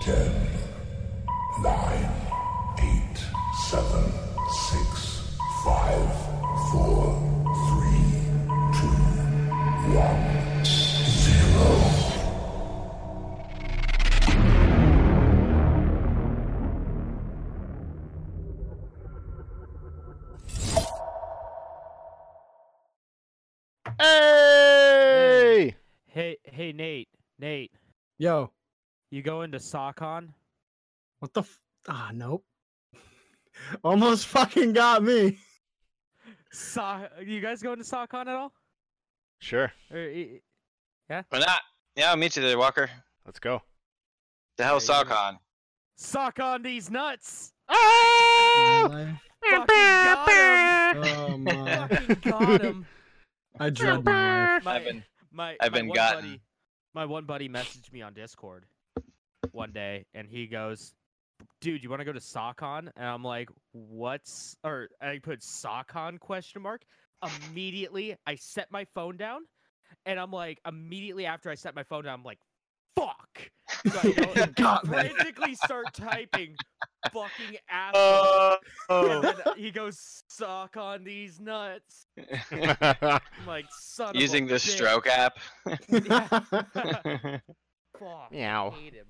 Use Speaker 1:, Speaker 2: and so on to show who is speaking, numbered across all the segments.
Speaker 1: Ten, nine, eight, seven, six, five, four, three, two, one, zero.
Speaker 2: Hey!
Speaker 3: Hey, hey, Nate, Nate,
Speaker 4: Yo,
Speaker 3: you go into SockCon?
Speaker 4: what the? F- ah, nope. Almost fucking got me.
Speaker 3: So- you guys go into SockCon at all?
Speaker 2: Sure,
Speaker 3: Or, e-
Speaker 5: Why not? Yeah, I'll meet you there, Walker.
Speaker 2: let's go.
Speaker 5: The hell,
Speaker 3: Yeah, you-
Speaker 5: Salcon.
Speaker 3: SockCon these nuts!
Speaker 4: My
Speaker 2: Oh!
Speaker 4: life.
Speaker 3: Fucking got 'em!
Speaker 4: Oh my!
Speaker 3: Fucking got 'em.
Speaker 4: I dread my life.
Speaker 3: My,
Speaker 5: I've been-
Speaker 3: my,
Speaker 5: I've
Speaker 3: my
Speaker 5: been
Speaker 3: one
Speaker 5: gotten.
Speaker 3: Buddy, my one buddy messaged me on Discord one day, and he goes, "Dude, you want to go to SockCon?" And I'm like, "What's?" Or I put SockCon question mark. Immediately, I set my phone down, and I'm like, immediately after I set my phone down, I'm like, "Fuck!" So I go and
Speaker 4: got me.
Speaker 3: frantically start typing, "Fucking asshole."
Speaker 5: Oh,
Speaker 3: And then he goes, "Sock on these nuts." I'm like, "Son."
Speaker 5: using
Speaker 3: of a
Speaker 5: the
Speaker 3: bitch."
Speaker 5: stroke app.
Speaker 3: Fuck,
Speaker 2: Meow.
Speaker 3: I hate him.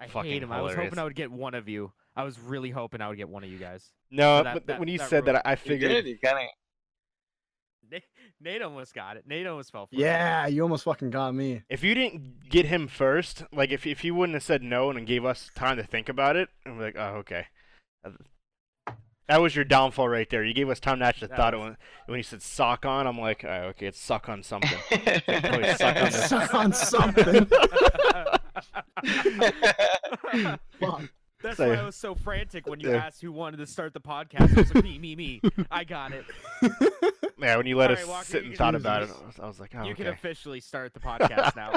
Speaker 3: I
Speaker 2: Fucking
Speaker 3: hate him. I was hoping
Speaker 2: hilarious.
Speaker 3: I would get one of you. I was really hoping I would get one of you guys.
Speaker 2: No,
Speaker 3: That-
Speaker 2: but
Speaker 3: that-
Speaker 2: when you
Speaker 3: that
Speaker 2: said that,
Speaker 3: ruined
Speaker 2: I I
Speaker 5: you did.
Speaker 2: figured.
Speaker 5: You kind
Speaker 3: Na- Nate almost got it. Nate almost fell for
Speaker 4: Yeah, you almost fucking got me.
Speaker 2: If you didn't get him first, like if if you wouldn't have said no and gave us time to think about it, I'm like, oh okay. That was your downfall right there. You gave us time to actually
Speaker 3: That
Speaker 2: thought it
Speaker 3: was-
Speaker 2: when, when you said sock on. I'm like, oh, okay, it's suck on something. Probably suck on
Speaker 5: of.
Speaker 2: this.
Speaker 4: Suck on something.
Speaker 3: it.
Speaker 4: Fuck.
Speaker 3: That's
Speaker 2: So-
Speaker 3: why I was so frantic when you
Speaker 2: Yeah.
Speaker 3: asked who wanted to start the podcast. It was like, me, me, me. I got it.
Speaker 2: Yeah, when you let
Speaker 3: All
Speaker 2: us
Speaker 3: right, Walker,
Speaker 2: sit
Speaker 3: you
Speaker 2: and
Speaker 3: can
Speaker 2: thought
Speaker 3: use
Speaker 2: about it,
Speaker 3: this.
Speaker 2: I was, I was like, oh,
Speaker 3: you
Speaker 2: okay.
Speaker 3: can officially start the podcast now.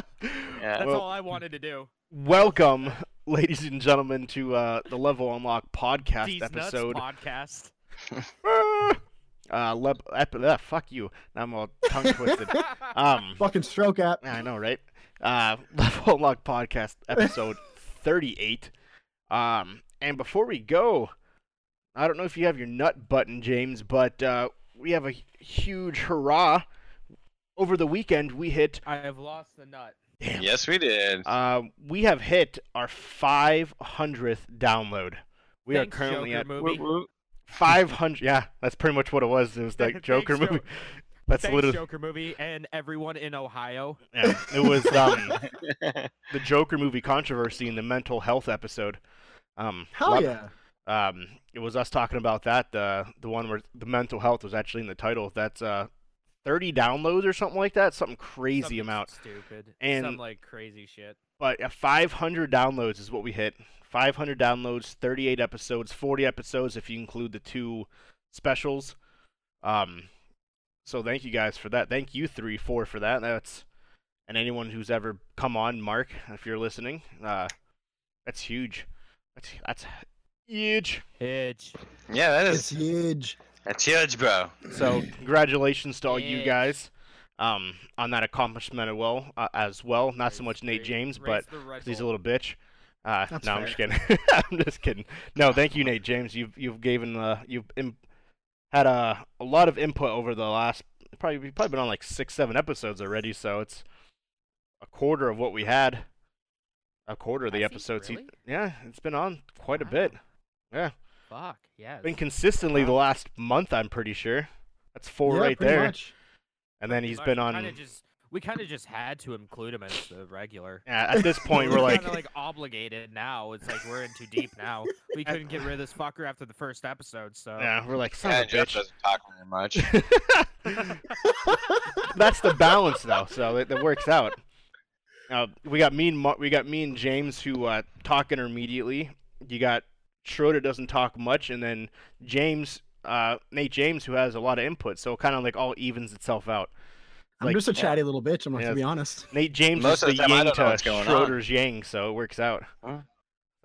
Speaker 3: That's
Speaker 2: Well-
Speaker 3: all I wanted to do.
Speaker 2: Welcome, ladies and gentlemen, to uh, the Level Unlock podcast
Speaker 3: These
Speaker 2: episode.
Speaker 3: nuts podcast.
Speaker 2: uh, leb- ep- uh, fuck you. Now I'm all tongue twisted. um,
Speaker 4: fucking stroke app.
Speaker 2: I know, right? Uh, Level Unlock podcast episode 38. Um, and before we go, I don't know if you have your nut button, James, but uh, we have a huge hurrah. Over the weekend, we hit
Speaker 3: I have lost the nut.
Speaker 5: yes, we did.
Speaker 2: Uh, we have hit our 500th download. We
Speaker 3: Thanks,
Speaker 2: are currently
Speaker 3: Joker
Speaker 2: at
Speaker 3: movie.
Speaker 2: 500. yeah, that's pretty much what it was. It was like
Speaker 3: Thanks,
Speaker 2: Joker
Speaker 3: Jo-
Speaker 2: movie. That's
Speaker 3: Thanks,
Speaker 2: literally.
Speaker 3: Joker movie, and everyone in Ohio.
Speaker 2: Yeah, it was um, the Joker movie controversy in the mental health episode. Um,
Speaker 4: Hell
Speaker 2: lot-
Speaker 4: yeah!
Speaker 2: Um, it was us talking about that. The the one where the mental health was actually in the title. That's uh, 30 downloads or something like that. Something crazy
Speaker 3: Something
Speaker 2: amount.
Speaker 3: Stupid.
Speaker 2: And-
Speaker 3: some like crazy shit.
Speaker 2: But uh, 500 downloads is what we hit. 500 downloads, 38 episodes, 40 episodes if you include the two specials. Um, so thank you guys for that. Thank you three, four for that. That's and anyone who's ever come on, Mark, if you're listening, uh, that's huge. That's that's huge.
Speaker 3: Itch.
Speaker 5: yeah, that
Speaker 4: It's
Speaker 5: is.
Speaker 4: huge.
Speaker 5: That's huge, bro.
Speaker 2: So congratulations to all you
Speaker 3: Huge.
Speaker 2: guys um, on that accomplishment as well. Uh, as well, not so much Nate James, but He's a little bitch. Uh, no,
Speaker 4: That's
Speaker 2: I'm just kidding. I'm just kidding. No, thank you, Nate James. You've you've given uh, you've Im- had a a lot of input over the last probably we've probably been on like six seven episodes already. So it's a quarter of what we had. A quarter of the
Speaker 3: Has he?
Speaker 2: episodes.
Speaker 3: Really?
Speaker 2: yeah, it's been on quite a
Speaker 3: Wow.
Speaker 2: bit. Yeah,
Speaker 3: Fuck. Yeah.
Speaker 2: been consistently the last month. I'm pretty sure. That's four
Speaker 4: yeah,
Speaker 2: right
Speaker 4: pretty
Speaker 2: there.
Speaker 4: Much.
Speaker 2: And then he's been
Speaker 3: Kinda
Speaker 2: on.
Speaker 3: just, we kind of just had to include him as the regular.
Speaker 2: Yeah, at this point,
Speaker 3: We're
Speaker 2: we're like,
Speaker 3: kinda, like obligated now. It's like we're in too deep now. We couldn't get rid of this fucker after the first episode, so
Speaker 2: yeah, we're like, son
Speaker 5: Yeah,
Speaker 2: of a
Speaker 5: Jeff
Speaker 2: bitch.
Speaker 5: doesn't talk very much.
Speaker 2: That's the balance, though, so it, it works out. Uh, we got me and Mar- we got me and James who uh, talk intermediately. You got Schroeder doesn't talk much, and then James, uh, Nate James, who has a lot of input. So it kind of like all evens itself out.
Speaker 4: I'm
Speaker 2: Like-
Speaker 4: just a chatty little bitch. I'm like,
Speaker 2: Yeah.
Speaker 4: to be honest.
Speaker 2: Nate James
Speaker 5: Most of
Speaker 2: is
Speaker 5: the
Speaker 2: the,
Speaker 5: time, I
Speaker 2: yang
Speaker 5: don't know
Speaker 2: to
Speaker 5: what's going on.
Speaker 2: Schroeder's yang, so it works out.
Speaker 5: Huh?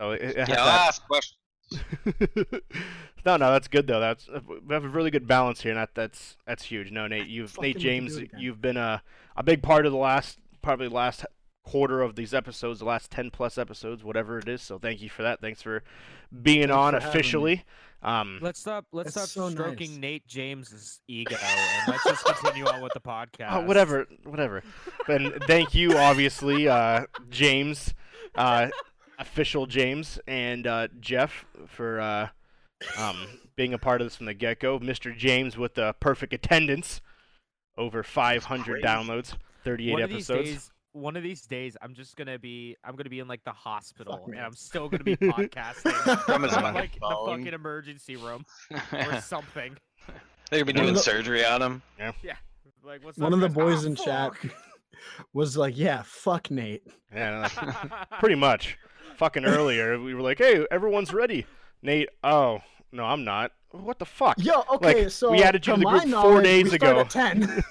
Speaker 2: So it, it has
Speaker 5: yeah, I'll
Speaker 2: that-
Speaker 5: ask questions.
Speaker 2: no, no, that's good though. That's uh, we have a really good balance here, and that, that's that's huge. No, Nate, you've
Speaker 4: Fucking
Speaker 2: Nate
Speaker 4: we can do
Speaker 2: James,
Speaker 4: it again.
Speaker 2: you've been a a big part of the last probably last quarter of these episodes, the last 10 plus episodes, whatever it is. So thank you for that. Thanks for being
Speaker 4: Thanks
Speaker 2: on
Speaker 4: for having me.
Speaker 2: officially. Um,
Speaker 3: Let's stop. Let's
Speaker 4: That's
Speaker 3: stop
Speaker 4: so
Speaker 3: stroking
Speaker 4: nice.
Speaker 3: Nate James's ego, and let's just continue on with the podcast.
Speaker 2: oh, whatever, whatever. and thank you, obviously, uh, James, uh, official James, and uh, Jeff for uh, um, being a part of this from the get go. Mr. James with the perfect attendance, over 500
Speaker 5: Crazy.
Speaker 2: downloads, 38
Speaker 3: One of these
Speaker 2: episodes.
Speaker 3: days, one of these days, I'm just gonna be. I'm gonna be in like the hospital,
Speaker 4: me.
Speaker 3: and I'm still gonna be podcasting
Speaker 5: From his
Speaker 3: from like the
Speaker 5: phone.
Speaker 3: fucking emergency room or
Speaker 5: They're
Speaker 3: something.
Speaker 5: gonna be
Speaker 4: One of
Speaker 5: doing
Speaker 4: the-
Speaker 5: surgery on him.
Speaker 3: Like what's
Speaker 4: One
Speaker 3: up,
Speaker 4: of the
Speaker 3: guys?
Speaker 4: boys
Speaker 3: Ah,
Speaker 4: in chat
Speaker 3: fuck.
Speaker 4: was like, "Yeah, fuck Nate."
Speaker 2: Yeah, like, pretty much. Fucking earlier, we were like, hey, everyone's ready. Nate, oh, no, I'm not. What the fuck?
Speaker 4: Yo, okay, so
Speaker 2: added you
Speaker 4: to
Speaker 2: to the
Speaker 4: my
Speaker 2: group four
Speaker 4: knowledge,
Speaker 2: days
Speaker 4: we start
Speaker 2: ago.
Speaker 4: at Ten.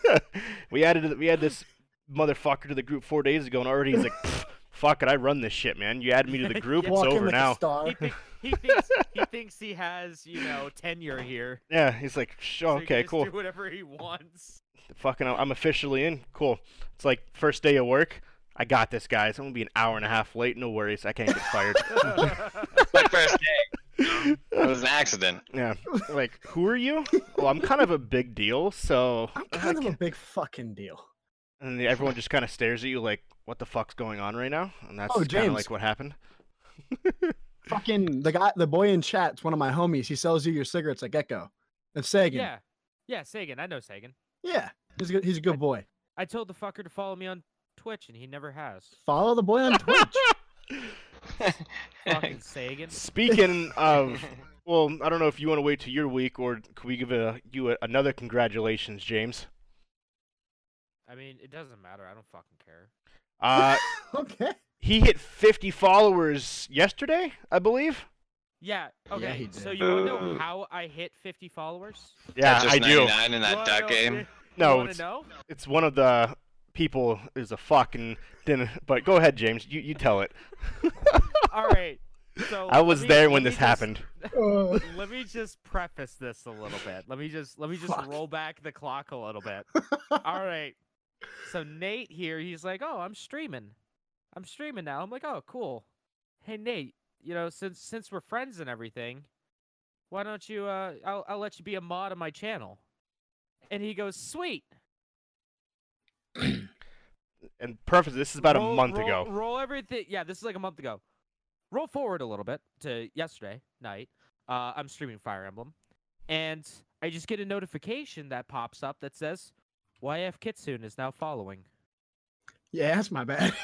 Speaker 2: we added we had this motherfucker to the group four days ago, and already he's like, "Pfft, "Fuck it, I run this shit, man. You added me to the group. It's
Speaker 4: Walking
Speaker 2: over
Speaker 4: like
Speaker 2: now."
Speaker 4: a star.
Speaker 3: he, thi- he thinks he thinks he has you know tenure here.
Speaker 2: yeah, he's like, "Sh-
Speaker 3: so he can
Speaker 2: "Okay,
Speaker 3: just
Speaker 2: cool.
Speaker 3: Do whatever he wants.
Speaker 2: Fucking, I'm officially in. Cool. It's like first day of work. I got this, guys. I'm gonna be an hour and a half late. No worries. I can't get fired.
Speaker 5: My first day. It was an accident.
Speaker 2: yeah. Like, who are you? Well, I'm kind of a big deal, so.
Speaker 4: I'm
Speaker 2: I
Speaker 4: kind of a
Speaker 2: can't-
Speaker 4: big fucking deal.
Speaker 2: And everyone just kind of stares at you, like, "What the fuck's going on right now?" And that's
Speaker 4: Oh,
Speaker 2: kind of
Speaker 4: James.
Speaker 2: like what happened.
Speaker 4: Fucking the guy, the boy in chat, it's one of my homies. He sells you your cigarettes at Gecko. And Sagan.
Speaker 3: yeah, yeah. Sagan, I know Sagan.
Speaker 4: Yeah, He's a good, he's a good boy.
Speaker 3: I told the fucker to follow me on Twitch, and he never has.
Speaker 4: Follow the boy on Twitch.
Speaker 3: Fucking Sagan.
Speaker 2: Speaking of Well, I don't know if you want to wait till your week, or could we give a, you a, another congratulations, James?
Speaker 3: I mean, it doesn't matter. I don't fucking care.
Speaker 2: Uh,
Speaker 4: okay.
Speaker 2: he hit 50 followers yesterday, I believe.
Speaker 3: Yeah. Okay.
Speaker 4: he
Speaker 3: So
Speaker 4: did.
Speaker 3: you want to know
Speaker 5: Ugh.
Speaker 3: how I hit 50 followers?
Speaker 2: Yeah,
Speaker 5: Just
Speaker 2: I do.
Speaker 5: 99 in that duck game.
Speaker 2: No,
Speaker 3: want
Speaker 2: it's-
Speaker 3: to know?
Speaker 2: It's one of the people is a fucking didn't. But go ahead, James. You you tell it.
Speaker 3: All right. So
Speaker 2: I
Speaker 3: Oh, let
Speaker 2: was
Speaker 3: me-
Speaker 2: there
Speaker 3: let
Speaker 2: when
Speaker 3: me
Speaker 2: this
Speaker 3: just-
Speaker 2: happened.
Speaker 4: Uh,
Speaker 3: Let me just preface this a little bit. Let me just let me just
Speaker 4: Fuck.
Speaker 3: roll back the clock a little bit. All right. So Nate here, he's like, "Oh, I'm streaming. I'm streaming now." I'm like, "Oh, cool. Hey Nate, you know, since since we're friends and everything, why don't you uh I'll I'll let you be a mod on my channel." And he goes, "Sweet."
Speaker 2: And preface this is about
Speaker 3: Roll-
Speaker 2: a month
Speaker 3: roll-
Speaker 2: ago.
Speaker 3: Roll everything. Yeah, this is like a month ago. Roll forward a little bit to yesterday night. Uh, I'm streaming Fire Emblem, and I just get a notification that pops up that says YF Kitsune is now following.
Speaker 4: yeah, that's my bad.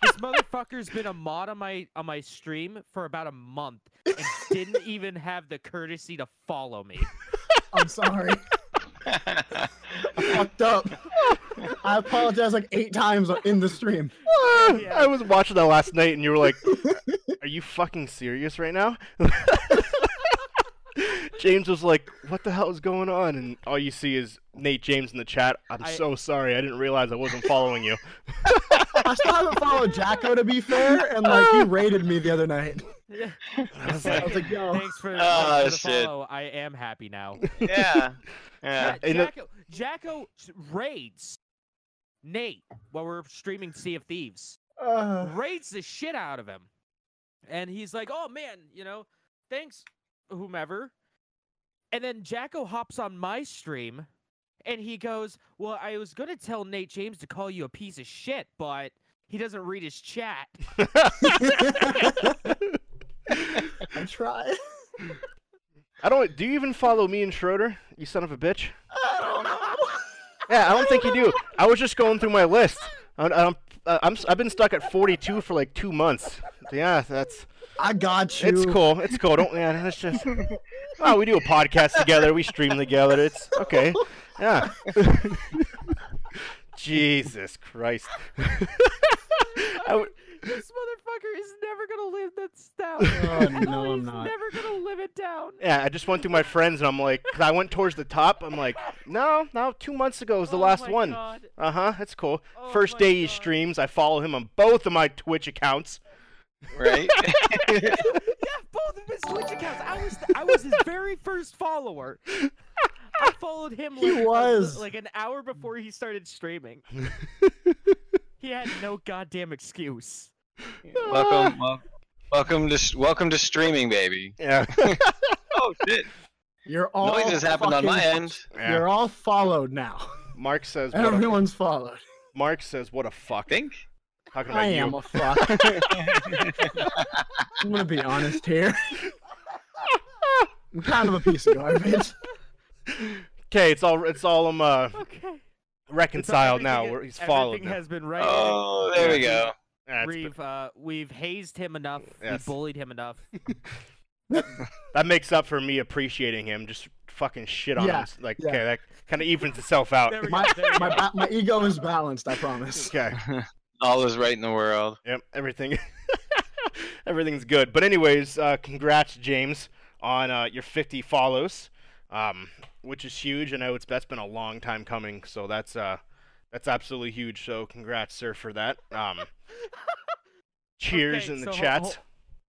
Speaker 3: This motherfucker's been a mod on my on my stream for about a month and didn't even have the courtesy to follow me.
Speaker 4: I'm sorry. I fucked up. I apologize like eight times in the stream.
Speaker 2: Ah,
Speaker 3: Yeah.
Speaker 2: I was watching that last night, and you were like, "Are you fucking serious right now?" James was like, "What the hell is going on?" And all you see is Nate James in the chat. I'm
Speaker 3: I-
Speaker 2: so sorry. I didn't realize I wasn't following you.
Speaker 4: I still haven't followed Jacko to be fair, and like he raided me the other night.
Speaker 3: Yeah.
Speaker 2: I was
Speaker 4: I
Speaker 2: like,
Speaker 4: was like, yo,
Speaker 3: Thanks
Speaker 2: Oh,
Speaker 3: for,
Speaker 5: Ah,
Speaker 3: for the
Speaker 5: shit.
Speaker 3: follow. I am happy now.
Speaker 5: yeah. Yeah.
Speaker 2: Yeah, and the-
Speaker 3: Jacko, Jacko s- raids Nate while we're streaming Sea of Thieves.
Speaker 4: uh,
Speaker 3: Raids the shit out of him. And he's like, oh man, you know, thanks, whomever. And then Jacko hops on my stream and he goes, well, I was going to tell Nate James to call you a piece of shit, but he doesn't read his chat.
Speaker 4: I try.
Speaker 2: I don't. Do you even follow me and Schroeder? You son of a bitch.
Speaker 4: I don't know.
Speaker 2: Yeah, I don't think you do. I was just going through my list. I, I'm, uh, I'm, s- I've been stuck at 42 for like two months. Yeah, that's.
Speaker 4: I got you.
Speaker 2: It's cool. It's cool. Don't. Yeah, that's just. Oh, we do a podcast together. We stream together. It's okay. Yeah. Jesus Christ. I would-
Speaker 3: this motherfucker is never going to live this down.
Speaker 4: Oh, no, I'm
Speaker 3: He's
Speaker 4: not.
Speaker 3: never going to live it down.
Speaker 2: yeah, I just went through my friends and I'm like, 'cause I went towards the top. I'm like, no, no, two months ago was the
Speaker 3: Oh
Speaker 2: last
Speaker 3: my
Speaker 2: one.
Speaker 3: God.
Speaker 2: Uh huh. That's cool.
Speaker 3: Oh
Speaker 2: First
Speaker 3: my
Speaker 2: day he
Speaker 3: God.
Speaker 2: streams, I follow him on both of my Twitch accounts.
Speaker 5: Right?
Speaker 3: Yeah, both of his Twitch accounts. I was I was his very first follower. I followed him. Like,
Speaker 4: He
Speaker 3: a-
Speaker 4: was.
Speaker 3: like an hour before he started streaming. he had no goddamn excuse.
Speaker 5: welcome, wel- welcome to s- welcome to streaming, baby.
Speaker 2: Yeah.
Speaker 5: Oh shit!
Speaker 4: You're all
Speaker 5: Noises happened on my
Speaker 4: fucking-
Speaker 5: end.
Speaker 2: yeah.
Speaker 4: You're all followed now.
Speaker 2: Mark says. What a,
Speaker 4: Everyone's followed.
Speaker 2: Mark says, "What a
Speaker 5: I
Speaker 2: fuck."
Speaker 5: think.
Speaker 2: Talking about
Speaker 4: I
Speaker 2: you.
Speaker 4: am a fuck. I'm gonna be honest here. I'm kind of a piece of garbage.
Speaker 2: Okay, it's all it's all um uh,
Speaker 3: Okay.
Speaker 2: reconciled now. We're, he's followed.
Speaker 3: Everything
Speaker 2: now.
Speaker 3: has been right.
Speaker 5: oh, there we
Speaker 3: Yeah.
Speaker 5: go.
Speaker 2: Yeah, it's-
Speaker 3: We've uh, we've hazed him enough.
Speaker 2: Yes.
Speaker 3: We bullied him enough.
Speaker 2: that makes up for me appreciating him. Just fucking shit on
Speaker 4: Yeah,
Speaker 2: him. Like
Speaker 4: yeah.
Speaker 2: okay, that kind of evens itself out.
Speaker 3: There we go.
Speaker 4: My
Speaker 3: there we
Speaker 4: my
Speaker 3: go.
Speaker 4: ba- my ego is balanced. I promise.
Speaker 2: Okay.
Speaker 5: All is right in the world.
Speaker 2: Yep, everything. Everything's good. But anyways, uh, congrats, James, on uh, your 50 follows, um, which is huge. I know it's that's been a long time coming, so that's uh, that's absolutely huge. So congrats, sir, for that. Um, cheers
Speaker 3: Okay,
Speaker 2: in the
Speaker 3: so ho-
Speaker 2: chat.
Speaker 3: ho-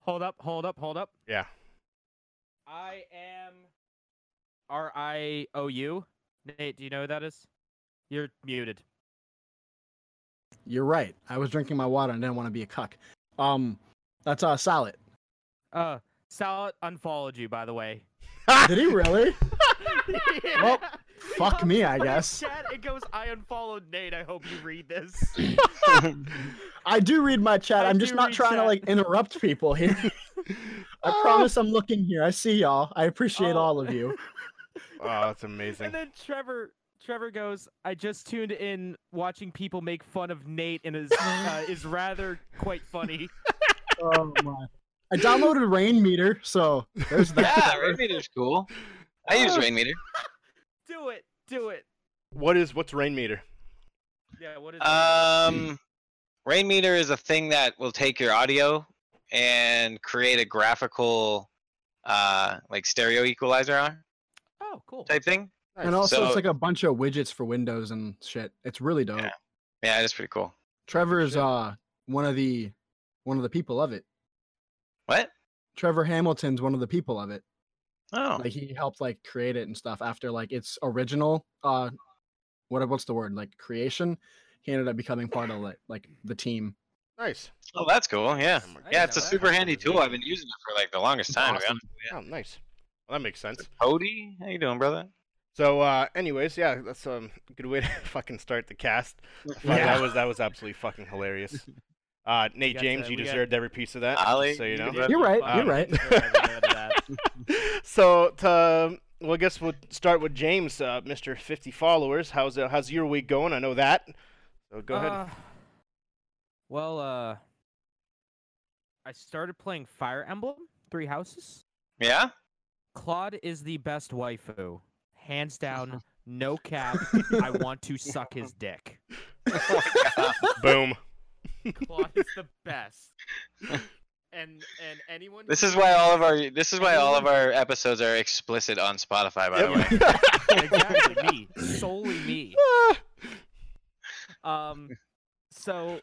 Speaker 3: hold up, hold up, hold up.
Speaker 2: Yeah.
Speaker 3: I am R I O U. Nate, do you know who that is? You're muted.
Speaker 4: You're right. I was drinking my water and didn't want to be a cuck. Um, that's uh, solid.
Speaker 3: Uh Salat unfollowed you, by the way. Ah!
Speaker 4: Did he really? Well,
Speaker 3: Yeah.
Speaker 4: fuck me, I
Speaker 3: In
Speaker 4: guess.
Speaker 3: Chat, it goes, I unfollowed Nate. I hope you read this.
Speaker 4: I do read my chat.
Speaker 3: I
Speaker 4: I'm just
Speaker 3: do
Speaker 4: not
Speaker 3: read
Speaker 4: trying
Speaker 3: chat.
Speaker 4: to like interrupt people here. I promise I'm looking here. I see y'all. I appreciate
Speaker 3: Oh.
Speaker 4: all of you.
Speaker 2: Oh, that's amazing.
Speaker 3: and then Trevor Trevor goes, I just tuned in watching people make fun of Nate and is uh, is rather quite funny.
Speaker 4: Oh my. I downloaded Rain Meter, so there's that.
Speaker 5: Yeah, Rainmeter's cool. I use Rainmeter.
Speaker 3: Do it. Do it.
Speaker 2: What is what's rain meter?
Speaker 3: Yeah, what is that?
Speaker 5: Um, Rainmeter is a thing that will take your audio and create a graphical, uh, like stereo equalizer on
Speaker 3: Oh, cool.
Speaker 5: type thing.
Speaker 4: And also,
Speaker 5: So-
Speaker 4: it's like a bunch of widgets for Windows and shit. It's really dope.
Speaker 5: Yeah. Yeah, it's pretty cool.
Speaker 4: Trevor is uh one of the one of the people of it.
Speaker 5: What?
Speaker 4: Trevor Hamilton's one of the people of it.
Speaker 5: Oh,
Speaker 4: Like he helped like create it and stuff after like its original uh what what's the word like creation. He ended up becoming part of like like the team.
Speaker 2: Nice.
Speaker 5: oh, that's cool. Yeah,
Speaker 2: Oh my
Speaker 3: I
Speaker 5: yeah,
Speaker 3: didn't
Speaker 5: it's a
Speaker 3: know that.
Speaker 5: super handy tool. I've been using it for like the longest
Speaker 4: It's
Speaker 5: time. to be
Speaker 4: awesome.
Speaker 5: honest with you.
Speaker 2: Oh, nice. Well, that makes sense.
Speaker 5: Cody, how you doing, brother?
Speaker 2: So, uh, anyways, yeah, that's um, a good way to fucking start the cast. Fuck,
Speaker 4: Yeah.
Speaker 2: That was that was absolutely fucking hilarious. Uh, Nate
Speaker 3: got
Speaker 2: James,
Speaker 3: the-
Speaker 2: you
Speaker 3: we got-
Speaker 2: deserved every piece of that.
Speaker 5: Ollie,
Speaker 2: so you
Speaker 5: you
Speaker 2: know.
Speaker 5: deserve-
Speaker 4: You're right.
Speaker 2: Um,
Speaker 4: You're right.
Speaker 2: so to, um, well, I guess we'll start with James, uh, Mr. 50 followers. How's uh, how's your week going? I know that. So go ahead.
Speaker 3: Uh, well, uh, I started playing Fire Emblem Three Houses.
Speaker 5: Yeah.
Speaker 3: Claude is the best waifu, hands down, no cap. I want to suck his dick.
Speaker 5: Oh my God.
Speaker 2: Boom.
Speaker 3: Claude is the best. And and anyone.
Speaker 5: This is why all of our this is why all of our episodes are explicit on Spotify. By the way,
Speaker 3: exactly me, solely me. Um, so,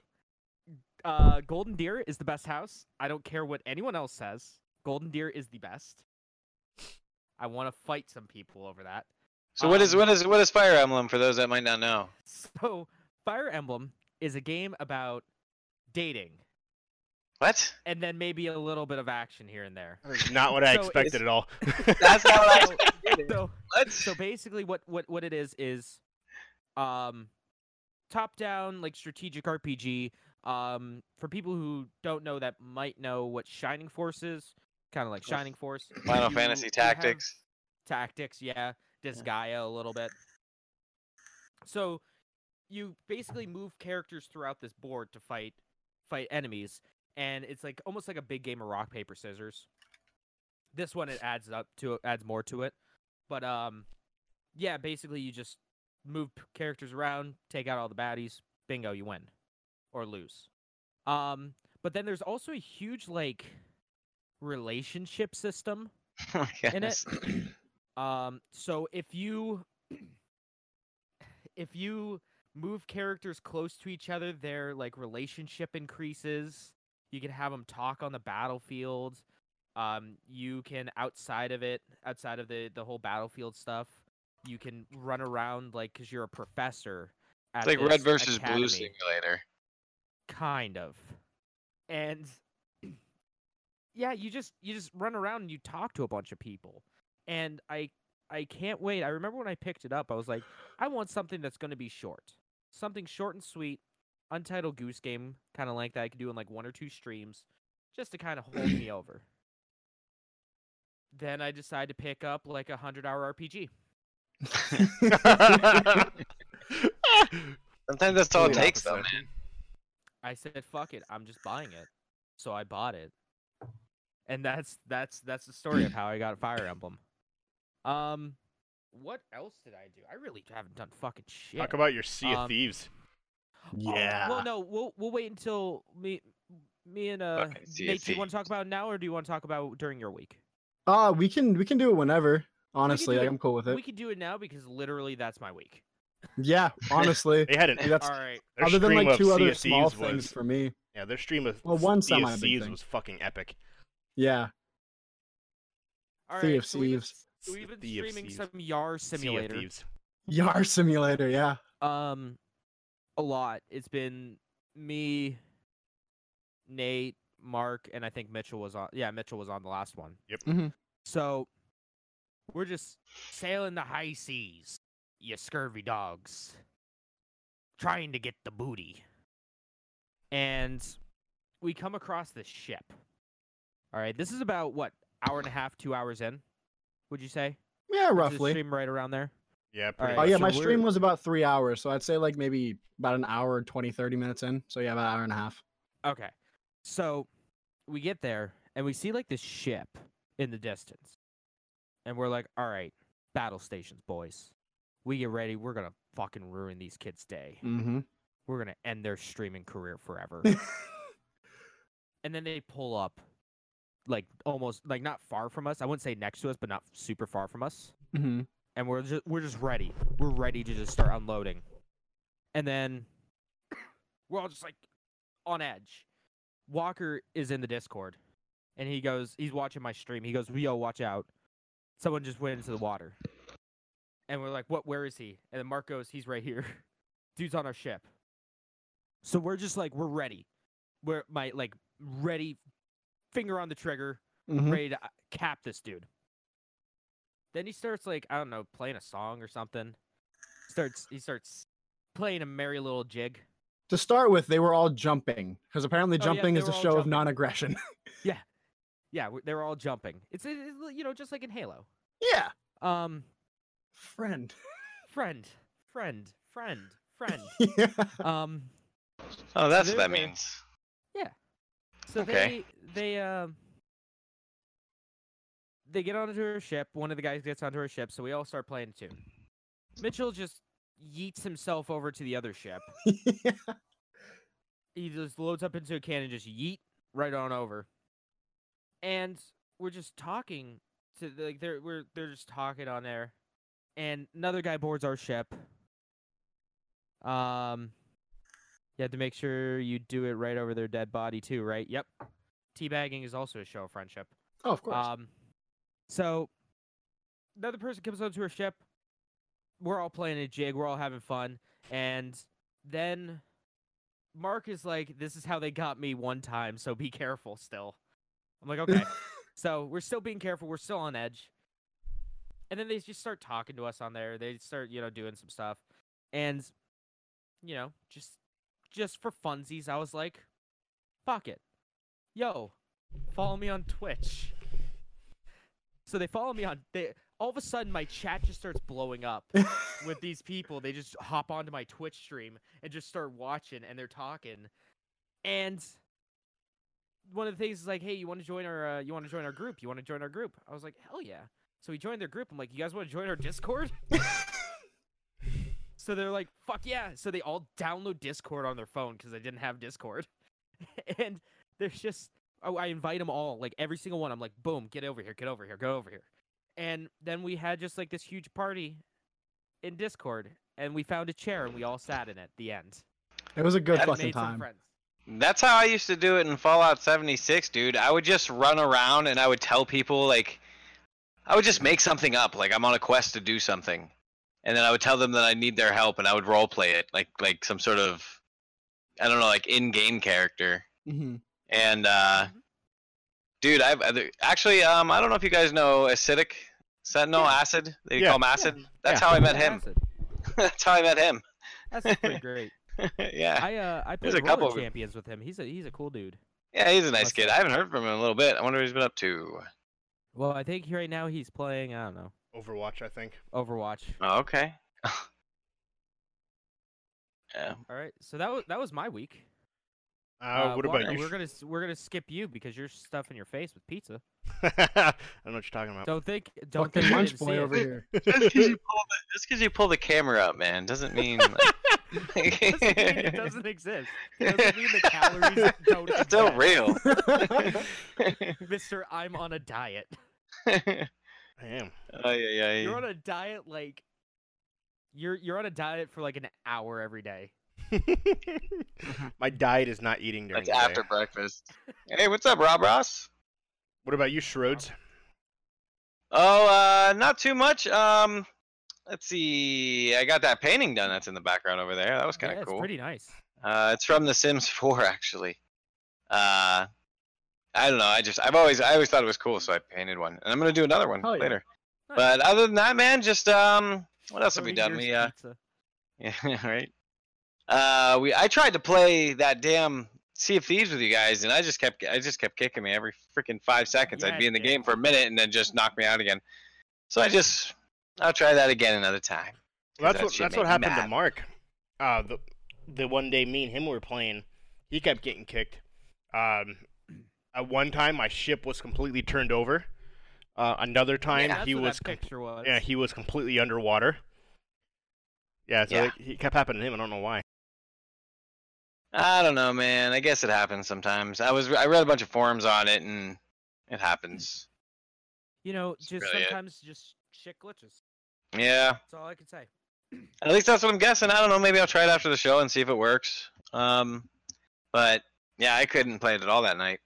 Speaker 3: uh, Golden Deer is the best house. I don't care what anyone else says. Golden Deer is the best. I want to fight some people over that.
Speaker 5: so what is
Speaker 3: Um,
Speaker 5: what is what is Fire Emblem for those that might not know?
Speaker 3: So, Fire Emblem is a game about dating,
Speaker 5: What?
Speaker 3: and then maybe a little bit of action here and there.
Speaker 2: That is Not what I
Speaker 3: So
Speaker 2: expected
Speaker 5: it's-
Speaker 2: at all.
Speaker 5: That's not what I
Speaker 3: So-
Speaker 5: expected.
Speaker 3: So,
Speaker 5: What?
Speaker 3: so basically, what what what it is is, um, top down like strategic RPG. Um, for people who don't know that might know what Shining Force is, kind of like Shining Force.
Speaker 5: Final
Speaker 3: you-
Speaker 5: Fantasy
Speaker 3: you have
Speaker 5: Tactics.
Speaker 3: tactics, yeah. Disgaea a little bit. So you basically move characters throughout this board to fight fight enemies, and it's like almost like a big game of rock paper scissors. This one it adds up to adds more to it, but um, yeah, basically you just move p- characters around, take out all the baddies, bingo, you win or lose. Um, but then there's also a huge like relationship system
Speaker 5: Oh my
Speaker 3: in it.
Speaker 5: goodness.
Speaker 3: Um, so if you if you move characters close to each other, their like relationship increases. You can have them talk on the battlefield. Um, you can outside of it, outside of the the whole battlefield stuff, you can run around like because you're a professor. At
Speaker 5: It's like
Speaker 3: this
Speaker 5: Red versus Blue
Speaker 3: academy.
Speaker 5: Simulator.
Speaker 3: kind of and yeah you just you just run around and you talk to a bunch of people and i i can't wait i remember when i picked it up i was like i want something that's going to be short something short and sweet untitled goose game kind of like that i could do in like one or two streams just to kind of hold me over then i decided to pick up like a hundred hour rpg
Speaker 5: Sometimes that's all it
Speaker 2: Complete
Speaker 5: takes, though, man.
Speaker 2: opposite.
Speaker 3: I said, "Fuck it, I'm just buying it." So I bought it, and that's that's that's the story of how I got Fire Emblem. Um, what else did I do? I really haven't done fucking shit.
Speaker 2: Talk about your Sea of
Speaker 3: Um,
Speaker 2: Thieves.
Speaker 3: Oh, well, no, we'll we'll wait until me me and uh
Speaker 5: Fucking Sea of
Speaker 3: Nate. Do you want to talk
Speaker 5: Thieves.
Speaker 3: about it now, or do you want to talk about it during your week?
Speaker 4: Uh, we can we can do it whenever. Honestly,
Speaker 3: do
Speaker 4: like,
Speaker 3: it-
Speaker 4: I'm cool with it.
Speaker 3: We could do it now because literally that's my week.
Speaker 4: Yeah, honestly.
Speaker 2: They had an
Speaker 4: Hey, that's-
Speaker 3: All right.
Speaker 2: their
Speaker 4: other than
Speaker 2: stream
Speaker 4: like
Speaker 2: of
Speaker 4: two
Speaker 2: Sea
Speaker 4: other
Speaker 2: of
Speaker 4: small
Speaker 2: Thieves
Speaker 4: things
Speaker 2: was,
Speaker 4: for me.
Speaker 2: Yeah, their stream of
Speaker 4: Well, one
Speaker 2: Sea of
Speaker 4: semi-big
Speaker 2: Thieves
Speaker 4: thing.
Speaker 2: was fucking epic.
Speaker 4: Yeah,
Speaker 3: All
Speaker 4: Sea
Speaker 3: right,
Speaker 4: of
Speaker 3: so we've been-
Speaker 4: Thieves.
Speaker 3: We've been
Speaker 2: Sea of
Speaker 3: streaming
Speaker 2: Thieves.
Speaker 3: some Yar
Speaker 2: Sea of
Speaker 3: simulator.
Speaker 2: Thieves.
Speaker 4: Yar Simulator. Yeah,
Speaker 3: Um, a lot. It's been me, Nate, Mark, and I think Mitchell was on. Yeah, Mitchell was on the last one.
Speaker 2: Yep.
Speaker 4: Mhm.
Speaker 3: So we're just sailing the high seas, you scurvy dogs, trying to get the booty. And we come across this ship. All right, this is about what hour and a half, two hours in. Would you say?
Speaker 4: yeah,
Speaker 3: Is the
Speaker 4: roughly.
Speaker 3: Stream right around there.
Speaker 2: Yeah, pretty
Speaker 3: Alright.
Speaker 4: Oh
Speaker 2: much.
Speaker 4: yeah,
Speaker 3: so
Speaker 4: my
Speaker 3: we're-
Speaker 4: stream was about three hours, so I'd say like maybe about an hour, 20, 30 minutes in. So yeah, about an hour and a half.
Speaker 3: Okay. So we get there and we see like this ship in the distance. And we're like, all right, battle stations, boys. We get ready. We're going to fucking ruin these kids' day.
Speaker 4: Mm-hmm.
Speaker 3: We're going to end their streaming career forever. and then they pull up, like almost, like not far from us. I wouldn't say next to us, but not super far from us
Speaker 4: mm-hmm.
Speaker 3: and we're just we're just ready. We're ready to just start unloading. And then we're all just like on edge. Walker is in the Discord and he goes he's watching my stream. He goes, "Yo, watch out. Someone just went into the water." And we're like, "What where is he?" And then Mark goes, "He's right here. Dude's on our ship." So we're just like we're ready. We're my like ready finger on the trigger
Speaker 4: Mm-hmm.
Speaker 3: ready to uh, cap this dude. Then he starts like I don't know, playing a song or something. Starts he starts playing a merry little jig.
Speaker 4: To start with, they were all jumping because apparently
Speaker 3: Oh, yeah,
Speaker 4: jumping
Speaker 3: they
Speaker 4: is the
Speaker 3: were all
Speaker 4: show of
Speaker 3: jumping.
Speaker 4: non-aggression.
Speaker 3: Yeah, we- they were all jumping. It's, it's li- you know just like in Halo.
Speaker 4: yeah,
Speaker 3: Um,
Speaker 4: friend.
Speaker 3: friend, friend, friend, friend.
Speaker 4: yeah.
Speaker 3: um,
Speaker 5: Oh, that's what
Speaker 3: there
Speaker 5: that
Speaker 3: you go.
Speaker 5: means.
Speaker 3: so
Speaker 5: Okay.
Speaker 3: they they um they get onto her ship. One of the guys gets onto her ship, so we all start playing a tune. Mitchell just yeets himself over to the other ship. he just loads up into a can and just yeet right on over. And we're just talking to the- like they're we're they're just talking on there, and another guy boards our ship. Um, you have to make sure you do it right over their dead body too, right? Yep. Teabagging is also a show of friendship.
Speaker 4: Oh, of course.
Speaker 3: Um, so another person comes onto her ship. We're all playing a jig. We're all having fun, and then Mark is like, "This is how they got me one time, so be careful." Still, I'm like, "Okay." so we're still being careful. We're still on edge. And then they just start talking to us on there. They start, you know, doing some stuff, and you know, just just for funsies, I was like, "Fuck it, yo, follow me on Twitch." So they follow me on. They all of a sudden my chat just starts blowing up with these people. They just hop onto my Twitch stream and just start watching and they're talking. And one of the things is like, hey, you want to join our? Uh, you want to join our group? You want to join our group? I was like, hell yeah! So we joined their group. I'm like, you guys want to join our Discord? so they're like, fuck yeah! So they all download Discord on their phone because they didn't have Discord, and there's just oh, I invite them all, like every single one. I'm like, boom, get over here, get over here, go over here. And then we had just like this huge party in Discord, and we found a chair and we all sat in it. The end.
Speaker 4: it was a good
Speaker 5: That
Speaker 4: fucking
Speaker 3: Made some
Speaker 4: time.
Speaker 3: friends.
Speaker 5: That's how I used to do it in Fallout 76, dude. I would just run around and I would tell people like I would just make something up, like I'm on a quest to do something. And then I would tell them that I need their help and I would role play it like like some sort of I don't know, like in-game character.
Speaker 4: Mm-hmm.
Speaker 5: And uh,
Speaker 3: Mm-hmm.
Speaker 5: dude, I've other- actually um I don't know if you guys know Acidic Sentinel
Speaker 3: Yeah.
Speaker 5: Acid. They
Speaker 2: Yeah.
Speaker 5: call him Acid. That's
Speaker 2: Yeah.
Speaker 5: how I met
Speaker 3: Yeah,
Speaker 5: him.
Speaker 3: that's it.
Speaker 5: That's how I met him.
Speaker 3: That's pretty great.
Speaker 5: yeah.
Speaker 3: I uh I
Speaker 5: There's
Speaker 3: played
Speaker 5: a couple
Speaker 3: Roller
Speaker 5: of-
Speaker 3: Champions with him. He's a he's a cool dude.
Speaker 5: Yeah, he's a nice
Speaker 3: Must-
Speaker 5: kid. I haven't heard from him in a little bit. I wonder what he's been up to.
Speaker 3: Well, I think right now he's playing I don't know
Speaker 2: Overwatch, I think.
Speaker 3: Overwatch.
Speaker 5: Oh, okay. yeah.
Speaker 3: All right, so that was that was my week.
Speaker 2: Uh, what about
Speaker 3: Walker,
Speaker 2: you?
Speaker 3: We're gonna s- we're gonna skip you because you're stuffing your face with pizza.
Speaker 2: I don't know what you're talking about.
Speaker 3: Don't think don't
Speaker 4: Fucking
Speaker 3: think I
Speaker 4: lunch
Speaker 3: didn't see
Speaker 4: boy
Speaker 3: it.
Speaker 4: over here.
Speaker 5: Just because you, pull the- just 'cause you pull the camera up, man, doesn't mean. Like...
Speaker 3: Doesn't mean it doesn't exist. Doesn't mean the calories don't
Speaker 5: It's still
Speaker 3: exist.
Speaker 5: real.
Speaker 3: Mister, I'm on a diet.
Speaker 2: I am.
Speaker 5: oh yeah,
Speaker 3: You're on a diet like you're you're on a diet for like an hour every day.
Speaker 2: My diet is not eating during
Speaker 5: That's
Speaker 2: the day.
Speaker 5: after breakfast. Hey, what's up, Rob Ross?
Speaker 2: What about you, Schrodes?
Speaker 5: Oh, uh, not too much. Um, let's see. I got that painting done. That's in the background over there. That was kind of
Speaker 3: yeah,
Speaker 5: cool.
Speaker 3: It's pretty nice.
Speaker 5: Uh, it's from The Sims 4, actually. Uh, I don't know. I just I've always I always thought it was cool, so I painted one, and I'm gonna do another one
Speaker 4: Hell yeah.
Speaker 5: later.
Speaker 3: Nice.
Speaker 5: But other than that, man, just um, what else have we
Speaker 3: 30
Speaker 5: done?
Speaker 3: years
Speaker 5: We uh,
Speaker 3: pizza.
Speaker 5: yeah, right. Uh, we I tried to play that damn Sea of Thieves with you guys, and I just kept I just kept kicking me every freaking five seconds.
Speaker 3: Yeah,
Speaker 5: I'd be in the
Speaker 3: dude.
Speaker 5: game for a minute, and then just knock me out again. So I just I'll try that again another time.
Speaker 2: Well,
Speaker 5: 'cause
Speaker 2: that's
Speaker 5: that
Speaker 2: what
Speaker 5: shit
Speaker 2: that's what
Speaker 5: made me
Speaker 2: happened to
Speaker 5: mad.
Speaker 2: Mark. Uh, the the one day me and him were playing, he kept getting kicked. Um, at one time my ship was completely turned over. Uh, another time
Speaker 3: Yeah, that's
Speaker 2: he
Speaker 3: what
Speaker 2: was
Speaker 3: that
Speaker 2: com-
Speaker 3: picture was.
Speaker 2: yeah he was completely underwater. Yeah, so
Speaker 5: Yeah.
Speaker 2: it- he kept happening to him. I don't know why.
Speaker 5: I don't know, man. I guess it happens sometimes. I was I read a bunch of forums on it, and it happens.
Speaker 3: You know,
Speaker 5: That's
Speaker 3: just
Speaker 5: really it.
Speaker 3: sometimes just shit glitches.
Speaker 5: Yeah,
Speaker 3: That's all I can say.
Speaker 5: at least that's what I'm guessing. I don't know. Maybe I'll try it after the show and see if it works. Um, but yeah, I couldn't play it at all that night.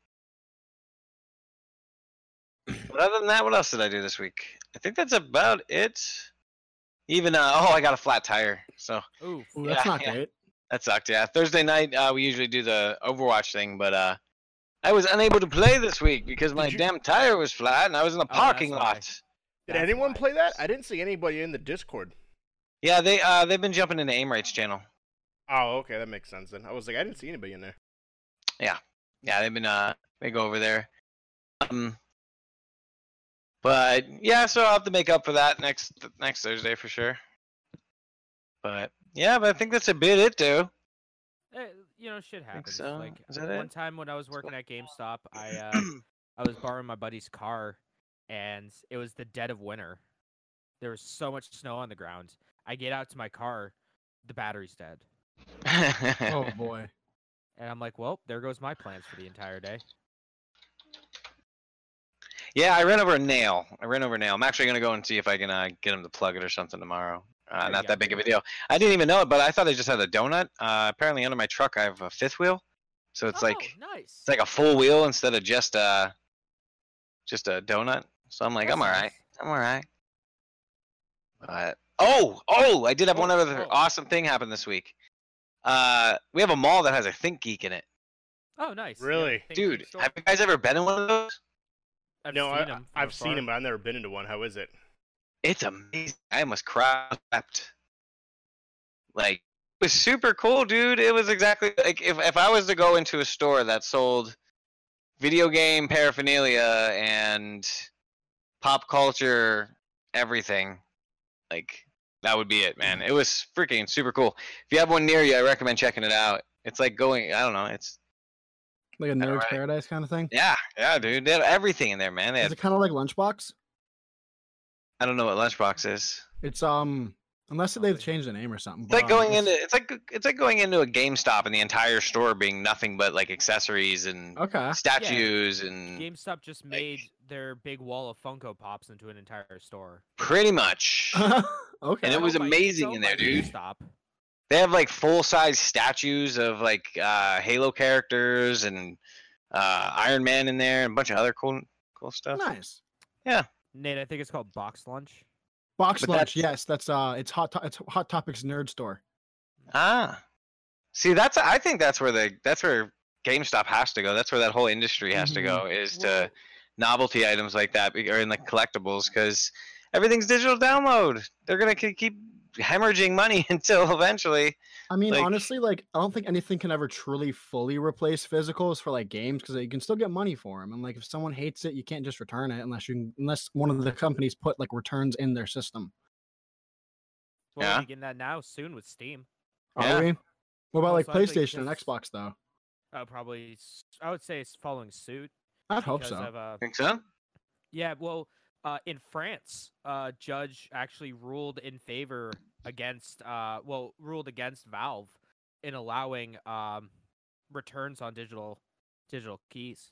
Speaker 5: But other than that, what else did I do this week? I think that's about it. Even uh, oh, I got a flat tire, so
Speaker 3: Ooh,
Speaker 4: Ooh, that's
Speaker 5: Yeah,
Speaker 4: not
Speaker 5: yeah.
Speaker 4: great.
Speaker 5: That sucked. Yeah, Thursday night uh, we usually do the Overwatch thing, but uh, I was unable to play this week because my
Speaker 2: you-
Speaker 5: damn tire was flat and I was in a
Speaker 3: Oh, that's
Speaker 5: parking
Speaker 3: why.
Speaker 5: lot.
Speaker 2: Did
Speaker 3: That's
Speaker 2: anyone
Speaker 3: why.
Speaker 2: play that? I didn't see anybody in the Discord.
Speaker 5: Yeah, they uh, they've been jumping into aim rights channel.
Speaker 2: Oh, okay, that makes sense then. I was like, I didn't see anybody in there.
Speaker 5: Yeah, they've been uh, they go over there. Um, but yeah, so I'll have to make up for that next next Thursday for sure. But yeah, but I think that's a bit it, though.
Speaker 3: Eh, you know, shit happens.
Speaker 5: so.
Speaker 3: Like
Speaker 5: Is that
Speaker 3: one
Speaker 5: it?
Speaker 3: time when I was working at GameStop, I uh, I was borrowing my buddy's car, and it was the dead of winter. There was so much snow on the ground. I get out to my car, the battery's dead,
Speaker 4: Oh boy.
Speaker 3: and I'm like, "Well, there goes my plans for the entire day."
Speaker 5: Yeah, I ran over a nail. I ran over a nail. I'm actually gonna go and see if I can uh, get him to plug it or something tomorrow. Uh,
Speaker 3: There you
Speaker 5: not
Speaker 3: go.
Speaker 5: that big of a deal. I didn't even know it, but I thought they just had a donut. Uh, apparently, under my truck, I have a fifth wheel, so it's like
Speaker 3: oh, nice.
Speaker 5: it's like a full wheel instead of just a just a donut. So I'm like, I'm all right. I'm all right. But oh, oh, I did have one
Speaker 3: Oh,
Speaker 5: other
Speaker 3: oh.
Speaker 5: awesome thing happen this week. Uh, we have a mall that has a Think Geek in it.
Speaker 3: Oh, nice. You have
Speaker 2: Really?
Speaker 3: Think Geek
Speaker 5: Dude,
Speaker 3: store?
Speaker 5: have you guys ever been in one of those?
Speaker 3: I've
Speaker 2: no,
Speaker 3: seen
Speaker 2: I,
Speaker 3: 'em from
Speaker 2: I've seen
Speaker 3: afar.
Speaker 2: him, but I've never been into one. How is it?
Speaker 5: it's amazing. I almost cried. Like it was super cool, dude. It was exactly like if if I was to go into a store that sold video game paraphernalia and pop culture everything, like that would be it, man. It was freaking super cool. If you have one near you, I recommend checking it out. It's like going, I don't know, it's
Speaker 4: Like a nerd's
Speaker 5: right.
Speaker 4: paradise kind of thing.
Speaker 5: yeah, yeah, dude. They had everything in there, man. They
Speaker 4: Is
Speaker 5: had,
Speaker 4: it kind of like Lunchbox?
Speaker 5: I don't know what lunchbox is.
Speaker 4: It's um, unless they've
Speaker 3: Probably.
Speaker 4: changed the name or something.
Speaker 5: It's like
Speaker 4: um,
Speaker 5: going
Speaker 4: it's-
Speaker 5: into it's like it's like going into a GameStop and the entire store being nothing but like accessories and
Speaker 4: Okay.
Speaker 5: statues and
Speaker 3: GameStop just made their big wall of Funko Pops into an entire store.
Speaker 5: pretty much.
Speaker 4: okay.
Speaker 5: And it
Speaker 3: So
Speaker 5: was
Speaker 3: might-
Speaker 5: amazing
Speaker 3: so
Speaker 5: in there,
Speaker 3: might
Speaker 5: dude.
Speaker 3: GameStop.
Speaker 5: they have like full size statues of like uh, Halo characters and uh, Iron Man in there and a bunch of other cool cool stuff.
Speaker 4: nice.
Speaker 3: Nate, I think it's called Box Lunch.
Speaker 4: Box
Speaker 5: But
Speaker 4: lunch.
Speaker 5: that's-
Speaker 4: Yes, that's uh, it's hot. To- it's Hot Topics nerd store.
Speaker 5: Ah, See, that's I think that's where the that's where GameStop has to go. That's where that whole industry has to go is to novelty items like that be- or in like collectibles because everything's digital download. They're gonna ke- keep hemorrhaging money until eventually.
Speaker 4: I mean,
Speaker 5: Like-
Speaker 4: honestly, like I don't think anything can ever truly fully replace physicals for like games because you can still get money for them. And like if someone hates it, you can't just return it unless you can, unless one of the companies put like returns in their system.
Speaker 3: We're
Speaker 5: Yeah.
Speaker 3: already getting that now soon with Steam.
Speaker 4: Are
Speaker 5: Yeah.
Speaker 4: we? What about like
Speaker 3: Most likely,
Speaker 4: PlayStation and
Speaker 3: because-
Speaker 4: Xbox though?
Speaker 3: Uh, probably, s- I would say it's following suit.
Speaker 4: I'd hope
Speaker 3: because
Speaker 4: so.
Speaker 3: Of, uh,
Speaker 5: Think so?
Speaker 3: yeah, well, uh, in France, uh, judge actually ruled in favor against, uh, well, ruled against Valve in allowing um, returns on digital digital keys.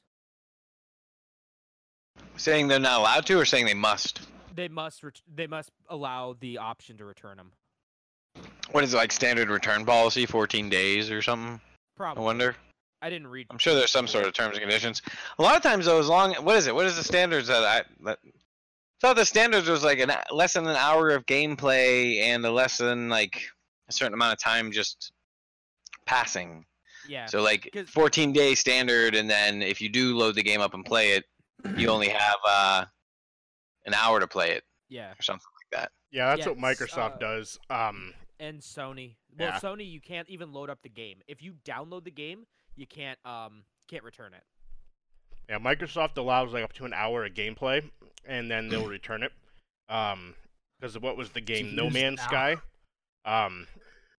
Speaker 5: Saying they're not allowed to, or saying they must.
Speaker 3: They must ret- they must allow the option to return them.
Speaker 5: What is it like standard return policy? Fourteen days or something? I
Speaker 3: Probably.
Speaker 5: wonder.
Speaker 3: I didn't read.
Speaker 5: I'm sure there's some sort of terms and conditions. A lot of times, though, as long what is it? What is the standards that I? That, I thought the standards was like an h- less than an hour of gameplay and a less than like a certain amount of time just passing.
Speaker 3: Yeah.
Speaker 5: So like
Speaker 3: 'cause-
Speaker 5: 14 day standard, and then if you do load the game up and play it, you only have uh, an hour to play it
Speaker 3: yeah.
Speaker 5: or something.
Speaker 2: Yeah, that's what
Speaker 3: Yes,
Speaker 2: Microsoft
Speaker 3: uh,
Speaker 2: does. Um,
Speaker 3: and Sony. Well,
Speaker 2: Yeah.
Speaker 3: Sony, you can't even load up the game. If you download the game, you can't um can't return it.
Speaker 2: yeah, Microsoft allows like up to an hour of gameplay, and then they'll return it. Um, because of what was the game No
Speaker 4: Jeez,
Speaker 2: Man's
Speaker 4: now.
Speaker 2: Sky? Um,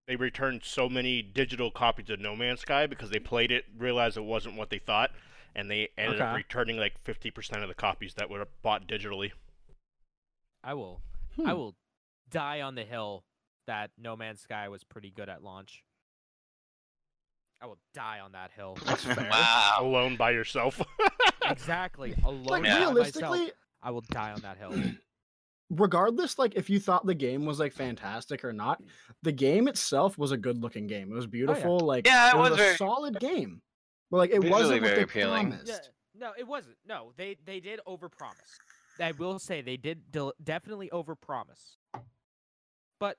Speaker 2: they returned so many digital copies of No Man's Sky because they played it, realized it wasn't what they thought, and they ended up
Speaker 4: Okay.
Speaker 2: returning like 50% of the copies that were bought digitally.
Speaker 3: I will. I
Speaker 4: Hmm.
Speaker 3: will die on the hill that No Man's Sky was pretty good at launch. I will die on that hill.
Speaker 5: wow.
Speaker 2: Alone by yourself.
Speaker 3: exactly. Alone
Speaker 4: Like
Speaker 3: by
Speaker 4: realistically,
Speaker 3: myself, I will die on that hill.
Speaker 4: regardless, like if you thought the game was
Speaker 5: Mm.
Speaker 4: like fantastic or not, the game itself was a good looking game. It was beautiful. Like
Speaker 5: Oh, Yeah, it
Speaker 4: was,
Speaker 5: was
Speaker 4: a
Speaker 5: very-
Speaker 4: solid game. But like it
Speaker 5: Visually
Speaker 4: wasn't what
Speaker 5: very
Speaker 4: they
Speaker 5: appealing.
Speaker 4: promised.
Speaker 3: Yeah, no, it wasn't. No, they they did overpromise. I will say they did del- definitely overpromise. But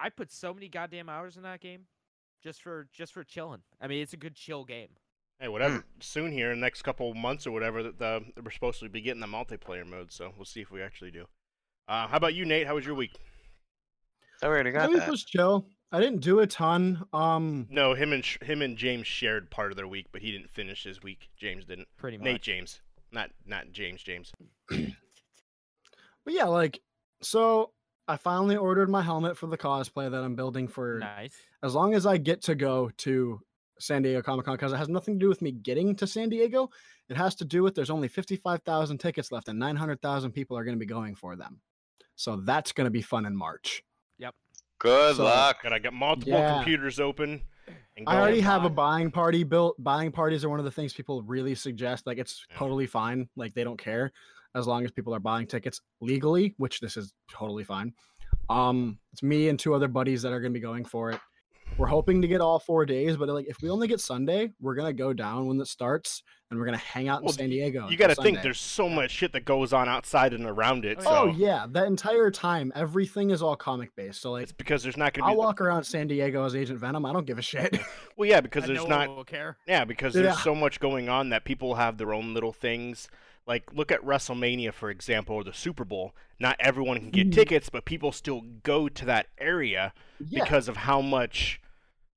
Speaker 3: I put so many goddamn hours in that game just for just for chilling. I mean, it's a good chill game.
Speaker 2: hey, whatever. Soon here, in the next couple months or whatever, that the, we're supposed to be getting the multiplayer mode. So we'll see if we actually do. Uh, how about you, Nate? How was your week?
Speaker 5: I already
Speaker 4: My
Speaker 5: got
Speaker 4: week
Speaker 5: that.
Speaker 4: was chill. I didn't do a ton. Um,
Speaker 2: No, him and sh- him and James shared part of their week, but he didn't finish his week. James didn't.
Speaker 3: Pretty much.
Speaker 2: Nate James, not not James James.
Speaker 4: but yeah, like so I finally ordered my helmet for the cosplay that I'm building for
Speaker 3: Nice.
Speaker 4: as long as I get to go to San Diego Comic Con, because it has nothing to do with me getting to San Diego. It has to do with there's only 55,000 tickets left and 900,000 people are going to be going for them. So that's going to be fun in March.
Speaker 5: Good
Speaker 4: So-
Speaker 5: luck.
Speaker 2: Got I got multiple
Speaker 4: Yeah.
Speaker 2: computers open. And
Speaker 4: I
Speaker 2: going.
Speaker 4: already have a
Speaker 3: Buy-
Speaker 4: buying party built. Buying parties are one of the things people really suggest. Like it's
Speaker 2: Yeah.
Speaker 4: totally fine. Like they don't care as long as people are buying tickets legally, which this is totally fine. Um, it's me and two other buddies that are going to be going for it. We're hoping to get all four days, but like if we only get Sunday, we're gonna go down when it starts, and we're gonna hang out in
Speaker 2: Well,
Speaker 4: San Diego.
Speaker 2: You
Speaker 4: got to
Speaker 2: think there's so much shit that goes on outside and around it.
Speaker 3: Oh,
Speaker 2: so
Speaker 4: Oh yeah, that entire time everything is all comic based. So like
Speaker 2: it's because there's not gonna
Speaker 4: I'll
Speaker 2: be.
Speaker 4: walk around San Diego as Agent Venom. I don't give a shit.
Speaker 2: Well, yeah, because
Speaker 3: And
Speaker 2: there's
Speaker 3: no
Speaker 2: not.
Speaker 3: one will care.
Speaker 2: Yeah, because there's
Speaker 4: Yeah.
Speaker 2: so much going on that people have their own little things. Like, look at WrestleMania, for example, or the Super Bowl. Not everyone can get
Speaker 4: Mhm.
Speaker 2: tickets, but people still go to that area
Speaker 4: yeah,
Speaker 2: because of how much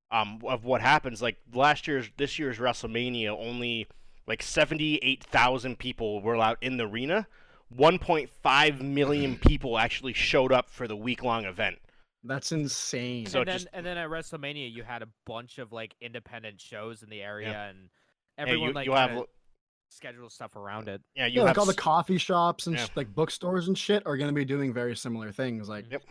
Speaker 2: um, of what happens. Like, last year's, this year's WrestleMania, only like 78,000 people were allowed in the arena. 1.5 million people actually showed up for the week long event.
Speaker 4: that's insane.
Speaker 2: So
Speaker 3: and then
Speaker 2: just-
Speaker 3: and then at WrestleMania, you had a bunch of like independent shows in the area, and
Speaker 2: Yeah,
Speaker 3: everyone
Speaker 2: you,
Speaker 3: like
Speaker 2: you have,
Speaker 3: kinda
Speaker 2: l-
Speaker 3: scheduled stuff around it.
Speaker 2: yeah, you
Speaker 4: yeah,
Speaker 2: have
Speaker 4: like all the
Speaker 2: s-
Speaker 4: coffee shops and
Speaker 2: Yeah.
Speaker 4: sh- like bookstores and shit are going to be doing very similar things. Like,
Speaker 2: Yep.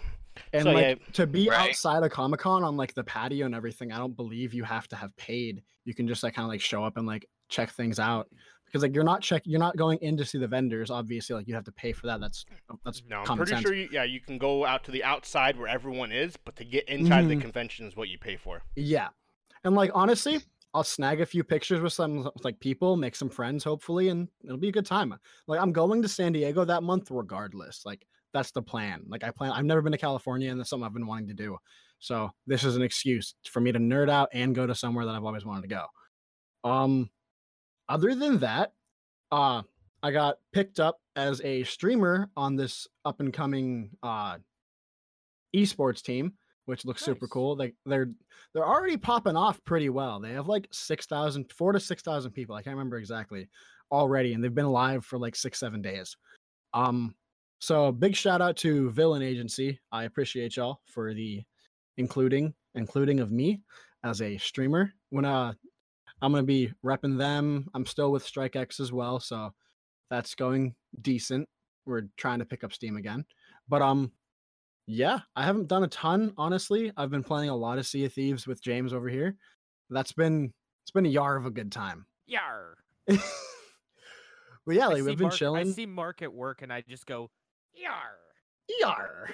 Speaker 4: and
Speaker 2: So,
Speaker 4: like to be
Speaker 5: Right.
Speaker 4: outside of Comic Con on like the patio and everything, I don't believe you have to have paid. You can just like kind of like show up and like check things out because like you're not check you're not going in to see the vendors. Obviously, like you have to pay for that. That's that's
Speaker 2: No, I'm
Speaker 4: common
Speaker 2: pretty
Speaker 4: sense.
Speaker 2: sure. You, yeah, you can go out to the outside where everyone is, but to get inside the
Speaker 4: Mhm.
Speaker 2: convention is what you pay for.
Speaker 4: Yeah. And like honestly, I'll snag a few pictures with some with, like people, make some friends hopefully, and it'll be a good time. Like I'm going to San Diego that month regardless. Like that's the plan. Like I plan I've never been to California and that's something I've been wanting to do. So this is an excuse for me to nerd out and go to somewhere that I've always wanted to go. Um, other than that, uh, I got picked up as a streamer on this up and coming uh, esports team, which looks super
Speaker 3: Nice.
Speaker 4: cool. They they're they're already popping off pretty well. They have like 6,000, four to six thousand people. I can't remember exactly already, and they've been live for like six seven days. Um, so big shout out to Villain Agency. I appreciate y'all for the including including of me as a streamer. When uh I'm gonna be repping them. I'm still with Strike X as well, so that's going decent. We're trying to pick up steam again. But um yeah, I haven't done a ton, honestly. I've been playing a lot of Sea of Thieves with James over here. That's been it's been a yar of a good time.
Speaker 3: Yar.
Speaker 4: but yeah,
Speaker 3: I
Speaker 4: like,
Speaker 3: see
Speaker 4: we've been
Speaker 3: Mark- I
Speaker 4: chilling.
Speaker 3: see Mark at work, and I just go, yar.
Speaker 4: Yar.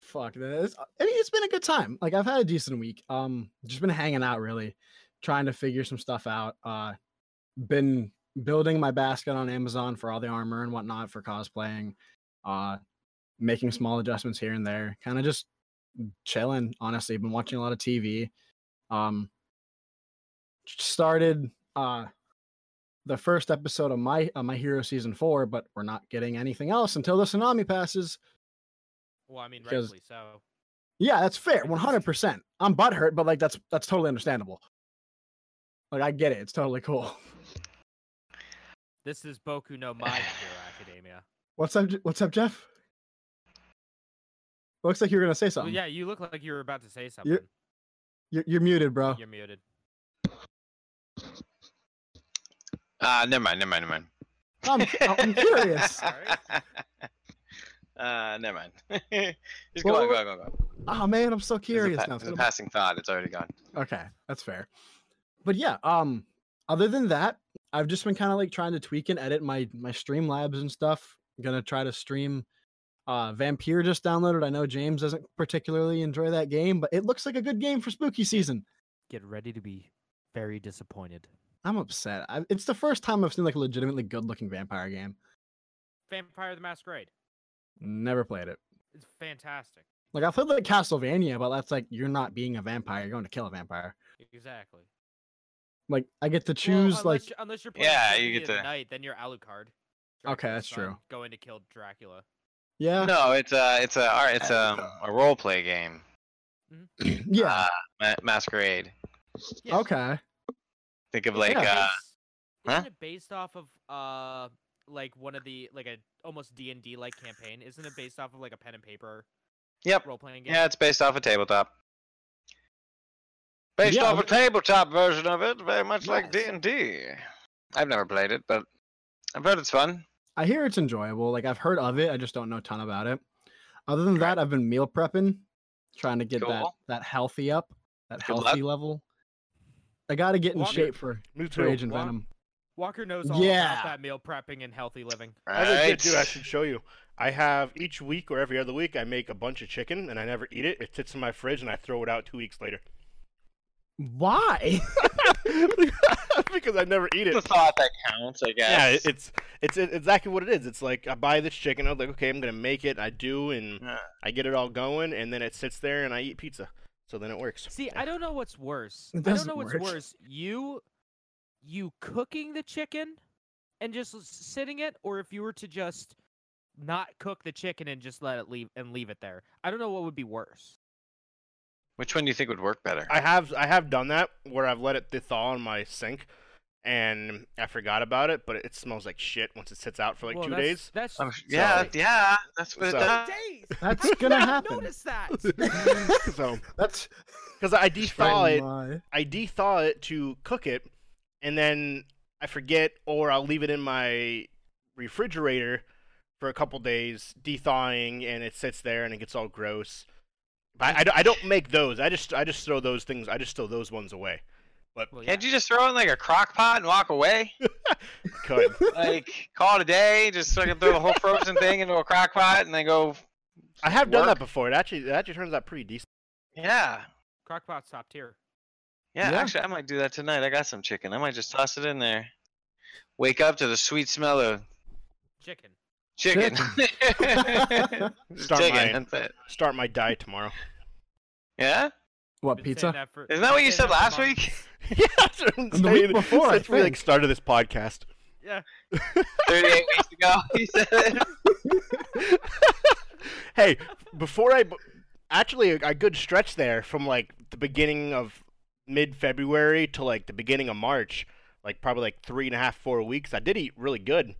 Speaker 4: Fuck this. I mean, it's been a good time. Like I've had a decent week. Um, just been hanging out really, trying to figure some stuff out. Uh, been building my basket on Amazon for all the armor and whatnot for cosplaying. Uh, making small adjustments here and there. Kind of just chilling. Honestly, been watching a lot of TV. Um, started uh the first episode of my uh, my hero season four, but we're not getting anything else until the tsunami passes.
Speaker 3: Well, I mean,
Speaker 4: Because-
Speaker 3: rightfully so.
Speaker 4: Yeah, that's fair, one hundred percent. I'm butthurt, but like that's that's totally understandable. Like I get it, it's totally cool.
Speaker 3: This is Boku no My Hero Academia.
Speaker 4: What's up? Je- What's up, Jeff? Looks like you were gonna say
Speaker 3: Well,
Speaker 4: something.
Speaker 3: yeah, you look like you were about to say something.
Speaker 4: you're, you're muted, bro.
Speaker 3: You're muted.
Speaker 5: Ah, never mind, never mind, never mind.
Speaker 4: I'm, I'm curious.
Speaker 3: Alright.
Speaker 5: uh, never mind. Just go
Speaker 4: Well,
Speaker 5: on, go
Speaker 4: well,
Speaker 5: on, go on, go on.
Speaker 4: Oh man, I'm so
Speaker 5: It's a
Speaker 4: curious
Speaker 5: pa-
Speaker 4: now.
Speaker 5: It's
Speaker 4: It's
Speaker 5: a
Speaker 4: gonna-
Speaker 5: passing thought. It's already gone.
Speaker 4: Okay, that's fair. But yeah, um, other than that, I've just been kind of like trying to tweak and edit my my stream labs and stuff. gonna try to stream. Uh, Vampire just downloaded. I know James doesn't particularly enjoy that game, but it looks like a good game for spooky season.
Speaker 3: Get ready to be very disappointed.
Speaker 4: I'm upset. I, it's the first time I've seen like a legitimately good looking vampire game.
Speaker 3: Vampire the Masquerade.
Speaker 4: Never played it.
Speaker 3: It's fantastic.
Speaker 4: Like I played like Castlevania, but that's like you're not being a vampire. You're going to kill a vampire.
Speaker 3: Exactly.
Speaker 4: Like I get to
Speaker 3: Well,
Speaker 4: choose
Speaker 3: unless,
Speaker 4: like
Speaker 3: you- unless you're playing
Speaker 5: Yeah, you
Speaker 3: Symphony
Speaker 5: get
Speaker 3: of the
Speaker 5: to-
Speaker 3: Night, then you're Alucard.
Speaker 4: Okay,
Speaker 3: Dracula's
Speaker 4: that's
Speaker 3: son,
Speaker 4: true.
Speaker 3: Going to kill Dracula.
Speaker 4: yeah
Speaker 5: No, it's a, it's a, all right, it's a, a role play game.
Speaker 4: yeah
Speaker 5: Uh, Ma- Masquerade.
Speaker 4: okay
Speaker 5: Think of like,
Speaker 4: Yeah.
Speaker 5: uh,
Speaker 3: Base-
Speaker 5: huh?
Speaker 3: Isn't it based off of uh like one of the like a almost D and D like campaign? Isn't it based off of like a pen and paper
Speaker 5: yep.
Speaker 3: role playing game?
Speaker 5: Yeah, it's based off a tabletop. Based
Speaker 4: Yeah,
Speaker 5: off a
Speaker 4: but-
Speaker 5: tabletop version of it, very much like D
Speaker 4: Yes.
Speaker 5: and D. I've never played it, but I've heard it's fun.
Speaker 4: I hear it's enjoyable. Like I've heard of it, I just don't know a ton about it. Other than that, I've been meal prepping, trying to get that
Speaker 5: Cool.
Speaker 4: that healthy up, that
Speaker 5: Good luck.
Speaker 4: healthy level. I got to get in
Speaker 3: Walker-
Speaker 4: shape for,
Speaker 2: Me
Speaker 4: for
Speaker 2: too.
Speaker 4: Agent
Speaker 3: Walk-
Speaker 4: Venom.
Speaker 3: Walker knows all
Speaker 4: Yeah.
Speaker 3: about that meal prepping and healthy living.
Speaker 2: I legit
Speaker 5: Right?
Speaker 2: do. I should show you. I have each week or every other week, I make a bunch of chicken and I never eat it. It sits in my fridge and I throw it out two weeks later
Speaker 4: Why?
Speaker 2: because I never eat
Speaker 5: It's a
Speaker 2: it.
Speaker 5: thought that counts, I guess.
Speaker 2: Yeah, it- it's it's it- exactly what it is. It's like I buy this chicken. I'm like, okay, I'm gonna make it. I do, and
Speaker 5: Yeah.
Speaker 2: I get it all going, and then it sits there, and I eat pizza. So then it works.
Speaker 3: See, I don't know what's worse.
Speaker 4: It
Speaker 3: I don't
Speaker 4: doesn't
Speaker 3: know what's
Speaker 4: work.
Speaker 3: worse. You you cooking the chicken and just s- sitting it or if you were to just not cook the chicken and just let it leave and leave it there. I don't know what would be worse.
Speaker 5: Which one do you think would work better?
Speaker 2: I have I have done that where I've let it thaw in my sink, and I forgot about it, but it smells like shit once it sits out for like
Speaker 3: Well,
Speaker 2: two
Speaker 3: that's-
Speaker 2: days.
Speaker 3: That's
Speaker 5: I'm sh- yeah, yeah, that's what it
Speaker 2: So-
Speaker 5: does.
Speaker 3: days.
Speaker 4: That's
Speaker 3: How did
Speaker 4: gonna
Speaker 3: I not
Speaker 4: happen.
Speaker 3: Notice that.
Speaker 2: so
Speaker 4: That's
Speaker 2: because I de-thaw
Speaker 4: right
Speaker 2: it,
Speaker 4: in my-
Speaker 2: I de-thaw it to cook it, and then I forget, or I'll leave it in my refrigerator for a couple days, de-thawing, and it sits there and it gets all gross. But I, I don't- I don't make those. I just I just throw those things. I just throw those ones away.
Speaker 3: Well, yeah.
Speaker 5: Can't you just throw it in like a crock pot and walk away?
Speaker 2: Could
Speaker 5: like call it a day, just so I can throw the whole frozen thing into a crock pot and then go
Speaker 2: I have done that
Speaker 5: Work.
Speaker 2: before. It actually it actually turns out pretty decent.
Speaker 5: Yeah.
Speaker 3: Crockpot's top tier.
Speaker 5: Yeah,
Speaker 4: Yeah.
Speaker 5: actually I might do that tonight. I got some chicken. I might just toss it in there. Wake up to the sweet smell of
Speaker 3: Chicken.
Speaker 5: chicken.
Speaker 4: Chicken.
Speaker 5: Just
Speaker 2: Start
Speaker 5: chicken,
Speaker 2: mine.
Speaker 5: that's it.
Speaker 2: Start my diet tomorrow.
Speaker 5: Yeah?
Speaker 4: What
Speaker 3: Been saying
Speaker 4: pizza?
Speaker 3: that for-
Speaker 5: Isn't
Speaker 3: been
Speaker 5: that what you
Speaker 3: saying
Speaker 5: said
Speaker 3: for
Speaker 5: last
Speaker 3: months.
Speaker 5: week?
Speaker 2: yeah, that's what I'm
Speaker 4: the week
Speaker 2: saying.
Speaker 4: before, I
Speaker 2: Since we like
Speaker 4: think.
Speaker 2: started this podcast.
Speaker 3: Yeah.
Speaker 5: 38 weeks ago. You said it.
Speaker 2: hey, before I actually a good stretch there from like the beginning of mid February to like the beginning of March, like probably like three and a half four weeks. I did eat really good.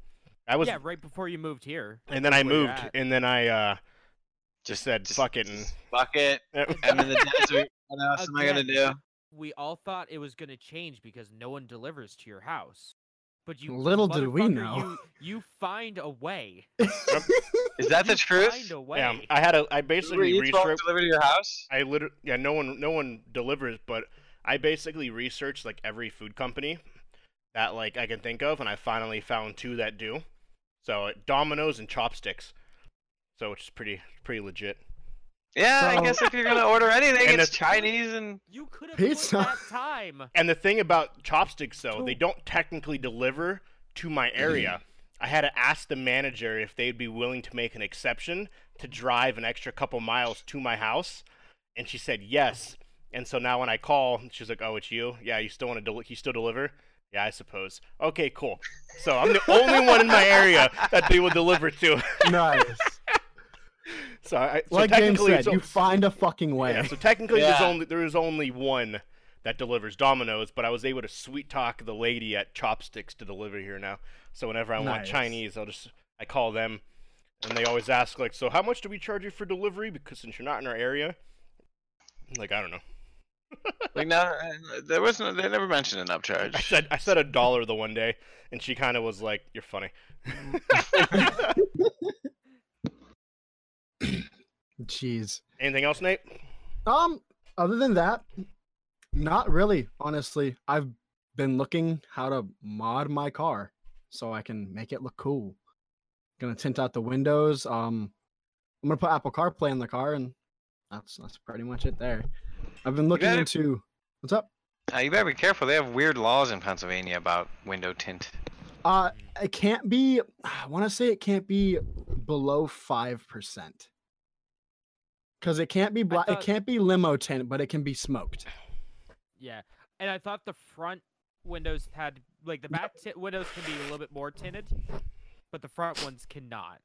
Speaker 2: I was,
Speaker 3: yeah, right before you moved here.
Speaker 2: and then I
Speaker 3: where you're
Speaker 2: moved,
Speaker 3: at.
Speaker 2: and then I uh, just said fuck it. And,
Speaker 5: just fuck it.
Speaker 3: Again-
Speaker 5: End of the desert. What else am I gonna do?
Speaker 3: again, We all thought it was gonna change because no one delivers to your house. But you
Speaker 4: Little did we
Speaker 3: motherfucker,
Speaker 4: know.
Speaker 3: you, you find a way.
Speaker 5: Is that the
Speaker 3: You
Speaker 5: truth?
Speaker 3: Find a way.
Speaker 2: yeah, I had a I
Speaker 5: Uber
Speaker 2: basically
Speaker 5: Eats won't
Speaker 2: researched.
Speaker 5: deliver to your house?
Speaker 2: I literally yeah, no one no one delivers, but I basically researched like every food company that like I can think of, and I finally found two that do. So it- Domino's and Chopsticks. So it's pretty pretty legit.
Speaker 5: Yeah, I
Speaker 4: So-
Speaker 5: guess if you're gonna order anything,
Speaker 2: And
Speaker 5: it's
Speaker 2: it's-
Speaker 5: Chinese and
Speaker 3: You could have
Speaker 4: Pizza.
Speaker 3: put that time.
Speaker 2: And the thing about Chopsticks though, they
Speaker 3: Two.
Speaker 2: don't technically deliver to my
Speaker 4: Mm-hmm.
Speaker 2: area. I had to ask the manager if they'd be willing to make an exception to drive an extra couple miles to my house, and she said yes. And so now when I call, she's like, "Oh, it's you. Yeah, you still want to deli- you still deliver? Yeah, I suppose. Okay, cool. So I'm the only one in my area that they will deliver to.
Speaker 4: nice.
Speaker 2: So, I, so
Speaker 4: Like James
Speaker 2: technically,
Speaker 4: said,
Speaker 2: it's o-
Speaker 4: you find a fucking way.
Speaker 2: yeah, so technically, there's
Speaker 5: Yeah.
Speaker 2: only there is only one that delivers Domino's, but I was able to sweet talk the lady at Chopsticks to deliver here now. So whenever I want
Speaker 4: Nice.
Speaker 2: Chinese, I'll just I call them, and they always ask like, "So how much do we charge you for delivery?" Because since you're not in our area, I'm like I don't know.
Speaker 5: like no, uh, there was no, they never mentioned an upcharge.
Speaker 2: I said I said a dollar the one day, and she kind of was like, "You're funny."
Speaker 4: Jeez.
Speaker 2: Anything else, Nate?
Speaker 4: Um, other than that, not really. Honestly, I've been looking how to mod my car so I can make it look cool. Gonna tint out the windows. Um, I'm gonna put Apple CarPlay in the car, and that's that's pretty much it. There. I've been looking
Speaker 5: gotta-
Speaker 4: into what's up.
Speaker 5: Uh, you better be careful. They have weird laws in Pennsylvania about window tint.
Speaker 4: Uh, it can't be. I want to say it can't be below five percent. Because it can't be black.
Speaker 3: thought-
Speaker 4: It can't be limo tint, but it can be smoked.
Speaker 3: Yeah, and I thought the front windows had like the back ti windows can be a little bit more tinted, but the front ones cannot.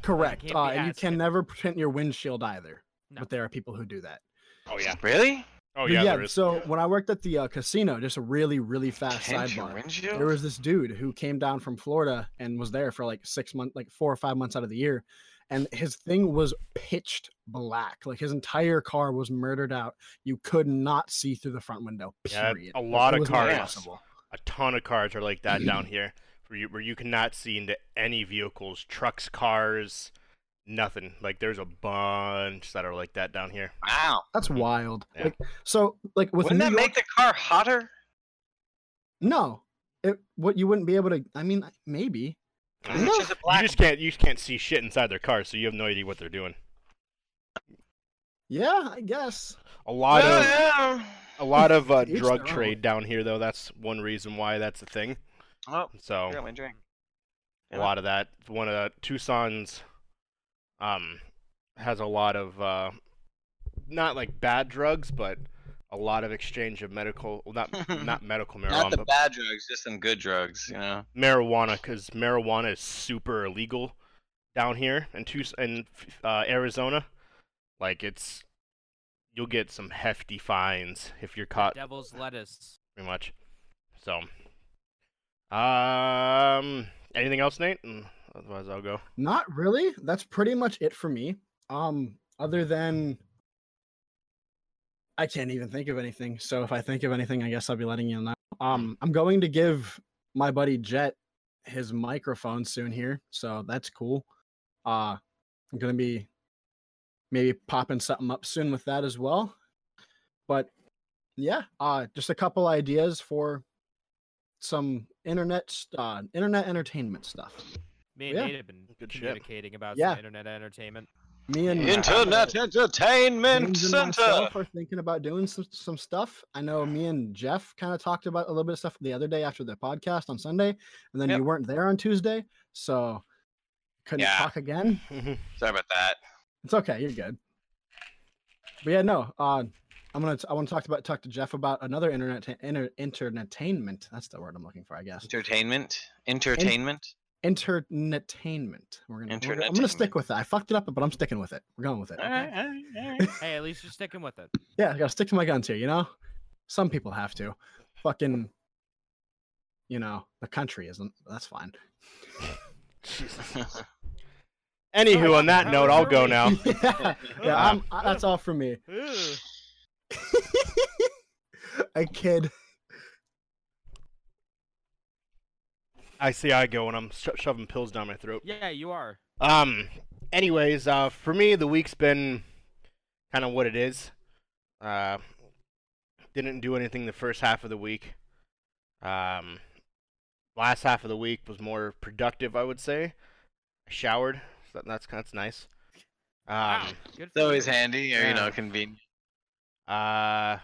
Speaker 4: Correct.
Speaker 3: can't
Speaker 4: Uh,
Speaker 3: be
Speaker 4: and you
Speaker 3: asked
Speaker 4: can
Speaker 3: it.
Speaker 4: never print your windshield either.
Speaker 3: No.
Speaker 4: But there are people who do that.
Speaker 2: Oh yeah,
Speaker 5: Really?
Speaker 2: oh
Speaker 4: But
Speaker 2: yeah, there is.
Speaker 4: so when I worked at the uh, casino, just a really, really fast
Speaker 5: Tint your
Speaker 4: sidebar.
Speaker 5: windshield?
Speaker 4: There was this dude who came down from Florida and was there for like six months, like four or five months out of the year. And his thing was pitched black. Like his entire car was murdered out. You could not see through the front window.
Speaker 2: Yeah,
Speaker 4: Period.
Speaker 2: a lot
Speaker 4: it
Speaker 2: of
Speaker 4: was not
Speaker 2: cars.
Speaker 4: possible.
Speaker 2: a ton of cars are like that down here, where you, where you cannot see into any vehicles, trucks, cars, nothing. Like there's a bunch that are like that down here.
Speaker 5: Wow.
Speaker 4: That's wild.
Speaker 2: Mm-hmm. Yeah.
Speaker 4: Like, so, like with
Speaker 5: Wouldn't
Speaker 4: New
Speaker 5: that
Speaker 4: York-
Speaker 5: make the car hotter?
Speaker 4: No, it what you wouldn't be able to. I mean, maybe.
Speaker 5: It's
Speaker 4: No.
Speaker 5: just a
Speaker 2: You
Speaker 5: black
Speaker 2: just can't you just can't see shit inside their cars, so you have no idea what they're doing.
Speaker 4: Yeah, I guess.
Speaker 2: A lot
Speaker 5: No,
Speaker 2: of
Speaker 5: Oh, yeah.
Speaker 2: a lot of uh,
Speaker 4: To each
Speaker 2: drug
Speaker 4: their own.
Speaker 2: trade down here, though. That's one reason why that's a thing.
Speaker 5: Oh, I forgot
Speaker 2: So
Speaker 5: my drink.
Speaker 2: a lot of that. One of the, Tucson's, um, has a lot of uh, not like bad drugs, but a lot of exchange of medical, well, not not medical marijuana,
Speaker 5: Not the
Speaker 2: but
Speaker 5: bad drugs, just some good drugs, you know.
Speaker 2: marijuana because marijuana is super illegal down here in Tucson, in uh, Arizona. Like it's, you'll get some hefty fines if you're caught,
Speaker 3: Devil's lettuce.
Speaker 2: pretty much. So, um, anything else, Nate? Mm, Otherwise, I'll go.
Speaker 4: Not really. That's pretty much it for me. Um, other than I can't even think of anything. So if I think of anything, I guess I'll be letting you know. Um, I'm going to give my buddy Jet his microphone soon here, so that's cool. Uh, I'm gonna be maybe popping something up soon with that as well. But yeah, uh, just a couple ideas for some internet st- uh, internet entertainment stuff.
Speaker 3: Me and
Speaker 4: Yeah.
Speaker 3: Nate have been
Speaker 2: Good shit.
Speaker 3: communicating about
Speaker 4: Yeah.
Speaker 3: some internet entertainment.
Speaker 4: Me and
Speaker 5: Internet Entertainment
Speaker 4: James and
Speaker 5: Center.
Speaker 4: myself are thinking about doing some, some stuff. I know me and Jeff kind of talked about a little bit of stuff the other day after the podcast on Sunday, and then
Speaker 5: Yep.
Speaker 4: you weren't there on Tuesday, so couldn't
Speaker 5: Yeah.
Speaker 4: talk again.
Speaker 5: Sorry about that.
Speaker 4: It's okay, you're good. But yeah, no. Uh, I'm gonna. T- I want to talk about talk to Jeff about another internet ta- inter- entertainment. That's the word I'm looking for, I guess.
Speaker 5: Entertainment. Entertainment.
Speaker 4: Entertainment. We're gonna. we're gonna- I'm gonna stick
Speaker 5: Entertainment.
Speaker 4: with it. I fucked it up, but I'm sticking with it. We're going with it.
Speaker 5: All right, all right, all right.
Speaker 3: Hey, at least you're sticking with it.
Speaker 4: Yeah, I gotta stick to my guns here. You know, some people have to. Fucking. You know, the country isn't. That's fine.
Speaker 2: Anywho, on that
Speaker 3: How
Speaker 2: note, I'll go
Speaker 3: rude.
Speaker 2: now.
Speaker 3: Oh.
Speaker 4: yeah, yeah I'm, I, that's all from me.
Speaker 3: Ooh.
Speaker 4: A kid.
Speaker 2: I see I go and I'm sho- shoving pills down my throat.
Speaker 3: Yeah, you are.
Speaker 2: Um. Anyways, uh, for me, the week's been kind of what it is. Uh, didn't do anything the first half of the week. Um, last half of the week was more productive, I would say. I showered, so that- that's that's nice.
Speaker 3: Wow,
Speaker 2: Um,
Speaker 3: good
Speaker 5: It's
Speaker 3: for
Speaker 5: always
Speaker 3: you.
Speaker 5: handy or you know
Speaker 2: Yeah.
Speaker 5: convenient.
Speaker 2: uh,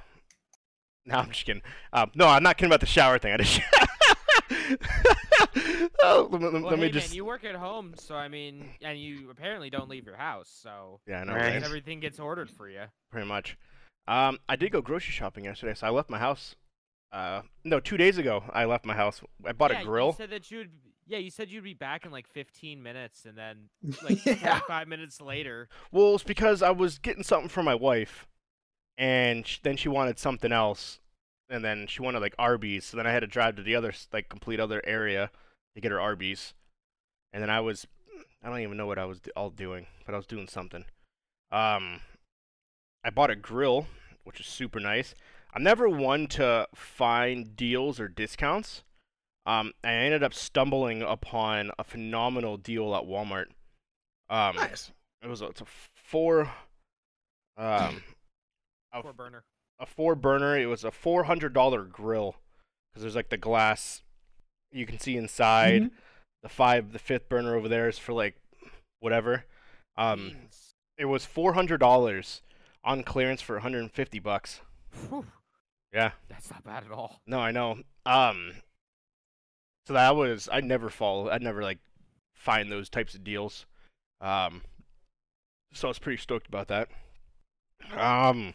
Speaker 2: no, I'm just kidding. Um, no, I'm not kidding about the shower thing. I just. oh, let me, let me-
Speaker 3: Well,
Speaker 2: let me
Speaker 3: hey,
Speaker 2: just.
Speaker 3: man, you work at home, so I mean, and you apparently don't leave your house, so
Speaker 2: Yeah, I know.
Speaker 5: Right.
Speaker 2: right?
Speaker 3: and everything gets ordered for you.
Speaker 2: pretty much. Um, I did go grocery shopping yesterday, so I left my house. Uh, no, two days ago I left my house. I bought
Speaker 3: yeah,
Speaker 2: a
Speaker 3: You
Speaker 2: grill.
Speaker 3: said that you'd. Yeah, you said you'd be back in like 15 minutes, and then like
Speaker 4: Yeah.
Speaker 3: 45 minutes later.
Speaker 2: Well, it's because I was getting something for my wife, and sh- then she wanted something else, and then she wanted like Arby's. So then I had to drive to the other, s- like, complete other area to get her Arby's, and then I was, I don't even know what I was d- all doing, but I was doing something. Um, I bought a grill, which is super nice. I'm never one to find deals or discounts. Um, I ended up stumbling upon a phenomenal deal at Walmart. Um,
Speaker 4: Nice.
Speaker 2: it was a, it's a four um a,
Speaker 3: Poor burner.
Speaker 2: a four burner it was a four hundred dollar grill because there's like the glass you can see inside the five the fifth burner over there is for like whatever um
Speaker 3: Beans.
Speaker 2: it was four hundred dollars on clearance for 150 bucks
Speaker 3: Phew,
Speaker 2: yeah
Speaker 3: that's not bad at all.
Speaker 2: no i know um so that was i never follow i never like find those types of deals um so i was pretty stoked about that um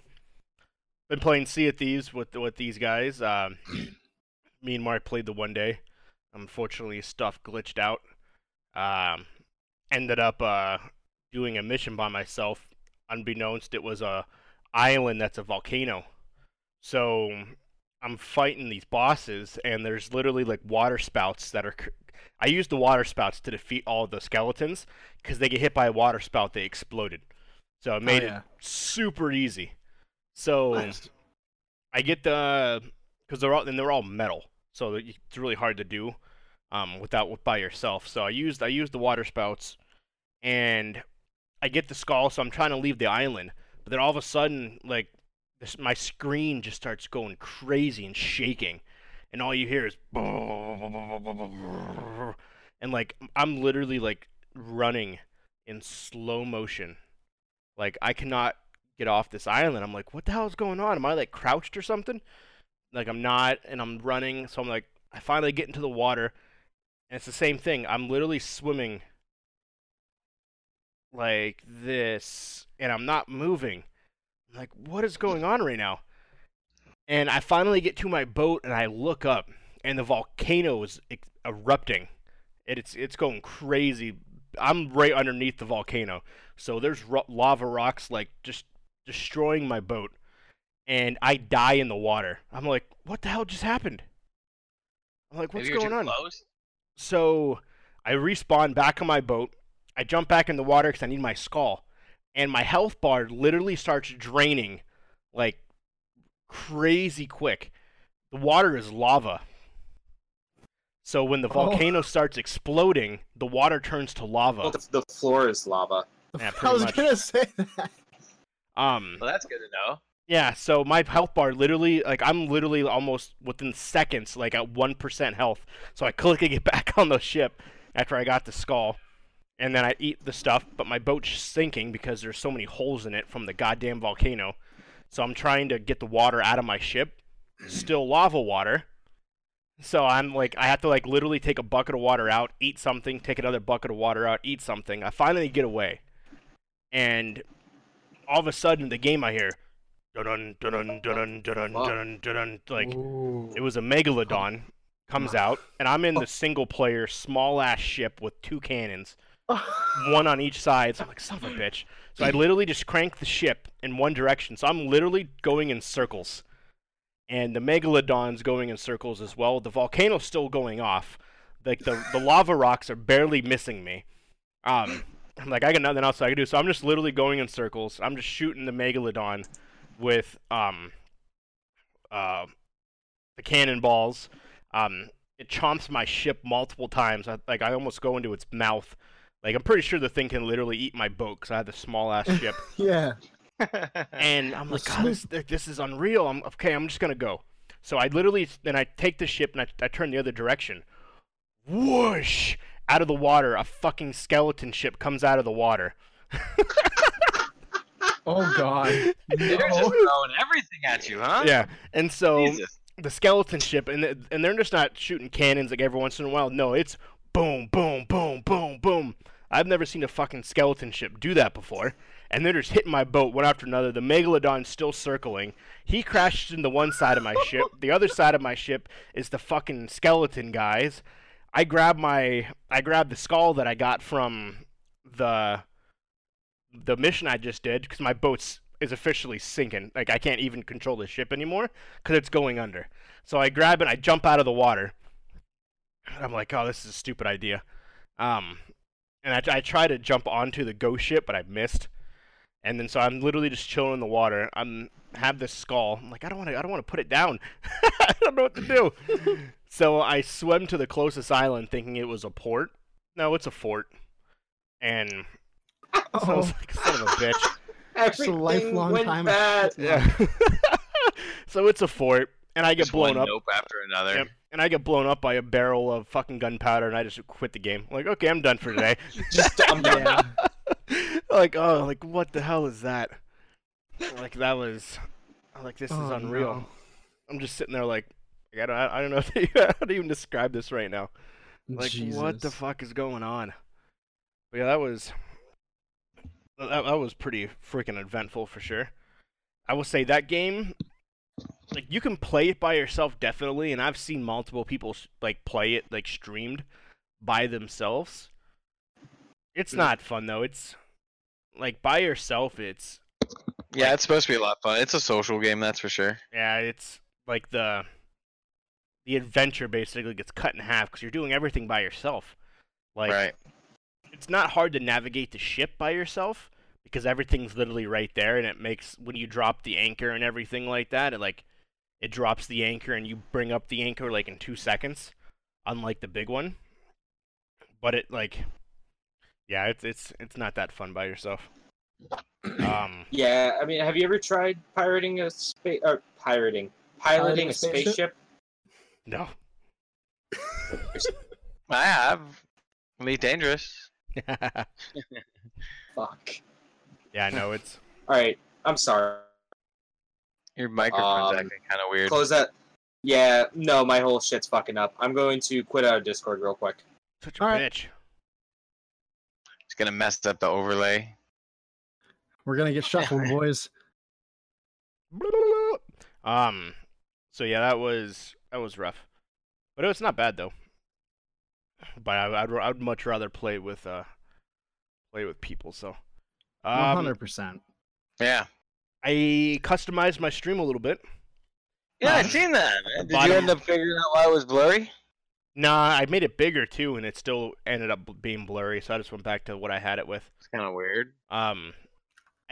Speaker 2: been playing sea of thieves with with these guys um me and mark played the one day unfortunately stuff glitched out um ended up uh doing a mission by myself unbeknownst it was a island that's a volcano so I'm fighting these bosses, and there's literally like water spouts that are. c- I used the water spouts to defeat all the skeletons because they get hit by a water spout, they exploded. So it made
Speaker 4: Oh, yeah.
Speaker 2: it super easy. So
Speaker 4: Nice.
Speaker 2: I get the because they're all and they're all metal, so that you- it's really hard to do um, without by yourself. So I used I used the water spouts, and I get the skull. So I'm trying to leave the island, but then all of a sudden, like this, my screen just starts going crazy and shaking, and all you hear is and like I'm literally like running in slow motion, like I cannot get off this island. I'm like, what the hell is going on? Am I like crouched or something? Like I'm not, and I'm running. So I'm like, I finally get into the water, and it's the same thing. I'm literally swimming like this, and I'm not moving. I'm like, what is going on right now? And I finally get to my boat, and I look up, and the volcano is ex- erupting. It, it's it's going crazy. I'm right underneath the volcano, so there's ro- lava rocks like just destroying my boat and I die in the water. I'm like, what the hell just happened? I'm like, what's
Speaker 5: Maybe you're
Speaker 2: going
Speaker 5: too
Speaker 2: on?
Speaker 5: close?
Speaker 2: So I respawn back on my boat. I jump back in the water because I need my skull. And my health bar literally starts draining like crazy quick. The water is lava. So when the
Speaker 4: Oh.
Speaker 2: volcano starts exploding, the water turns to lava.
Speaker 6: Well, the, the floor is lava.
Speaker 2: Yeah,
Speaker 4: I
Speaker 2: pretty
Speaker 4: was
Speaker 2: much.
Speaker 4: gonna say that.
Speaker 2: Um,
Speaker 5: Well, that's good to know.
Speaker 2: Yeah, so my health bar literally, like, I'm literally almost within seconds, like, at 1% health. So I click and get back on the ship after I got the skull. And then I eat the stuff, but my boat's sinking because there's so many holes in it from the goddamn volcano. So I'm trying to get the water out of my ship. Still lava water. So I'm like, I have to, like, literally take a bucket of water out, eat something, take another bucket of water out, eat something. I finally get away. And all of a sudden the game I hear, dun dun dun dun dun dun
Speaker 5: Fuck.
Speaker 2: dun dun like
Speaker 4: Ooh.
Speaker 2: it was a megalodon comes out, and I'm in the single player small ass ship with two cannons, one on each side. So I'm like, son of a bitch. So I literally just crank the ship in one direction. So I'm literally going in circles. And the megalodon's going in circles as well. The volcano's still going off. Like the, the lava rocks are barely missing me. Um, I'm like, I got nothing else I can do. So I'm just literally going in circles. I'm just shooting the megalodon with um uh the cannonballs. Um, it chomps my ship multiple times. I, like I almost go into its mouth. Like I'm pretty sure the thing can literally eat my boat because I had the small ass ship.
Speaker 4: yeah.
Speaker 2: and I'm like,
Speaker 4: That's
Speaker 2: God, this, th- this is unreal. I'm okay. I'm just gonna go. So I literally then I take the ship and I, I turn the other direction. Whoosh! Out of the water, a fucking skeleton ship comes out of the water.
Speaker 4: Oh god.
Speaker 5: They're just throwing everything at you, huh?
Speaker 2: Yeah, and so
Speaker 5: Jesus.
Speaker 2: the skeleton ship, and th- and they're just not shooting cannons like every once in a while. No, it's boom, boom, boom, boom, boom. I've never seen a fucking skeleton ship do that before. And they're just hitting my boat one after another. The megalodon's still circling. He crashes into one side of my ship. The other side of my ship is the fucking skeleton guys. I grab my I grab the skull that I got from the the mission I just did because my boat's is officially sinking. Like I can't even control the ship anymore because it's going under. So I grab it, I jump out of the water. And I'm like, oh, this is a stupid idea. Um, and I, I try to jump onto the ghost ship, but I missed. And then so I'm literally just chilling in the water. I'm have this skull. I'm like, I don't want to. I don't want to put it down. I don't know what to do. so I swim to the closest island, thinking it was a port. No, it's a fort. And so I was
Speaker 4: Oh,
Speaker 2: like, son of a bitch.
Speaker 4: It's a lifelong
Speaker 6: went
Speaker 4: time.
Speaker 6: bad.
Speaker 2: Yeah. so it's a fort, and I get
Speaker 5: Just
Speaker 2: blown
Speaker 5: one
Speaker 2: up,
Speaker 5: Nope after another.
Speaker 2: Yep. and I get blown up by a barrel of fucking gunpowder, and I just quit the game. I'm like, okay, I'm done for today.
Speaker 6: Just I'm done.
Speaker 4: yeah.
Speaker 2: like, oh, like what the hell is that? Like that was, I'm like this is
Speaker 4: Oh,
Speaker 2: unreal.
Speaker 4: no.
Speaker 2: I'm just sitting there like, I don't, I don't know if how to even describe this right now. Like, what the
Speaker 4: Jesus.
Speaker 2: fuck is going on? But yeah, that was that, that was pretty freaking eventful for sure. I will say that game, like you can play it by yourself definitely, and I've seen multiple people s- like play it like streamed by themselves. It's not fun though. It's like by yourself. It's
Speaker 5: Yeah, it's supposed to be a lot of fun. It's a social game, that's for sure.
Speaker 2: Yeah, it's like the the adventure basically gets cut in half because you're doing everything by yourself. Like
Speaker 5: right.
Speaker 2: it's not hard to navigate the ship by yourself because everything's literally right there, and it makes when you drop the anchor and everything like that, it like it drops the anchor and you bring up the anchor like in two seconds, unlike the big one. But it like yeah, it's it's it's not that fun by yourself. Um,
Speaker 6: Yeah, I mean, have you ever tried pirating a space or pirating
Speaker 4: Piloting
Speaker 6: piloting
Speaker 4: a
Speaker 6: a
Speaker 4: spaceship?
Speaker 6: spaceship?
Speaker 2: no.
Speaker 5: I have. Elite Dangerous.
Speaker 6: Fuck.
Speaker 2: yeah, no, it's
Speaker 6: All right, I'm sorry.
Speaker 5: Your microphone's
Speaker 6: Um,
Speaker 5: acting kind of weird.
Speaker 6: Close that. Yeah, no, my whole shit's fucking up. I'm going to quit out of Discord real quick.
Speaker 2: such a
Speaker 4: All right.
Speaker 2: bitch.
Speaker 5: It's going to mess up the overlay.
Speaker 4: We're gonna get shuffled, boys.
Speaker 2: Um, so yeah, that was that was rough, but it was not bad though. But I, I'd I'd much rather play with uh play with people. So,
Speaker 4: One
Speaker 2: um,
Speaker 4: hundred percent.
Speaker 5: Yeah.
Speaker 2: I customized my stream a little bit.
Speaker 5: Yeah,
Speaker 2: Um,
Speaker 5: I've seen that. Did
Speaker 2: bottom-
Speaker 5: you end up figuring out why it was blurry?
Speaker 2: Nah, I made it bigger too, and it still ended up bl- being blurry. So I just went back to what I had it with.
Speaker 5: It's kind of weird.
Speaker 2: Um,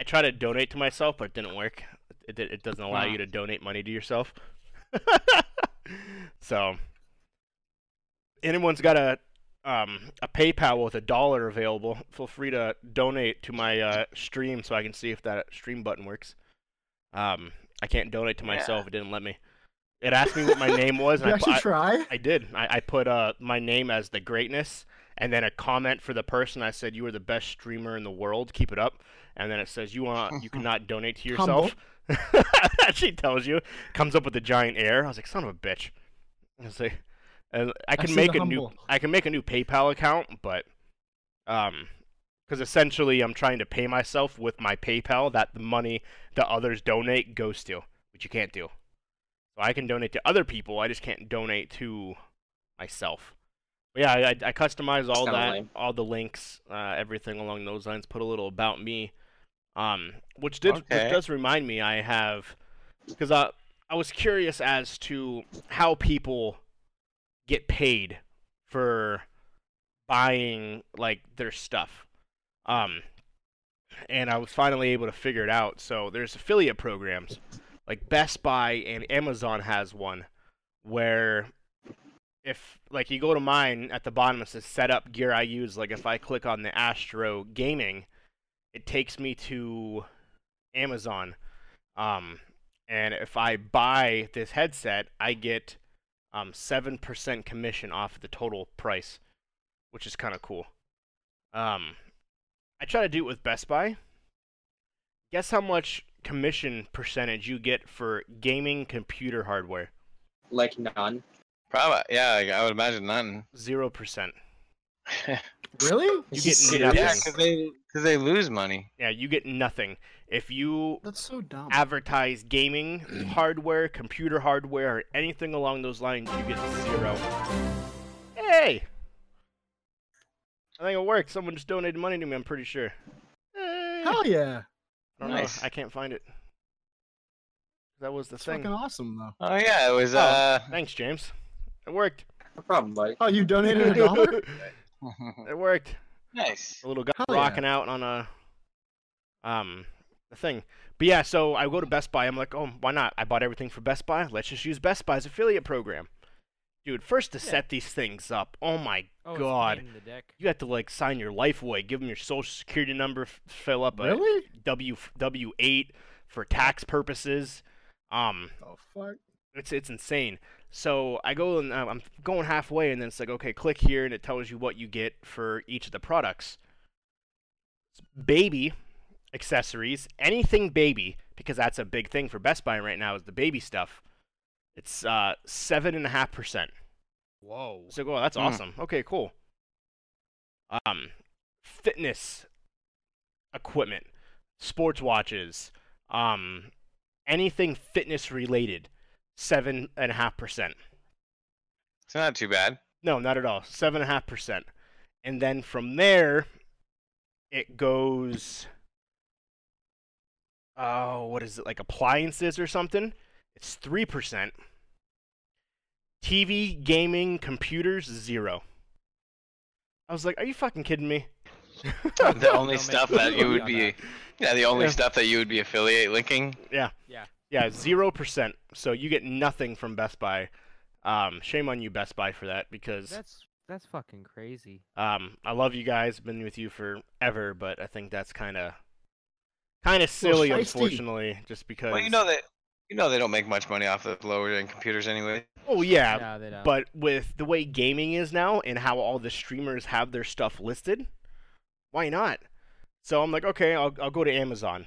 Speaker 2: I tried to donate to myself, but it didn't work. It it, it doesn't allow
Speaker 5: Ah.
Speaker 2: you to donate money to yourself. so, anyone's got a um a PayPal with a dollar available, feel free to donate to my uh, stream so I can see if that stream button works. Um, I can't donate to
Speaker 5: Yeah.
Speaker 2: myself; it didn't let me. It asked me what my name was,
Speaker 4: Did
Speaker 2: and I,
Speaker 4: you
Speaker 2: pu-
Speaker 4: actually
Speaker 2: I,
Speaker 4: try?
Speaker 2: I did. I, I put uh my name as the greatness, and then a comment for the person. I said, "You are the best streamer in the world. Keep it up." And then it says, "You want you cannot donate to yourself." she tells you. Comes up with a giant air. I was like, "Son of a bitch." I was like, and I
Speaker 4: I
Speaker 2: can
Speaker 4: see
Speaker 2: make
Speaker 4: the
Speaker 2: a new
Speaker 4: humble.
Speaker 2: I can make a new PayPal account, but um, because essentially I'm trying to pay myself with my PayPal that the money that others donate goes to, which you can't do. So I can donate to other people, I just can't donate to myself. But yeah, I, I- I customize all
Speaker 6: kinda
Speaker 2: that,
Speaker 6: lame.
Speaker 2: all the links, uh, everything along those lines. Put a little about me, um, which did
Speaker 5: Okay.
Speaker 2: which does remind me I have because I I was curious as to how people get paid for buying like their stuff. Um and I was finally able to figure it out. So there's affiliate programs. Like Best Buy and Amazon has one where if like you go to mine at the bottom it says set up gear I use like if I click on the Astro Gaming it takes me to Amazon um and if I buy this headset I get um 7% commission off the total price which is kind of cool. Um, I try to do it with Best Buy. Guess how much commission percentage you get for gaming computer hardware?
Speaker 6: Like none.
Speaker 5: Probably, yeah, I- I would imagine none.
Speaker 2: Zero percent.
Speaker 4: Really?
Speaker 2: You get
Speaker 6: Serious?
Speaker 5: Yeah,
Speaker 2: nothing.
Speaker 5: because they, 'cause they lose money.
Speaker 2: Yeah, you get nothing if you
Speaker 4: That's so dumb.
Speaker 2: advertise gaming hardware, computer hardware, or anything along those lines. You get zero. Hey, I think it worked. Someone just donated money to me. I'm pretty sure. Hey!
Speaker 4: Hell yeah.
Speaker 2: I don't
Speaker 5: Nice.
Speaker 2: know. I can't find it. That was the
Speaker 4: That's
Speaker 2: thing.
Speaker 4: fucking awesome though.
Speaker 5: Oh, yeah, it was,
Speaker 2: Oh.
Speaker 5: uh,
Speaker 2: Thanks, James. It worked.
Speaker 6: No problem, buddy.
Speaker 4: Oh, you donated a dollar?
Speaker 5: uh,
Speaker 2: it worked.
Speaker 5: nice.
Speaker 2: A little guy
Speaker 4: Hell yeah.
Speaker 2: rocking out on a um a thing. But yeah, so I go to Best Buy. I'm like, oh, why not? I bought everything for Best Buy. Let's just use Best Buy's affiliate program. Dude, first to
Speaker 3: Yeah.
Speaker 2: set these things up. Oh my
Speaker 3: Oh, it's a
Speaker 2: god.
Speaker 3: pain in the dick.
Speaker 2: You have to like sign your life away, give them your social security number, f- fill up a
Speaker 4: really?
Speaker 2: W W eight for tax purposes. Um,
Speaker 4: Oh fuck.
Speaker 2: it's it's insane. So I go and uh, I'm going halfway, and then it's like, okay, click here, and it tells you what you get for each of the products. Baby accessories, anything baby, because that's a big thing for Best Buy right now is the baby stuff. It's uh seven and a half percent.
Speaker 3: Whoa.
Speaker 2: So go, oh, that's
Speaker 5: Hmm.
Speaker 2: awesome. Okay, cool. Um, fitness equipment, sports watches, um, anything fitness related, seven and a half percent.
Speaker 5: It's not too bad.
Speaker 2: No, not at all. Seven and a half percent, and then from there, it goes. Oh, what is it like appliances or something? It's three percent. TV, gaming, computers, zero. I was like, "Are you fucking kidding me?"
Speaker 5: The only
Speaker 3: Don't make
Speaker 5: stuff
Speaker 3: me
Speaker 5: that you
Speaker 3: agree
Speaker 5: would
Speaker 3: on
Speaker 5: be,
Speaker 3: that.
Speaker 5: yeah, the only
Speaker 2: Yeah.
Speaker 5: stuff that you would be affiliate linking.
Speaker 2: Yeah, zero percent. So you get nothing from Best Buy. Um, shame on you, Best Buy, for that because
Speaker 3: That's that's fucking crazy.
Speaker 2: Um, I love you guys. Been with you forever, but I think that's kind of kind of silly,
Speaker 4: feisty.
Speaker 2: unfortunately, just because.
Speaker 5: Well, you know that, you know they don't make much money off the lower end computers anyway.
Speaker 2: Oh yeah,
Speaker 3: no, they don't.
Speaker 2: but with the way gaming is now and how all the streamers have their stuff listed, why not? So I'm like, okay, I'll I'll go to Amazon.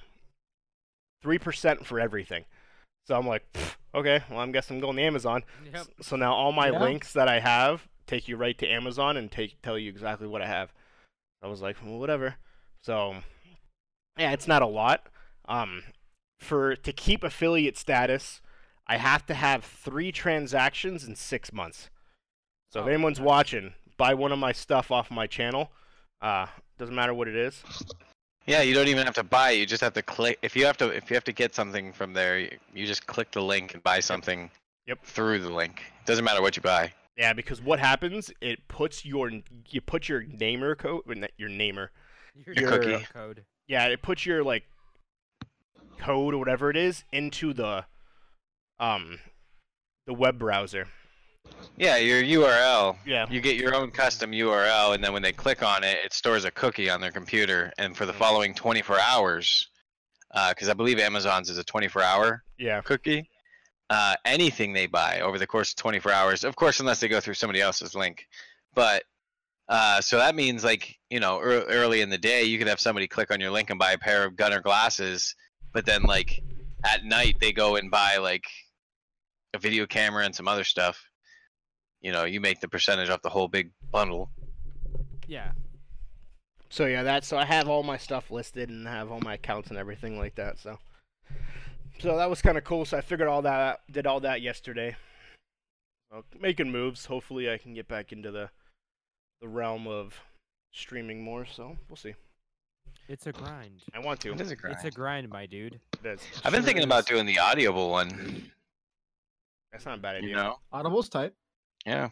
Speaker 2: Three percent for everything. So I'm like, pfft, okay, well, I guess I'm going to Amazon.
Speaker 3: Yep.
Speaker 2: S- So now all my
Speaker 4: Yeah.
Speaker 2: links that I have take you right to Amazon and take tell you exactly what I have. I was like, well, whatever. So yeah, it's not a lot. Um, for to keep affiliate status, I have to have three transactions in six months. So if
Speaker 3: Oh,
Speaker 2: anyone's
Speaker 3: nice.
Speaker 2: watching, buy one of my stuff off my channel. Uh, doesn't matter what it is.
Speaker 5: Yeah, you don't even have to buy. You just have to click. If you have to, if you have to get something from there, you, you just click the link and buy something.
Speaker 2: Yep.
Speaker 5: Through the link. Doesn't matter what you buy.
Speaker 2: Yeah, because what happens? It puts your you put your namer code your namer
Speaker 3: Your,
Speaker 5: Your
Speaker 3: cookie
Speaker 5: cookie.
Speaker 3: code.
Speaker 2: yeah, it puts your like code or whatever it is into the um the web browser.
Speaker 5: Yeah, your URL.
Speaker 2: Yeah.
Speaker 5: You get your own custom URL, and then when they click on it, it stores a cookie on their computer, and for the following 24 hours, because I believe Amazon's is a 24-hour
Speaker 2: Yeah.
Speaker 5: cookie. Uh, anything they buy over the course of 24 hours, of course, unless they go through somebody else's link. But uh, so that means, like, you know, ear early in the day, you could have somebody click on your link and buy a pair of Gunner glasses, but then, like, at night, they go and buy, like, a video camera and some other stuff. You know, you make the percentage off the whole big bundle.
Speaker 3: Yeah.
Speaker 2: So yeah, that's so I have all my stuff listed and have all my accounts and everything like that. So, so that was kind of cool. So I figured all that did all that yesterday. So making moves. Hopefully, I can get back into the the realm of streaming more. So we'll see.
Speaker 3: It's a grind.
Speaker 2: I want to.
Speaker 5: It
Speaker 2: It
Speaker 5: is a grind.
Speaker 3: It's a grind, my dude.
Speaker 2: is.
Speaker 5: I've been
Speaker 3: sure
Speaker 5: thinking about
Speaker 3: is.
Speaker 5: doing the audible one.
Speaker 2: That's not a bad idea.
Speaker 5: You know?
Speaker 4: Audible's tight.
Speaker 5: Yeah.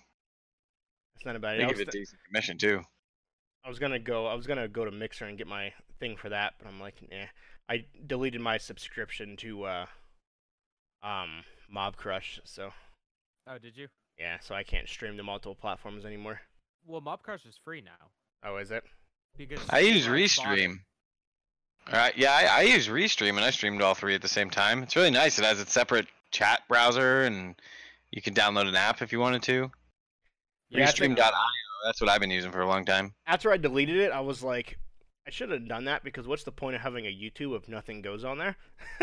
Speaker 2: That's not a bad
Speaker 5: They
Speaker 2: idea. I
Speaker 5: give
Speaker 2: was,
Speaker 5: it
Speaker 2: th-
Speaker 5: decent commission too.
Speaker 2: I was gonna go. I was gonna go to Mixer and get my thing for that, but I'm like, eh. I deleted my subscription to uh, um, Mob Crush. So
Speaker 3: Oh, did you?
Speaker 2: yeah, so I can't stream to multiple platforms anymore.
Speaker 3: Well, Mob Crush is free now
Speaker 2: Oh, is it?
Speaker 3: because
Speaker 5: I
Speaker 3: Xbox
Speaker 5: use
Speaker 3: bought it.
Speaker 5: Restream. All right, yeah, I, I use Restream and I streamed all three at the same time. It's really nice. It has its separate chat browser and you can download an app if you wanted to.
Speaker 2: Yeah, I think-
Speaker 5: Restream.io. That's what I've been using for a long time.
Speaker 2: after I deleted it, I was like, I should have done that because what's the point of having a YouTube if nothing goes on there?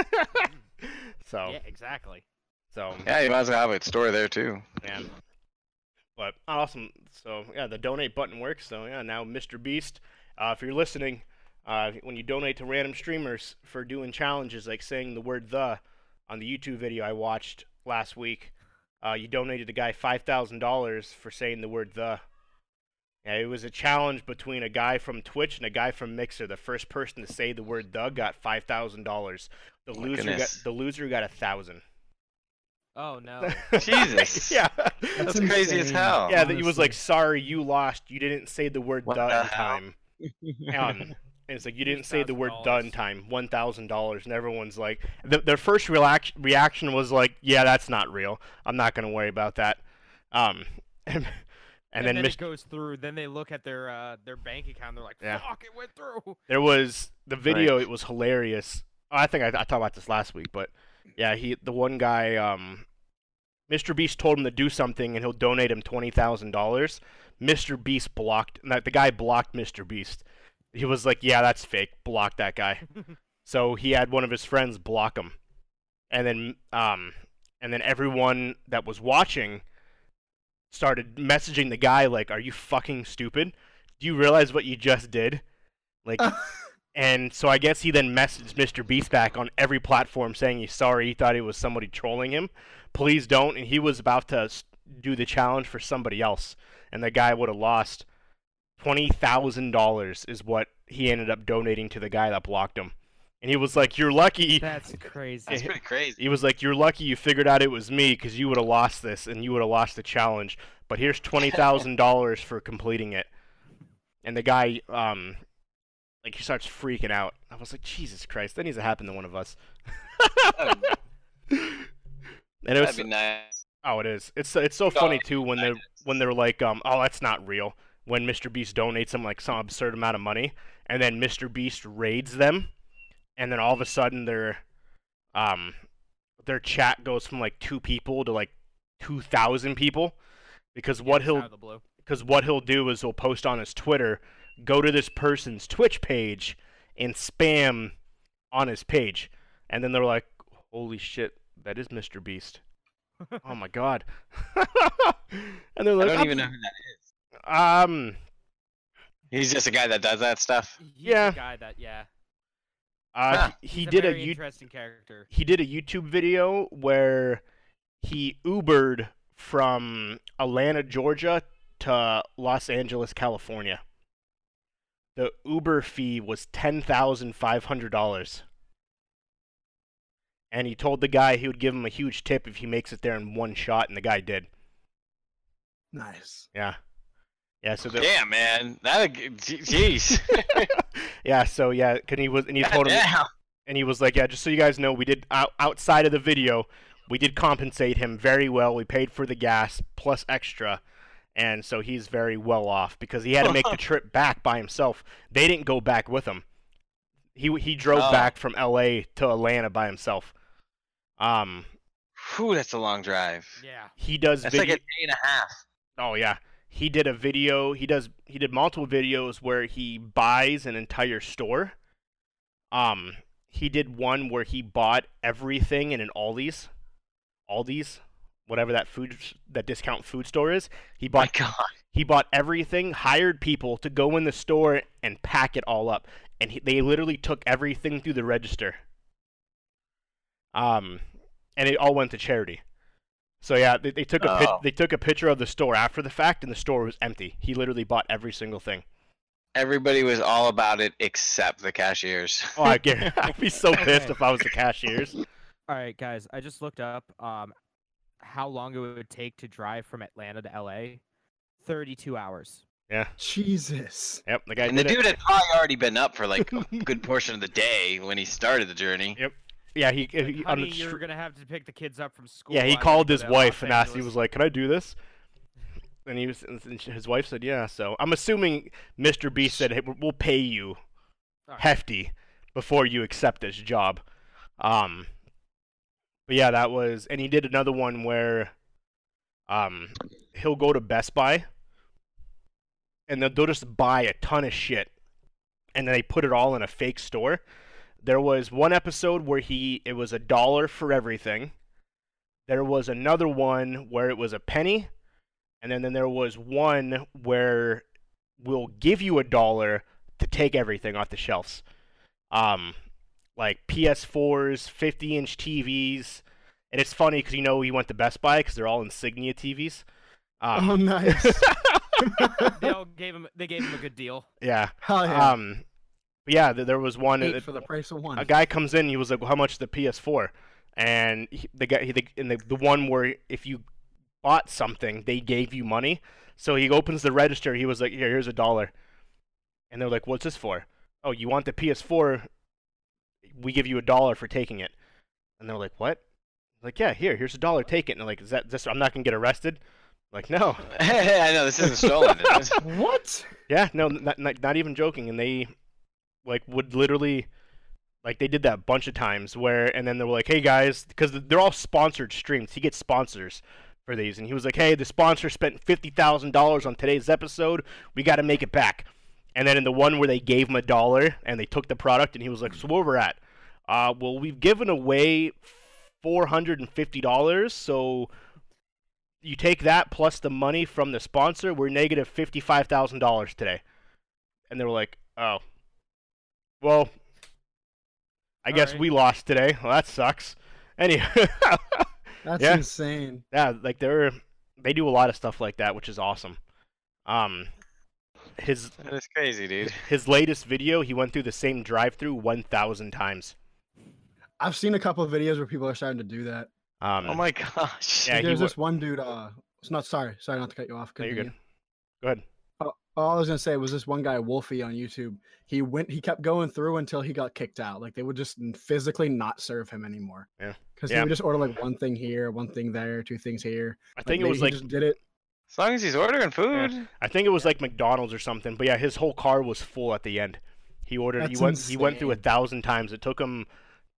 Speaker 2: so,
Speaker 3: Yeah, exactly.
Speaker 2: so
Speaker 5: Yeah, you might as well have it store there too.
Speaker 2: man. But awesome. So yeah, the donate button works. So yeah, now Mr. Beast, uh, if you're listening, uh, when you donate to random streamers for doing challenges like saying the word the on the YouTube video I watched last week, uh, you donated a guy five thousand dollars for saying the word the. Yeah, it was a challenge between a guy from Twitch and a guy from Mixer. The first person to say the word the got five thousand dollars. The
Speaker 5: My
Speaker 2: loser got
Speaker 5: goodness.
Speaker 2: the loser got a thousand.
Speaker 3: Oh no.
Speaker 5: Jesus.
Speaker 2: yeah.
Speaker 5: That's crazy as
Speaker 4: insane.
Speaker 5: hell.
Speaker 2: Yeah, that he was like,
Speaker 4: Honestly.
Speaker 2: sorry, you lost. You didn't say the word
Speaker 5: Oh. What
Speaker 2: done
Speaker 5: the
Speaker 2: in
Speaker 5: hell?
Speaker 2: time. Um, and it's like, you didn't say the word
Speaker 3: $1,000.
Speaker 2: done time. $1,000. And everyone's like, th- their first reac- reaction was like, yeah, that's not real. I'm not going to worry about that. Um, and, and then,
Speaker 3: it
Speaker 2: Mr.
Speaker 3: goes through. Then they look at their uh, their bank account. They're like,
Speaker 2: Yeah.
Speaker 3: "Fuck, it went through."
Speaker 2: there was the video.
Speaker 5: Right.
Speaker 2: It was hilarious. I think I, I talked about this last week, but yeah, he the one guy, um, Mr. Beast told him to do something, and he'll donate him twenty thousand dollars. Mr. Beast blocked. That the guy blocked Mr. Beast. He was like, "Yeah, that's fake. Block that guy." so he had one of his friends block him, and then um, and then everyone that was watching started messaging the guy like, "Are you fucking stupid? Do you realize what you just did?" Like, and so I guess he then messaged Mr. Beast back on every platform saying he's sorry. He thought it was somebody trolling him. Please don't. And he was about to s- do the challenge for somebody else, and the guy would have lost twenty thousand dollars is what he ended up donating to the guy that blocked him. And he was like, "You're lucky."
Speaker 3: That's crazy.
Speaker 5: That's pretty crazy.
Speaker 2: He was like, "You're lucky you figured out it was me because you would have lost this and you would have lost the challenge. But here's twenty thousand dollars for completing it." And the guy, um, like he starts freaking out. I was like, "Jesus Christ, that needs to happen to one of us."
Speaker 5: That'd be-
Speaker 2: And it
Speaker 5: That'd
Speaker 2: was
Speaker 5: be nice.
Speaker 2: oh, it is. It's so- it's so
Speaker 5: No,
Speaker 2: funny too when
Speaker 5: I
Speaker 2: they're
Speaker 5: just-
Speaker 2: when they're like, um, "Oh, that's not real." When Mr. Beast donates them like some absurd amount of money, and then Mr. Beast raids them, and then all of a sudden their um their chat goes from like two people to like two thousand people because what
Speaker 3: Just
Speaker 2: he'll
Speaker 3: out of the blue.
Speaker 2: because what he'll do is he'll post on his Twitter, go to this person's Twitch page, and spam on his page, and then they're like, "Holy shit, that is Mr. Beast." oh my god! and they're
Speaker 5: I
Speaker 2: like,
Speaker 5: don't
Speaker 2: "I'm-
Speaker 5: even know who that is.
Speaker 2: Um,
Speaker 5: He's just a guy that does that stuff.
Speaker 3: He's
Speaker 2: Yeah.
Speaker 3: The guy that yeah.
Speaker 2: uh,
Speaker 5: Huh.
Speaker 2: he
Speaker 3: He's
Speaker 2: did a
Speaker 3: very
Speaker 2: U-
Speaker 3: interesting character.
Speaker 2: he did a YouTube video where he Ubered from Atlanta, Georgia to Los Angeles, California. The Uber fee was ten thousand five hundred dollars. And he told the guy he would give him a huge tip if he makes it there in one shot, and the guy did.
Speaker 4: Nice.
Speaker 2: Yeah. Yeah, so the,
Speaker 5: Yeah, man. That uh, jeez.
Speaker 2: yeah, so yeah, cause he was and he told him
Speaker 5: Goddamn.
Speaker 2: and he was like, "Yeah, just so you guys know, we did out, outside of the video, we did compensate him very well. We paid for the gas plus extra, and so he's very well off because he had to make the trip back by himself. They didn't go back with him. He he drove
Speaker 5: Oh.
Speaker 2: back from L.A. to Atlanta by himself. Um,
Speaker 5: Whew, that's a long drive.
Speaker 3: Yeah.
Speaker 2: he does
Speaker 5: That's
Speaker 2: video.
Speaker 5: like a day and a half.
Speaker 2: Oh yeah. He did a video. He does he did multiple videos where he buys an entire store. Um he did one where he bought everything in an Aldi's. Aldi's? whatever that food that discount food store is. He
Speaker 5: My
Speaker 2: bought
Speaker 5: God.
Speaker 2: he bought everything, hired people to go in the store and pack it all up, and he, they literally took everything through the register. Um, and it all went to charity. So yeah, they, they took a pic-
Speaker 5: Oh.
Speaker 2: they took a picture of the store after the fact, and the store was empty. He literally bought every single thing.
Speaker 5: Everybody was all about it except the cashiers.
Speaker 2: Oh, I guarantee I'd be so pissed if I was the cashiers.
Speaker 3: All right, guys. I just looked up um how long it would take to drive from Atlanta to LA. Thirty-two hours.
Speaker 4: Jesus.
Speaker 2: Yep, the guy.
Speaker 5: And the
Speaker 2: did it.
Speaker 5: dude had probably already been up for like a good portion of the day when he started the journey.
Speaker 2: Yeah, he,
Speaker 3: Like,
Speaker 2: he on
Speaker 3: Honey,
Speaker 2: the
Speaker 3: you're
Speaker 2: str-
Speaker 3: gonna have to pick the kids up from school.
Speaker 2: yeah
Speaker 3: I
Speaker 2: he
Speaker 3: gotta
Speaker 2: called
Speaker 3: go
Speaker 2: his
Speaker 3: to
Speaker 2: wife
Speaker 3: Los
Speaker 2: and asked. He
Speaker 3: Angeles."
Speaker 2: was like, "Can I do this?" And he was and his wife said, "Yeah." So I'm assuming Mr. B said, "Hey, we'll pay you
Speaker 3: Alright.
Speaker 2: hefty before you accept this job." Um, but yeah, that was and he did another one where um he'll go to Best Buy and they'll, they'll just buy a ton of shit and then they put it all in a fake store. There was one episode where he it was a dollar for everything. There was another one where it was a penny, and then, then there was one where we'll give you a dollar to take everything off the shelves. Um like PS4s, 50-inch TVs. And it's funny cuz you know he went to Best Buy cuz they're all insignia TVs. Um,
Speaker 4: Oh, nice.
Speaker 3: they all gave him. They gave him a good deal.
Speaker 2: yeah.
Speaker 4: Hell Oh, yeah.
Speaker 2: Um but yeah, th- there was one
Speaker 4: Eight
Speaker 2: it-
Speaker 4: for the price of one.
Speaker 2: a guy comes in, he was like, well, "How much is the PS4?" And he, the guy, he, the, and the, the one where if you bought something, they gave you money. So he opens the register. He was like, "Here, here's a dollar," and they're like, "What's this for?" "Oh, you want the PS4? We give you a dollar for taking it." And they're like, "What?" Like, "Yeah, here, here's a dollar. Take it." And they're like, "Is that this? I'm not gonna get arrested." Like, no.
Speaker 5: I know this isn't stolen. is it?
Speaker 4: What?
Speaker 2: Yeah, no, not, not not even joking. And they like would literally like they did that a bunch of times where and then they were like, "Hey guys, because they're all sponsored streams. He gets sponsors for these." And he was like, "Hey, the sponsor spent fifty thousand dollars on today's episode. We got to make it back." And then in the one where they gave him a dollar and they took the product, and he was like, "So where we're at? Uh, well, we've given away four hundred and fifty dollars, so." you take that plus the money from the sponsor, we're negative fifty five thousand dollars today. And they were like, Oh. Well I guess
Speaker 3: Alright.
Speaker 2: we lost today. Well that sucks. Anyhow
Speaker 4: That's
Speaker 2: Yeah.
Speaker 4: insane.
Speaker 2: Yeah, like they're they do a lot of stuff like that, which is awesome. Um his
Speaker 5: That's crazy, dude.
Speaker 2: his latest video, he went through the same drive through one thousand times.
Speaker 4: I've seen a couple of videos where people are starting to do that.
Speaker 2: Um
Speaker 5: Oh my gosh.
Speaker 2: Yeah, he
Speaker 4: There's
Speaker 2: wa-
Speaker 4: this one dude. Uh, it's not sorry, sorry not to cut you off.
Speaker 2: no, you're good.
Speaker 4: continue.
Speaker 2: Go ahead.
Speaker 4: All I was gonna say was this one guy Wolfie on YouTube. He went, he kept going through until he got kicked out. Like they would just n- physically not serve him anymore.
Speaker 2: Yeah.
Speaker 4: because
Speaker 2: Yeah.
Speaker 4: he would just order like one thing here, one thing there, two things here.
Speaker 2: I think it
Speaker 4: they-
Speaker 2: was
Speaker 4: he
Speaker 2: like
Speaker 4: just did it.
Speaker 5: As long as he's ordering food.
Speaker 2: I think it was like McDonald's or something. But yeah, his whole car was full at the end. He ordered.
Speaker 4: That's
Speaker 2: he went. He went through a
Speaker 4: insane.
Speaker 2: thousand times. It took him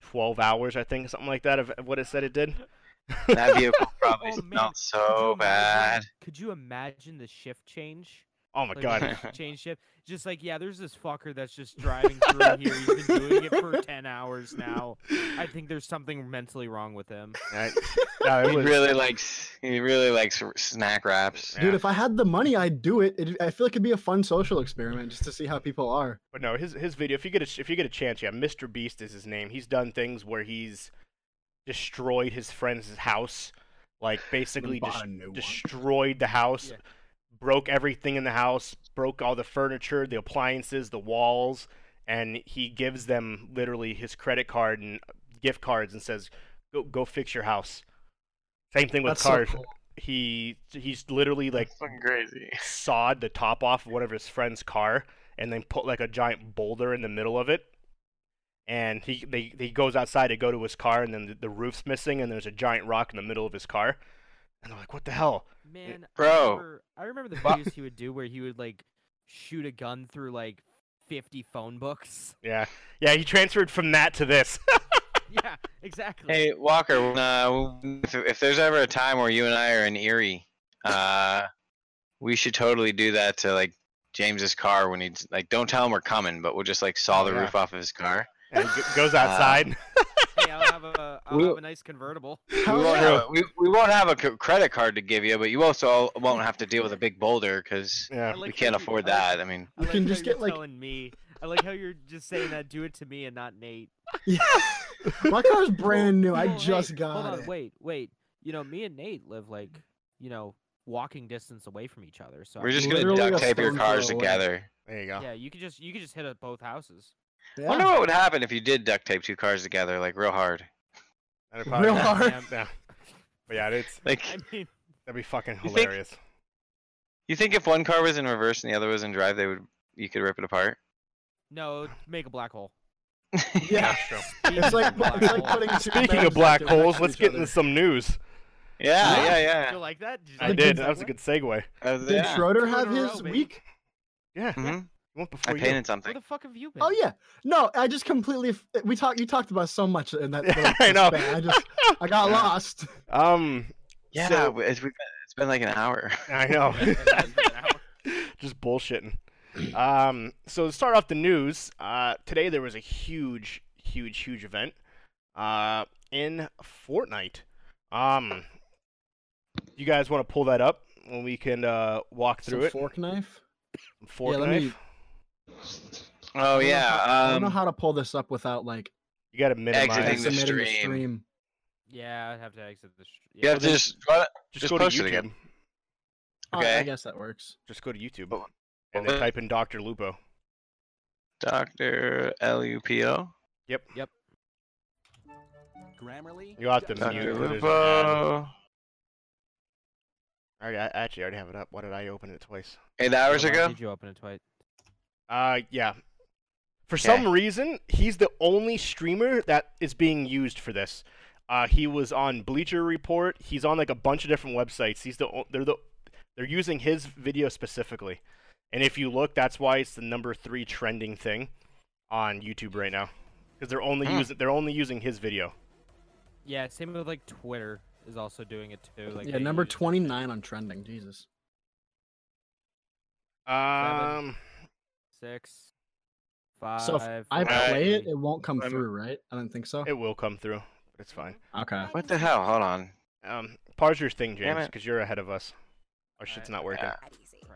Speaker 2: twelve hours, I think, something like that, of of what it said it did.
Speaker 5: That vehicle probably
Speaker 3: Oh, man. Could
Speaker 5: smelled
Speaker 3: you
Speaker 5: so
Speaker 3: imagine-
Speaker 5: bad.
Speaker 3: Could you imagine the shift change?
Speaker 2: Oh my
Speaker 3: Like,
Speaker 2: god.
Speaker 3: the change shift. Just like yeah, there's this fucker that's just driving through here. He's been doing it for ten hours now. I think there's something mentally wrong with him.
Speaker 2: Right. Yeah, it
Speaker 5: He
Speaker 2: was-
Speaker 5: really likes he really likes r- snack wraps.
Speaker 2: Yeah.
Speaker 4: Dude, if I had the money, I'd do it. it. I feel like it'd be a fun social experiment just to see how people are.
Speaker 2: But no, his his video. If you get a ch- if you get a chance, yeah, Mr. Beast is his name. He's done things where he's destroyed his friend's house, like basically
Speaker 4: bought
Speaker 2: just
Speaker 4: a new one.
Speaker 2: destroyed the house,
Speaker 3: Yeah.
Speaker 2: broke everything in the house, broke all the furniture, the appliances, the walls, and he gives them literally his credit card and gift cards and says, "Go go fix your house." Same thing with
Speaker 4: That's so
Speaker 2: cars.
Speaker 4: cool.
Speaker 2: He he's literally like
Speaker 5: fucking crazy.
Speaker 2: sawed the top off of one of his friend's car and then put like a giant boulder in the middle of it. And he they, he goes outside to go to his car and then the, the roof's missing and there's a giant rock in the middle of his car. And they're like, "What the hell?"
Speaker 3: Man, I
Speaker 5: Bro.
Speaker 3: remember, I remember the videos he would do where he would like shoot a gun through like fifty phone books.
Speaker 2: Yeah, yeah. He transferred from that to this.
Speaker 3: Yeah, exactly.
Speaker 5: Hey Walker, when, uh, if, if there's ever a time where you and I are in Erie, uh, we should totally do that to like James's car when he's like, don't tell him we're coming, but we'll just like saw
Speaker 2: Oh,
Speaker 5: the
Speaker 2: yeah.
Speaker 5: roof off of his car.
Speaker 2: and he g- goes outside.
Speaker 3: Hey, I'll have a I'll
Speaker 5: We'll-
Speaker 3: have a nice convertible.
Speaker 5: we won't, have, we, we won't have a c- credit card to give you, but you also won't have to deal with a big boulder because
Speaker 2: Yeah.
Speaker 3: I
Speaker 5: we
Speaker 3: like
Speaker 5: can't
Speaker 3: how you-
Speaker 5: afford
Speaker 3: I like-
Speaker 5: that. I mean,
Speaker 3: I
Speaker 4: You
Speaker 3: like
Speaker 4: can
Speaker 3: how
Speaker 4: just
Speaker 3: you're
Speaker 4: get, like-
Speaker 3: telling me. I like how you're just saying that. Do it to me and not Nate.
Speaker 4: Yeah. My car's brand new. I
Speaker 3: Well, hey,
Speaker 4: just got
Speaker 3: Hold on,
Speaker 4: it.
Speaker 3: wait, wait. You know, me and Nate live like, you know, walking distance away from each other. So I
Speaker 5: we're just
Speaker 3: mean,
Speaker 5: gonna
Speaker 4: Literally
Speaker 5: duct
Speaker 4: a
Speaker 5: tape your
Speaker 4: phone
Speaker 5: cars
Speaker 4: call away.
Speaker 5: together.
Speaker 2: There you go.
Speaker 3: Yeah, you could just you could just hit up both houses.
Speaker 2: Oh,
Speaker 5: I wonder what would happen if you did duct tape two cars together, like real hard.
Speaker 2: That'd
Speaker 4: Real
Speaker 2: probably-
Speaker 4: hard.
Speaker 2: Yeah, yeah. But yeah, it's
Speaker 5: Like,
Speaker 3: I mean,
Speaker 2: that'd be fucking
Speaker 5: think-
Speaker 2: hilarious.
Speaker 5: you think if one car was in reverse and the other was in drive, they would you could rip it apart?
Speaker 3: no, it'd make a black hole.
Speaker 4: Yeah.
Speaker 2: That's true.
Speaker 4: It's like,
Speaker 3: Black
Speaker 4: it's like
Speaker 3: hole.
Speaker 4: putting two
Speaker 2: Speaking
Speaker 4: magnets
Speaker 2: of black
Speaker 4: next to
Speaker 2: holes, let's
Speaker 4: each
Speaker 2: get
Speaker 4: other.
Speaker 2: into some news.
Speaker 5: Yeah, yeah,
Speaker 3: You
Speaker 5: yeah.
Speaker 3: like that?
Speaker 2: I
Speaker 4: Did
Speaker 2: did.
Speaker 4: you-
Speaker 2: That was a good segue.
Speaker 5: That was-
Speaker 4: Did
Speaker 5: yeah.
Speaker 4: Schroeder
Speaker 3: Two in a
Speaker 4: have
Speaker 3: row,
Speaker 4: his
Speaker 3: baby.
Speaker 4: week?
Speaker 2: Yeah.
Speaker 5: Mhm.
Speaker 2: You went before
Speaker 5: I
Speaker 2: you.
Speaker 5: painted
Speaker 3: Where
Speaker 5: something.
Speaker 3: the fuck have you been?
Speaker 4: Oh yeah. No, I just completely. f- We talked. You talked about so much in that.
Speaker 2: Yeah,
Speaker 4: little
Speaker 2: I know.
Speaker 4: span. I just. I got
Speaker 5: Yeah.
Speaker 4: lost.
Speaker 2: Um,
Speaker 5: Yeah,
Speaker 2: So-
Speaker 5: we- it's, we've been, it's been like an hour.
Speaker 2: I know. Just bullshitting. Um, so to start off the news, uh, today there was a huge, huge, huge event uh, in Fortnite. Um, you guys want to pull that up and we can uh, walk
Speaker 4: Some
Speaker 2: through it?
Speaker 4: Fork knife.
Speaker 2: Fork
Speaker 4: Yeah, let
Speaker 2: knife.
Speaker 4: me-
Speaker 5: Oh
Speaker 4: I don't know
Speaker 5: yeah.
Speaker 4: how- I don't know
Speaker 5: um,
Speaker 4: how to pull this up without like
Speaker 2: You got to minimize.
Speaker 5: Exiting the
Speaker 4: submitting
Speaker 5: stream.
Speaker 3: Yeah, I'd have to exit the. str-
Speaker 5: You
Speaker 3: Yeah.
Speaker 5: have to just run it-
Speaker 2: Just,
Speaker 5: Just
Speaker 2: go to
Speaker 5: post it
Speaker 2: YouTube.
Speaker 5: again.
Speaker 4: Oh, I
Speaker 5: Okay.
Speaker 4: guess that works.
Speaker 2: Just go to YouTube
Speaker 5: But-
Speaker 2: and
Speaker 5: but-
Speaker 2: then type in Doctor Lupo.
Speaker 5: Doctor L U P O.
Speaker 7: Grammarly.
Speaker 2: You have to
Speaker 7: Dr.
Speaker 2: mute. 'cause there's an ad.
Speaker 5: Lupo.
Speaker 2: I I actually already have it up. Why did I open it twice?
Speaker 5: Eight hours
Speaker 3: Why
Speaker 5: ago.
Speaker 3: Did you open it twice?
Speaker 2: Uh, yeah. For
Speaker 5: Okay.
Speaker 2: some reason, he's the only streamer that is being used for this. Uh, he was on Bleacher Report. He's on like a bunch of different websites. He's the o- they're the they're using his video specifically, and if you look, that's why it's the number three trending thing on YouTube right now because they're only
Speaker 5: Hmm.
Speaker 2: using they're only using his video.
Speaker 3: Yeah, same with like Twitter is also doing it too. Like
Speaker 4: yeah,
Speaker 3: they
Speaker 4: number
Speaker 3: use-
Speaker 4: twenty nine on trending. Jesus.
Speaker 2: Um,
Speaker 3: six, five.
Speaker 4: So if I
Speaker 5: five,
Speaker 4: play it,
Speaker 3: three.
Speaker 4: it won't come
Speaker 5: Seven.
Speaker 4: through, right? I don't think so.
Speaker 2: it will come through. But it's fine.
Speaker 4: Okay.
Speaker 5: What the hell? Hold on.
Speaker 2: Um, pause your thing,
Speaker 5: Damn
Speaker 2: James,
Speaker 5: it.
Speaker 2: because you're ahead of us. Our shit's
Speaker 3: Alright.
Speaker 2: not working.
Speaker 5: Yeah.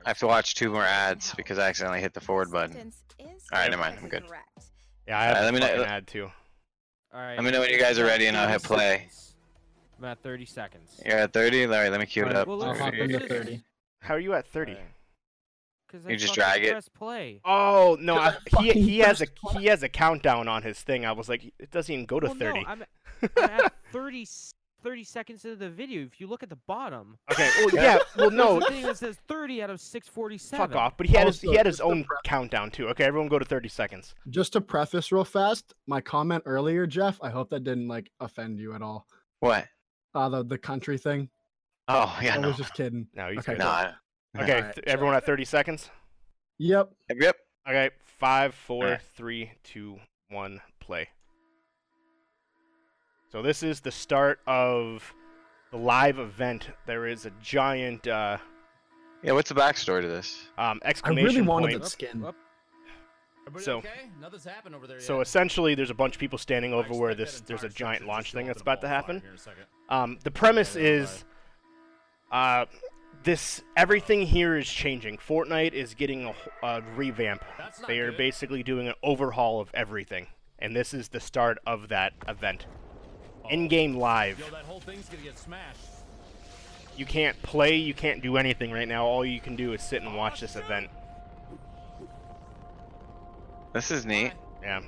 Speaker 5: I have to watch two more ads because I accidentally hit the forward button. All right, never mind, I'm good.
Speaker 2: Yeah, I have
Speaker 5: Alright,
Speaker 2: a
Speaker 5: let me know-
Speaker 2: fucking ad too.
Speaker 3: All right.
Speaker 5: me know when you guys are ready and I'll hit play.
Speaker 3: I'm at 30 seconds.
Speaker 5: You're at 30. Larry, let me cue it
Speaker 4: Alright,
Speaker 5: up.
Speaker 3: well,
Speaker 4: I'll
Speaker 3: let's-
Speaker 4: hop into
Speaker 3: Alright.
Speaker 4: thirty.
Speaker 2: How are you at 30?
Speaker 5: Alright.
Speaker 3: 'Cause
Speaker 5: You
Speaker 3: I
Speaker 5: just
Speaker 3: fucking
Speaker 5: drag it.
Speaker 3: Press play.
Speaker 2: Oh no,
Speaker 4: Cause
Speaker 2: I,
Speaker 4: I
Speaker 2: he
Speaker 4: fucking
Speaker 2: he has a
Speaker 4: pressed
Speaker 2: he has a countdown on his thing. I was like, it doesn't even go to
Speaker 3: Well, no,
Speaker 2: 30.
Speaker 3: I'm, I'm at 30, s- 30 seconds into the video. If you look at the bottom,
Speaker 2: okay, well yeah, well no,
Speaker 3: there's a thing that says 30 out of 647.
Speaker 2: fuck off. But he had his he
Speaker 4: Also,
Speaker 2: had his
Speaker 4: just the
Speaker 2: own
Speaker 4: prep-
Speaker 2: countdown too. Okay, everyone go to 30 seconds.
Speaker 4: Just to preface real fast, my comment earlier, Jeff. I hope that didn't like offend you at all.
Speaker 5: What?
Speaker 4: Uh, the the country thing.
Speaker 5: Oh yeah.
Speaker 4: I
Speaker 5: No.
Speaker 4: was just kidding.
Speaker 2: No, he's
Speaker 4: Okay,
Speaker 2: good.
Speaker 5: No, I-
Speaker 2: Okay,
Speaker 4: Alright.
Speaker 2: th- everyone at 30 seconds.
Speaker 4: Yep.
Speaker 5: Yep, Yep.
Speaker 2: Okay, five, four,
Speaker 5: Alright.
Speaker 2: three, two, one, play. So this is the start of the live event. There is a giant uh,
Speaker 5: Yeah. What's the backstory to this?
Speaker 2: um,
Speaker 4: I
Speaker 2: exclamation
Speaker 4: really wanted
Speaker 2: point.
Speaker 4: that skin.
Speaker 3: Up.
Speaker 7: Everybody
Speaker 2: So-
Speaker 7: okay? Nothing's happened over there
Speaker 2: So
Speaker 7: yet.
Speaker 2: essentially, there's a bunch of people standing
Speaker 7: I
Speaker 2: over where
Speaker 7: expect that
Speaker 2: this there's a
Speaker 7: entire
Speaker 2: giant
Speaker 7: section
Speaker 2: launch
Speaker 7: show
Speaker 2: thing
Speaker 7: up
Speaker 2: that's
Speaker 7: in a
Speaker 2: about to
Speaker 7: ball of fire
Speaker 2: happen.
Speaker 7: here in a second.
Speaker 2: Um, the premise
Speaker 7: Yeah, they're
Speaker 2: is, uh, this everything here is changing. Fortnite is getting a, wh- a revamp.
Speaker 7: That's not
Speaker 2: They are
Speaker 7: good.
Speaker 2: basically doing an overhaul of everything, and this is the start of that event. In-game
Speaker 7: Yo,
Speaker 2: live.
Speaker 7: that whole thing's gonna get smashed.
Speaker 2: You can't play. You can't do anything right now. All you can do is sit and watch this event.
Speaker 5: This is neat.
Speaker 2: Yeah.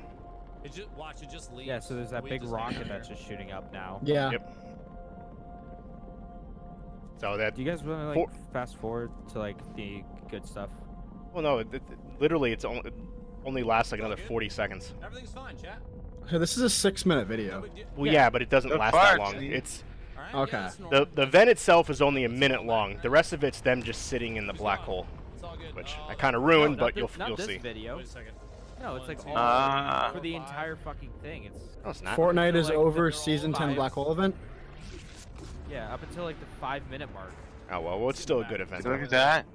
Speaker 7: It just, watch it just leaves.
Speaker 3: Yeah, so there's that
Speaker 7: We
Speaker 3: big
Speaker 7: just
Speaker 3: rocket
Speaker 7: hang out
Speaker 3: that's
Speaker 7: here.
Speaker 3: just shooting up now.
Speaker 4: Yeah.
Speaker 2: Yep. So that
Speaker 3: Do you guys want to like
Speaker 2: Four-
Speaker 3: fast forward to like the good stuff?
Speaker 2: Well, no, it, it, literally, it's only, it only lasts like another 40 seconds.
Speaker 7: Everything's fine, chat.
Speaker 4: So this is a six minute
Speaker 7: No
Speaker 4: video.
Speaker 7: big deal.
Speaker 2: Well, yeah, but it doesn't
Speaker 5: Good
Speaker 2: last
Speaker 5: fart,
Speaker 2: that long.
Speaker 5: Steve.
Speaker 2: It's
Speaker 7: All right,
Speaker 4: Okay.
Speaker 7: Yeah, it's
Speaker 2: the
Speaker 7: normal.
Speaker 2: the event itself is only a minute long. The rest of it's them just sitting in the
Speaker 7: It's
Speaker 2: black
Speaker 7: fine.
Speaker 2: hole,
Speaker 7: It's all good.
Speaker 2: which
Speaker 7: Oh,
Speaker 2: I kind of ruined,
Speaker 3: No, not
Speaker 2: but
Speaker 3: thi-
Speaker 2: you'll
Speaker 3: not
Speaker 2: you'll
Speaker 3: this
Speaker 2: see.
Speaker 3: video.
Speaker 7: Wait a second.
Speaker 3: No, it's like
Speaker 7: One,
Speaker 3: all
Speaker 7: two,
Speaker 5: Ah.
Speaker 3: for the
Speaker 7: four, five.
Speaker 3: entire fucking thing. It's
Speaker 2: No, it's not.
Speaker 4: Fortnite is
Speaker 3: Like,
Speaker 4: over
Speaker 7: they're
Speaker 4: season
Speaker 7: all
Speaker 4: ten
Speaker 7: vibes.
Speaker 4: black hole event.
Speaker 3: yeah, up until like the 5 minute mark.
Speaker 2: Oh well, well, it's still a good event.
Speaker 5: Look
Speaker 2: though.
Speaker 5: at that.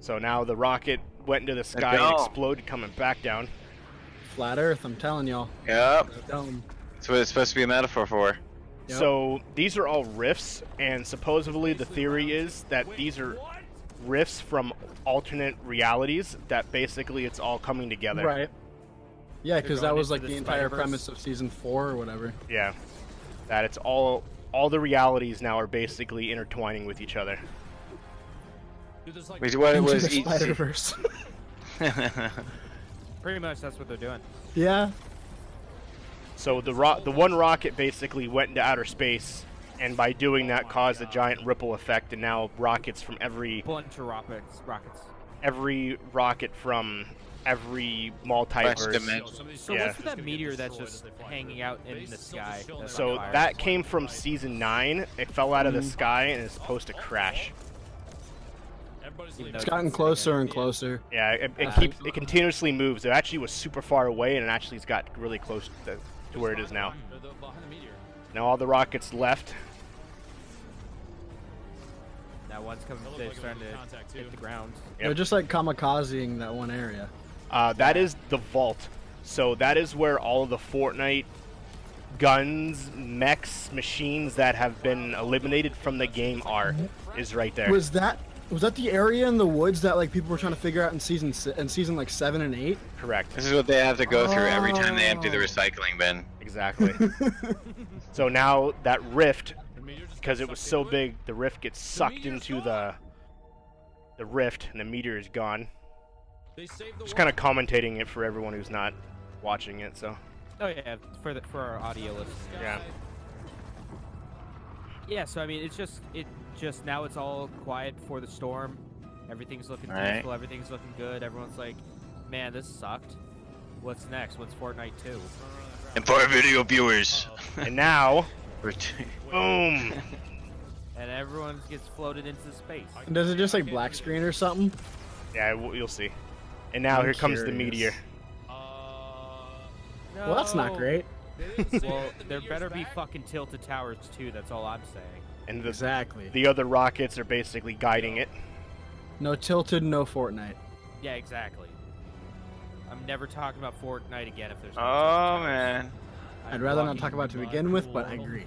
Speaker 2: So now the rocket went into the sky
Speaker 5: go.
Speaker 2: and exploded, coming back down.
Speaker 4: Flat Earth. I'm telling y'all.
Speaker 5: Yep.
Speaker 4: Dumb.
Speaker 5: That's what it's supposed to be a metaphor for.
Speaker 4: Yep.
Speaker 2: So these are all riffs, and supposedly the theory is that these are riffs from alternate realities. That basically it's all coming together.
Speaker 4: Right. Yeah, because that
Speaker 3: going
Speaker 4: was
Speaker 3: into
Speaker 4: like
Speaker 3: the
Speaker 4: the entire
Speaker 3: Spider-Verse.
Speaker 4: premise of season four or whatever.
Speaker 2: Yeah. That it's all all the realities now are basically intertwining with each other.
Speaker 7: Dude, there's like
Speaker 5: Which what it
Speaker 4: Into
Speaker 5: was
Speaker 4: the
Speaker 5: each.
Speaker 4: Spider-Verse.
Speaker 3: Pretty much that's what they're doing.
Speaker 4: yeah.
Speaker 2: So the ro- the one rocket basically went into outer space, and by doing that caused a giant ripple effect, and now rockets from every
Speaker 3: Bunch of rockets. Rockets.
Speaker 2: every rocket from every
Speaker 5: Bunch of
Speaker 2: multiverse.
Speaker 5: dimen-
Speaker 7: Yo, some of these
Speaker 3: So
Speaker 2: Yeah.
Speaker 3: what's with
Speaker 7: soldiers just
Speaker 3: that
Speaker 7: gonna get
Speaker 3: meteor that's
Speaker 7: destroyed
Speaker 3: just
Speaker 7: as they fly
Speaker 3: hanging
Speaker 7: through.
Speaker 3: out in
Speaker 7: Base
Speaker 3: the
Speaker 7: still
Speaker 3: sky
Speaker 7: just chilling
Speaker 3: that's
Speaker 7: there.
Speaker 2: So that came from season nine. It fell out of the sky and is supposed to crash.
Speaker 7: Everybody's
Speaker 3: Even
Speaker 7: leaving.
Speaker 3: though
Speaker 4: It's gotten closer and closer.
Speaker 2: Yeah, it, it
Speaker 4: Uh,
Speaker 2: keeps it continuously moves. It actually was super far away, and it actually has got really close to, to where it is now.
Speaker 7: They're the- behind the meteor.
Speaker 2: Now all the rockets left.
Speaker 3: That one's coming.
Speaker 7: That looked
Speaker 3: They're
Speaker 7: like it
Speaker 3: starting
Speaker 7: was
Speaker 3: to
Speaker 7: in contact,
Speaker 3: hit
Speaker 7: too.
Speaker 3: the ground.
Speaker 2: Yep.
Speaker 4: They're just like kamikazing that one area.
Speaker 2: Uh, that is the vault. So that is where all of the Fortnite guns, mechs, machines that have been eliminated from the game are. Is right there.
Speaker 4: Was that was that the area in the woods that like people were trying to figure out in season si- in season like seven and eight?
Speaker 2: Correct.
Speaker 5: This is what they have to go through every time they empty the
Speaker 4: Oh.
Speaker 5: recycling bin.
Speaker 2: Exactly. so now that rift,
Speaker 7: The meteor just
Speaker 2: because
Speaker 7: got
Speaker 2: it was
Speaker 7: sucked
Speaker 2: so
Speaker 7: into
Speaker 2: big, the rift gets sucked
Speaker 7: meteor's
Speaker 2: into the
Speaker 7: gone.
Speaker 2: the rift, and the meteor is gone.
Speaker 7: They saved the
Speaker 2: Just kind of commentating it for everyone who's not watching it. So
Speaker 3: Oh yeah, for the for our audio listeners.
Speaker 2: yeah,
Speaker 3: Yeah, so I mean, it's just it just now it's all quiet before the storm. Everything's looking
Speaker 5: Right.
Speaker 3: peaceful. Everything's looking good. Everyone's like, "Man, this sucked. What's next? What's Fortnite 2?"
Speaker 5: And for our video viewers,
Speaker 2: and now,
Speaker 5: we're t-
Speaker 2: boom.
Speaker 3: And everyone gets floated into space.
Speaker 4: And does it just like black screen or something?
Speaker 2: Yeah, w- you'll see. And now
Speaker 4: I'm
Speaker 2: here comes the
Speaker 4: curious.
Speaker 2: meteor.
Speaker 7: Uh,
Speaker 3: No.
Speaker 4: Well, that's not great.
Speaker 7: they didn't say
Speaker 3: Well,
Speaker 7: that the
Speaker 3: there
Speaker 7: meteor's
Speaker 3: better be
Speaker 7: back.
Speaker 3: fucking tilted towers too. That's all I'm saying.
Speaker 2: And the
Speaker 4: Exactly.
Speaker 2: the other rockets are basically guiding it.
Speaker 4: No tilted, no Fortnite.
Speaker 3: Yeah, exactly. I'm never talking about Fortnite again if there's. no
Speaker 2: Uh,
Speaker 5: Oh
Speaker 3: tilted towers.
Speaker 5: man.
Speaker 4: I'd rather not
Speaker 3: fucking
Speaker 4: talk about it to
Speaker 7: not
Speaker 4: begin with, but I
Speaker 7: cool.
Speaker 4: agree.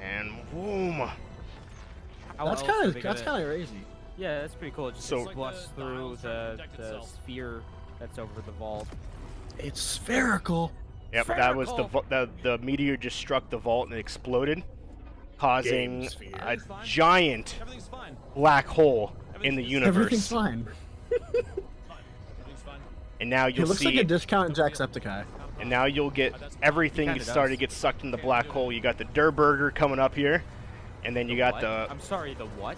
Speaker 2: And boom.
Speaker 3: How else
Speaker 4: that's
Speaker 3: are
Speaker 4: kind
Speaker 3: they
Speaker 4: of that's
Speaker 3: gonna-
Speaker 4: kind of crazy.
Speaker 3: Yeah, that's pretty cool. It just
Speaker 2: So-
Speaker 3: so,
Speaker 2: It's like
Speaker 7: the- the
Speaker 3: through
Speaker 7: island's trying to
Speaker 3: the,
Speaker 7: protect
Speaker 3: the
Speaker 7: itself.
Speaker 3: sphere that's over the vault.
Speaker 4: It's spherical.
Speaker 2: Yep, that was the,
Speaker 3: Spherical.
Speaker 2: vo- the the meteor just struck the vault and it exploded, causing
Speaker 4: Game sphere.
Speaker 2: a
Speaker 7: Everything's fine.
Speaker 2: giant
Speaker 7: Everything's fine.
Speaker 2: black hole in the
Speaker 7: Everything's-
Speaker 2: universe.
Speaker 4: Everything's fine.
Speaker 7: Fine. Everything's fine.
Speaker 2: And now
Speaker 4: It
Speaker 2: you'll
Speaker 4: looks like
Speaker 2: see
Speaker 4: a discount Jacksepticeye.
Speaker 2: and now you'll get everything
Speaker 3: Oh, Kinda
Speaker 2: you started
Speaker 3: does.
Speaker 2: to get sucked in the black hole. You got the Durburger coming up here, and then you got
Speaker 3: What?
Speaker 2: the
Speaker 3: I'm sorry, the what?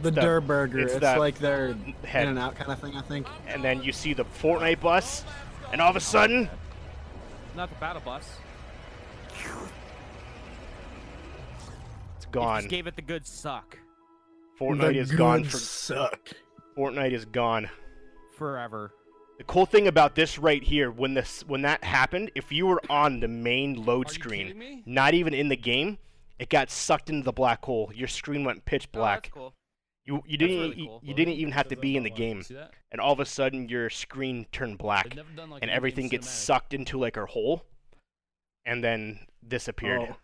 Speaker 4: The
Speaker 2: That-
Speaker 4: Der Burger.
Speaker 2: it's
Speaker 4: It's,
Speaker 2: that
Speaker 4: like their
Speaker 2: head.
Speaker 4: in and out kind of thing. I think.
Speaker 2: and then you see the Fortnite bus, and all of a sudden,
Speaker 3: Not the battle bus.
Speaker 2: it's
Speaker 3: It
Speaker 2: gone.
Speaker 3: just gave it the good suck
Speaker 2: Fortnite
Speaker 4: The
Speaker 2: is gone
Speaker 4: goods
Speaker 2: for
Speaker 4: suck.
Speaker 2: Fortnite is gone.
Speaker 3: forever.
Speaker 2: The cool thing about this right here, when this when that happened, if you were on the main load
Speaker 7: Are you kidding
Speaker 2: screen,
Speaker 7: me?
Speaker 2: not even in the game, it got sucked into the black hole. Your screen went pitch black. You you
Speaker 3: That's
Speaker 2: didn't
Speaker 3: really
Speaker 2: e-
Speaker 3: cool.
Speaker 2: you didn't even have to
Speaker 7: Says
Speaker 2: be
Speaker 7: that
Speaker 2: in the
Speaker 7: lot.
Speaker 2: game,
Speaker 7: See that?
Speaker 2: and all of a sudden your screen turned black,
Speaker 7: They've never done, like,
Speaker 2: and
Speaker 7: an
Speaker 2: everything
Speaker 7: Indian
Speaker 2: gets
Speaker 7: cinematic.
Speaker 2: sucked into like a hole, and then disappeared.
Speaker 4: Oh.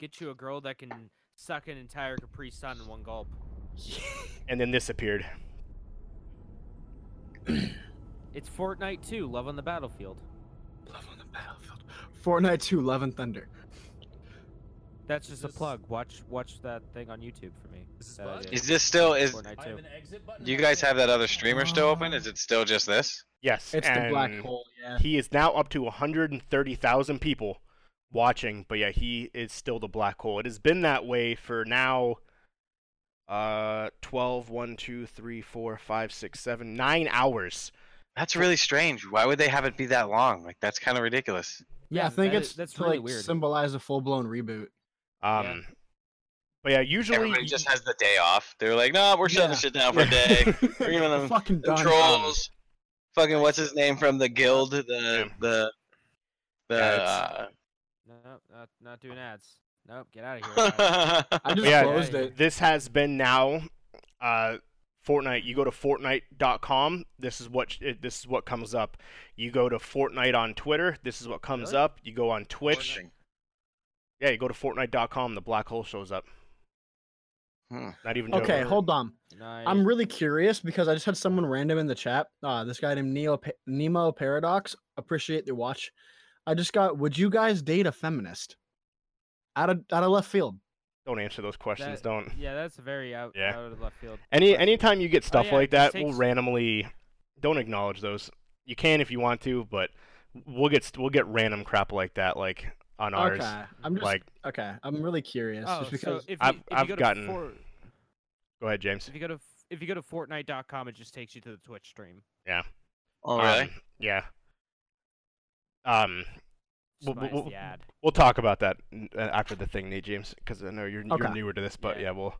Speaker 3: Get you a girl that can suck an entire Capri Sun in one gulp.
Speaker 2: And then disappeared.
Speaker 3: It's Fortnite 2, Love on the Battlefield.
Speaker 4: Love on the battlefield. Fortnite 2, Love and Thunder.
Speaker 3: That's just a
Speaker 7: This-
Speaker 3: plug. Watch watch that thing on YouTube for me.
Speaker 7: This is
Speaker 3: that I
Speaker 7: Bud?
Speaker 3: did.
Speaker 5: Is this still is
Speaker 3: Fortnite
Speaker 7: I
Speaker 3: 2.
Speaker 7: have an exit button.
Speaker 5: do you guys have that other streamer still open? Is it still just this?
Speaker 2: Yes,
Speaker 4: It's the black
Speaker 2: and
Speaker 4: hole. Yeah.
Speaker 2: He is now up to 130,000 people watching, but yeah, he is still the black hole. It has been that way for now uh 12 1 2 3 4 5 6 7 9 hours.
Speaker 5: That's really strange. Why would they have it be that long? Like that's kind of ridiculous.
Speaker 4: Yeah, I
Speaker 3: Yeah,
Speaker 4: think
Speaker 3: that
Speaker 4: it's
Speaker 3: is- that's
Speaker 4: to
Speaker 3: really
Speaker 4: like
Speaker 3: weird.
Speaker 4: symbolize a full blown reboot.
Speaker 2: Um But yeah, usually
Speaker 5: Everybody just has the day off. They're like, no, we're shutting
Speaker 4: Yeah.
Speaker 5: shit down for a day. We're giving
Speaker 4: The
Speaker 5: them
Speaker 4: fucking
Speaker 5: The
Speaker 4: done.
Speaker 5: trolls. Fucking what's his name from the guild? The
Speaker 2: Yeah.
Speaker 5: the the. uh,
Speaker 2: Yeah,
Speaker 3: No, no, not, not doing ads. Nope, get out of here. guys.
Speaker 5: uh,
Speaker 4: I just
Speaker 2: Yeah.
Speaker 4: closed
Speaker 3: Yeah,
Speaker 4: it.
Speaker 2: this has been now uh Fortnite, you go to fortnite.com. This is what it, this is what comes up. You go to Fortnite on Twitter. This is what comes
Speaker 3: Really?
Speaker 2: up. You go on Twitch.
Speaker 5: Fortnite.
Speaker 2: Yeah, you go to fortnite.com. The black hole shows up.
Speaker 5: Hmm.
Speaker 2: Not even joking.
Speaker 4: Okay, hold on.
Speaker 3: Nice.
Speaker 4: I'm really curious because I just had someone random in the chat. Uh, this guy named Neo pa- Nemo Paradox. Appreciate the watch. I just got. Would you guys date a feminist? Out of out of left field.
Speaker 2: Don't answer those questions.
Speaker 3: That-
Speaker 2: Don't.
Speaker 3: Yeah, that's very out,
Speaker 2: Yeah.
Speaker 3: out of left field.
Speaker 2: Any
Speaker 3: question.
Speaker 2: anytime you get stuff
Speaker 3: yeah,
Speaker 2: like
Speaker 3: it
Speaker 2: that,
Speaker 3: just
Speaker 2: we'll
Speaker 3: takes-
Speaker 2: randomly. Don't acknowledge those. You can if you want to, but we'll get st- we'll get random crap like that, like on ours.
Speaker 4: Okay, I'm just
Speaker 2: Like,
Speaker 4: okay. I'm really curious.
Speaker 3: Oh,
Speaker 4: just because
Speaker 3: so if you,
Speaker 2: I've-
Speaker 3: if
Speaker 2: I've
Speaker 3: you go to
Speaker 2: gotten-
Speaker 3: Fort-
Speaker 2: go ahead, James.
Speaker 3: if you go to f- if you go to Fortnite.com, it just takes you to the Twitch stream.
Speaker 5: Oh, really?
Speaker 2: Um, yeah. Um,
Speaker 3: Just
Speaker 2: Well, well,
Speaker 3: minus
Speaker 2: well,
Speaker 3: the ad.
Speaker 2: we'll talk about that n- uh, after the thing, Nate James, because I know you're, you're
Speaker 4: Okay.
Speaker 2: newer to this, but yeah.
Speaker 3: Yeah.
Speaker 2: we'll.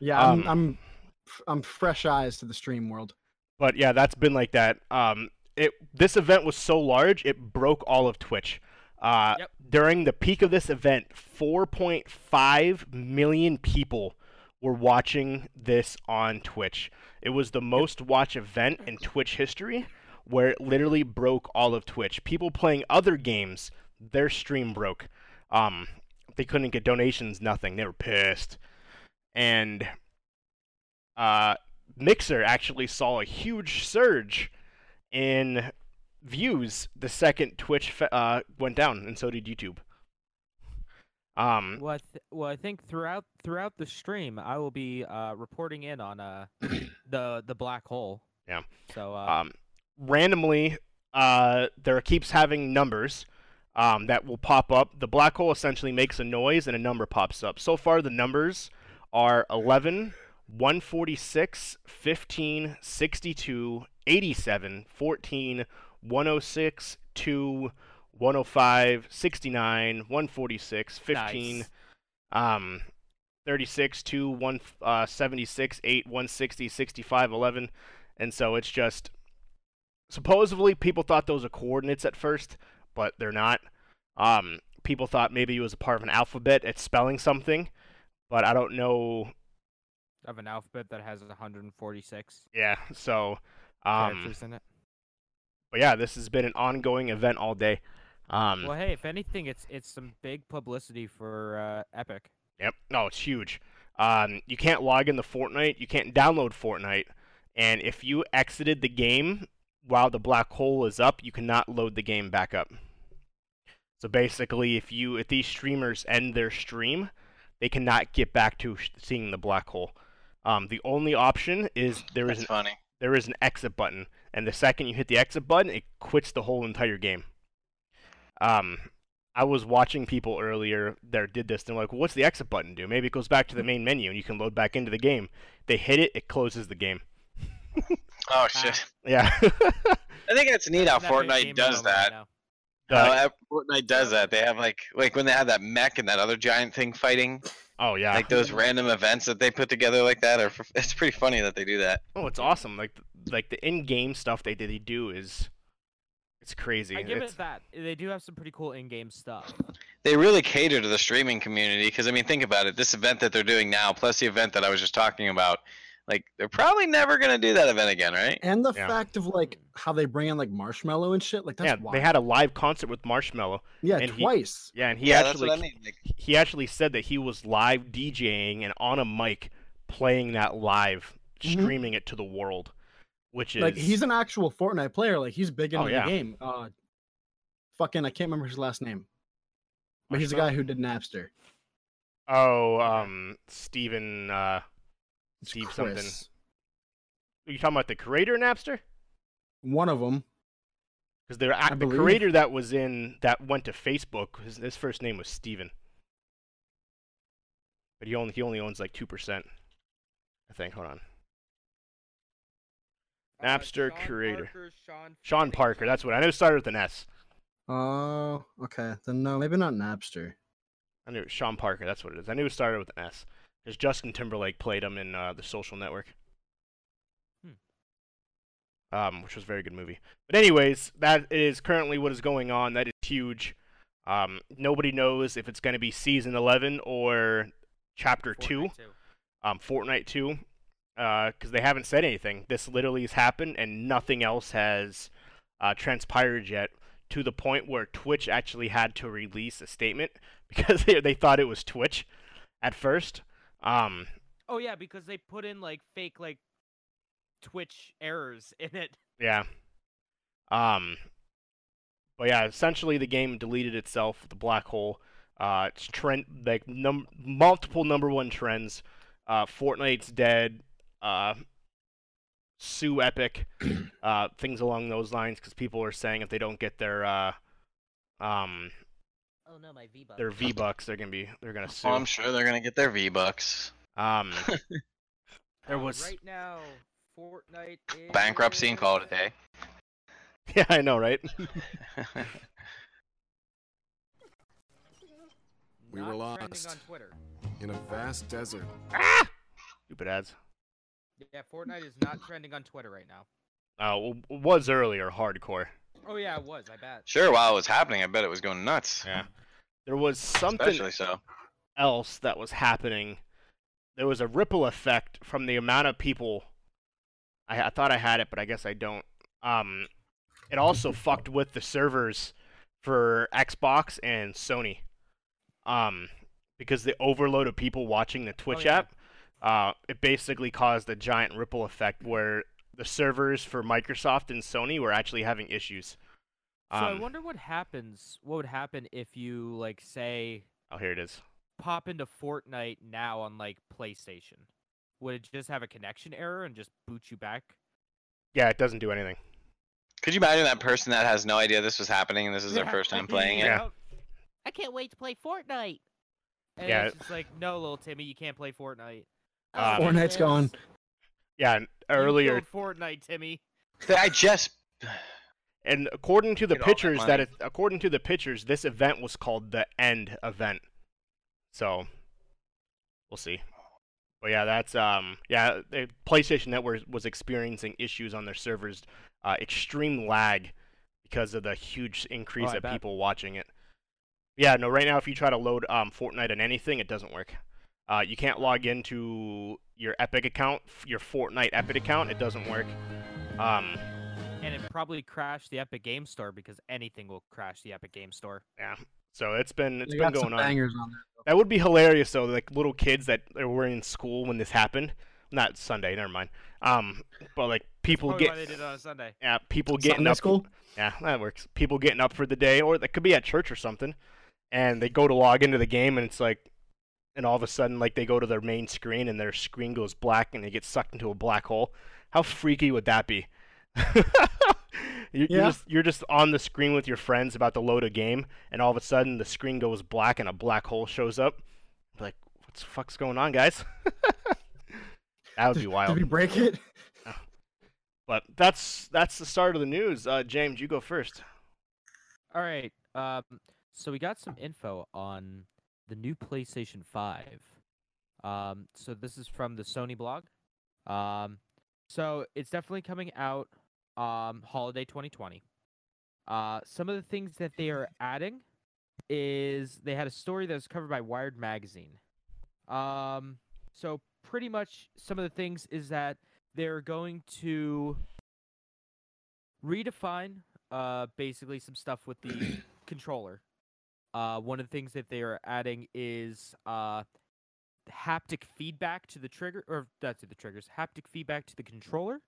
Speaker 4: yeah,
Speaker 2: um,
Speaker 4: I'm, I'm f- I'm fresh eyes to the stream world.
Speaker 2: But yeah, that's been like that. Um, it this event was so large it broke all of Twitch. Uh,
Speaker 3: Yep.
Speaker 2: during the peak of this event, 4.5 million people were watching this on Twitch. It was the most watch event in Twitch history, where it literally broke all of Twitch. People playing other games, their stream broke. Um, they couldn't get donations, nothing. They were pissed. And uh, Mixer actually saw a huge surge in views the second Twitch fe- uh, went down, and so did YouTube. Um,
Speaker 3: Well, I th- well, I think throughout throughout the stream, I will be uh, reporting in on uh the the black hole.
Speaker 2: Yeah.
Speaker 3: So uh,
Speaker 2: um, randomly, uh, there keeps having numbers um, that will pop up. The black hole essentially makes a noise, and a number pops up. So far, the numbers are 11, 146, 15, 62, 87, 14, 106, 2, 105, 69, 146, 15,
Speaker 3: nice.
Speaker 2: um 36 2 1 uh 76 8 160 65 11 and so it's just supposedly people thought those are coordinates at first but they're not um people thought maybe it was a part of an alphabet it's spelling something but i don't know
Speaker 3: of an alphabet that has 146
Speaker 2: yeah so um
Speaker 3: characters in it.
Speaker 2: but yeah this has been an ongoing event all day um
Speaker 3: Well, hey, if anything, it's it's some big publicity for uh, Epic.
Speaker 2: Yep. No, it's huge. Um, you can't log into Fortnite. You can't download Fortnite. And if you exited the game while the black hole is up, you cannot load the game back up. So basically, if you if these streamers end their stream, they cannot get back to sh- seeing the black hole. Um, the only option is there is
Speaker 5: That's
Speaker 2: an,
Speaker 5: funny.
Speaker 2: there is an exit button, and the second you hit the exit button, it quits the whole entire game. Um, I was watching people earlier that did this. They're like, well, "What's the exit button do? Maybe it goes back to the main menu, and you can load back into the game." They hit it, it closes the game.
Speaker 5: Oh shit!
Speaker 2: Yeah,
Speaker 5: I think that's neat how
Speaker 3: Isn't that big
Speaker 5: Fortnite
Speaker 3: gamer moment
Speaker 5: does
Speaker 3: right
Speaker 5: that.
Speaker 3: now?
Speaker 2: The-
Speaker 5: How Fortnite does that. They have like like when they have that mech and that other giant thing fighting,
Speaker 2: oh yeah.
Speaker 5: like those random events that they put together like that. Are f- it's pretty funny that they do that.
Speaker 2: oh, it's awesome. Like like the in-game stuff they they do is it's crazy.
Speaker 3: I give
Speaker 2: It's-
Speaker 3: it that they do have some pretty cool in-game stuff.
Speaker 5: They really cater to the streaming community because I mean, think about it. This event that they're doing now, plus the event that I was just talking about, like they're probably never gonna do that event again, right?
Speaker 4: And the
Speaker 2: yeah.
Speaker 4: fact of like how they bring in like marshmallow and shit, like that's
Speaker 2: yeah,
Speaker 4: wild.
Speaker 2: they had a live concert with Marshmello.
Speaker 4: yeah
Speaker 2: and he-
Speaker 4: twice.
Speaker 2: Yeah, and he
Speaker 5: yeah,
Speaker 2: actually
Speaker 5: that's what I mean. Like,
Speaker 2: he actually said that he was live DJing and on a mic playing that live,
Speaker 4: Mhm.
Speaker 2: streaming it to the world, which is
Speaker 4: Like he's an actual Fortnite player. Like he's big
Speaker 2: Oh,
Speaker 4: into
Speaker 2: yeah.
Speaker 4: the game. Uh, fucking, I can't remember his last name, but he's the guy who did Napster.
Speaker 2: oh um Steven uh
Speaker 4: It's
Speaker 2: Steve something.
Speaker 4: Chris.
Speaker 2: Are you talking about the creator of Napster?
Speaker 4: One of them.
Speaker 2: Because the act- the
Speaker 4: believe.
Speaker 2: creator that was in that went to Facebook, his, his first name was Steven. But he only he only owns like two percent, I think. Hold on. Napster
Speaker 3: Sean
Speaker 2: creator.
Speaker 3: Parker, Sean,
Speaker 2: Sean
Speaker 3: Fennick,
Speaker 2: Parker, that's what I know. it Started with an S.
Speaker 4: Oh, okay. Then no, maybe not Napster.
Speaker 2: I knew it, Sean Parker. That's what it is. I knew it started with an S because Justin Timberlake played him in uh, the Social Network, um, which was a very good movie. But anyways, that is currently what is going on. That is huge. Um, nobody knows if it's going to be season eleven or chapter
Speaker 3: Fortnite
Speaker 2: two, um, Fortnite two. because they haven't said anything. This literally has happened, and nothing else has uh, transpired yet. To the point where Twitch actually had to release a statement because they, they thought it was Twitch at first. Um,
Speaker 3: Oh yeah, because they put in like fake like Twitch errors in it.
Speaker 2: Yeah. Um. But yeah, essentially the game deleted itself. The black hole. Uh, it's trend like num- multiple number one trends. Uh, Fortnite's dead. Uh, sue Epic. uh, things along those lines because people are saying if they don't get their uh, um,
Speaker 8: Oh no, my V-Bucks.
Speaker 2: their V bucks, they're gonna be they're gonna sue.
Speaker 5: Well, oh, I'm sure they're gonna get their V bucks.
Speaker 2: Um. There
Speaker 3: Uh,
Speaker 2: was-
Speaker 3: right now Fortnite is...
Speaker 5: Bankruptcy and call it a day.
Speaker 2: Yeah, I know, right?
Speaker 9: We
Speaker 3: not
Speaker 9: were
Speaker 3: Trending on
Speaker 9: lost.
Speaker 3: Twitter.
Speaker 9: In a vast desert.
Speaker 2: Stupid ads.
Speaker 3: Yeah, Fortnite is not trending on Twitter right now.
Speaker 2: Uh, w- was earlier hardcore.
Speaker 3: Oh yeah, it was. I bet.
Speaker 5: sure, while it was happening, I bet it was going nuts.
Speaker 2: Yeah. There was something
Speaker 5: Especially so.
Speaker 2: else that was happening, there was a ripple effect from the amount of people. I, I thought I had it, but I guess I don't. Um, it also fucked with the servers for Xbox and Sony, um, because the overload of people watching the Twitch
Speaker 3: Oh, yeah.
Speaker 2: app, uh, it basically caused a giant ripple effect where the servers for Microsoft and Sony were actually having issues.
Speaker 3: so I
Speaker 2: Um,
Speaker 3: wonder what happens. What would happen if you like say
Speaker 2: Oh, here it is.
Speaker 3: pop into Fortnite now on like PlayStation? Would it just have a connection error and just boot you back?
Speaker 2: Yeah, it doesn't do anything.
Speaker 5: Could you imagine that person that has no idea this was happening and this is their first time playing it?
Speaker 2: Yeah.
Speaker 8: I can't wait to play Fortnite.
Speaker 3: And
Speaker 2: Yeah.
Speaker 3: it's just like, no, little Timmy, you can't play Fortnite.
Speaker 8: Oh,
Speaker 2: Uh,
Speaker 4: Fortnite's gone.
Speaker 2: Yeah, and
Speaker 3: You
Speaker 2: earlier
Speaker 3: killed Fortnite, Timmy.
Speaker 5: Th- I just.
Speaker 2: And according to the
Speaker 5: Get all that
Speaker 2: pictures that,
Speaker 5: money.
Speaker 2: it, according to the pictures, this event was called the End Event. So we'll see. But yeah, that's um yeah, the PlayStation Network was experiencing issues on their servers, uh, extreme lag because of the huge
Speaker 5: Oh,
Speaker 2: increase
Speaker 3: I
Speaker 2: of
Speaker 3: bet.
Speaker 2: people watching it. Yeah, no, right now if you try to load um, Fortnite on anything, it doesn't work. Uh, you can't log into your Epic account, f- your Fortnite Epic account, it doesn't work. Um,
Speaker 3: And it probably crashed the Epic Game Store because anything will crash the Epic Game Store.
Speaker 2: so it's been it's
Speaker 4: They
Speaker 2: been
Speaker 4: got some
Speaker 2: going on.
Speaker 4: bangers on there.
Speaker 2: That would be hilarious, though. Like little kids that were in school when this happened. Not Sunday, never mind. Um, but like people
Speaker 3: Probably
Speaker 2: get,
Speaker 3: why they did it on a Sunday.
Speaker 2: yeah, people
Speaker 4: Sunday
Speaker 2: getting up.
Speaker 4: school?
Speaker 2: Yeah, that works. People getting up for the day, or that could be at church or something, and they go to log into the game, and it's like, and all of a sudden, like they go to their main screen, and their screen goes black, and they get sucked into a black hole. How freaky would that be? you're, you're
Speaker 4: Yeah.
Speaker 2: just you're just on the screen with your friends about to load a game, and all of a sudden the screen goes black, and a black hole shows up. Like, what the fuck's going on, guys? that would be
Speaker 4: Did-
Speaker 2: wild.
Speaker 4: Did we break it?
Speaker 2: But that's that's the start of the news. Uh, James, you go first.
Speaker 3: All right. Um, so we got some info on the new PlayStation 5. Um, so this is from the Sony blog. Um, so it's definitely coming out um, holiday 2020. Uh, some of the things that they are adding is they had a story that was covered by Wired Magazine. Um, so pretty much some of the things is that they're going to redefine uh, basically some stuff with the controller. Uh, one of the things that they are adding is uh, haptic feedback to the trigger, or not to the triggers, haptic feedback to the controller.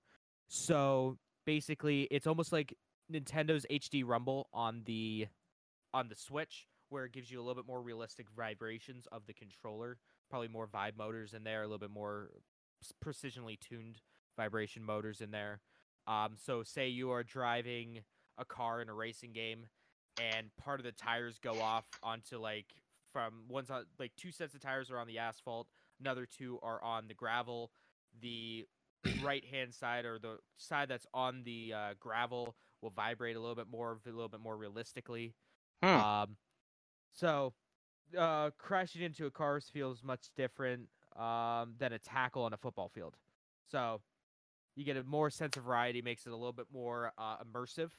Speaker 3: So basically, it's almost like Nintendo's HD Rumble on the on the Switch, where it gives you a little bit more realistic vibrations of the controller. Probably more vibe motors in there, a little bit more s- precisionally tuned vibration motors in there. Um, so say you are driving a car in a racing game and part of the tires go off onto like from one's on like two sets of tires are on the asphalt another two are on the gravel the right hand side or the side that's on the uh, gravel will vibrate a little bit more a little bit more realistically
Speaker 5: Hmm.
Speaker 3: um so uh crashing into a car feels much different um than a tackle on a football field so you get a more sense of variety makes it a little bit more uh, immersive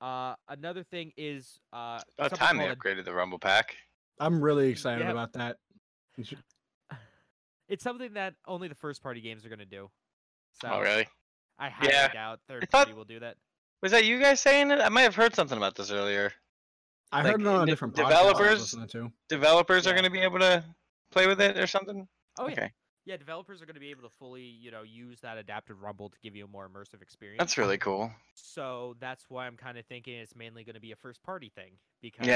Speaker 3: uh, another thing is uh,
Speaker 5: About
Speaker 3: something
Speaker 5: Oh, time they
Speaker 3: called a-
Speaker 5: upgraded the Rumble Pack.
Speaker 4: I'm really excited
Speaker 3: Yeah.
Speaker 4: about that.
Speaker 3: It's something that only the first party games are gonna do. So
Speaker 5: Oh, really?
Speaker 3: I highly
Speaker 5: Yeah.
Speaker 3: doubt third
Speaker 5: thought-
Speaker 3: party will do that.
Speaker 5: Was that you guys saying it? I might have heard something about this earlier.
Speaker 4: I
Speaker 5: Like,
Speaker 4: heard it on a
Speaker 5: de-
Speaker 4: different podcast I was
Speaker 5: developers-
Speaker 4: listening to.
Speaker 5: Developers are
Speaker 3: Yeah.
Speaker 5: going to be able to play with it or something.
Speaker 3: Oh yeah.
Speaker 5: okay,
Speaker 3: Yeah, developers are going to be able to fully, you know, use that adaptive rumble to give you a more immersive experience.
Speaker 5: that's really cool.
Speaker 3: So that's why I'm kind of thinking it's mainly going to be a first party thing because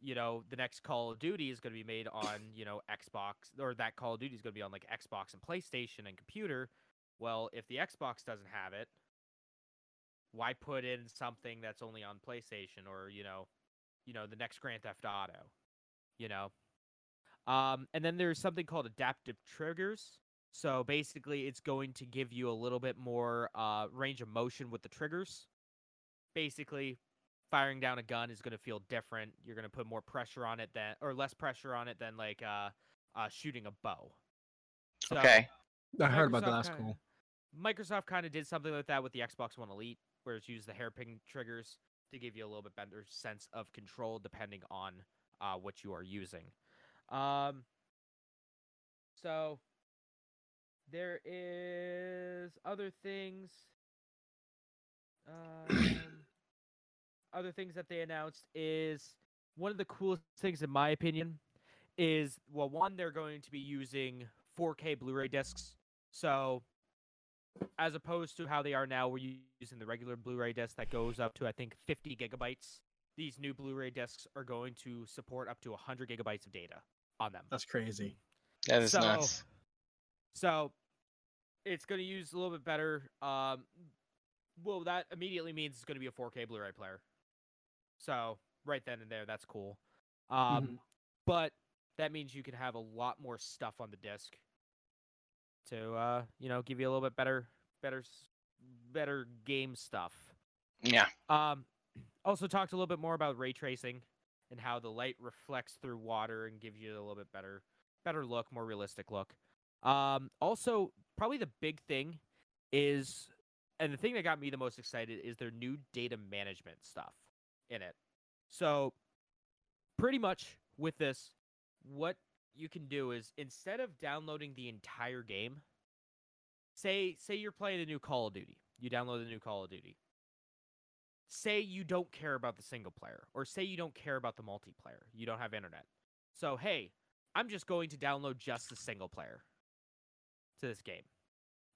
Speaker 3: you know, the next Call of Duty is going to be made on, you know, Xbox or that Call of Duty is going to be on like Xbox and PlayStation and computer. Well, if the Xbox doesn't have it, why put in something that's only on PlayStation or, you know, you know, the next Grand Theft Auto, you know? Um, and then there's something called adaptive triggers. So basically, it's going to give you a little bit more uh, range of motion with the triggers. Basically, firing down a gun is going to feel different. You're going to put more pressure on it than, or less pressure on it than like uh, uh, shooting a bow. So
Speaker 5: Okay.
Speaker 4: I heard about that.
Speaker 3: Microsoft
Speaker 4: That's
Speaker 3: kinda-
Speaker 4: cool.
Speaker 3: Microsoft kind of did something like that with the Xbox One Elite, where it's used the hairpin triggers to give you a little bit better sense of control depending on uh, what you are using. Um, so there is other things, um, other things that they announced is one of the coolest things in my opinion is well one they're going to be using 4K Blu-ray discs, so as opposed to how they are now, we're u- using the regular Blu-ray disc that goes up to I think 50 gigabytes. These new Blu-ray discs are going to support up to 100 gigabytes of data on them.
Speaker 4: That's crazy.
Speaker 5: That is
Speaker 3: So-
Speaker 5: nuts.
Speaker 3: So it's going to use a little bit better. Um, well, that immediately means it's going to be a 4K Blu-ray player. So right then and there, that's cool. Um, But that means you can have a lot more stuff on the disc to, uh, you know, give you a little bit better, better, s- better game stuff.
Speaker 5: Yeah.
Speaker 3: Um, also talked a little bit more about ray tracing and how the light reflects through water and gives you a little bit better, better look, more realistic look. Um, also, probably the big thing is, and the thing that got me the most excited is their new data management stuff in it. So, pretty much with this, what you can do is instead of downloading the entire game, say say you're playing a new Call of Duty, you download the new Call of Duty say you don't care about the single player or say you don't care about the multiplayer you don't have internet so hey i'm just going to download just the single player to this game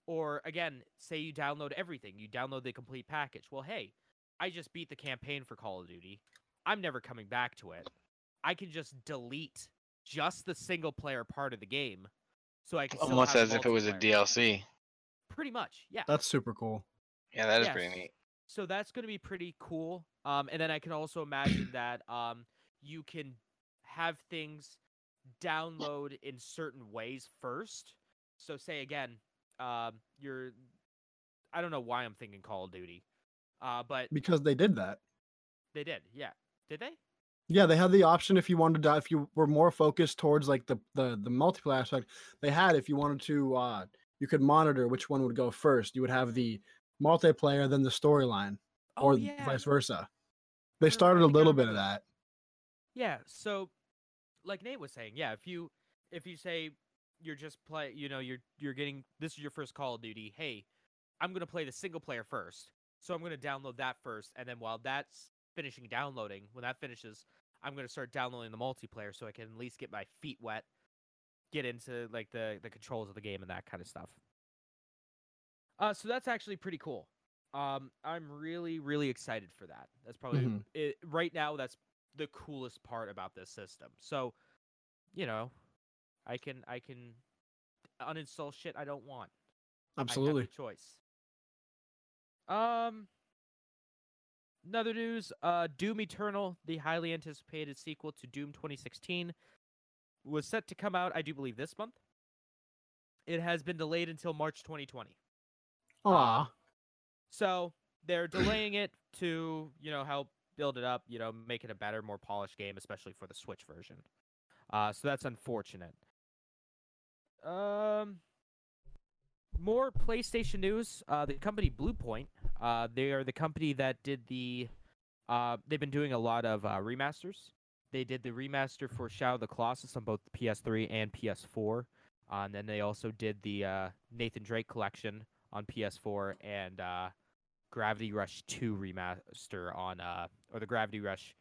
Speaker 3: or again say you download everything you download the complete package well hey i just beat the campaign for call of duty i'm never coming back to it i can just delete just the single player part of the game so i can still
Speaker 5: Almost
Speaker 3: have
Speaker 5: as if it was a
Speaker 3: multiplayer.
Speaker 5: DLC.
Speaker 3: pretty much yeah
Speaker 4: That's super cool.
Speaker 5: Yeah, that is
Speaker 3: Yes.
Speaker 5: pretty neat.
Speaker 3: so that's going to be pretty cool. Um, and then I can also imagine that um, you can have things download in certain ways first. So say again, um, you're, I don't know why I'm thinking Call of Duty, uh, but
Speaker 4: Because they did that.
Speaker 3: they did. Yeah, did they?
Speaker 4: Yeah, they had the option if you wanted to die, if you were more focused towards like the the the multiplayer aspect. They had if you wanted to, uh, you could monitor which one would go first. You would have the multiplayer, then the storyline, or
Speaker 3: oh, yeah.
Speaker 4: vice versa. They
Speaker 3: You're
Speaker 4: started a
Speaker 3: right, I
Speaker 4: little bit of
Speaker 3: remember
Speaker 4: that.
Speaker 3: Yeah. So, like Nate was saying, yeah, if you if you say you're just play, you know, you're you're getting this is your first Call of Duty. Hey, I'm gonna play the single player first, so I'm gonna download that first, and then while that's finishing downloading, when that finishes, I'm gonna start downloading the multiplayer so I can at least get my feet wet, get into like the the controls of the game and that kind of stuff. Uh, so that's actually pretty cool. Um, I'm really really excited for that. That's probably
Speaker 4: Mhm.
Speaker 3: it, right now. That's the coolest part about this system. So, you know, I can I can uninstall shit I don't want. I
Speaker 4: Absolutely.
Speaker 3: have the choice. Um, another news: uh, Doom Eternal, the highly anticipated sequel to Doom 2016, was set to come out, I do believe, this month. It has been delayed until March 2020.
Speaker 4: Aw,
Speaker 3: So they're delaying it to, you know, help build it up, you know, make it a better, more polished game, especially for the Switch version. Uh, so that's unfortunate. Um, more PlayStation news. Uh, the company Bluepoint, uh, they are the company that did the. Uh, they've been doing a lot of uh, remasters. They did the remaster for Shadow of the Colossus on both PS3 and PS4. Uh, and then they also did the uh, Nathan Drake collection on PS4 and uh, Gravity Rush 2 remaster on uh, or the Gravity Rush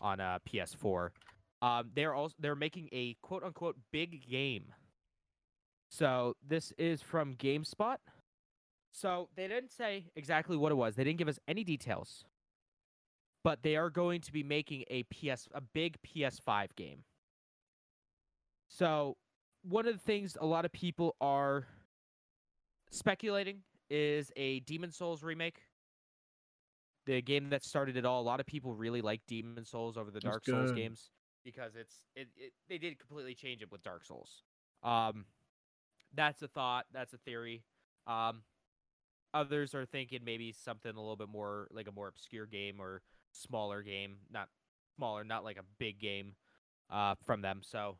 Speaker 3: on uh, PS4. Um, they're also they're making a quote unquote big game. So this is from GameSpot. So they didn't say exactly what it was. They didn't give us any details. But they are going to be making a PS a big PS5 game. So one of the things a lot of people are speculating is a Demon Souls remake. The game that started it all. A lot of people really like Demon Souls over the
Speaker 4: That's
Speaker 3: Dark Souls
Speaker 4: good.
Speaker 3: games because it's it, it they did completely change it with Dark Souls. Um that's a thought, that's a theory. Um others are thinking maybe something a little bit more like a more obscure game or smaller game, not smaller, not like a big game uh from them. So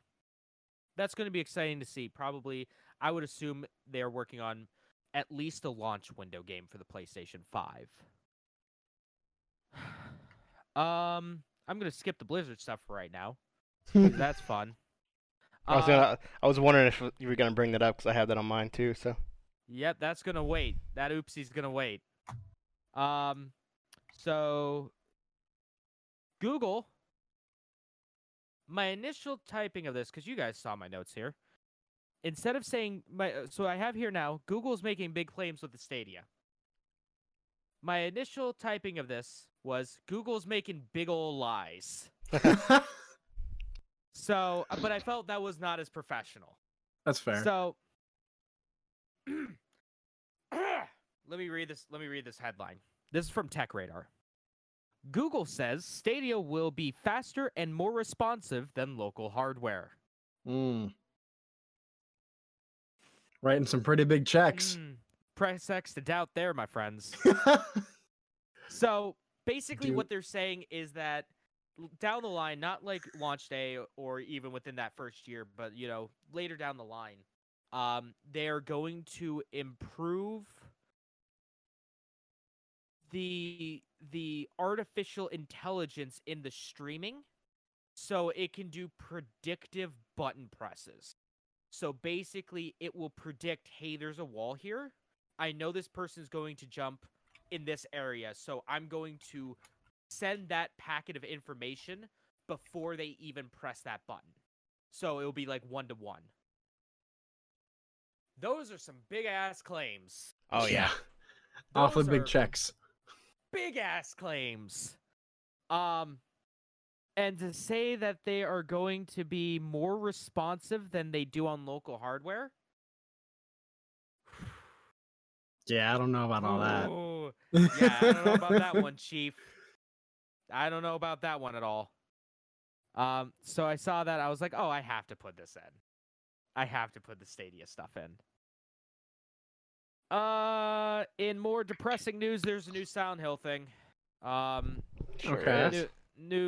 Speaker 3: that's going to be exciting to see. Probably, I would assume they're working on at least a launch window game for the PlayStation 5. um, I'm going to skip the Blizzard stuff for right now. 'cause that's fun.
Speaker 2: I was
Speaker 3: Uh,
Speaker 2: gonna, I was wondering if you were gonna bring that up because I have that on mine too. So
Speaker 3: Yep, that's gonna wait. That oopsie's gonna wait. Um, so Google. My initial typing of this, because you guys saw my notes here. Instead of saying my, uh, so I have here now, Google's making big claims with the Stadia. My initial typing of this was Google's making big ol' lies. So, uh, but I felt that was not as professional.
Speaker 4: That's fair.
Speaker 3: So let me read this let me read this headline. This is from Tech Radar. Google says Stadia will be faster and more responsive than local hardware.
Speaker 4: Mm. Writing some pretty big checks.
Speaker 3: Mm, press X to doubt there, my friends.
Speaker 4: That's
Speaker 3: So basically,
Speaker 4: Do-
Speaker 3: what they're saying is that l- down the line, not like launch day or even within that first year, but you know later down the line, um, they are going to improve the the artificial intelligence in the streaming, so it can do predictive button presses. So basically, it will predict, hey, there's a wall here. I know this person's going to jump in this area. So I'm going to send that packet of information before they even press that button. So it'll be like one to one. Those are some big ass claims.
Speaker 2: Oh yeah.
Speaker 4: Awfully
Speaker 3: Those
Speaker 4: big
Speaker 3: are
Speaker 4: checks.
Speaker 3: Big ass claims. Um and to say that they are going to be more responsive than they do on local hardware?
Speaker 4: Yeah, I don't know about all that.
Speaker 3: Ooh. yeah, I don't know about that one, Chief. I don't know about that one at all. Um, so I saw that I was like, oh, I have to put this in. I have to put the Stadia stuff in. Uh, in more depressing news, there's a new Sound Hill thing. Um,
Speaker 4: Okay.
Speaker 3: new,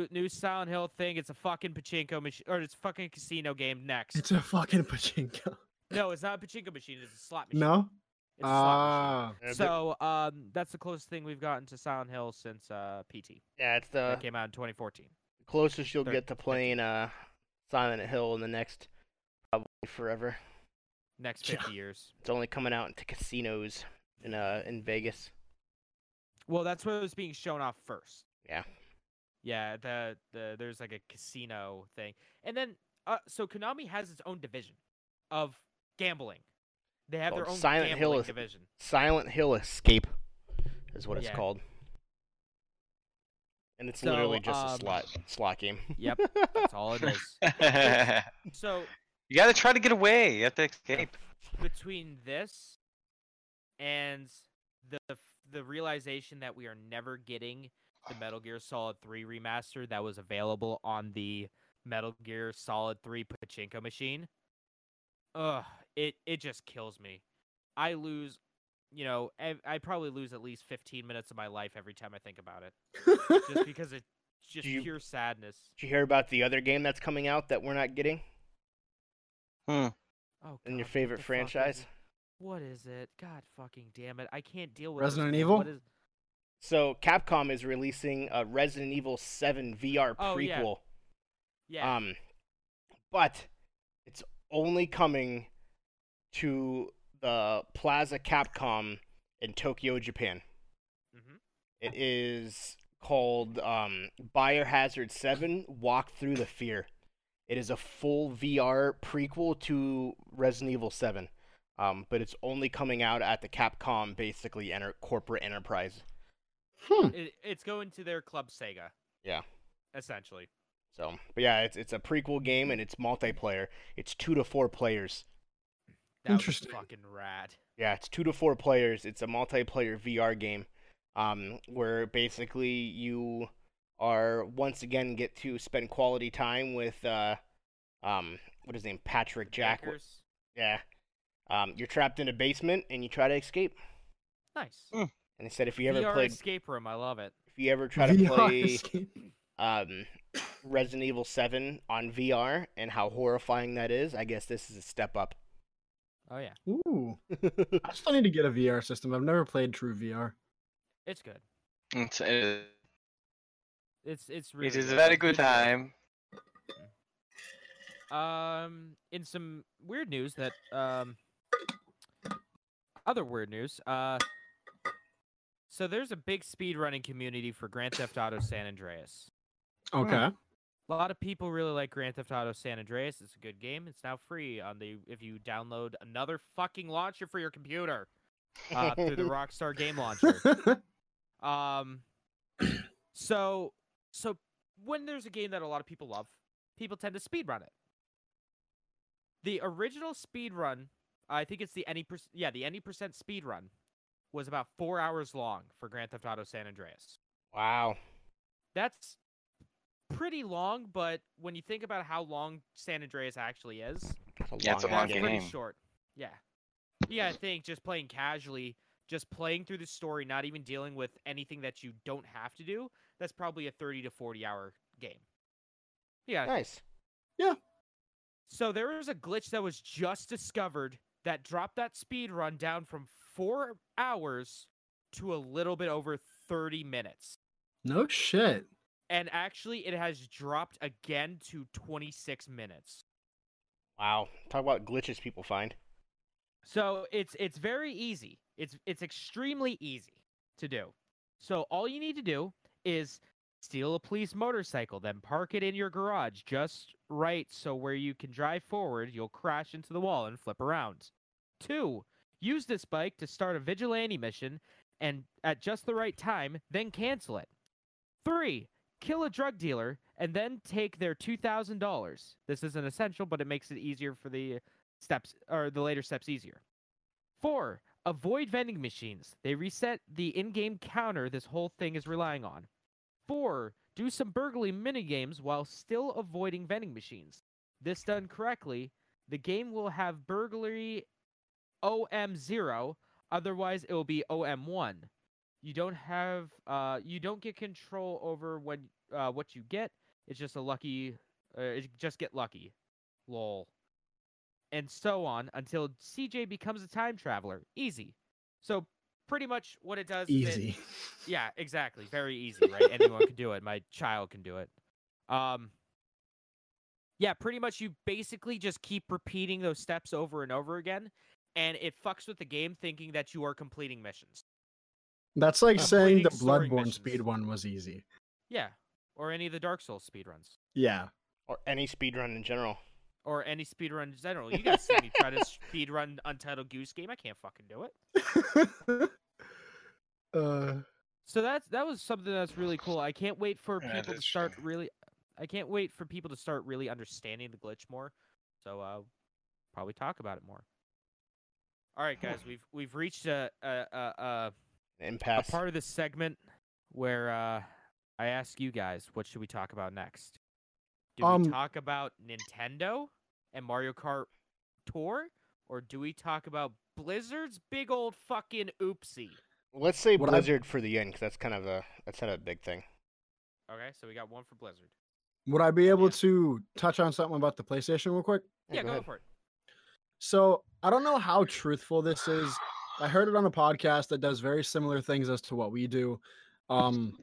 Speaker 3: new new Sound Hill thing. It's a fucking pachinko machine, or it's a fucking casino game. Next,
Speaker 4: It's a fucking pachinko.
Speaker 3: no, it's not a pachinko machine. It's a slot machine.
Speaker 4: No?
Speaker 3: it's a slot machine.
Speaker 4: Ah,
Speaker 2: Yeah, the-
Speaker 3: So um, that's the closest thing we've gotten to Silent Hill since uh, PT
Speaker 2: yeah, it's the
Speaker 3: that came out in 2014.
Speaker 2: closest you'll
Speaker 3: thir-
Speaker 2: get to playing uh, Silent Hill in the next probably forever.
Speaker 3: Next
Speaker 4: Yeah.
Speaker 3: 50 years.
Speaker 2: It's only coming out into casinos in uh in Vegas.
Speaker 3: Well, that's what was being shown off first.
Speaker 2: Yeah.
Speaker 3: Yeah. The the there's like a casino thing, and then uh, so Konami has its own division of gambling. They have their
Speaker 2: Called
Speaker 3: own
Speaker 2: Silent Hill
Speaker 3: gambling
Speaker 2: is-
Speaker 3: division.
Speaker 2: Silent Hill Escape is what it's
Speaker 3: Yeah.
Speaker 2: called. And it's
Speaker 3: So,
Speaker 2: literally just a
Speaker 3: um,
Speaker 2: slot slot game.
Speaker 3: Yep, that's all it is.
Speaker 5: you
Speaker 3: So
Speaker 5: gotta try to get away. You have to escape.
Speaker 3: between this and the the f- the realization that we are never getting the Metal Gear Solid 3 remaster that was available on the Metal Gear Solid 3 pachinko machine. Ugh, it it just kills me. I lose, you know, I, I probably lose at least 15 minutes of my life every time I think about it,
Speaker 4: Ah.
Speaker 3: just because it's just
Speaker 2: Do you-
Speaker 3: pure sadness.
Speaker 2: Did you hear about the other game that's coming out that we're not getting
Speaker 3: Oh,
Speaker 2: in
Speaker 3: God,
Speaker 2: your
Speaker 3: what
Speaker 2: favorite
Speaker 3: the fuck is
Speaker 2: franchise?
Speaker 3: it? What is it? God fucking damn it! I can't deal with this
Speaker 4: Resident
Speaker 3: game.
Speaker 4: Evil?
Speaker 3: What is...
Speaker 2: So Capcom is releasing a Resident Evil 7 VR
Speaker 3: Oh, yeah.
Speaker 2: prequel.
Speaker 3: Yeah.
Speaker 2: Um, but it's only coming to the Plaza Capcom in Tokyo, Japan.
Speaker 3: Mhm.
Speaker 2: It is called um, Biohazard 7 Walk Through the Fear. It is a full VR prequel to Resident Evil 7, um, but it's only coming out at the Capcom, basically, enter- corporate enterprise.
Speaker 4: Hmm.
Speaker 3: It, it's going to their club Sega.
Speaker 2: Hmm. Yeah.
Speaker 3: Essentially.
Speaker 2: So, but yeah, it's it's a prequel game and it's multiplayer. It's two to four players.
Speaker 3: That was
Speaker 4: Interesting.
Speaker 3: fucking rad.
Speaker 2: Yeah, it's two to four players. It's a multiplayer VR game, um, where basically you are once again get to spend quality time with uh, um, what is his name, Patrick Jack.
Speaker 3: Backers.
Speaker 2: Yeah, um, you're trapped in a basement and you try to escape.
Speaker 3: Nice.
Speaker 5: Mm.
Speaker 2: And they said if you ever
Speaker 3: VR
Speaker 2: played,
Speaker 3: escape room. I love it.
Speaker 2: if you ever try to
Speaker 4: VR
Speaker 2: play
Speaker 4: escape.
Speaker 2: um, Resident Evil Seven on VR and how horrifying that is, I guess this is a step up.
Speaker 3: Oh yeah,
Speaker 4: Ooh, I still need to get a VR system. I've never played true VR.
Speaker 3: it's good.
Speaker 5: It's, it
Speaker 3: It's it's really.
Speaker 5: it is a
Speaker 3: good.
Speaker 5: very
Speaker 3: It's
Speaker 5: good
Speaker 3: for it.
Speaker 5: time.
Speaker 3: Um, in some weird news that um, other weird news. Uh, so there's a big speedrunning community for Grand Theft Auto San Andreas.
Speaker 4: Okay.
Speaker 3: Hmm. A lot of people really like Grand Theft Auto San Andreas. It's a good game. It's now free on the if you download another fucking launcher for your computer uh, through the Rockstar Game Launcher. Um, so so when there's a game that a lot of people love, people tend to speedrun it. The original speedrun, I think it's the any percent, yeah, the any percent speedrun was about four hours long for Grand Theft Auto San Andreas.
Speaker 2: wow.
Speaker 3: That's pretty long, but when you think about how long San Andreas actually is,
Speaker 5: Yeah, it's a
Speaker 2: long
Speaker 5: long
Speaker 3: that's
Speaker 2: game.
Speaker 5: game.
Speaker 3: pretty short. Yeah. Yeah, I think just playing casually, just playing through the story, not even dealing with anything that you don't have to do, that's probably a 30 to 40 hour game. Yeah.
Speaker 2: Nice.
Speaker 3: So there was a glitch that was just discovered that dropped that speed run down from 4 hours to a little bit over 30 minutes.
Speaker 4: No shit.
Speaker 3: And actually it has dropped again to 26 minutes.
Speaker 2: Wow. Talk about glitches people find.
Speaker 3: So it's it's very easy. It's it's extremely easy to do. So all you need to do is steal a police motorcycle, then park it in your garage just right so where you can drive forward, you'll crash into the wall and flip around. 2. Use this bike to start a vigilante mission and at just the right time, then cancel it. 3. Kill a drug dealer and then take their $2,000. This isn't essential, but it makes it easier for the steps or the later steps easier. Four, avoid vending machines. They reset the in-game counter this whole thing is relying on. Four, do some burglary minigames while still avoiding vending machines. This done correctly, the game will have burglary OM0, otherwise it will be OM1. You don't have uh you don't get control over when uh what you get. It's just a lucky uh, it- just get lucky. Lol and so on until CJ becomes a time traveler. Easy. So pretty much what it does. is it-
Speaker 4: Easy.
Speaker 3: yeah, exactly. Very easy, right? Anyone can do it. My child can do it. Um. Yeah, pretty much. You basically just keep repeating those steps over and over again, and it fucks with the game thinking that you are completing missions.
Speaker 4: That's like
Speaker 3: Uh,
Speaker 4: saying the
Speaker 3: completing story
Speaker 4: Bloodborne
Speaker 3: missions.
Speaker 4: speed one was easy.
Speaker 3: Yeah, or any of the Dark Souls speedruns,
Speaker 4: Yeah.
Speaker 2: Or any speedrun in general.
Speaker 3: or any speedrun in general. You guys see me try to speedrun Untitled Goose Game? I can't fucking do it.
Speaker 4: uh,
Speaker 3: So that's that was something that's really cool. I can't wait for
Speaker 5: Yeah,
Speaker 3: people to
Speaker 5: that's
Speaker 3: start
Speaker 5: true.
Speaker 3: really. I can't wait for people to start really understanding the glitch more. So uh, probably talk about it more. All right, guys, we've we've reached a a a, a, a
Speaker 2: Impasse.
Speaker 3: part of this segment where uh, I ask you guys, what should we talk about next? Do we
Speaker 4: Um,
Speaker 3: talk about Nintendo and Mario Kart Tour, or do we talk about Blizzard's big old fucking oopsie?
Speaker 2: Let's say
Speaker 4: What I-
Speaker 2: Blizzard for the end, because that's kind of a that's kind of a big thing.
Speaker 3: Okay, so we got one for Blizzard.
Speaker 4: would I be able
Speaker 3: Yeah.
Speaker 4: to touch on something about the PlayStation real quick?
Speaker 3: Yeah, go,
Speaker 2: ahead.
Speaker 3: for it.
Speaker 4: So I don't know how truthful this is. I heard it on a podcast that does very similar things as to what we do. Um,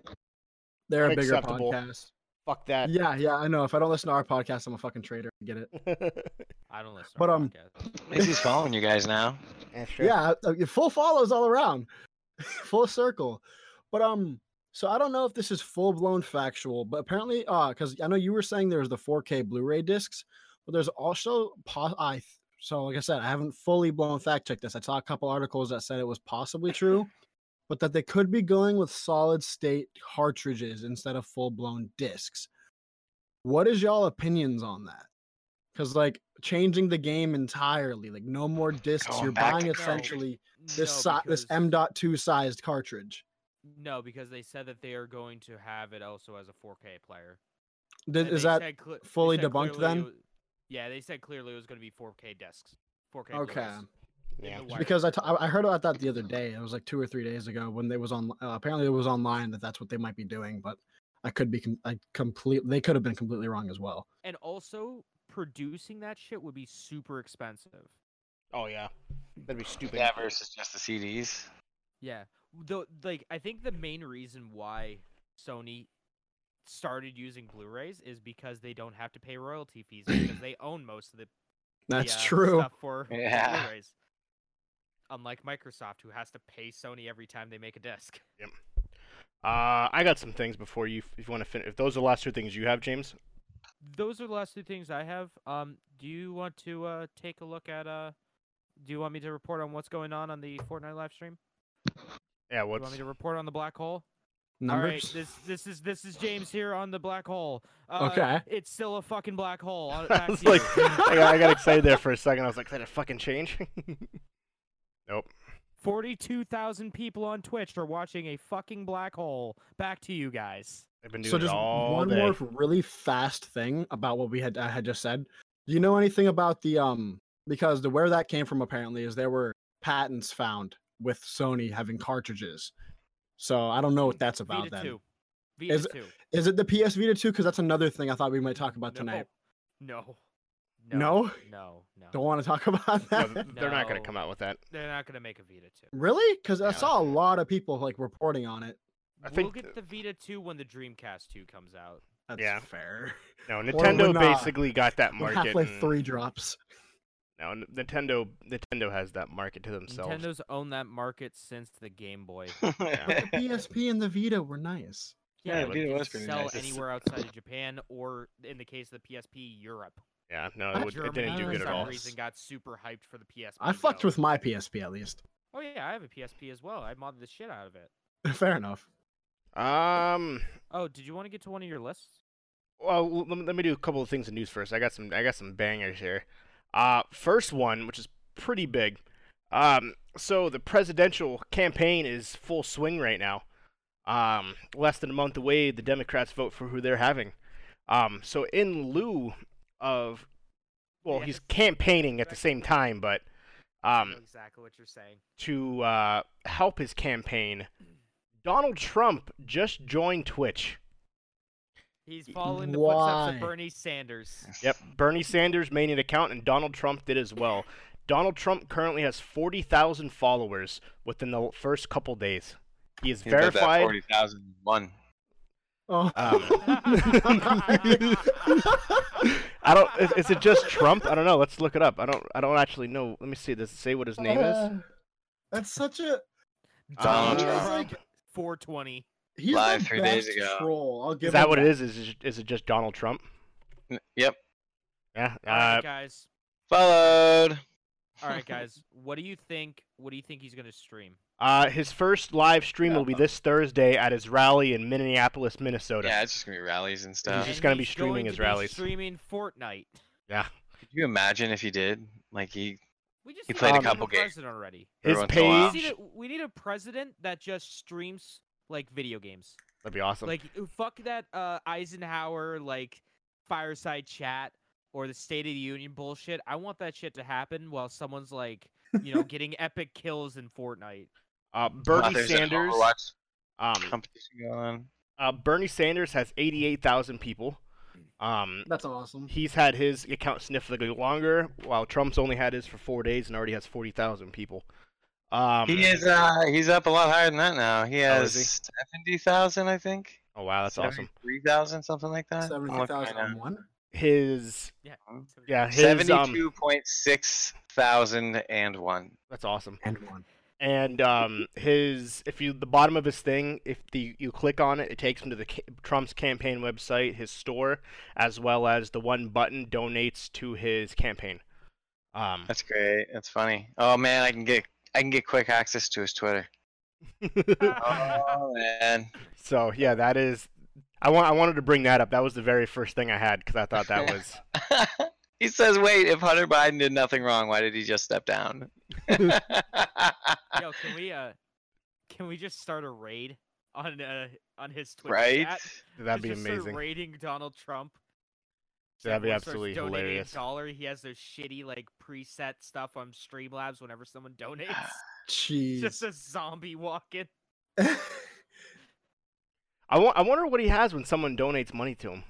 Speaker 4: they're a bigger
Speaker 2: Unacceptable.
Speaker 4: podcast.
Speaker 2: Fuck that.
Speaker 4: Yeah, yeah, I know. If I don't listen to our podcast, I'm a fucking traitor. I Get it?
Speaker 3: I don't listen. to
Speaker 4: But,
Speaker 3: our
Speaker 4: um,
Speaker 3: podcasts.
Speaker 5: Macy's following you guys now.
Speaker 2: That's true.
Speaker 4: Yeah, uh, uh, full follows all around, full circle. But um, so I don't know if this is full blown factual, but apparently, uh, because I know you were saying there's the 4K Blu-ray discs, but there's also pos- I th- so like I said, I haven't fully blown fact checked this. I saw a couple articles that said it was possibly true, but that they could be going with solid state cartridges instead of full blown discs. What is y'all opinions on that? Because like changing the game entirely, like no more discs,
Speaker 5: Going
Speaker 4: you're
Speaker 5: back
Speaker 4: buying
Speaker 5: to
Speaker 4: essentially this
Speaker 3: no,
Speaker 4: si- this
Speaker 3: because-
Speaker 4: M. dot two sized cartridge.
Speaker 3: No, because they said that they are going to have it also as a 4K player.
Speaker 4: Did,
Speaker 3: And
Speaker 4: is
Speaker 3: they
Speaker 4: that
Speaker 3: said cle- they
Speaker 4: fully
Speaker 3: said
Speaker 4: debunked
Speaker 3: clearly
Speaker 4: then?
Speaker 3: it wa- yeah, they said clearly it was going to be 4K discs. 4K.
Speaker 4: Okay.
Speaker 3: Blu-rays in
Speaker 2: Yeah.
Speaker 3: the
Speaker 4: Just
Speaker 3: wire.
Speaker 4: because I, t- I I heard about that the other day. It was like two or three days ago when they was on. Uh, apparently, it was online that that's what they might be doing, but I could be com- I complete. They could have been completely wrong as well.
Speaker 3: and also producing that shit would be super expensive.
Speaker 2: Oh yeah. That'd be stupid.
Speaker 5: Yeah, versus just the CDs.
Speaker 3: Yeah. Though like I think the main reason why Sony started using Blu-rays is because they don't have to pay royalty fees because they own most of the
Speaker 4: That's
Speaker 3: the, uh,
Speaker 4: true.
Speaker 3: stuff for for
Speaker 5: Yeah.
Speaker 3: Blu-rays. Unlike Microsoft, who has to pay Sony every time they make a disc.
Speaker 2: Uh, I got some things before you. If you want to finish, if those are the last two things you have, James.
Speaker 3: Those are the last two things I have. Um, do you want to uh, take a look at uh? Do you want me to report on what's going on on the Fortnite live stream?
Speaker 2: Yeah.
Speaker 3: Do you
Speaker 2: What's
Speaker 3: want me to report on the black hole? All right,
Speaker 4: Numbers.
Speaker 3: this this is this is James here on the black hole. Uh,
Speaker 4: Okay.
Speaker 3: it's still a fucking black hole. On,
Speaker 2: I
Speaker 3: back
Speaker 2: was
Speaker 3: to you.
Speaker 2: like, I got, I got excited there for a second. I was like, did it fucking change? nope.
Speaker 3: forty-two thousand people on Twitch are watching a fucking black hole. Back to you guys.
Speaker 2: I've been doing
Speaker 4: so
Speaker 2: it
Speaker 4: just
Speaker 2: all
Speaker 4: one
Speaker 2: day.
Speaker 4: more really fast thing about what we had I had just said. Do you know anything about the um? Because the where that came from apparently is there were patents found with Sony having cartridges. So I don't know what that's about.
Speaker 3: Vita
Speaker 4: then
Speaker 3: two, Vita
Speaker 4: Is-
Speaker 3: two.
Speaker 4: is it the PS Vita two? Because that's another thing I thought we might talk about tonight.
Speaker 3: No. No.
Speaker 4: No?
Speaker 3: No. No.
Speaker 4: Don't want to talk about
Speaker 2: No,
Speaker 4: that.
Speaker 2: th- they're not gonna
Speaker 3: No.
Speaker 2: come out with that.
Speaker 3: They're not gonna make a Vita two.
Speaker 4: Really? Because I
Speaker 2: Yeah.
Speaker 4: saw a lot of people like reporting on it.
Speaker 2: I
Speaker 3: we'll
Speaker 2: think
Speaker 3: get the Vita two when the Dreamcast two comes out.
Speaker 4: That's
Speaker 2: Yeah.
Speaker 4: fair.
Speaker 2: No,
Speaker 4: we're
Speaker 2: Nintendo
Speaker 4: not-
Speaker 2: basically got that
Speaker 4: When
Speaker 2: market.
Speaker 4: Half-Life
Speaker 2: and-
Speaker 4: Three drops.
Speaker 2: No, N- Nintendo Nintendo has that market to themselves.
Speaker 3: Nintendo's owned that market since the Game Boy.
Speaker 4: But the PSP and the Vita were nice.
Speaker 5: Yeah,
Speaker 3: but
Speaker 5: Vita
Speaker 3: it
Speaker 5: was
Speaker 3: didn't
Speaker 5: pretty
Speaker 3: sell
Speaker 5: nice.
Speaker 3: anywhere outside of Japan or, in the case of the PSP, Europe.
Speaker 2: Yeah, no,
Speaker 4: Uh,
Speaker 2: Oh, it, would, it didn't do
Speaker 4: Germany
Speaker 2: good
Speaker 3: for
Speaker 2: at
Speaker 3: some
Speaker 2: all.
Speaker 3: reason got super hyped for the PSP.
Speaker 4: I fucked
Speaker 3: though.
Speaker 4: with my PSP at least.
Speaker 3: Oh yeah, I have a PSP as well. I modded the shit out of it.
Speaker 4: fair enough.
Speaker 2: Um,
Speaker 3: Oh, did you want to get to one of your lists?
Speaker 2: well, l- let me, let me do a couple of things in news first. I got some I got some bangers here. Uh, first one, which is pretty big. Um, so the presidential campaign is full swing right now. Um, less than a month away, the Democrats vote for who they're having. Um, so in lieu of, well,
Speaker 3: Yeah,
Speaker 2: he's
Speaker 3: it's-
Speaker 2: campaigning at the same time, but
Speaker 3: I
Speaker 2: um,
Speaker 3: know exactly what you're saying.
Speaker 2: to uh, help his campaign, Donald Trump just joined Twitch.
Speaker 3: He's following the
Speaker 4: Why?
Speaker 3: footsteps of Bernie Sanders.
Speaker 2: Yep, Bernie Sanders made an account, and Donald Trump did as well. Donald Trump currently has 40,000 followers within the first couple days. He is verified.
Speaker 5: Forty thousand one.
Speaker 4: Oh.
Speaker 2: Um, I don't. Is, is it just Trump? I don't know. Let's look it up. I don't. I don't actually know. Let me see. Does it say what his name is?
Speaker 4: Uh, That's such a
Speaker 5: Donald
Speaker 4: He's
Speaker 5: Trump.
Speaker 4: like-
Speaker 3: 420.
Speaker 4: he's
Speaker 5: Live
Speaker 4: the
Speaker 5: three days
Speaker 4: best
Speaker 5: ago.
Speaker 4: Troll. I'll give
Speaker 2: Is that
Speaker 4: him
Speaker 2: what it is? Is it, is it just Donald Trump?
Speaker 5: N- Yep.
Speaker 2: Yeah.
Speaker 3: All right,
Speaker 2: Uh,
Speaker 3: guys.
Speaker 5: Followed.
Speaker 3: All right, guys. What do you think? What do you think he's gonna stream?
Speaker 2: Uh, his first live stream will be this Thursday at his rally in Minneapolis, Minnesota.
Speaker 5: Yeah, it's just gonna be rallies and stuff.
Speaker 2: He's just
Speaker 3: And
Speaker 2: gonna be
Speaker 3: he's
Speaker 2: streaming
Speaker 3: going
Speaker 2: his
Speaker 3: to be
Speaker 2: rallies.
Speaker 3: Streaming Fortnite.
Speaker 5: Could you imagine if he did? Like he
Speaker 3: We just
Speaker 5: He
Speaker 3: need
Speaker 5: played
Speaker 2: a
Speaker 3: new
Speaker 5: couple games.
Speaker 3: president already.
Speaker 5: every
Speaker 2: His
Speaker 5: once in a
Speaker 3: We
Speaker 5: while.
Speaker 2: page.
Speaker 3: just need a- we need a president that just streams like video games.
Speaker 2: That'd be awesome.
Speaker 3: Like uh, fuck that uh, Eisenhower like fireside chat or the State of the Union bullshit. I want that shit to happen while someone's like, you know, getting epic kills in Fortnite.
Speaker 2: uh,
Speaker 5: Well,
Speaker 2: Bernie
Speaker 5: there's an
Speaker 2: Sanders.
Speaker 5: Overwatch
Speaker 2: Um,
Speaker 5: competition going on.
Speaker 2: uh, Bernie Sanders has 88,000 people. Um,
Speaker 4: That's awesome.
Speaker 2: he's had his account significantly longer, while Trump's only had his for four days and already has 40,000 people. Um,
Speaker 5: he is. Uh, he's up a lot higher than that now. He
Speaker 2: Oh, is
Speaker 5: has seventy thousand, I think.
Speaker 2: Oh wow, that's awesome.
Speaker 5: Three thousand, something like that. I'm
Speaker 4: Seventy
Speaker 5: looking
Speaker 4: thousand
Speaker 5: right
Speaker 4: on
Speaker 5: now.
Speaker 4: one.
Speaker 2: His
Speaker 3: Yeah.
Speaker 5: Um,
Speaker 3: so-
Speaker 2: yeah, his um,
Speaker 5: 72.6 thousand and one.
Speaker 2: that's awesome.
Speaker 4: And one.
Speaker 2: And um, his if you the bottom of his thing, if the you click on it, it takes him to the ca- Trump's campaign website, his store, as well as the one button donates to his campaign. Um,
Speaker 5: That's great. That's funny. Oh man, I can get I can get quick access to his Twitter. Oh man,
Speaker 2: so yeah, that is. I want I wanted to bring that up. That was the very first thing I had because I thought that was.
Speaker 5: he says, "Wait, if Hunter Biden did nothing wrong, why did he just step down?"
Speaker 3: Yo, can we uh, can we just start a raid on uh on his Twitch
Speaker 5: right?
Speaker 3: chat?
Speaker 2: That'd
Speaker 3: Just-
Speaker 2: be
Speaker 3: just start
Speaker 2: amazing.
Speaker 3: raiding Donald Trump. So
Speaker 2: That'd be
Speaker 3: everyone starts
Speaker 2: absolutely
Speaker 3: donating a
Speaker 2: hilarious.
Speaker 3: Dollar. He has those shitty like preset stuff on Streamlabs. Whenever someone donates,
Speaker 4: Jeez.
Speaker 3: just a zombie walking.
Speaker 2: I want I wonder what he has when someone donates money to him.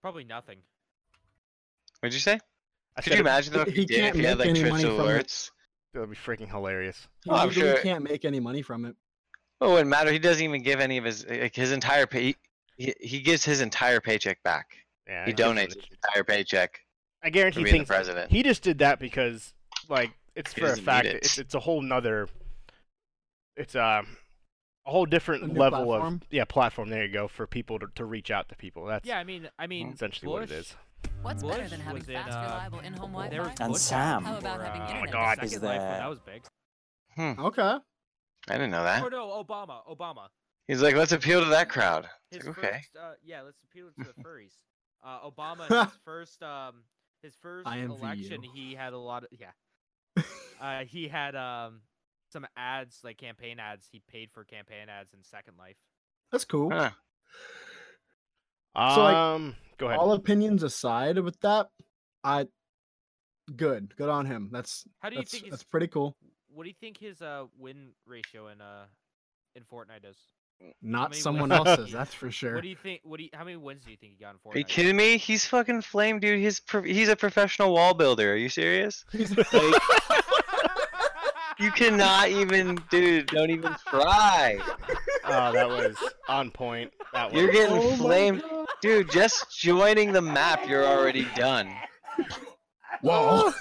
Speaker 3: Probably nothing.
Speaker 5: What'd you say?
Speaker 2: I
Speaker 5: Could you
Speaker 2: said it-
Speaker 5: imagine though if
Speaker 4: He
Speaker 5: he did? If
Speaker 4: can't
Speaker 5: he had
Speaker 4: make
Speaker 5: like
Speaker 4: any money
Speaker 5: Trisha
Speaker 4: from it.
Speaker 5: Wirtz,
Speaker 2: That'd be freaking hilarious.
Speaker 4: He
Speaker 5: Oh, I'm
Speaker 4: legally
Speaker 5: sure-
Speaker 4: can't make any money from it.
Speaker 5: oh, it wouldn't matter. He doesn't even give any of his like his entire pay. He, he gives his entire paycheck back.
Speaker 2: Yeah,
Speaker 5: He
Speaker 2: I guess
Speaker 5: donates his
Speaker 2: it-
Speaker 5: entire paycheck
Speaker 2: I
Speaker 5: to
Speaker 2: guarantee
Speaker 5: being the
Speaker 2: things
Speaker 5: president.
Speaker 2: He just did that because, like, it's
Speaker 5: He
Speaker 2: for a
Speaker 5: doesn't need
Speaker 2: fact.
Speaker 5: it.
Speaker 2: It's it's a whole nother. It's a, a whole
Speaker 4: A
Speaker 2: different
Speaker 4: new
Speaker 2: level
Speaker 4: platform?
Speaker 2: of yeah platform. There you go for people to, to reach out to people. That's
Speaker 3: Yeah, I mean, I mean,
Speaker 2: essentially what it
Speaker 3: Bush-
Speaker 2: is.
Speaker 10: What's better
Speaker 3: Bush
Speaker 10: than having
Speaker 3: was in,
Speaker 10: fast,
Speaker 3: uh,
Speaker 10: reliable in-home
Speaker 3: there was
Speaker 10: Wi-Fi?
Speaker 3: Bush
Speaker 11: And
Speaker 3: out
Speaker 11: Sam.
Speaker 10: How about
Speaker 3: for,
Speaker 10: having
Speaker 3: uh,
Speaker 10: internet?
Speaker 2: Oh my God.
Speaker 3: Second
Speaker 11: Is
Speaker 3: Life when
Speaker 11: that-
Speaker 3: that was big.
Speaker 5: Hmm,
Speaker 4: Okay.
Speaker 5: I didn't know
Speaker 3: Or
Speaker 5: that.
Speaker 3: no, Obama, Obama.
Speaker 5: He's like, let's appeal to that crowd.
Speaker 3: His
Speaker 5: It's like, okay.
Speaker 3: first, uh, yeah, let's appeal to the furries. Uh, Obama, his first, um, his first
Speaker 4: I envy
Speaker 3: election,
Speaker 4: you.
Speaker 3: he had a lot of, yeah, uh, he had um some ads, like campaign ads. He paid for campaign ads in Second Life.
Speaker 4: That's cool.
Speaker 5: Huh.
Speaker 4: like,
Speaker 2: Um, go ahead.
Speaker 4: All opinions aside with that, I good. Good on him. That's
Speaker 3: How do you
Speaker 4: that's,
Speaker 3: think? His,
Speaker 4: that's pretty cool.
Speaker 3: what do you think his uh win ratio in uh in Fortnite is?
Speaker 4: Not
Speaker 3: many
Speaker 4: someone
Speaker 3: wins?
Speaker 4: else's, that's for sure.
Speaker 3: What do you think? What do you? How many wins do you think he got in Fortnite?
Speaker 5: Are you kidding me? He's fucking flame, dude. He's pro- he's a professional wall builder. Are you serious? Like, you cannot even, dude. Don't even try.
Speaker 2: Oh, that was on point. That was.
Speaker 5: You're getting
Speaker 4: Oh
Speaker 5: flamed, dude. Just joining the map, you're already done.
Speaker 4: Whoa.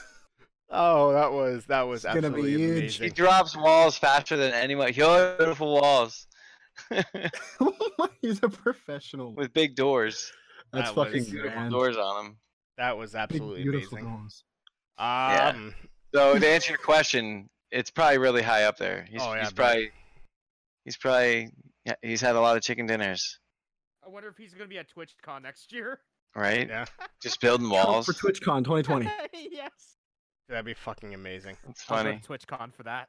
Speaker 2: Oh, that was that was
Speaker 4: It's gonna be
Speaker 2: absolutely
Speaker 4: huge.
Speaker 5: He
Speaker 2: amazing.
Speaker 5: drops walls faster than anyone. Yo, beautiful walls
Speaker 4: He's a professional.
Speaker 5: with big doors,
Speaker 4: That's
Speaker 2: that was
Speaker 4: fucking
Speaker 5: beautiful
Speaker 4: grand.
Speaker 5: doors on them.
Speaker 2: That was
Speaker 4: Big,
Speaker 2: absolutely
Speaker 4: beautiful
Speaker 2: amazing.
Speaker 4: doors.
Speaker 5: Yeah.
Speaker 2: Um,
Speaker 5: So to answer your question, it's probably really high up there. He's,
Speaker 2: Oh, yeah, I
Speaker 5: he's
Speaker 2: bet.
Speaker 5: probably he's probably yeah, he's had a lot of chicken dinners,
Speaker 3: I wonder if he's gonna be at TwitchCon next year.
Speaker 5: right?
Speaker 2: yeah,
Speaker 5: Just building
Speaker 4: Trump
Speaker 5: walls.
Speaker 4: for TwitchCon 2020.
Speaker 3: yes.
Speaker 2: that'd be fucking amazing.
Speaker 5: It's
Speaker 3: I'll go
Speaker 5: funny.
Speaker 3: to TwitchCon for that.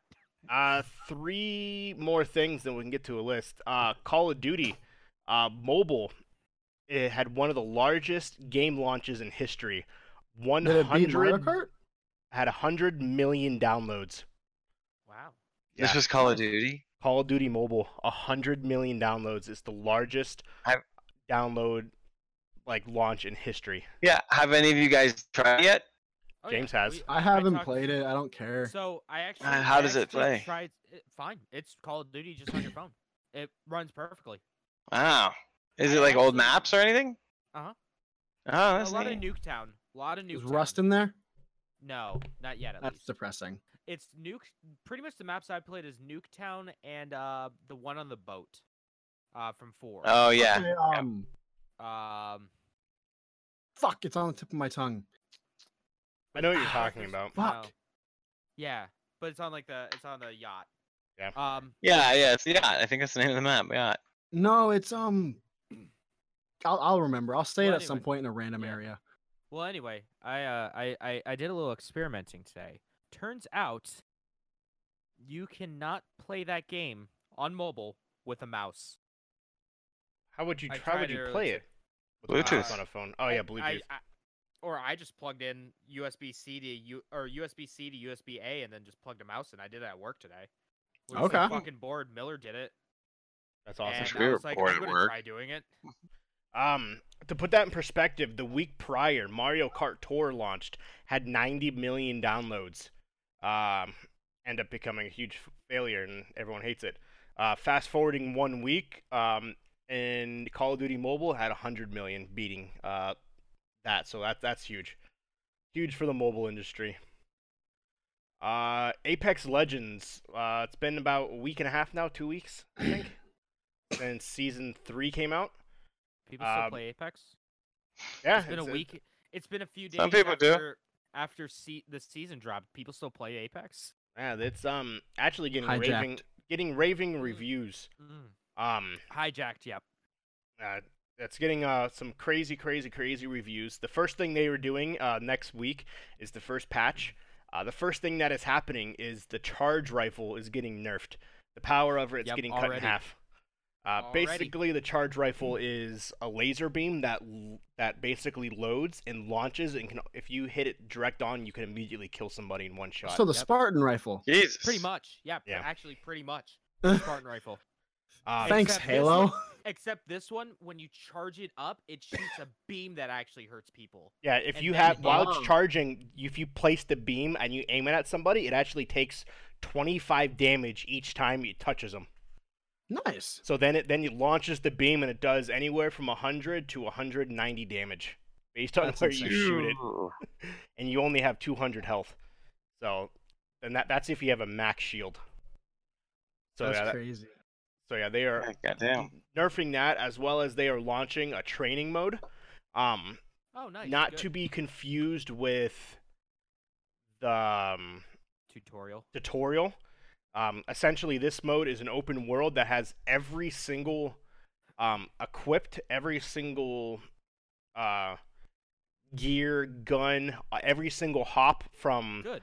Speaker 2: Uh, three more things, then we can get to a list. Uh, Call of Duty, uh, mobile, it had one of the largest game launches in history. One
Speaker 4: Did it beat Mario
Speaker 2: hundred
Speaker 4: Kart?
Speaker 2: had hundred million downloads.
Speaker 3: Wow.
Speaker 5: This
Speaker 2: Yeah.
Speaker 5: was Call of Duty.
Speaker 2: Call of Duty Mobile, hundred million downloads. It's the largest
Speaker 5: I've-
Speaker 2: download like launch in history.
Speaker 5: Yeah. Have any of you guys tried it yet?
Speaker 3: Oh,
Speaker 2: James has.
Speaker 4: I haven't
Speaker 3: talked-
Speaker 4: played it. I don't care.
Speaker 3: So I actually.
Speaker 5: how
Speaker 3: I
Speaker 5: does it
Speaker 3: actually
Speaker 5: play?
Speaker 3: Tried, it, fine. It's Call of Duty just on your phone. It runs perfectly.
Speaker 5: Wow. Is
Speaker 3: I
Speaker 5: it like old
Speaker 3: actually-
Speaker 5: maps or anything?
Speaker 3: Uh-huh.
Speaker 5: Oh,
Speaker 3: A
Speaker 5: that's
Speaker 3: lot
Speaker 5: neat.
Speaker 3: of Nuketown. A lot of Nuketown.
Speaker 4: Is Rust in there?
Speaker 3: No, not yet. At
Speaker 4: That's
Speaker 3: least
Speaker 4: depressing.
Speaker 3: it's Nuke. Pretty much the maps I played is Nuketown and uh the one on the boat, uh from four.
Speaker 5: Oh yeah.
Speaker 4: Okay, um,
Speaker 3: Um.
Speaker 4: fuck, it's on the tip of my tongue.
Speaker 2: I know what you're
Speaker 3: Ah,
Speaker 2: talking
Speaker 3: there's-
Speaker 2: about.
Speaker 4: Fuck.
Speaker 3: no. Yeah, but it's on like the it's on the yacht.
Speaker 2: Yeah.
Speaker 3: Um.
Speaker 5: Yeah, yeah. It's yeah. I think that's the name of the map. Yeah.
Speaker 4: No, it's um. I'll, I'll remember. I'll say
Speaker 3: Well,
Speaker 4: it at some
Speaker 3: anyway,
Speaker 4: point in a random
Speaker 3: yeah.
Speaker 4: area.
Speaker 3: Well, anyway, I uh, I, I I did a little experimenting today. Turns out, you cannot play that game on mobile with a mouse.
Speaker 2: How would you
Speaker 3: I
Speaker 2: how would
Speaker 3: tried
Speaker 2: you
Speaker 3: earlier
Speaker 2: play
Speaker 3: too.
Speaker 2: it? with a mouse
Speaker 5: Bluetooth.
Speaker 2: on a phone. Oh yeah, Bluetooth.
Speaker 3: I, I, or I just plugged in USB C to U or USB C to USB A and then just plugged a mouse in. I did it at work today. We were so
Speaker 4: Okay.
Speaker 3: fucking bored. Miller did it.
Speaker 2: That's awesome.
Speaker 3: And
Speaker 5: Sure,
Speaker 3: I
Speaker 5: we
Speaker 3: was
Speaker 5: were
Speaker 3: like,
Speaker 5: bored
Speaker 3: I'm
Speaker 5: at
Speaker 3: gonna
Speaker 5: work.
Speaker 3: try doing it.
Speaker 2: Um, to put that in perspective, the week prior, Mario Kart Tour launched, had 90 million downloads. Um, end up becoming a huge f- failure, and everyone hates it. Uh, fast forwarding one week, um, and Call of Duty Mobile had 100 million, beating uh, that. So that that's huge, huge for the mobile industry. Uh, Apex Legends. Uh, it's been about a week and a half now, two weeks, I think, since season three came out.
Speaker 3: People still
Speaker 2: Um,
Speaker 3: play Apex.
Speaker 2: Yeah,
Speaker 3: it's been
Speaker 2: it's- uh,
Speaker 3: a week. It's been a few days.
Speaker 5: Some people do.
Speaker 3: after, After se- the season dropped, people still play Apex.
Speaker 2: Yeah, it's um actually getting raving,
Speaker 4: Hijacked.
Speaker 2: getting raving reviews. Um,
Speaker 3: Hijacked. Yep.
Speaker 2: uh, that's getting uh, some crazy, crazy, crazy reviews. The first thing they are doing uh, next week is the first patch. Uh, the first thing that is happening is the charge rifle is getting nerfed. The power of it's
Speaker 3: Yep,
Speaker 2: getting cut in
Speaker 3: already.
Speaker 2: half. Uh,
Speaker 3: Already.
Speaker 2: basically, the charge rifle is a laser beam that l- that basically loads and launches, and can if you hit it direct on, you can immediately kill somebody in one shot.
Speaker 4: So the
Speaker 3: Yep.
Speaker 4: Spartan rifle.
Speaker 5: Jesus.
Speaker 3: Pretty much. Yeah.
Speaker 2: Yeah.
Speaker 3: Actually, pretty much.
Speaker 4: Thanks,
Speaker 3: Spartan rifle.
Speaker 2: Uh,
Speaker 3: Except this
Speaker 4: Halo.
Speaker 3: Except this one, when you charge it up, it shoots a beam that actually hurts people.
Speaker 2: Yeah, if
Speaker 3: and
Speaker 2: you
Speaker 3: then
Speaker 2: have
Speaker 3: you
Speaker 2: while
Speaker 4: bomb.
Speaker 2: it's charging, if you place the beam and you aim it at somebody, it actually takes 25 damage each time it touches them.
Speaker 4: Nice.
Speaker 2: So then it then it launches the beam and it does anywhere from 100 to 190 damage based on
Speaker 4: That's
Speaker 2: where you
Speaker 4: insane.
Speaker 2: shoot it, and you only have 200 health. So, and that that's if you have a max shield. So
Speaker 4: That's
Speaker 2: yeah, that-
Speaker 4: crazy.
Speaker 2: so yeah, they are
Speaker 5: Goddamn.
Speaker 2: nerfing that as well as they are launching a training mode. Um,
Speaker 3: Oh, nice.
Speaker 2: not
Speaker 3: good.
Speaker 2: to be confused with the um,
Speaker 3: tutorial.
Speaker 2: tutorial. Um, essentially, this mode is an open world that has every single um, equipped, every single uh, gear, gun, uh, every single hop from
Speaker 3: Good.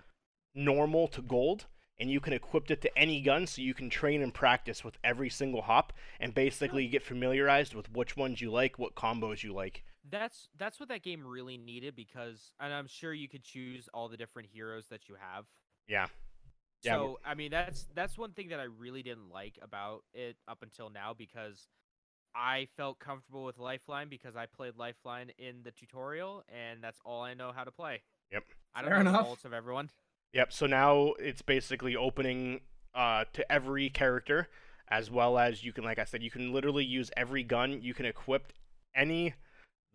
Speaker 2: normal to gold, and you can equip it to any gun so you can train and practice with every single hop and basically get familiarized with which ones you like, what combos you like.
Speaker 3: That's that's what that game really needed because, and I'm sure you could choose all the different heroes that you have.
Speaker 2: Yeah. Yeah, w-
Speaker 3: So I mean, that's that's one thing that I really didn't like about it up until now because I felt comfortable with Lifeline because I played Lifeline in the tutorial and that's all I know how to play.
Speaker 2: Yep.
Speaker 3: I don't
Speaker 4: Fair
Speaker 3: know
Speaker 4: enough.
Speaker 3: the faults of everyone.
Speaker 2: Yep. So now it's basically opening uh, to every character, as well as you can, like I said, you can literally use every gun. You can equip any,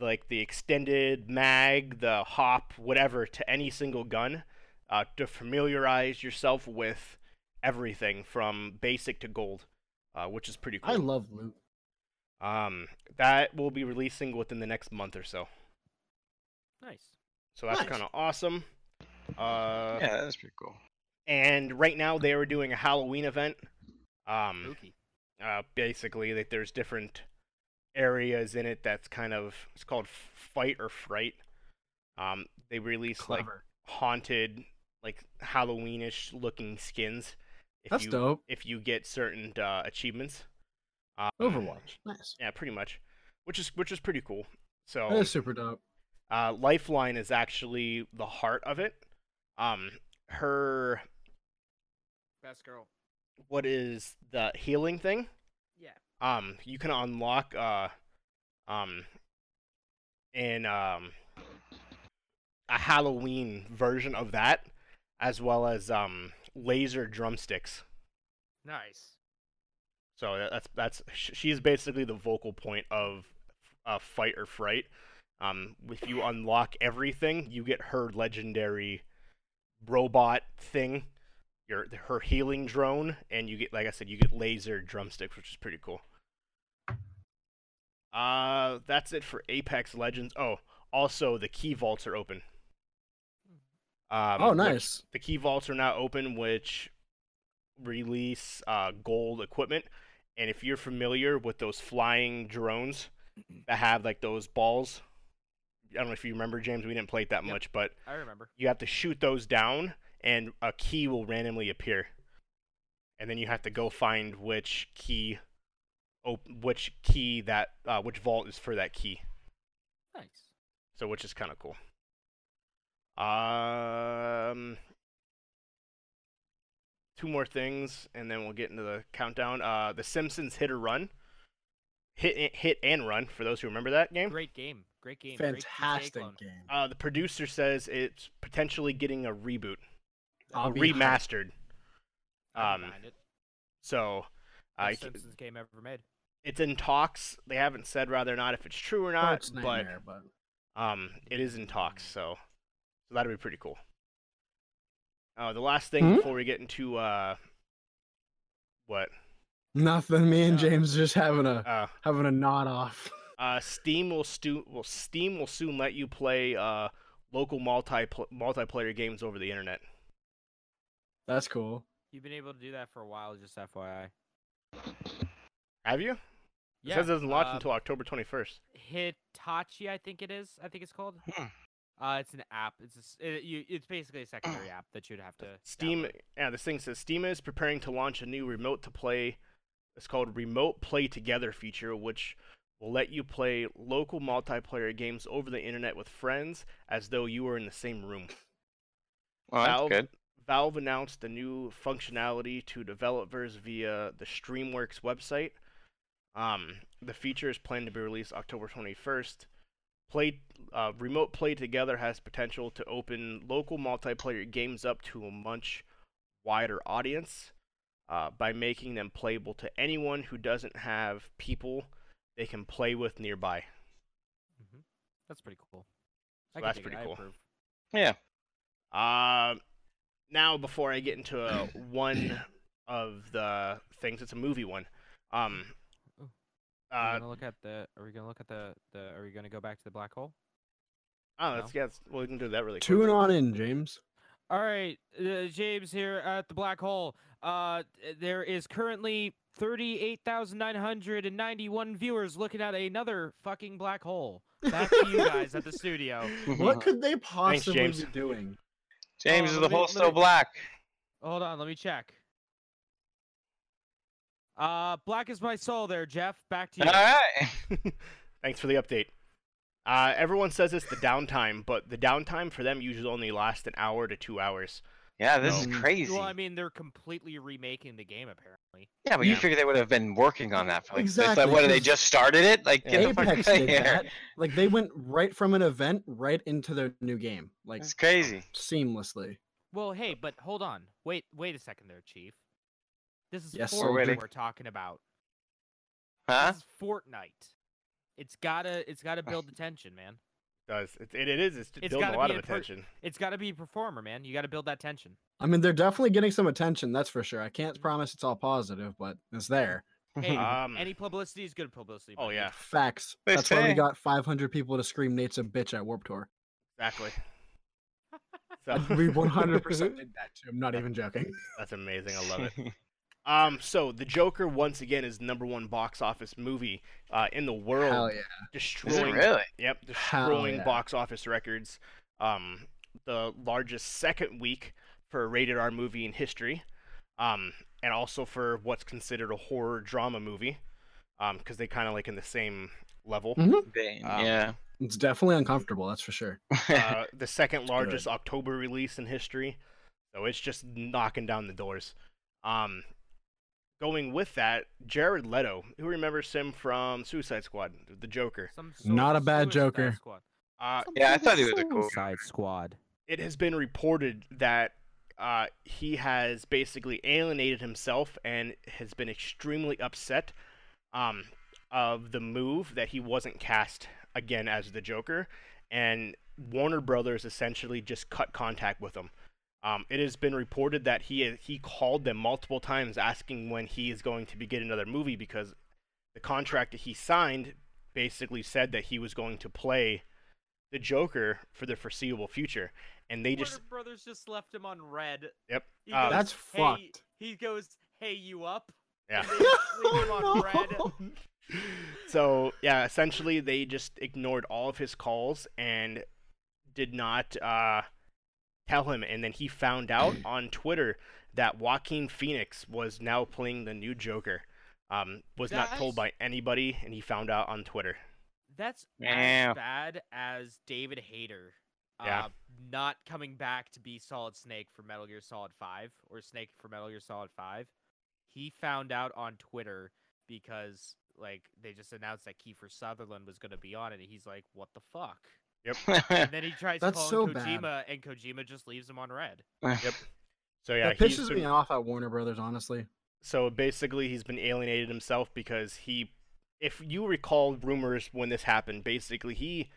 Speaker 2: like the extended mag, the hop, whatever, to any single gun, uh, to familiarize yourself with everything from basic to gold, uh, which is pretty cool.
Speaker 4: I love loot.
Speaker 2: um, that will be releasing within the next month or so.
Speaker 3: Nice.
Speaker 2: So that's
Speaker 4: Nice.
Speaker 2: kind of awesome. Uh,
Speaker 5: Yeah, that's pretty cool.
Speaker 2: and right now they were doing a Halloween event. Um,
Speaker 3: Spooky.
Speaker 2: uh, basically, that there's different areas in it that's kind of it's called fight or fright. Um, they release like
Speaker 4: Clever.
Speaker 2: haunted, like Halloweenish looking skins. If
Speaker 4: That's
Speaker 2: you,
Speaker 4: dope.
Speaker 2: If you get certain uh, achievements. Um,
Speaker 4: Overwatch. Nice.
Speaker 2: Yeah, pretty much, which is which is pretty cool. So
Speaker 4: That is super dope.
Speaker 2: uh, Lifeline is actually the heart of it. Um, her
Speaker 3: Best girl.
Speaker 2: what is the healing thing?
Speaker 3: Yeah.
Speaker 2: Um, you can unlock uh, um, in um, a Halloween version of that, as well as um, laser drumsticks.
Speaker 3: Nice.
Speaker 2: So tha- that's that's sh- she's basically the vocal point of uh, fight or fright. Um, if you unlock everything, you get her legendary robot thing, your her healing drone, and you get like I said, you get laser drumsticks, which is pretty cool. Uh, that's it for Apex Legends. Oh, also the key vaults are open. Um,
Speaker 4: oh,
Speaker 2: which-
Speaker 4: nice.
Speaker 2: the key vaults are now open, which release uh, gold equipment. And if you're familiar with those flying drones that have like those balls, I don't know if you remember, James. We didn't play it that
Speaker 3: Yep.
Speaker 2: much, but
Speaker 3: I remember.
Speaker 2: you have to shoot those down, and a key will randomly appear. And then you have to go find which key, op- which key that, uh, which vault is for that key.
Speaker 3: Nice.
Speaker 2: So which is kind of cool. Um, two more things, and then we'll get into the countdown. Uh, The Simpsons Hit or Run, hit eh, hit and run. For those who remember that game,
Speaker 3: Great game. Great game. Great GTA
Speaker 4: Fantastic
Speaker 3: clone.
Speaker 4: game.
Speaker 2: uh, the producer says it's potentially getting a reboot,
Speaker 4: I'll be hyped.
Speaker 2: remastered.
Speaker 3: I'm
Speaker 2: Um,
Speaker 3: behind it.
Speaker 2: So,
Speaker 3: Best
Speaker 2: I
Speaker 3: Simpsons game ever made.
Speaker 2: it's in talks. They haven't said rather not if it's true or not,
Speaker 4: Bart's
Speaker 2: but
Speaker 4: Oh, nightmare, but
Speaker 2: um, it is in talks,
Speaker 3: Mm.
Speaker 2: so so that'll be pretty cool. Uh, the last thing
Speaker 4: Hmm?
Speaker 2: before we get into uh, what
Speaker 4: nothing. Me and
Speaker 7: Yeah.
Speaker 4: James are just having a
Speaker 2: uh,
Speaker 4: having a nod off.
Speaker 2: uh, Steam will stu- will Steam will soon let you play uh local multi multiplayer games over the internet.
Speaker 4: That's cool.
Speaker 3: You've been able to do that for a while, just FYI.
Speaker 2: Have you? It
Speaker 3: Yeah.
Speaker 2: says it doesn't launch
Speaker 3: uh,
Speaker 2: until October twenty first.
Speaker 3: Hitachi, I think it is. I think it's called.
Speaker 5: Hmm.
Speaker 3: Uh, it's an app. It's a s it, you, it's basically a secondary app that you'd have to
Speaker 2: Steam,
Speaker 3: download.
Speaker 2: yeah, this thing says Steam is preparing to launch a new remote to play. It's called Remote Play Together feature, which will let you play local multiplayer games over the internet with friends as though you were in the same room.
Speaker 5: Well, Oh, that's
Speaker 2: Valve-
Speaker 5: good.
Speaker 2: Valve announced the new functionality to developers via the Streamworks website. Um, the feature is planned to be released October 21st. Play uh, remote play together has potential to open local multiplayer games up to a much wider audience uh, by making them playable to anyone who doesn't have people they can play with nearby.
Speaker 3: Mhm. That's pretty cool.
Speaker 2: So
Speaker 3: I can
Speaker 2: that's
Speaker 3: dig it,
Speaker 2: pretty
Speaker 3: I
Speaker 2: cool.
Speaker 3: approve.
Speaker 5: Yeah.
Speaker 2: Uh, now before I get into uh, one of the things, it's a movie one. Um,
Speaker 3: Oh. Are we
Speaker 2: uh,
Speaker 3: gonna look at the? Are we gonna look at the? the are we gonna go back to the black hole?
Speaker 2: oh, let's get well, we can do that really quick.
Speaker 4: Tune on in, James.
Speaker 3: All right, uh, James here at the black hole. Uh, th- there is currently thirty-eight thousand nine hundred and ninety-one viewers looking at another fucking black hole. Back to you guys at the studio.
Speaker 4: What could they possibly
Speaker 2: James.
Speaker 4: be doing?
Speaker 3: Uh,
Speaker 5: James, is
Speaker 3: let
Speaker 5: the
Speaker 3: me-
Speaker 5: hole
Speaker 3: let
Speaker 5: still
Speaker 3: me-
Speaker 5: black?
Speaker 3: Hold on, let me check. Uh, black is my soul. There, Jeff. Back to you.
Speaker 5: All right.
Speaker 2: Thanks for the update. Uh, everyone says it's the downtime, but the downtime for them usually only lasts an hour to two hours.
Speaker 5: Yeah, this
Speaker 4: No.
Speaker 5: is crazy.
Speaker 3: Well, I mean, they're completely remaking the game apparently.
Speaker 5: yeah, but you
Speaker 2: Yeah.
Speaker 5: figure they would have been working on that for like, it's
Speaker 4: Exactly,
Speaker 5: like what? They
Speaker 4: 'cause
Speaker 5: just started it? Like get the fuck
Speaker 4: Apex
Speaker 5: out
Speaker 4: did
Speaker 5: here.
Speaker 4: that. Like they went right from an event right into their new game, like
Speaker 5: It's crazy.
Speaker 4: seamlessly.
Speaker 3: Well, hey, but hold on. Wait, wait a second there, Chief. This is
Speaker 4: Yes, sir,
Speaker 3: Fortnite
Speaker 5: Chief.
Speaker 3: we're talking about.
Speaker 5: Huh?
Speaker 3: This is Fortnite. It's gotta, it's gotta build attention, man.
Speaker 2: It does it? It, it is. It's,
Speaker 3: It's
Speaker 2: building a
Speaker 3: gotta
Speaker 2: lot
Speaker 3: be
Speaker 2: of
Speaker 3: a per-
Speaker 2: attention.
Speaker 3: It's gotta be a performer, man. You gotta build that tension.
Speaker 4: I mean, they're definitely getting some attention, that's for sure. I
Speaker 2: Mm-hmm.
Speaker 4: can't promise it's all positive, but it's there.
Speaker 3: Hey,
Speaker 4: Ah,
Speaker 2: Um,
Speaker 3: any publicity is good publicity.
Speaker 2: Oh
Speaker 3: buddy.
Speaker 2: yeah,
Speaker 4: Facts.
Speaker 5: They
Speaker 4: That's why we
Speaker 5: say.
Speaker 4: got 500 people to scream Nate's a bitch at Warp Tour.
Speaker 2: exactly. So
Speaker 4: I- We 100% did that too. I'm not even joking.
Speaker 2: That's amazing. I love it. Um, so the Joker once again is number one box office movie uh, in the world,
Speaker 4: Hell yeah.
Speaker 5: is it
Speaker 2: destroying
Speaker 5: really?
Speaker 2: Yep,
Speaker 4: Hell
Speaker 2: destroying
Speaker 4: yeah.
Speaker 2: box office records. Um, the largest second week for a rated R movie in history, um, and also for what's considered a horror drama movie, um, because they kind of like in the same level.
Speaker 4: Mhm.
Speaker 5: Bane,
Speaker 2: Um,
Speaker 5: yeah.
Speaker 4: It's definitely uncomfortable, that's for sure.
Speaker 2: Uh, the second largest October release in history, so it's just knocking down the doors. Um, going with that, Jared Leto, who remembers him from Suicide Squad, the Joker.
Speaker 3: Some sort
Speaker 4: Not
Speaker 3: of
Speaker 4: a bad
Speaker 3: suicide
Speaker 4: Joker.
Speaker 3: Squad.
Speaker 2: Uh,
Speaker 5: yeah, I thought he was a cool.
Speaker 3: Side Squad.
Speaker 2: it has been reported that uh, he has basically alienated himself and has been extremely upset um, of the move that he wasn't cast again as the Joker, and Warner Brothers essentially just cut contact with him. Um, it has been reported that he he called them multiple times asking when he is going to be getting another movie because the contract that he signed basically said that he was going to play the Joker for the foreseeable future, and they just
Speaker 3: Warner Brothers just left him on red.
Speaker 2: Yep,
Speaker 3: He
Speaker 2: uh,
Speaker 3: goes,
Speaker 4: That's
Speaker 3: "Hey,"
Speaker 4: fucked.
Speaker 3: He goes, "Hey, you up?"
Speaker 2: Yeah.
Speaker 3: And they just leave him
Speaker 4: Oh,
Speaker 3: on red.
Speaker 2: so yeah, essentially they just ignored all of his calls and did not uh, tell him. And then he found out on Twitter that Joaquin Phoenix was now playing the new Joker. Um, was not told by
Speaker 3: That's-
Speaker 2: anybody, and he found out on Twitter.
Speaker 3: That's
Speaker 5: Yeah.
Speaker 3: as bad as David Hayter.
Speaker 2: Yeah.
Speaker 6: Ah.
Speaker 3: Uh, not coming back to be Solid Snake for Metal Gear Solid 5 or Snake for Metal Gear Solid 5. He found out on Twitter because like they just announced that Kiefer Sutherland was going to be on it and he's like, "What the fuck?"
Speaker 4: Ah.
Speaker 3: And then he tries
Speaker 4: That's
Speaker 3: calling
Speaker 4: so bad.
Speaker 3: Kojima and Kojima just leaves him on red.
Speaker 4: Uh,
Speaker 2: So yeah,
Speaker 4: that
Speaker 2: he's
Speaker 4: pisses
Speaker 2: been-
Speaker 4: me off at Warner Brothers, honestly.
Speaker 2: so basically he's been alienated himself because he if you recall rumors when this happened, basically he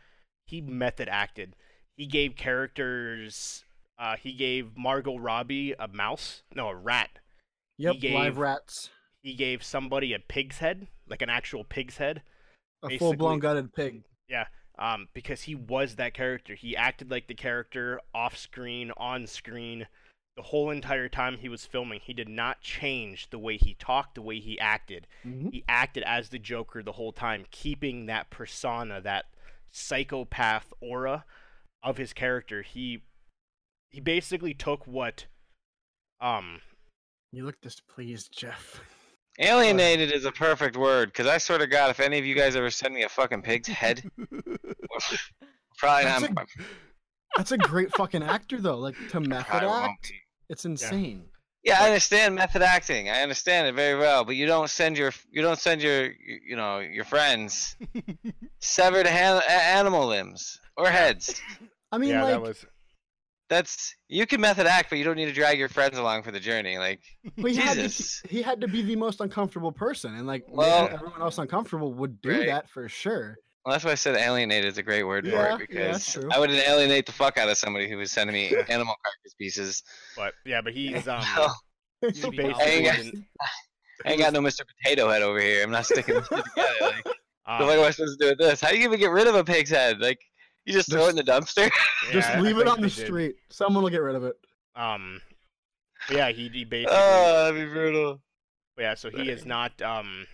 Speaker 2: he method acted. He gave characters. Uh, he gave Margot Robbie a mouse, no, a rat.
Speaker 4: Yep,
Speaker 2: gave-
Speaker 4: live rats.
Speaker 2: He gave somebody a pig's head, like an actual pig's head.
Speaker 4: A full
Speaker 2: basically-
Speaker 4: blown gutted pig.
Speaker 2: um, because he was that character. He acted like the character off screen, on screen, the whole entire time he was filming. He did not change the way he talked, the way he acted.
Speaker 4: Mhm.
Speaker 2: He acted as the Joker the whole time, keeping that persona, that psychopath aura of his character. He he basically took what um
Speaker 4: You look displeased, Jeff.
Speaker 5: Alienated is a perfect word because I swear to God, if any of you guys ever send me a fucking pig's head, probably
Speaker 4: That's
Speaker 5: not.
Speaker 4: a- That's a great fucking actor though. Like to method
Speaker 5: probably won't
Speaker 4: act,
Speaker 5: be.
Speaker 4: it's insane.
Speaker 5: Yeah, I understand method acting. I understand it very well, but you don't send your you don't send your you know your friends severed han- a- animal limbs or heads.
Speaker 4: I mean,
Speaker 2: yeah,
Speaker 4: like
Speaker 2: that was
Speaker 5: That's you can method act, but you don't need to drag your friends along for the journey. Like
Speaker 4: but he had,
Speaker 5: Jesus.
Speaker 4: to, he had to be the most uncomfortable person, and like making
Speaker 5: Well-
Speaker 4: everyone else uncomfortable would do
Speaker 5: Right.
Speaker 4: that for sure.
Speaker 5: well, that's why I said alienated is a great word
Speaker 4: Yeah, yeah,
Speaker 5: for it because
Speaker 4: true.
Speaker 5: I would alienate the fuck out of somebody who was sending me animal carcass pieces.
Speaker 2: but yeah, but he's um
Speaker 4: Oh.
Speaker 5: I
Speaker 2: he
Speaker 3: You'd be
Speaker 2: basically
Speaker 5: Hang on.
Speaker 2: didn't-
Speaker 5: ain't got no Mr. Potato Head over here. I'm not sticking this shit together. Like,
Speaker 2: um,
Speaker 5: the fuck am I supposed to do with this? How do you even get rid of a pig's head? Like you just throw it in the dumpster?
Speaker 2: yeah,
Speaker 4: Just
Speaker 2: I- I
Speaker 4: leave it
Speaker 2: think
Speaker 4: on the
Speaker 2: they did.
Speaker 4: street. Someone will get rid of it.
Speaker 2: Um, but yeah, he, he basically.
Speaker 4: Uh,
Speaker 5: oh, that'd be brutal.
Speaker 2: yeah, so he is not. Um,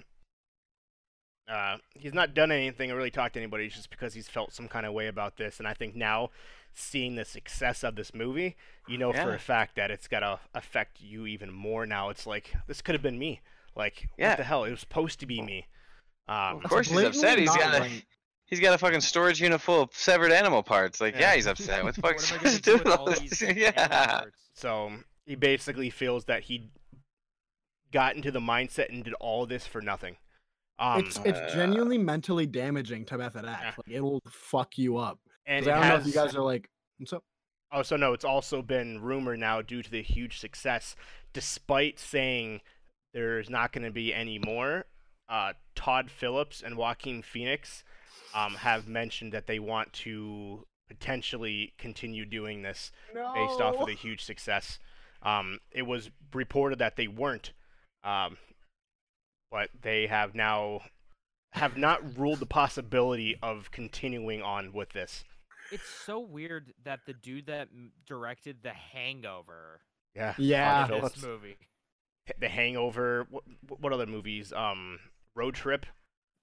Speaker 2: uh, he's not done anything or really talked to anybody it's just because he's felt some kind of way about this, and I think now, seeing the success of this movie, you know for
Speaker 5: Yeah.
Speaker 2: a fact that it's gotta affect you even more now. It's like this could have been me. Like
Speaker 5: Yeah.
Speaker 2: what the hell? It was supposed to be me. Um,
Speaker 5: Of course he's
Speaker 4: blatantly
Speaker 5: upset. He's
Speaker 4: not
Speaker 5: got a
Speaker 4: right.
Speaker 5: he's got a fucking storage unit full of severed animal parts. Like,
Speaker 2: Yeah.
Speaker 5: yeah, he's upset. What the fuck
Speaker 3: What
Speaker 5: is
Speaker 3: am I
Speaker 5: supposed
Speaker 3: gonna
Speaker 5: to
Speaker 3: do
Speaker 5: do with
Speaker 3: with all
Speaker 5: all
Speaker 3: these
Speaker 5: this?
Speaker 3: animal
Speaker 5: Yeah.
Speaker 3: parts?
Speaker 2: So he basically feels that he got into the mindset and did all this for nothing. Um,
Speaker 4: it's it's
Speaker 5: uh,
Speaker 4: genuinely mentally damaging to method act. Like it'll fuck you up. 'Cause
Speaker 2: and
Speaker 4: I
Speaker 2: it
Speaker 4: don't know if you
Speaker 2: has-
Speaker 4: guys are like, what's up?
Speaker 2: Oh, so no, it's also been rumor now due to the huge success, despite saying there's not going to be any more. Uh, Todd Phillips and Joaquin Phoenix um, have mentioned that they want to potentially continue doing this based off
Speaker 4: Oh.
Speaker 2: of the huge success. Um, it was reported that they weren't, um, but they have now have not ruled the possibility of continuing on with this.
Speaker 3: It's so weird that the dude that m- directed The Hangover
Speaker 2: Yeah.
Speaker 4: Yeah.
Speaker 2: Todd
Speaker 3: did
Speaker 2: Phillips.
Speaker 3: this movie.
Speaker 2: The Hangover. What, what other movies? Um, Road Trip.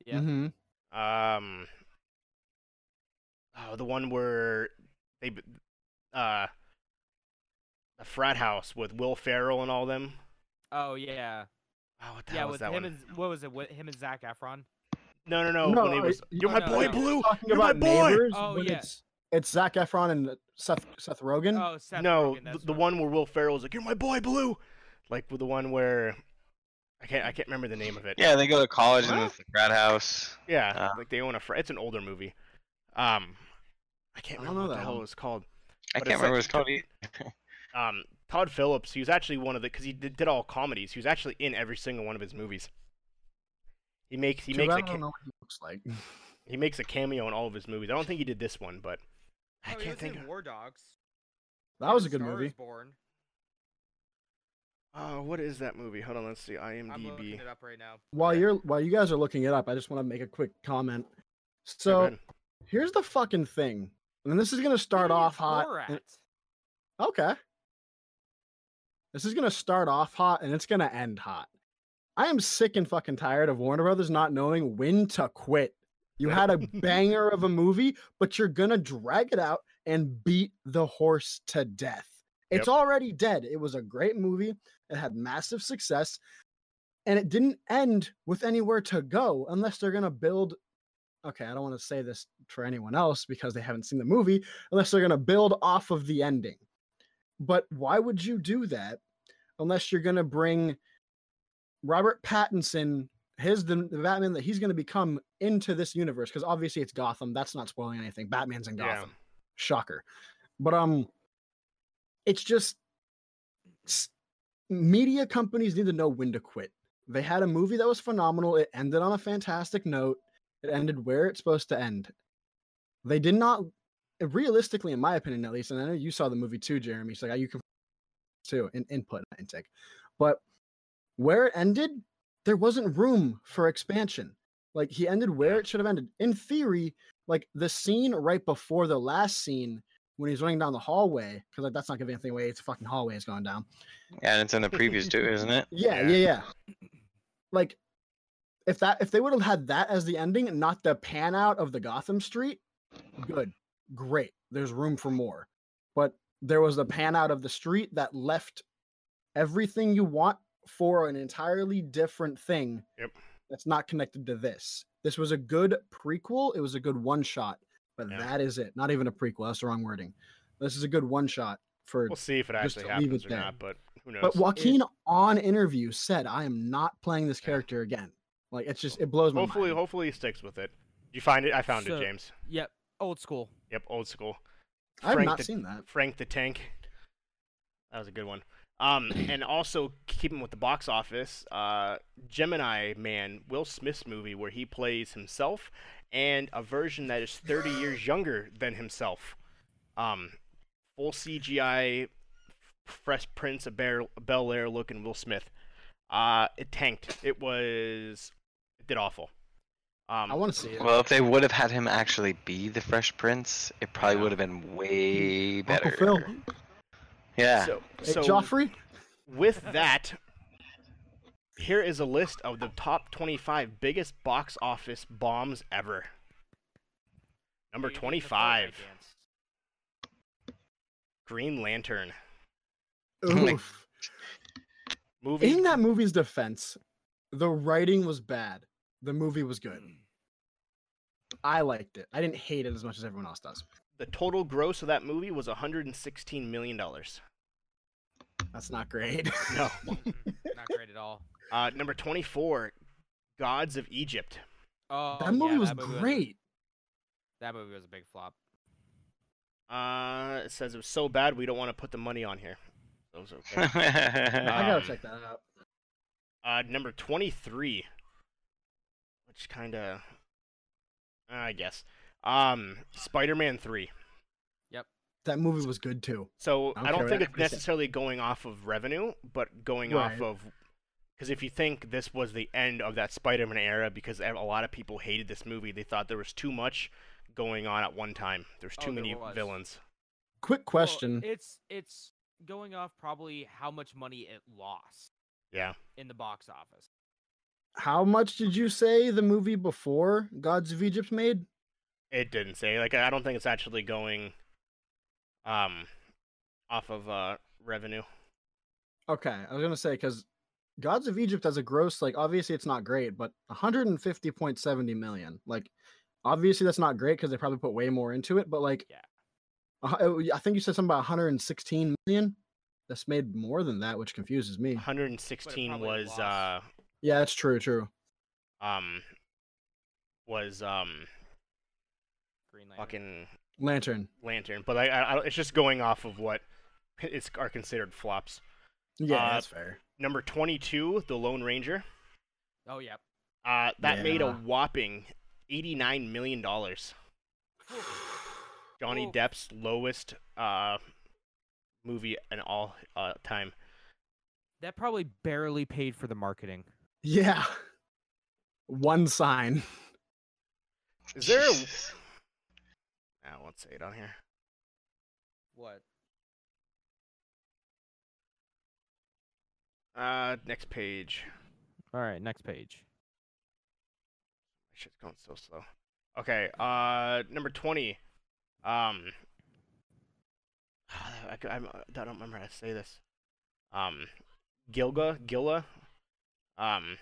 Speaker 3: Yeah.
Speaker 4: Mhm.
Speaker 2: Um, oh, the one where they, uh, the frat house with Will Ferrell and all them.
Speaker 3: Oh yeah,
Speaker 2: Oh, what the
Speaker 3: yeah.
Speaker 2: hell was
Speaker 3: With
Speaker 2: that
Speaker 3: him
Speaker 2: one?
Speaker 3: and what was it? With him and Zach Efron.
Speaker 2: No, no, no. when he was,
Speaker 4: I-
Speaker 2: you're
Speaker 3: Oh,
Speaker 2: my
Speaker 3: no, no,
Speaker 2: boy
Speaker 3: no.
Speaker 2: Blue.
Speaker 4: Talking
Speaker 2: You're my
Speaker 4: about
Speaker 2: boy!
Speaker 4: neighbors.
Speaker 3: Oh,
Speaker 4: when
Speaker 3: yeah.
Speaker 4: It's, it's Zach Efron and Seth Seth Rogen.
Speaker 3: Oh, Seth
Speaker 2: Mm. no,
Speaker 3: Rogen,
Speaker 2: th-
Speaker 3: that's
Speaker 2: the
Speaker 3: right.
Speaker 2: one where Will Ferrell's like, "You're my boy Blue," like with the one where I can't I can't remember the name of it.
Speaker 5: Yeah, they go to college and
Speaker 2: Huh?
Speaker 5: it's the frat house.
Speaker 2: Yeah,
Speaker 5: Uh,
Speaker 2: like they own a frat. It's an older movie. Um, I can't
Speaker 4: I
Speaker 2: remember
Speaker 4: don't know
Speaker 2: what the
Speaker 4: that
Speaker 2: hell
Speaker 4: one.
Speaker 2: it was called.
Speaker 5: I
Speaker 2: But
Speaker 5: can't
Speaker 2: it's
Speaker 5: remember what
Speaker 2: like-
Speaker 5: it's called. either.
Speaker 2: um, Todd Phillips, he was actually one of the because he did, did all comedies. He was actually in every single one of his movies. He makes he
Speaker 4: Dude,
Speaker 2: makes
Speaker 4: I
Speaker 2: a
Speaker 4: don't
Speaker 2: ca-
Speaker 4: know what he looks like.
Speaker 2: he makes a cameo in all of his movies. I don't think he did this one, but I
Speaker 3: Oh, he
Speaker 2: can't
Speaker 3: was
Speaker 2: think.
Speaker 3: in
Speaker 2: of-
Speaker 3: War Dogs.
Speaker 4: That
Speaker 3: and
Speaker 4: was
Speaker 3: A
Speaker 4: a good
Speaker 3: Star
Speaker 4: movie.
Speaker 3: Is Born.
Speaker 2: Oh, what is that movie? Hold on, let's see.
Speaker 3: I'm looking
Speaker 2: IMDb.
Speaker 3: it up right now.
Speaker 4: While
Speaker 2: Okay.
Speaker 4: you're while you guys are looking it up, I just want to make a quick comment.
Speaker 2: Yeah, go
Speaker 4: So
Speaker 2: ahead.
Speaker 4: here's the fucking thing, and this is gonna start
Speaker 3: Maybe
Speaker 4: off
Speaker 3: it's
Speaker 4: hot.
Speaker 3: Borat.
Speaker 4: and- Okay. This is gonna start off hot and it's gonna end hot. I am sick and fucking tired of Warner Brothers not knowing when to quit. You had a banger of a movie, but you're gonna drag it out and beat the horse to death. It's already dead. It was a great movie. It had massive success, and it didn't end with anywhere to go unless they're gonna build. Okay, I don't want to say this for anyone else because they haven't seen the movie. Unless they're gonna build off of the ending, but why would you do that unless you're gonna bring Robert Pattinson, his the, the Batman that he's gonna become into this universe? Because obviously it's Gotham. That's not spoiling anything. Batman's in
Speaker 2: Yeah.
Speaker 4: Gotham. Shocker, but um, it's just s- media companies need to know when to quit. They had a movie that was phenomenal. It ended on a fantastic note. It ended where it's supposed to end. They did not, realistically, in my opinion, at least, and I know you saw the movie too, Jeremy. So you can too in input not intake, but where it ended, there wasn't room for expansion. Like he ended where it should have ended. In theory, like the scene right before the last scene when he's running down the hallway, because like that's not giving anything away. It's a fucking hallway is going down.
Speaker 5: Yeah, and it's in the previews too, isn't it?
Speaker 4: Yeah,
Speaker 2: Yeah.
Speaker 4: yeah, yeah. Like if that if they would have had that as the ending, and not the pan out of the Gotham Street, good. Great. There's room for more. But there was the pan out of the street that left everything you want for an entirely different thing.
Speaker 2: Yep.
Speaker 4: That's not connected to this. This was a good prequel. It was a good one shot, but
Speaker 2: Yeah.
Speaker 4: that is it. Not even a prequel. That's the wrong wording. This is a good one shot for
Speaker 2: We'll see if it
Speaker 4: Just
Speaker 2: actually
Speaker 4: to leave
Speaker 2: happens
Speaker 4: it
Speaker 2: or
Speaker 4: there.
Speaker 2: not, but who knows?
Speaker 4: but Joaquin on interview said, "I am not playing this character again." Like it's just it blows my
Speaker 2: hopefully,
Speaker 4: mind.
Speaker 2: hopefully he sticks with it. You find it? I found
Speaker 3: So-
Speaker 2: it, James.
Speaker 3: Yep, old school.
Speaker 2: Yep, old school.
Speaker 4: I've
Speaker 2: Frank
Speaker 4: not
Speaker 2: the-
Speaker 4: seen that.
Speaker 2: Frank the Tank. That was a good one. Um, and also keeping with the box office, uh, Gemini Man, Will Smith's movie where he plays himself and a version that is 30 years younger than himself. Um, full CGI, Fresh Prince of Bel Air looking Will Smith. Uh, it tanked. It was, it did awful. Um,
Speaker 4: I want to see it.
Speaker 5: Well, if they would have had him actually be the Fresh Prince, it probably
Speaker 2: Yeah.
Speaker 5: would have been way better.
Speaker 4: Uncle Phil,
Speaker 5: Yeah.
Speaker 2: so,
Speaker 4: hey,
Speaker 2: so
Speaker 4: Joffrey.
Speaker 2: with that, here is a list of the top 25 biggest box office bombs ever. Number
Speaker 3: You're getting the Fortnite
Speaker 2: 25,
Speaker 3: dance.
Speaker 2: Green Lantern.
Speaker 5: my-
Speaker 4: Oof.
Speaker 2: Movie.
Speaker 4: In that movie's defense, the writing was bad. The movie was good. I liked it. I didn't hate it as much as everyone else does.
Speaker 2: The total gross of that movie was $116 million.
Speaker 4: That's not great.
Speaker 2: No.
Speaker 3: Not great at all.
Speaker 2: Uh, number 24, Gods of Egypt.
Speaker 3: Oh,
Speaker 4: that movie
Speaker 3: yeah,
Speaker 4: was
Speaker 3: that movie
Speaker 4: great.
Speaker 3: that movie was a big flop.
Speaker 2: Uh, it says it was so bad we don't want to put the money on here. Those are okay.
Speaker 4: I gotta
Speaker 2: Um,
Speaker 4: check that out.
Speaker 2: Uh, number 23, which kind of, I guess, um, Spider-Man 3.
Speaker 4: That movie was good too.
Speaker 2: So I
Speaker 4: I don't
Speaker 2: don't
Speaker 4: care what
Speaker 2: think it's
Speaker 4: anybody says.
Speaker 2: necessarily going off of revenue, but going off
Speaker 4: Right.
Speaker 2: of because if you think this was the end of that Spider-Man era, because a lot of people hated this movie, they thought there was too much going on at one time. There's
Speaker 3: Oh,
Speaker 2: too
Speaker 3: there
Speaker 2: many
Speaker 3: was.
Speaker 2: villains.
Speaker 4: Quick
Speaker 3: Well,
Speaker 4: question.
Speaker 3: it's it's going off probably how much money it lost
Speaker 2: Yeah,
Speaker 3: in the box office.
Speaker 4: How much did you say the movie before Gods of Egypt made?
Speaker 2: it didn't say like I don't think it's actually going, um, off of uh revenue.
Speaker 4: Okay, I was gonna say because Gods of Egypt has a gross like obviously it's not great, but 150.70 million. Like obviously that's not great because they probably put way more into it, but like
Speaker 3: Yeah.
Speaker 4: a hu- uh, I think you said something about 116 million. That's made more than that, which confuses me.
Speaker 2: 116
Speaker 3: probably
Speaker 2: was
Speaker 3: lost.
Speaker 2: uh
Speaker 4: Yeah, that's true, true.
Speaker 2: um was um
Speaker 3: Green Lantern.
Speaker 2: fucking
Speaker 4: Lantern.
Speaker 2: lantern, but I, I, I don't- it's just going off of what is are considered flops.
Speaker 4: Yeah,
Speaker 2: Uh,
Speaker 4: that's fair.
Speaker 2: Number 22, The Lone Ranger.
Speaker 3: Oh yeah.
Speaker 2: Uh, that made a
Speaker 4: Yeah.
Speaker 2: whopping 89 million dollars. Johnny
Speaker 3: Oof.
Speaker 2: Depp's lowest uh movie in all uh, time.
Speaker 3: That probably barely paid for the marketing.
Speaker 4: Yeah. One sign.
Speaker 2: Is there a Ah,
Speaker 5: Jesus.
Speaker 2: I won't say it on here.
Speaker 3: What?
Speaker 2: Uh next page.
Speaker 3: All right, next page.
Speaker 2: Shit's going so slow. Okay, uh, number twenty. Um, ah, I, c- I'm- I don't remember how to say this. Um, Gilga, Gilla, um,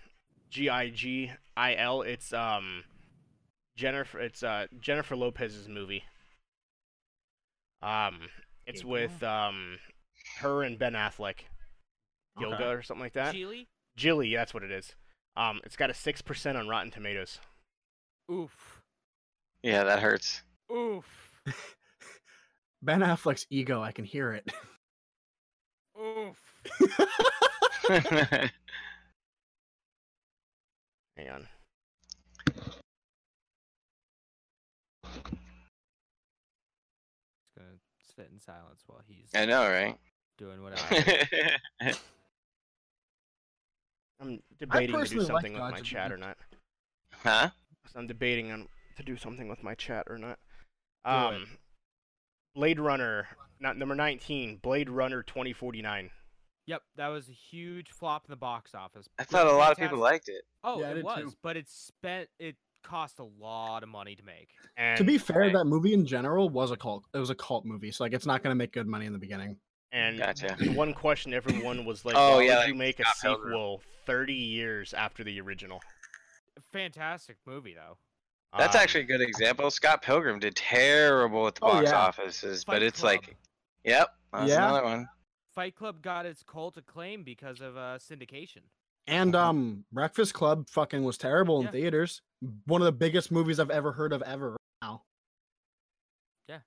Speaker 2: G I G I L. It's um, Jennifer. It's uh Jennifer Lopez's movie. Um, it's with um, her and Ben Affleck. Gilga
Speaker 4: Okay.
Speaker 2: or something like that.
Speaker 3: Geely?
Speaker 2: Gilly, that's what it is. Um, it's got a six percent on Rotten Tomatoes.
Speaker 3: Oof.
Speaker 5: Yeah, that hurts.
Speaker 3: Oof.
Speaker 4: Ben Affleck's ego, I can hear it.
Speaker 3: Oof.
Speaker 5: I
Speaker 2: Hang on.
Speaker 3: Just gonna sit in silence while he's
Speaker 5: I know, right?
Speaker 3: doing what I
Speaker 2: I'm debating to do
Speaker 4: personally like
Speaker 2: something with
Speaker 4: Dodge
Speaker 2: my
Speaker 4: of
Speaker 2: chat or
Speaker 4: Egypt.
Speaker 2: not.
Speaker 5: huh?
Speaker 2: I'm debating on to do something with my chat or not.
Speaker 3: it.
Speaker 2: Um, Blade Runner, not number 19, Blade Runner 2049.
Speaker 3: Yep, that was a huge flop in the box office.
Speaker 5: I
Speaker 3: It
Speaker 5: thought a
Speaker 3: was
Speaker 5: lot of people
Speaker 3: fantastic.
Speaker 5: liked it.
Speaker 3: Oh,
Speaker 4: Yeah, I
Speaker 3: it
Speaker 4: did
Speaker 3: was,
Speaker 4: too.
Speaker 3: but it spent. It cost a lot of money to make.
Speaker 2: And
Speaker 4: to be fair,
Speaker 5: okay.
Speaker 4: that movie in general was a cult. It was a cult movie, so like it's not going to make good money in the beginning.
Speaker 2: and
Speaker 5: Gotcha.
Speaker 2: the one question everyone was like,
Speaker 5: Oh,
Speaker 2: why
Speaker 5: yeah,
Speaker 2: would you
Speaker 5: like
Speaker 2: make a
Speaker 5: Scott Pilgrim.
Speaker 2: sequel 30 years after the original?
Speaker 3: Fantastic movie though.
Speaker 5: That's
Speaker 2: Um,
Speaker 5: actually a good example. Scott Pilgrim did terrible at the
Speaker 4: Oh,
Speaker 5: box
Speaker 4: yeah.
Speaker 5: offices, but
Speaker 3: Fight
Speaker 5: it's
Speaker 3: Club.
Speaker 5: like, yep, that's
Speaker 4: Yeah.
Speaker 5: another one.
Speaker 3: Fight Club got its cult acclaim because of uh, syndication.
Speaker 4: And um, Breakfast Club fucking was terrible in
Speaker 3: Uh-huh. Yeah.
Speaker 4: theaters. One of the biggest movies I've ever heard of ever. Now,
Speaker 3: Yeah.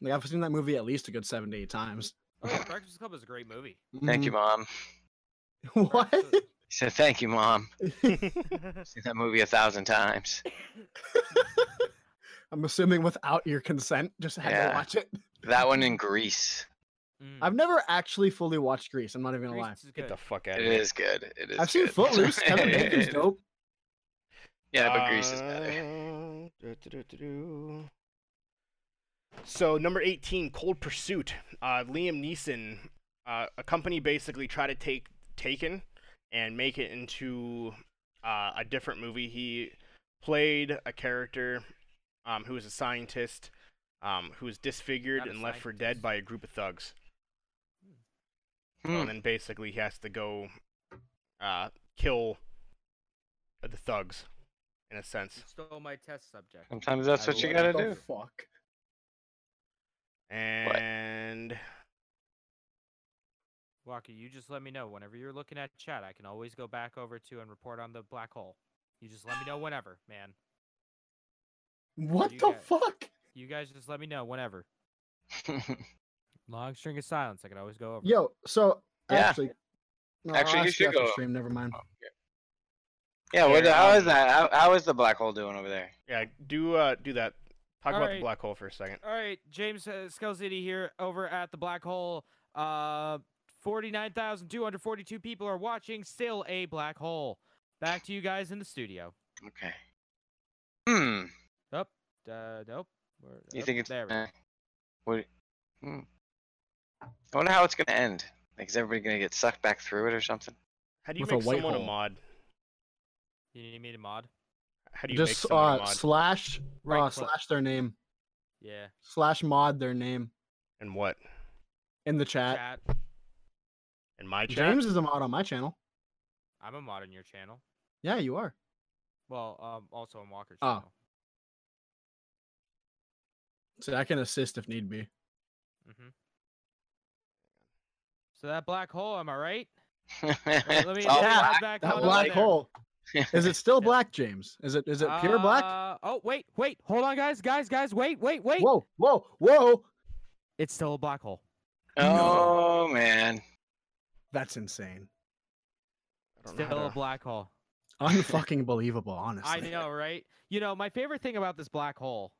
Speaker 4: like I've seen that movie at least a good seven to eight times.
Speaker 3: Oh, yeah, Breakfast Club is a great movie.
Speaker 4: Mm-hmm.
Speaker 5: Thank you, mom.
Speaker 4: you. What?
Speaker 3: Breakfast-
Speaker 5: He said, "Thank you, mom." I've seen that movie a thousand times.
Speaker 4: I'm assuming without your consent, just had
Speaker 5: Yeah.
Speaker 4: to watch it.
Speaker 5: That one in Greece.
Speaker 3: Mm,
Speaker 4: I've never actually fully watched Grease. I'm not even gonna lie.
Speaker 3: Grease is
Speaker 2: Get
Speaker 3: good.
Speaker 2: the fuck out
Speaker 5: It
Speaker 2: of here.
Speaker 5: is good. It is.
Speaker 4: I've seen
Speaker 5: good.
Speaker 4: Footloose. Kevin Bacon's dope.
Speaker 5: Yeah, but Greece
Speaker 2: Uh,
Speaker 5: is better.
Speaker 2: Um, du-du-du-du-du. Uh, So number eighteen, Cold Pursuit. Uh, Liam Neeson. Uh, a company basically tried to take Taken and make it into uh, a different movie. He played a character um, who was a scientist um, who was disfigured
Speaker 3: Not a
Speaker 2: and left for dead
Speaker 3: scientist.
Speaker 2: by a group of thugs. So,
Speaker 5: Hmm.
Speaker 2: and then basically he has to go uh, kill uh, the thugs, in a sense.
Speaker 3: You stole my test subject.
Speaker 5: Sometimes that's
Speaker 3: I
Speaker 5: what you
Speaker 3: love
Speaker 5: gotta
Speaker 4: the
Speaker 5: do.
Speaker 4: fuck.
Speaker 2: And
Speaker 3: Walker, you just let me know whenever you're looking at chat. I can always go back over to and report on the black hole. You just let me know whenever, man.
Speaker 4: What
Speaker 3: You
Speaker 4: the
Speaker 3: got-
Speaker 4: fuck?
Speaker 3: You guys just let me know whenever. Long string of silence. I can always go over.
Speaker 4: Yo, so
Speaker 5: Yeah.
Speaker 4: actually, no, I'll
Speaker 5: Actually, you
Speaker 4: ask
Speaker 5: should
Speaker 4: after
Speaker 5: go.
Speaker 4: Stream, never mind.
Speaker 5: yeah. What?
Speaker 2: Here,
Speaker 5: How
Speaker 2: um,
Speaker 5: is that? How, how is the black hole doing over there?
Speaker 2: yeah, do uh do that. Talk about
Speaker 3: Alright.
Speaker 2: the black hole for a second.
Speaker 3: All right, James uh, Scalziti here over at the Black Hole. Uh, 49,242 people are watching. Still a black hole. Back to you guys in the studio.
Speaker 5: Okay. Hmm.
Speaker 3: Up. Uh, nope. Where-
Speaker 5: You
Speaker 3: up,
Speaker 5: think it's
Speaker 3: there? we go.
Speaker 5: uh, what? Hmm. I wonder how it's gonna end. Like, is everybody gonna get sucked back through it or something?
Speaker 2: How do you
Speaker 4: With a
Speaker 2: make
Speaker 4: white
Speaker 2: someone a
Speaker 4: hole.
Speaker 2: mod?
Speaker 3: You need me to mod?
Speaker 2: How do you make
Speaker 4: Just
Speaker 2: someone a
Speaker 4: uh,
Speaker 2: mod?
Speaker 4: slash
Speaker 3: Right
Speaker 4: uh,
Speaker 3: click.
Speaker 4: slash their name,
Speaker 3: Yeah.
Speaker 4: slash mod their name
Speaker 2: and what?
Speaker 4: in the chat.
Speaker 3: Chat.
Speaker 2: In my chat?
Speaker 4: James is a mod on my channel.
Speaker 3: I'm a mod on your channel.
Speaker 4: Yeah, you are.
Speaker 3: Well, um, also on Walker's
Speaker 4: Oh.
Speaker 3: channel.
Speaker 4: So I can assist if need be.
Speaker 3: Mm-hmm. So that black hole, am I right? Wait, let me let
Speaker 5: It's all
Speaker 3: me
Speaker 4: Yeah,
Speaker 5: black.
Speaker 3: head back
Speaker 4: That
Speaker 3: on over
Speaker 4: black
Speaker 3: there.
Speaker 4: hole. Is it still
Speaker 3: Yeah.
Speaker 4: black, James? Is it is it pure black?
Speaker 3: Uh, oh, wait, wait. Hold on, guys. Guys, guys, wait, wait, wait.
Speaker 4: Whoa, whoa, whoa!
Speaker 3: It's still a black hole.
Speaker 5: Oh man.
Speaker 4: That's insane.
Speaker 2: I don't know how
Speaker 3: Still a
Speaker 2: to-
Speaker 3: black hole.
Speaker 4: Unfucking believable, honestly.
Speaker 3: I know, right? You know, my favorite thing about this black hole,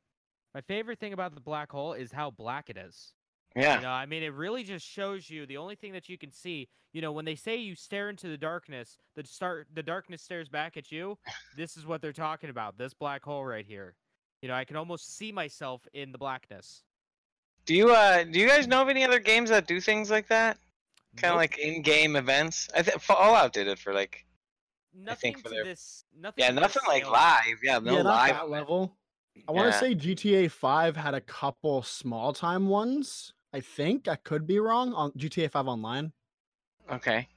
Speaker 3: my favorite thing about the black hole is how black it is. You
Speaker 5: Yeah.
Speaker 3: know, I mean, it really just shows you the only thing that you can see. You know, when they say you stare into the darkness, the start, the darkness stares back at you. This is what they're talking about. This black hole right here. You know, I can almost see myself in the blackness.
Speaker 5: Do you uh do you guys know of any other games that do things like that? Kind of
Speaker 3: Nope.
Speaker 5: like in-game events. I think Fallout did it for like
Speaker 3: nothing
Speaker 5: for
Speaker 3: to
Speaker 5: their-
Speaker 3: this. Nothing.
Speaker 5: yeah,
Speaker 3: to this
Speaker 5: nothing like
Speaker 3: scale.
Speaker 5: live. Yeah, no
Speaker 4: yeah, not
Speaker 5: live.
Speaker 4: that level. I want
Speaker 5: Yeah.
Speaker 4: to say GTA 5 had a couple small time ones. I think I could be wrong on GTA 5 online.
Speaker 5: Okay.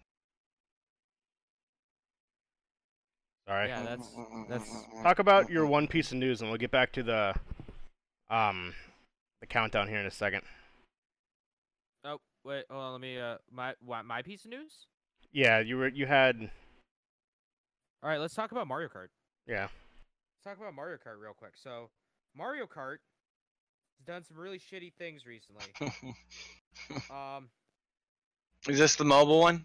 Speaker 2: Sorry.
Speaker 3: Yeah, that's that's
Speaker 2: Talk about
Speaker 4: Mm-hmm.
Speaker 2: your one piece of news and we'll get back to the um the countdown here in a second.
Speaker 3: Oh wait, hold on. Let me. Uh, my what, my piece of news.
Speaker 2: Yeah, you were you had
Speaker 3: All right, let's talk about Mario Kart.
Speaker 2: yeah.
Speaker 3: Let's talk about Mario Kart real quick. So, Mario Kart has done some really shitty things recently. um,
Speaker 5: Is this the mobile one?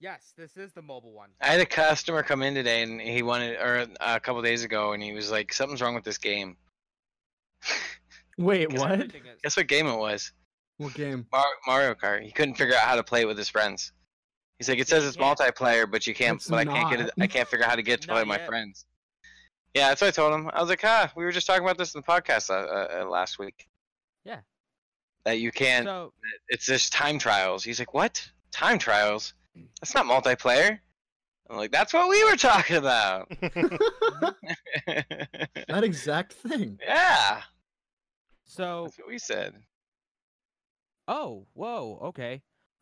Speaker 3: Yes, this is the mobile one.
Speaker 5: I had a customer come in today, and he wanted, or uh, a couple days ago, and he was like, "Something's wrong with this game."
Speaker 4: Wait,
Speaker 3: 'Cause
Speaker 4: what?
Speaker 3: everything is-
Speaker 5: Guess what game it was?
Speaker 4: What game?
Speaker 5: Mar- Mario Kart. He couldn't figure out how to play it with his friends. He's like, "It says it's
Speaker 3: Yeah.
Speaker 5: multiplayer, but you can't,
Speaker 4: It's
Speaker 5: but I can't get
Speaker 4: not.
Speaker 5: it. I can't figure out how to get to play
Speaker 3: Not
Speaker 5: with my
Speaker 3: yet.
Speaker 5: friends." Yeah, that's what I told him. I was like, "Ah, we were just talking about this in the podcast uh, uh, last week."
Speaker 3: Yeah.
Speaker 5: That you can't.
Speaker 3: So
Speaker 5: it's just time trials. He's like, what? Time trials? That's not multiplayer. I'm like, that's what we were talking about. yeah,
Speaker 4: that exact thing.
Speaker 3: so
Speaker 5: that's what we said.
Speaker 3: oh whoa okay.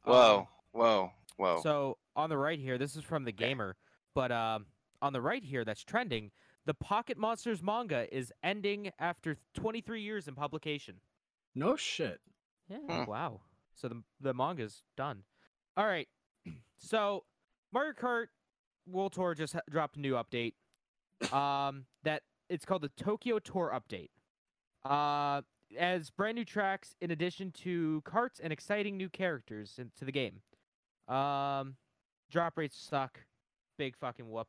Speaker 3: um,
Speaker 5: Whoa, whoa, whoa.
Speaker 3: So on the right here, this is from the gamer, but um, on the right here, that's trending. The Pocket Monsters manga is ending after 23 years in publication.
Speaker 4: No shit.
Speaker 3: Yeah.
Speaker 5: Hmm.
Speaker 3: Wow. So the the manga's done. All right. So Mario Kart World Tour just ha- dropped a new update. Um, that it's called the Tokyo Tour update. Uh, as brand new tracks in addition to carts and exciting new characters into the game. Um, drop rates suck. Big fucking whoop.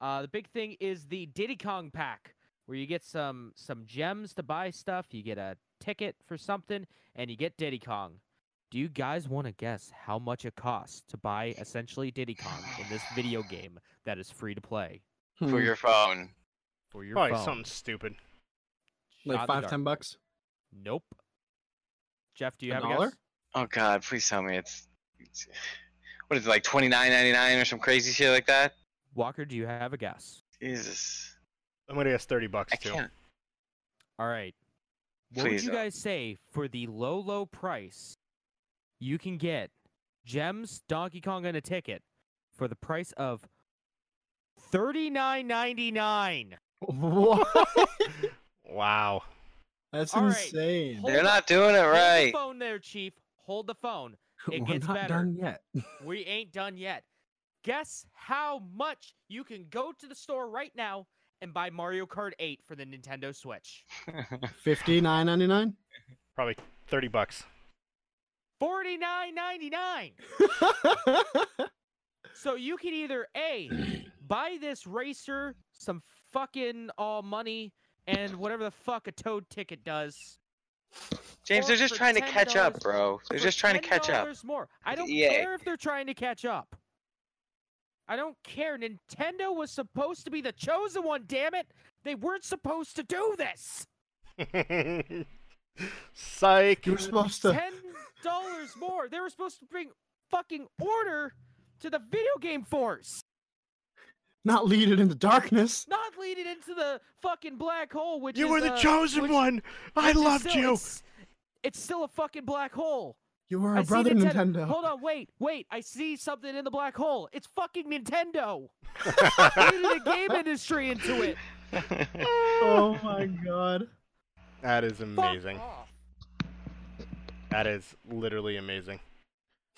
Speaker 3: Uh, the big thing is the Diddy Kong pack, where you get some some gems to buy stuff. You get a ticket for something, and you get Diddy Kong. Do you guys want to guess how much it costs to buy essentially Diddy Kong in this video game that is free to play
Speaker 5: For
Speaker 4: Hmm,
Speaker 5: your phone.
Speaker 3: for your
Speaker 2: Probably
Speaker 3: phone?
Speaker 2: something stupid.
Speaker 4: Hmm. like
Speaker 3: Shot in the
Speaker 4: five,
Speaker 3: dark.
Speaker 4: ten bucks.
Speaker 3: Nope. Jeff, do you
Speaker 4: A
Speaker 3: have a
Speaker 4: dollar?
Speaker 3: guess?
Speaker 5: Oh, God, please tell me it's. it's what is it, like twenty nine ninety nine or some crazy shit like that?
Speaker 3: Walker, do you have a guess?
Speaker 5: Jesus.
Speaker 2: I'm gonna guess thirty bucks
Speaker 5: I
Speaker 2: too.
Speaker 5: can't.
Speaker 3: All right. What
Speaker 5: Please uh,
Speaker 3: would you
Speaker 5: don't.
Speaker 3: guys say for the low, low price you can get gems, Donkey Kong, and a ticket for the price of thirty nine ninety nine?
Speaker 4: What?
Speaker 2: Wow.
Speaker 4: That's
Speaker 3: All right,
Speaker 4: insane.
Speaker 3: hold-
Speaker 5: They're not doing it
Speaker 3: Hold the
Speaker 5: right.
Speaker 3: phone there, Chief. Hold the phone. it
Speaker 4: We're
Speaker 3: gets
Speaker 4: not
Speaker 3: better.
Speaker 4: done yet.
Speaker 3: We ain't done yet. Guess how much you can go to the store right now and buy Mario Kart 8 for the Nintendo Switch.
Speaker 4: Fifty nine ninety nine.
Speaker 2: Probably thirty bucks.
Speaker 3: Forty nine ninety nine. So you can either A, buy this racer some fucking all money and whatever the fuck a toad ticket does.
Speaker 5: James,
Speaker 3: Or
Speaker 5: they're just
Speaker 3: for
Speaker 5: trying to catch up,
Speaker 3: $10
Speaker 5: bro. They're
Speaker 3: for
Speaker 5: just trying to catch up.
Speaker 3: $10 More. I
Speaker 5: With
Speaker 3: don't
Speaker 5: EA.
Speaker 3: care if they're trying to catch up. I don't care. Nintendo was supposed to be the chosen one, damn it. They weren't supposed to do this.
Speaker 2: Psych.
Speaker 4: You're supposed to.
Speaker 3: Ten dollars more. They were supposed to bring fucking order to the video game force,
Speaker 4: not lead it into darkness.
Speaker 3: not lead it into the fucking black hole. Which
Speaker 2: You
Speaker 3: is,
Speaker 2: were the
Speaker 3: uh,
Speaker 2: chosen
Speaker 3: which-
Speaker 2: one. I
Speaker 3: which is
Speaker 2: loved
Speaker 3: still-
Speaker 2: you.
Speaker 3: It's, it's still a fucking black hole.
Speaker 4: You are
Speaker 3: I
Speaker 4: a
Speaker 3: see
Speaker 4: brother,
Speaker 3: Ninten-
Speaker 4: Nintendo.
Speaker 3: Hold on, wait, wait. I see something in the black hole. It's fucking Nintendo. they needed the game industry into it.
Speaker 4: Oh my god.
Speaker 2: That is
Speaker 3: Fuck
Speaker 2: amazing.
Speaker 3: off.
Speaker 2: That is literally amazing.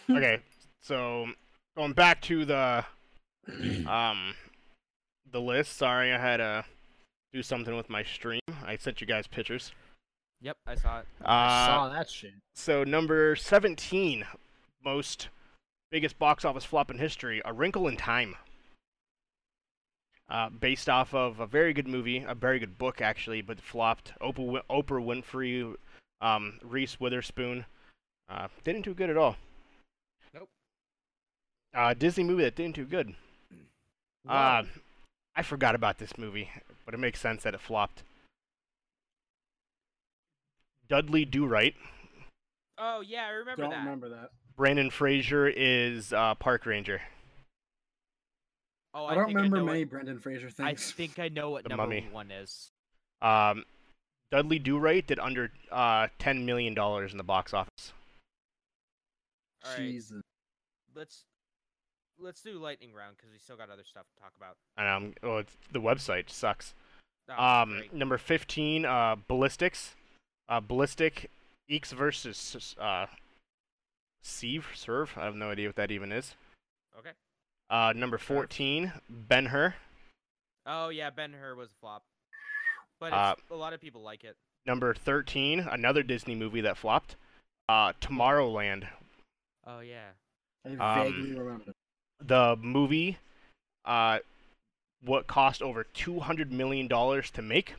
Speaker 2: Okay, so going back to the um the list. Sorry, I had to do something with my stream. I sent you guys pictures.
Speaker 3: Yep, I saw it.
Speaker 4: I
Speaker 2: Uh,
Speaker 4: saw that shit.
Speaker 2: so number seventeen, most biggest box office flop in history, A Wrinkle in Time. Uh, based off of a very good movie, a very good book actually, but flopped. Oprah, Win- Oprah Winfrey, um, Reese Witherspoon, uh, didn't do good at all.
Speaker 3: Nope.
Speaker 2: Uh, Disney movie that didn't do good. Uh,
Speaker 3: Wow.
Speaker 2: I forgot about this movie, but it makes sense that it flopped. Dudley Do Right.
Speaker 3: oh yeah, I remember
Speaker 4: Don't
Speaker 3: that.
Speaker 4: remember that.
Speaker 2: Brandon Fraser is uh, Park Ranger.
Speaker 3: Oh,
Speaker 4: I don't
Speaker 3: think
Speaker 4: remember
Speaker 3: know what-
Speaker 4: many Brendan Fraser
Speaker 3: I
Speaker 4: things.
Speaker 3: think I know what
Speaker 2: The
Speaker 3: number
Speaker 2: Mummy.
Speaker 3: one is.
Speaker 2: Um, Dudley Do Right did under uh, ten million dollars in the box office.
Speaker 3: All right,
Speaker 4: Jesus.
Speaker 3: let's let's do lightning round because we still got other stuff to talk about.
Speaker 2: And um, oh, it's, the website sucks.
Speaker 3: Oh,
Speaker 2: Um,
Speaker 3: great.
Speaker 2: number fifteen, uh, Ballistics. Uh, Ballistic Eeks versus uh, Sieve Serve. I have no idea what that even is.
Speaker 3: Okay.
Speaker 2: Uh, number fourteen, Ben Hur.
Speaker 3: Oh yeah, Ben Hur was a flop, but it's,
Speaker 2: Uh,
Speaker 3: a lot of people like it.
Speaker 2: Number thirteen, another Disney movie that
Speaker 3: Hmm.
Speaker 2: flopped. Uh, Tomorrowland.
Speaker 3: Oh yeah.
Speaker 4: I
Speaker 2: Um,
Speaker 4: vaguely remember.
Speaker 2: the movie uh what cost over 200 million dollars to make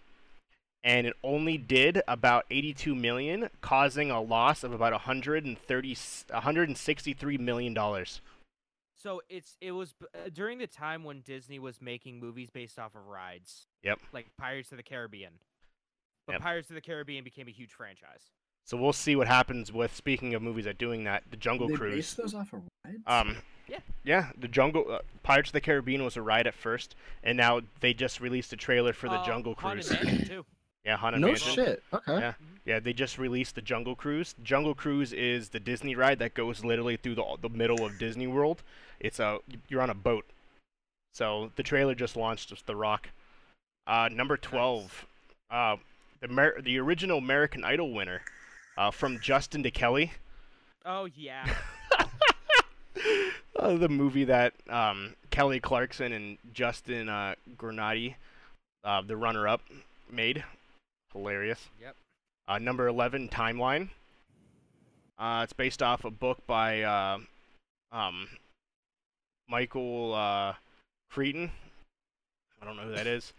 Speaker 2: and it only did about 82 million causing a loss of about 130 163 million dollars
Speaker 3: So it's it was b- uh, during the time when Disney was making movies based off of rides.
Speaker 2: Yep.
Speaker 3: Like Pirates of the Caribbean. But
Speaker 2: Yep.
Speaker 3: Pirates of the Caribbean became a huge franchise.
Speaker 2: so we'll see what happens with speaking of movies that doing that the jungle
Speaker 4: they
Speaker 2: cruise
Speaker 4: base those off of rides?
Speaker 2: Um,
Speaker 3: Yeah.
Speaker 2: yeah. The Jungle uh, Pirates of the Caribbean was a ride at first, and now they just released a trailer for the
Speaker 3: Uh,
Speaker 2: Jungle
Speaker 3: Haunted
Speaker 2: Cruise.
Speaker 3: Mansion, too.
Speaker 2: Yeah, Haunted
Speaker 4: no
Speaker 2: Mansion.
Speaker 4: shit. Okay.
Speaker 2: Yeah. Yeah, they just released the Jungle Cruise. Jungle Cruise is the Disney ride that goes literally through the the middle of Disney World. It's a you're on a boat. So the trailer just launched with The Rock. Uh, number twelve, uh, the Mer- the original American Idol winner, uh, from Justin to Kelly.
Speaker 3: Oh yeah.
Speaker 2: uh, the movie that um, Kelly Clarkson and Justin uh, Granati, uh, the runner-up, made. Hilarious.
Speaker 3: Yep.
Speaker 2: Uh, number eleven, Timeline. Uh, it's based off a book by uh, um, Michael uh, Creighton. I don't know who that is.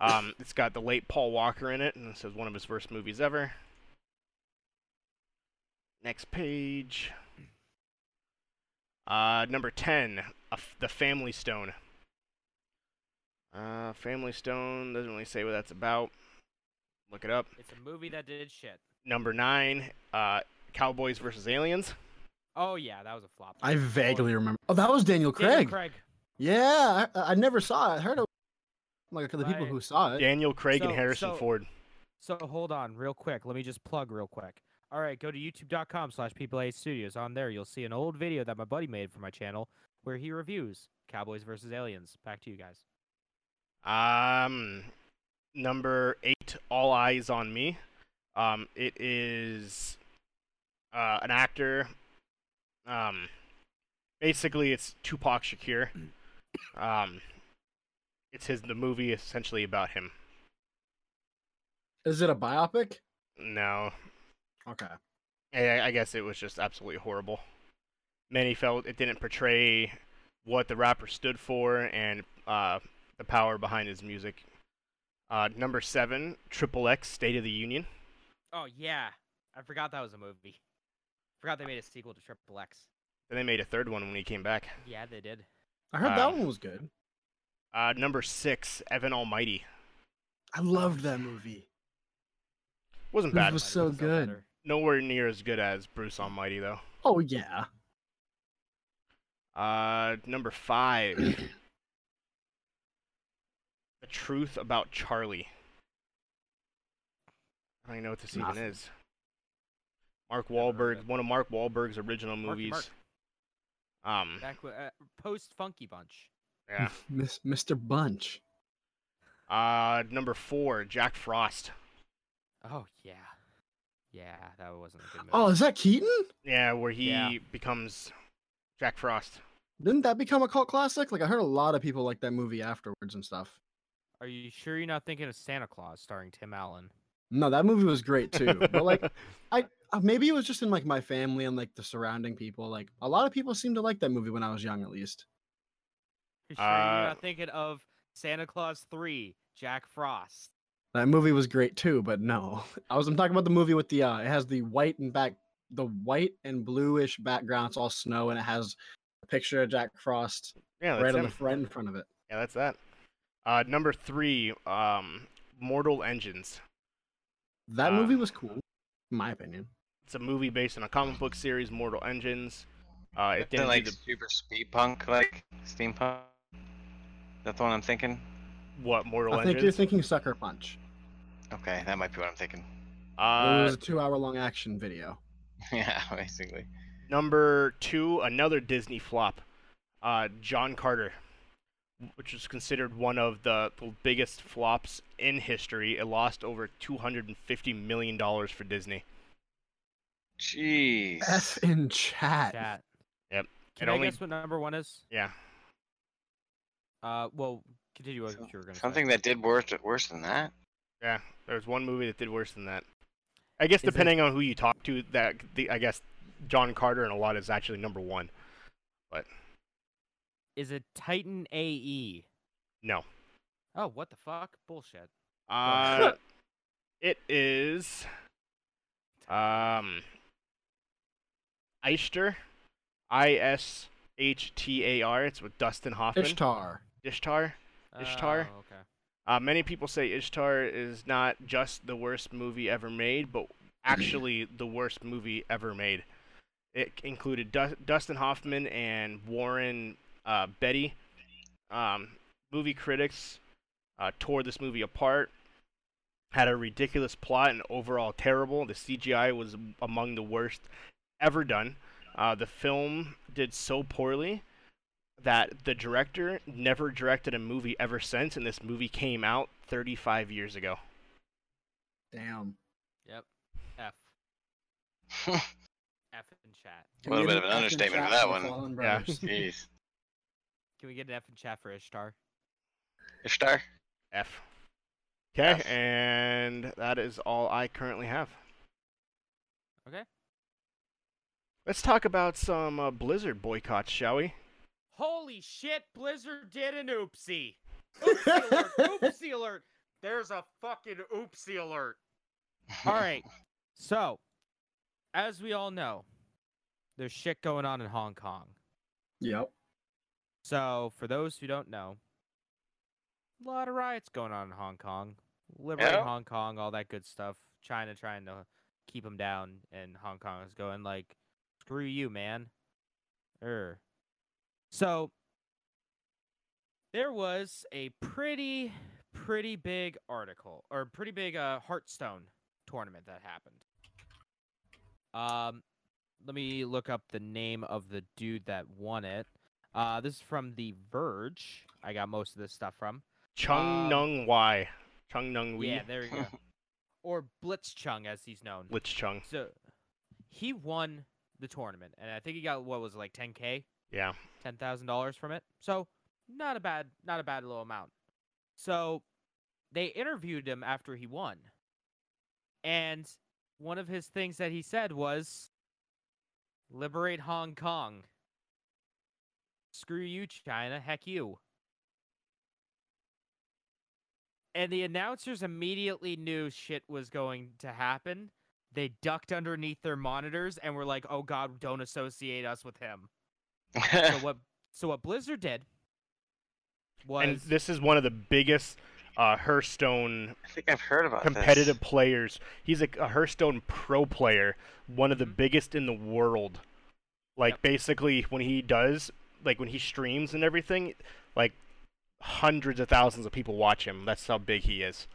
Speaker 2: Um, it's got the late Paul Walker in it, and this is one of his worst movies ever. Next page. Uh, number 10, a f- The Family Stone. Uh, Family Stone doesn't really say what that's about. Look it up.
Speaker 3: It's a movie that did shit.
Speaker 2: Number 9, uh, Cowboys versus Aliens.
Speaker 3: Oh yeah, that was a flop.
Speaker 4: I
Speaker 3: Oh,
Speaker 4: vaguely remember. Oh, that was Daniel Craig.
Speaker 3: Daniel Craig.
Speaker 4: Yeah, I, I never saw it. I heard it. Like the people
Speaker 3: Right.
Speaker 4: who saw it.
Speaker 2: Daniel Craig and
Speaker 3: Uh, So-
Speaker 2: Harrison
Speaker 3: so-
Speaker 2: Ford.
Speaker 3: So hold on, real quick. Let me just plug real quick. All right, go to youtube.com slash people hate studios. On there, you'll see an old video that my buddy made for my channel where he reviews Cowboys versus Aliens. Back to you guys.
Speaker 2: Um, number 8, All Eyes on Me. Um, it is uh, an actor. Um, basically, it's Tupac Shakur. Um, it's his the movie essentially about him.
Speaker 4: Is it a biopic?
Speaker 2: No,
Speaker 4: Okay.
Speaker 2: I, I guess it was just absolutely horrible. Many felt it didn't portray what the rapper stood for and uh, the power behind his music. Uh, number seven, Triple X, State of the Union.
Speaker 3: Oh yeah, I forgot that was a movie. Forgot they made a sequel to Triple X.
Speaker 2: Then they made a third one when he came back.
Speaker 3: Yeah, they did.
Speaker 4: I heard that
Speaker 2: Um,
Speaker 4: one was good.
Speaker 2: Uh, number six, Evan Almighty.
Speaker 4: I loved that movie.
Speaker 2: Wasn't
Speaker 4: It
Speaker 2: bad.
Speaker 4: was so good.
Speaker 3: better.
Speaker 2: Nowhere near as good as Bruce Almighty, though.
Speaker 4: Oh yeah.
Speaker 2: Uh, number five, The Truth About Charlie. I don't even know what this even
Speaker 4: Nothing.
Speaker 2: is. Mark
Speaker 3: Never heard of
Speaker 2: Wahlberg,
Speaker 3: it.
Speaker 2: one of Mark Wahlberg's original
Speaker 3: Marky
Speaker 2: movies.
Speaker 3: Mark.
Speaker 2: Um,
Speaker 3: Back w- uh, post Funky Bunch.
Speaker 2: yeah.
Speaker 4: Miss, Mr. Bunch.
Speaker 2: Uh, number four, Jack Frost.
Speaker 3: Oh yeah, yeah, that wasn't a good movie.
Speaker 4: Oh, is that Keaton?
Speaker 2: Yeah, where he
Speaker 3: Yeah.
Speaker 2: becomes Jack Frost.
Speaker 4: Didn't that become a cult classic? Like I heard a lot of people like that movie afterwards and stuff.
Speaker 3: Are you sure you're not thinking of Santa Claus starring Tim Allen?
Speaker 4: No, that movie was great too. But like uh, maybe it was just in like my family and like the surrounding people. Like a lot of people seemed to like that movie when I was young, at least.
Speaker 3: You sure
Speaker 2: Uh,
Speaker 3: you're not thinking of Santa Claus Three, Jack Frost?
Speaker 4: That movie was great too, but no, I was. I'm talking about the movie with the. Uh, it has the white and back, the white and bluish background. It's all snow, and it has a picture of Jack Frost
Speaker 2: yeah, that's
Speaker 4: right on
Speaker 2: him.
Speaker 4: the front in front of it.
Speaker 2: Yeah, that's that. Uh, number three, um, Mortal Engines.
Speaker 4: That
Speaker 2: Uh,
Speaker 4: movie was cool, in my opinion.
Speaker 2: It's a movie based on a comic book series, Mortal Engines. Uh, it
Speaker 5: Then
Speaker 2: didn't
Speaker 5: like
Speaker 2: do
Speaker 5: super speed punk, like steampunk. That's the one I'm thinking.
Speaker 2: the, what Mortal
Speaker 4: I think
Speaker 2: Engines.
Speaker 4: you're thinking Sucker Punch.
Speaker 5: Okay, that might be what I'm thinking.
Speaker 4: it
Speaker 2: Uh,
Speaker 4: was a two-hour-long action video.
Speaker 5: yeah, basically.
Speaker 2: number two, another Disney flop, uh, John Carter, which is considered one of the, the biggest flops in history. It lost over two hundred and fifty million dollars for Disney.
Speaker 5: Jeez.
Speaker 4: F in chat.
Speaker 3: Chat.
Speaker 2: Yep.
Speaker 3: Can
Speaker 2: It
Speaker 3: I
Speaker 2: only-
Speaker 3: guess what number one is?
Speaker 2: Yeah,
Speaker 3: Uh, well, continue what
Speaker 5: So-
Speaker 3: you were gonna
Speaker 5: Something
Speaker 3: say.
Speaker 5: that did worse worse than that.
Speaker 2: yeah. There's one movie that did worse than that. I guess
Speaker 3: Is it-
Speaker 2: depending on who you talk to, that the, I guess John Carter and a lot is actually number one.
Speaker 3: is it Titan AE?
Speaker 2: No.
Speaker 3: Oh, what the fuck? Bullshit.
Speaker 2: Uh, it is. Um. Eister, I S H T A R. It's with Dustin Hoffman.
Speaker 4: Ishtar.
Speaker 2: Ishtar. Ishtar?
Speaker 3: Oh, okay.
Speaker 2: Uh, many people say Ishtar is not just the worst movie ever made, but actually the worst movie ever made. It c- included dus Dustin Hoffman and Warren uh, Betty. Um, movie critics uh, tore this movie apart. Had a ridiculous plot and overall terrible. The CGI was among the worst ever done. Uh, the film did so poorly that the director never directed a movie ever since, and this movie came out 35 years ago.
Speaker 4: Damn.
Speaker 3: Yep. F. F in chat.
Speaker 5: A little bit of an understatement for that one.
Speaker 4: Yeah.
Speaker 5: Jeez.
Speaker 3: Can we get an F in chat for Ishtar?
Speaker 5: Ishtar?
Speaker 2: F. Okay,
Speaker 5: F.
Speaker 2: and that is all I currently have.
Speaker 3: Okay.
Speaker 2: Let's talk about some uh, Blizzard boycotts, shall we?
Speaker 3: Holy shit, Blizzard did an oopsie. Oopsie alert, oopsie alert. There's a fucking oopsie alert. All right. So, as we all know, there's shit going on in Hong Kong.
Speaker 4: Yep.
Speaker 3: So, for those who don't know, a lot of riots going on in Hong Kong. Liberate
Speaker 5: Yeah.
Speaker 3: Hong Kong, all that good stuff. China trying to keep them down, and Hong Kong is going like, "Screw you, man." Er. So there was a pretty, pretty big article or pretty big uh, Hearthstone tournament that happened. Um, let me look up the name of the dude that won it. Uh, this is from The Verge. I got most of this stuff from.
Speaker 2: Chung
Speaker 3: Um,
Speaker 2: Nung Y. Chung Nung Wei.
Speaker 3: Yeah, there you go. or Blitzchung, as he's known.
Speaker 2: Lich Chung.
Speaker 3: So he won the tournament, and I think he got what was it, like 10k,
Speaker 2: Yeah.
Speaker 3: ten thousand dollars from it. So not a bad, not a bad little amount. So they interviewed him after he won, and one of his things that he said was, "Liberate Hong Kong." Screw you, China. Heck you. And the announcers immediately knew shit was going to happen. They ducked underneath their monitors and were like, "Oh God, don't associate us with him." So what? So what Blizzard did was
Speaker 2: And this is one of the biggest uh, Hearthstone
Speaker 5: I think I've heard about this.
Speaker 2: competitive players. He's a, a Hearthstone pro player, one of the
Speaker 3: Mhm.
Speaker 2: biggest in the world. Like
Speaker 3: Yep.
Speaker 2: basically, when he does, like when he streams and everything, like hundreds of thousands of people watch him. That's how big he is.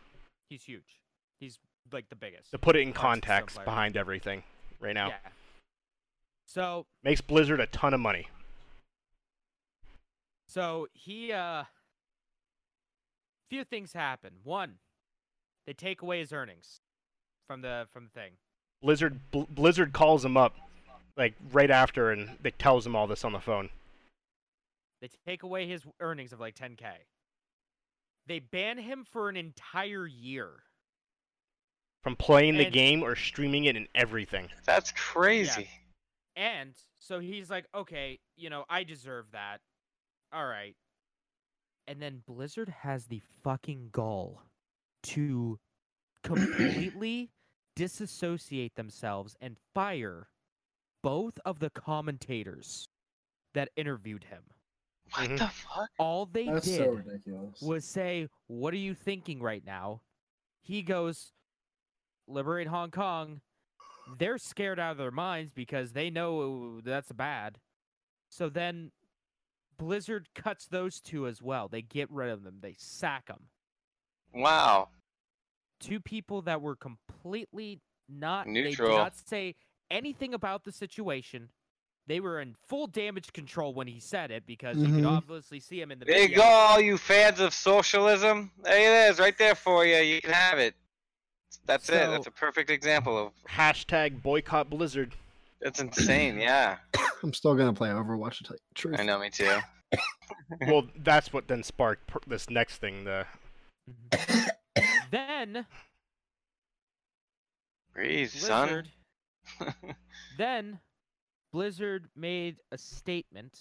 Speaker 3: he's huge. He's like the biggest.
Speaker 2: To put it in
Speaker 3: Hearthstone
Speaker 2: context
Speaker 3: player.
Speaker 2: behind everything, right now
Speaker 3: Yeah. So
Speaker 2: makes Blizzard a ton of money.
Speaker 3: So he uh few things happen. One, they take away his earnings from the from the thing.
Speaker 2: Blizzard Bl- Blizzard calls him up like right after, and they tells him all this on the phone.
Speaker 3: They take away his earnings of like 10k. They ban him for an entire year.
Speaker 2: From playing the
Speaker 3: And-
Speaker 2: game or streaming it and everything.
Speaker 5: That's crazy.
Speaker 3: And so he's like, "Okay, you know, I deserve that." All right. And then Blizzard has the fucking gall to completely disassociate themselves and fire both of the commentators that interviewed him.
Speaker 5: What
Speaker 3: Mm-hmm.
Speaker 2: Mhm.
Speaker 5: the fuck?
Speaker 3: All they
Speaker 4: That's
Speaker 3: did
Speaker 4: so ridiculous.
Speaker 3: was say, What are you thinking right now? He goes, Liberate Hong Kong. They're scared out of their minds because they know that's bad. So then Blizzard cuts those two as well. They get rid of them, they sack them.
Speaker 5: Wow.
Speaker 3: Two people that were completely not They
Speaker 5: Neutral.
Speaker 3: did not say anything about the situation. They were in full damage control when he said it because you could
Speaker 4: Mhm.
Speaker 3: obviously see him in the
Speaker 5: There you
Speaker 3: video.
Speaker 5: go, all you fans of socialism. There it is, right there for you. You can have it. That's it. That's
Speaker 3: So-
Speaker 5: a perfect example of.
Speaker 2: Hashtag boycott Blizzard.
Speaker 5: That's insane. Yeah.
Speaker 4: I'm still gonna play Overwatch to tell you the truth.
Speaker 5: I know, me too.
Speaker 2: well, that's what then sparked per- this next thing. The
Speaker 3: Mhm. then
Speaker 5: Breathe, son.
Speaker 3: Blizzard. then Blizzard made a statement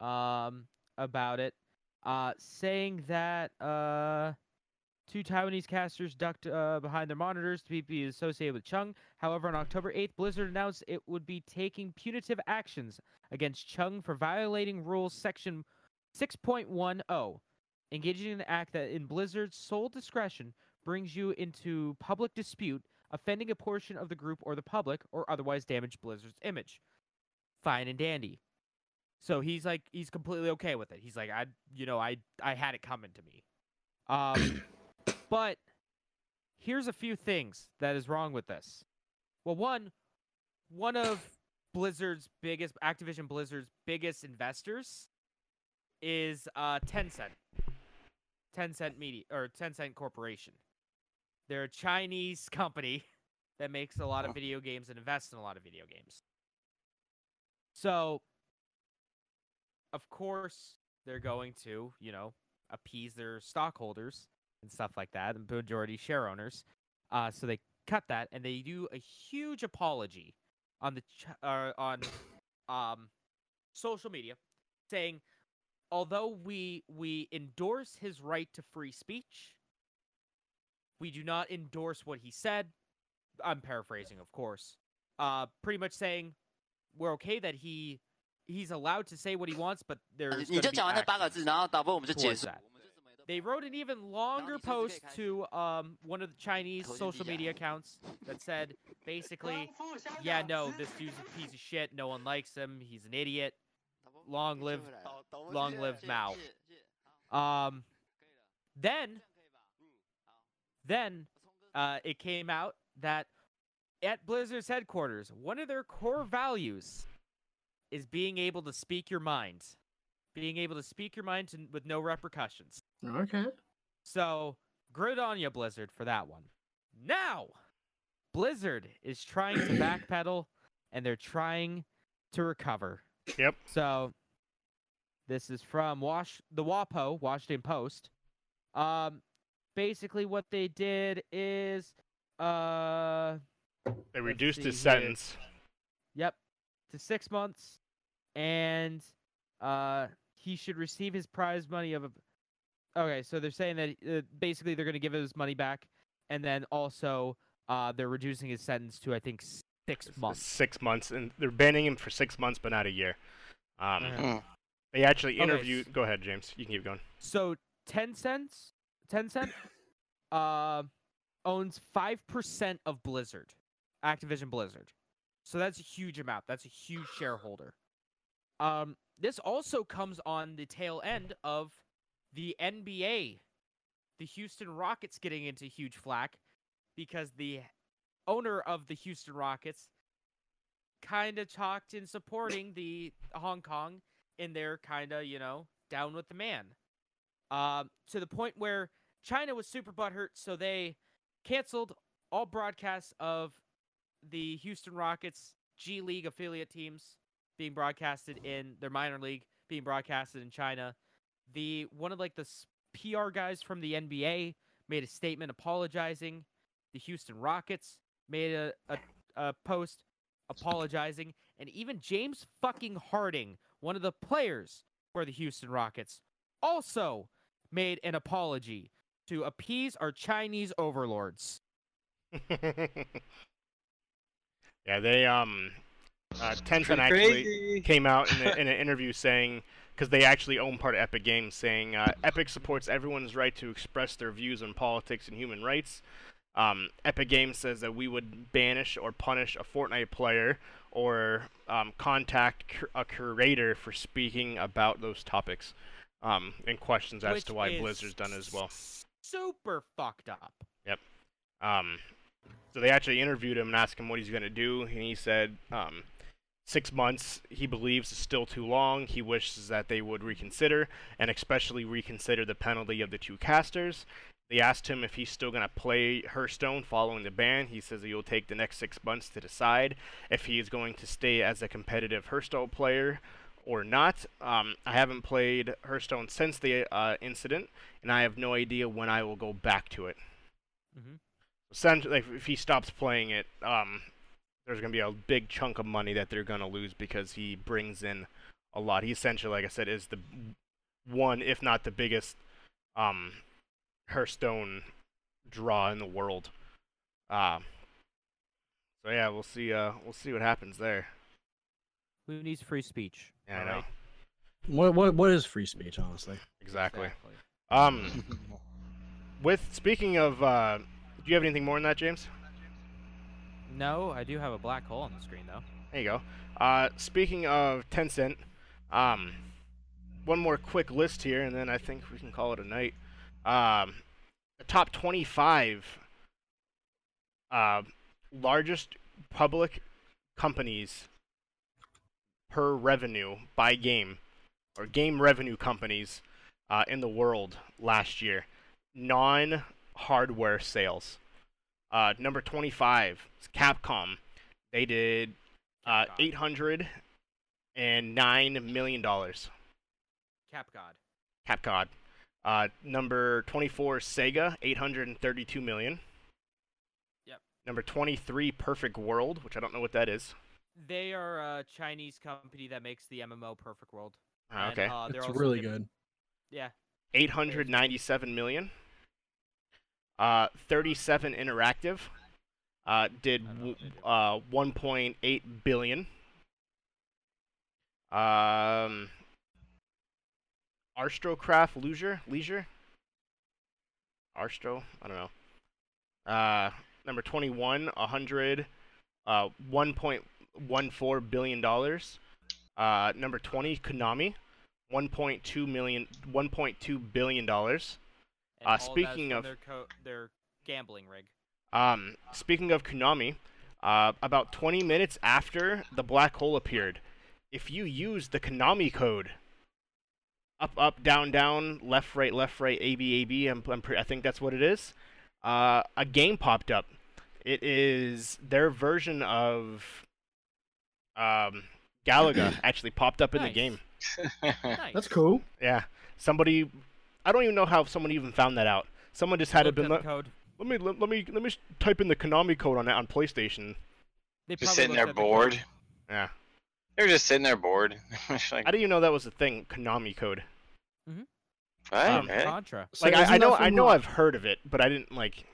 Speaker 3: um, about it, uh, saying that uh, two Taiwanese casters ducked uh, behind their monitors to be- be associated with Chung. However, on October 8th, Blizzard announced it would be taking punitive actions against Chung for violating rules section 6.10, oh, engaging in an act that, in Blizzard's sole discretion, brings you into public dispute, offending a portion of the group or the public, or otherwise damage Blizzard's image. Fine and dandy. So he's like, he's completely okay with it. He's like, I, you know, I, I had it coming to me. Um, but here's a few things that is wrong with this. Well, one, one of Blizzard's biggest, Activision Blizzard's biggest investors is uh, Tencent. Tencent Media or Tencent Corporation. They're a Chinese company that makes a lot of video games and invests in a lot of video games. So, of course, they're going to, you know, appease their stockholders and stuff like that, and majority share owners. Uh, so they cut that, and they do a huge apology on the ch- uh, on um, social media, saying, although we we endorse his right to free speech, we do not endorse what he said. I'm paraphrasing, of course. Uh, pretty much saying we're okay that he he's allowed to say what he wants, but there's gonna
Speaker 10: 你就
Speaker 3: be
Speaker 10: 讲完那八个
Speaker 3: action
Speaker 10: 字，然后导播我们就结
Speaker 3: towards
Speaker 10: 束。
Speaker 3: that. They wrote an even longer
Speaker 10: 你从此可
Speaker 3: post
Speaker 10: 以开始
Speaker 3: to um, one of the Chinese
Speaker 10: 投进
Speaker 3: social
Speaker 10: 地下
Speaker 3: media accounts that said basically, yeah, no, this dude's a piece of shit. No one likes him. He's an idiot. long live-
Speaker 10: 导导播
Speaker 3: long
Speaker 10: 谢谢
Speaker 3: live
Speaker 10: 谢谢
Speaker 3: Mao
Speaker 10: 谢谢谢谢好
Speaker 3: Um,
Speaker 10: 可以了
Speaker 3: then
Speaker 10: 这样可以吧嗯好
Speaker 3: then
Speaker 10: 聪哥
Speaker 3: uh, it came out that at Blizzard's headquarters, one of their core values is being able to speak your mind, being able to speak your mind to, with no repercussions.
Speaker 4: Okay.
Speaker 3: So, grid on ya, Blizzard, for that one. Now, Blizzard is trying to backpedal and they're trying to recover.
Speaker 2: Yep.
Speaker 3: So, this is from Wash the WAPO, Washington Post. Um, basically, what they did is, uh,
Speaker 2: They
Speaker 3: Let's
Speaker 2: reduced
Speaker 3: see
Speaker 2: his
Speaker 3: here.
Speaker 2: sentence.
Speaker 3: Yep. To six months. And uh he should receive his prize money of a Okay, so they're saying that uh, basically they're going to give his money back and then also uh they're reducing his sentence to I think 6 months.
Speaker 2: Six months, and they're banning him for six months, but not a year. Um,
Speaker 3: Okay.
Speaker 2: They actually
Speaker 3: Uh-huh. Okay,
Speaker 2: interviewed.
Speaker 3: s-
Speaker 2: Go ahead, James. You can keep going.
Speaker 3: So 10 cents 10 cent uh owns 5% of Blizzard. Activision Blizzard. So that's a huge amount. That's a huge shareholder. Um, this also comes on the tail end of the NBA, the Houston Rockets getting into huge flack because the owner of the Houston Rockets kind of talked in supporting the Hong Kong in their kind of, you know, down with the man. Um, to the point where China was super butthurt, so they canceled all broadcasts of the Houston Rockets G League affiliate teams being broadcasted in their minor league being broadcasted in China. The one of like the s- PR guys from the NBA made a statement apologizing. The Houston Rockets made a, a, a post apologizing, and even James fucking Harding, one of the players for the Houston Rockets, also made an apology to appease our Chinese overlords.
Speaker 2: yeah, they um, uh, Tencent actually
Speaker 5: Crazy.
Speaker 2: came out in, a, in an interview saying because they actually own part of Epic Games, saying uh, Epic supports everyone's right to express their views on politics and human rights. Um, Epic Games says that we would banish or punish a Fortnite player or um, contact cur- a curator for speaking about those topics um, and questions as
Speaker 3: which
Speaker 2: to why
Speaker 3: is
Speaker 2: Blizzard's done as well.
Speaker 3: Super fucked up.
Speaker 2: Um, so they actually interviewed him and asked him what he's going to do, and he said um, six months he believes is still too long. He wishes that they would reconsider and especially reconsider the penalty of the two casters. They asked him if he's still going to play Hearthstone following the ban. He says he'll take the next six months to decide if he is going to stay as a competitive Hearthstone player or not. Um, I haven't played Hearthstone since the uh, incident, and I have no idea when I will go back to it essentially, if- if he stops playing it, um, there's gonna be a big chunk of money that they're gonna lose because he brings in a lot. He essentially, like I said, is the one, if not the biggest, um, Hearthstone draw in the world. Um, so yeah, we'll see. Uh, we'll see what happens there.
Speaker 3: Who needs free speech?
Speaker 2: Yeah, I know
Speaker 3: alright?
Speaker 4: What what what is free speech? Honestly,
Speaker 2: exactly. Um, with speaking of, uh, do you have anything more on that, James?
Speaker 3: No, I do have a black hole on the screen though.
Speaker 2: There you go. Uh, speaking of Tencent, um, one more quick list here, and then I think we can call it a night. Um, the top 25 uh, largest public companies per revenue by game, or game revenue companies uh, in the world last year, non hardware sales. Uh, number 25 is Capcom. They did uh,
Speaker 3: Capcom.
Speaker 2: eight hundred and nine million dollars.
Speaker 3: Cap God.
Speaker 2: Capcom. Uh, number twenty-four, Sega, eight hundred and thirty-two million.
Speaker 3: Yep.
Speaker 2: Number twenty-three, Perfect World, which I don't know what that is.
Speaker 3: They are a Chinese company that makes the MMO Perfect World.
Speaker 2: Ah,
Speaker 3: and,
Speaker 2: okay.
Speaker 3: uh, they're
Speaker 4: it's
Speaker 3: also
Speaker 4: really
Speaker 3: gonna-
Speaker 4: good.
Speaker 3: Yeah.
Speaker 2: Eight hundred ninety-seven million. Uh, thirty-seven Interactive. Uh, did
Speaker 3: I don't know
Speaker 2: w-
Speaker 3: what they do.
Speaker 2: uh one point eight billion. Um. Arstrocraft Leisure Leisure. Arstro, I don't know. Uh, number 21, 100, uh, 1.14 billion dollars. Uh, number 20, Konami, 1.2 million, 1.2 billion dollars.
Speaker 3: and
Speaker 2: Uh,
Speaker 3: all that's
Speaker 2: speaking
Speaker 3: from
Speaker 2: of-
Speaker 3: their co- their gambling rig.
Speaker 2: Um, speaking of Konami, uh, about 20 minutes after the black hole appeared, if you use the Konami code, up, up, down, down, left, right, left, right, A, B, A, B, I'm, I'm pre- I think that's what it is, uh, a game popped up. It is their version of um, Galaga actually popped up in the
Speaker 3: Nice.
Speaker 2: game.
Speaker 3: Nice.
Speaker 4: That's cool.
Speaker 2: Yeah, somebody, I don't even know how someone even found that out. Someone just had it
Speaker 3: Looked
Speaker 2: been
Speaker 3: up
Speaker 2: le-
Speaker 3: code.
Speaker 2: let me let, let me let me s- type in the Konami code on that on PlayStation.
Speaker 3: They
Speaker 5: Just
Speaker 3: probably
Speaker 5: sitting there
Speaker 3: looked at the
Speaker 5: bored.
Speaker 3: code.
Speaker 2: Yeah,
Speaker 5: They were just sitting there bored. It's like,
Speaker 2: I didn't even know that was a thing. Konami code.
Speaker 5: what?
Speaker 2: um,
Speaker 5: Eh?
Speaker 3: Contra.
Speaker 4: So
Speaker 2: Like I, I
Speaker 4: isn't
Speaker 2: know
Speaker 4: that
Speaker 2: I
Speaker 4: from,
Speaker 2: know
Speaker 4: uh,
Speaker 2: I've heard of it, but I didn't like.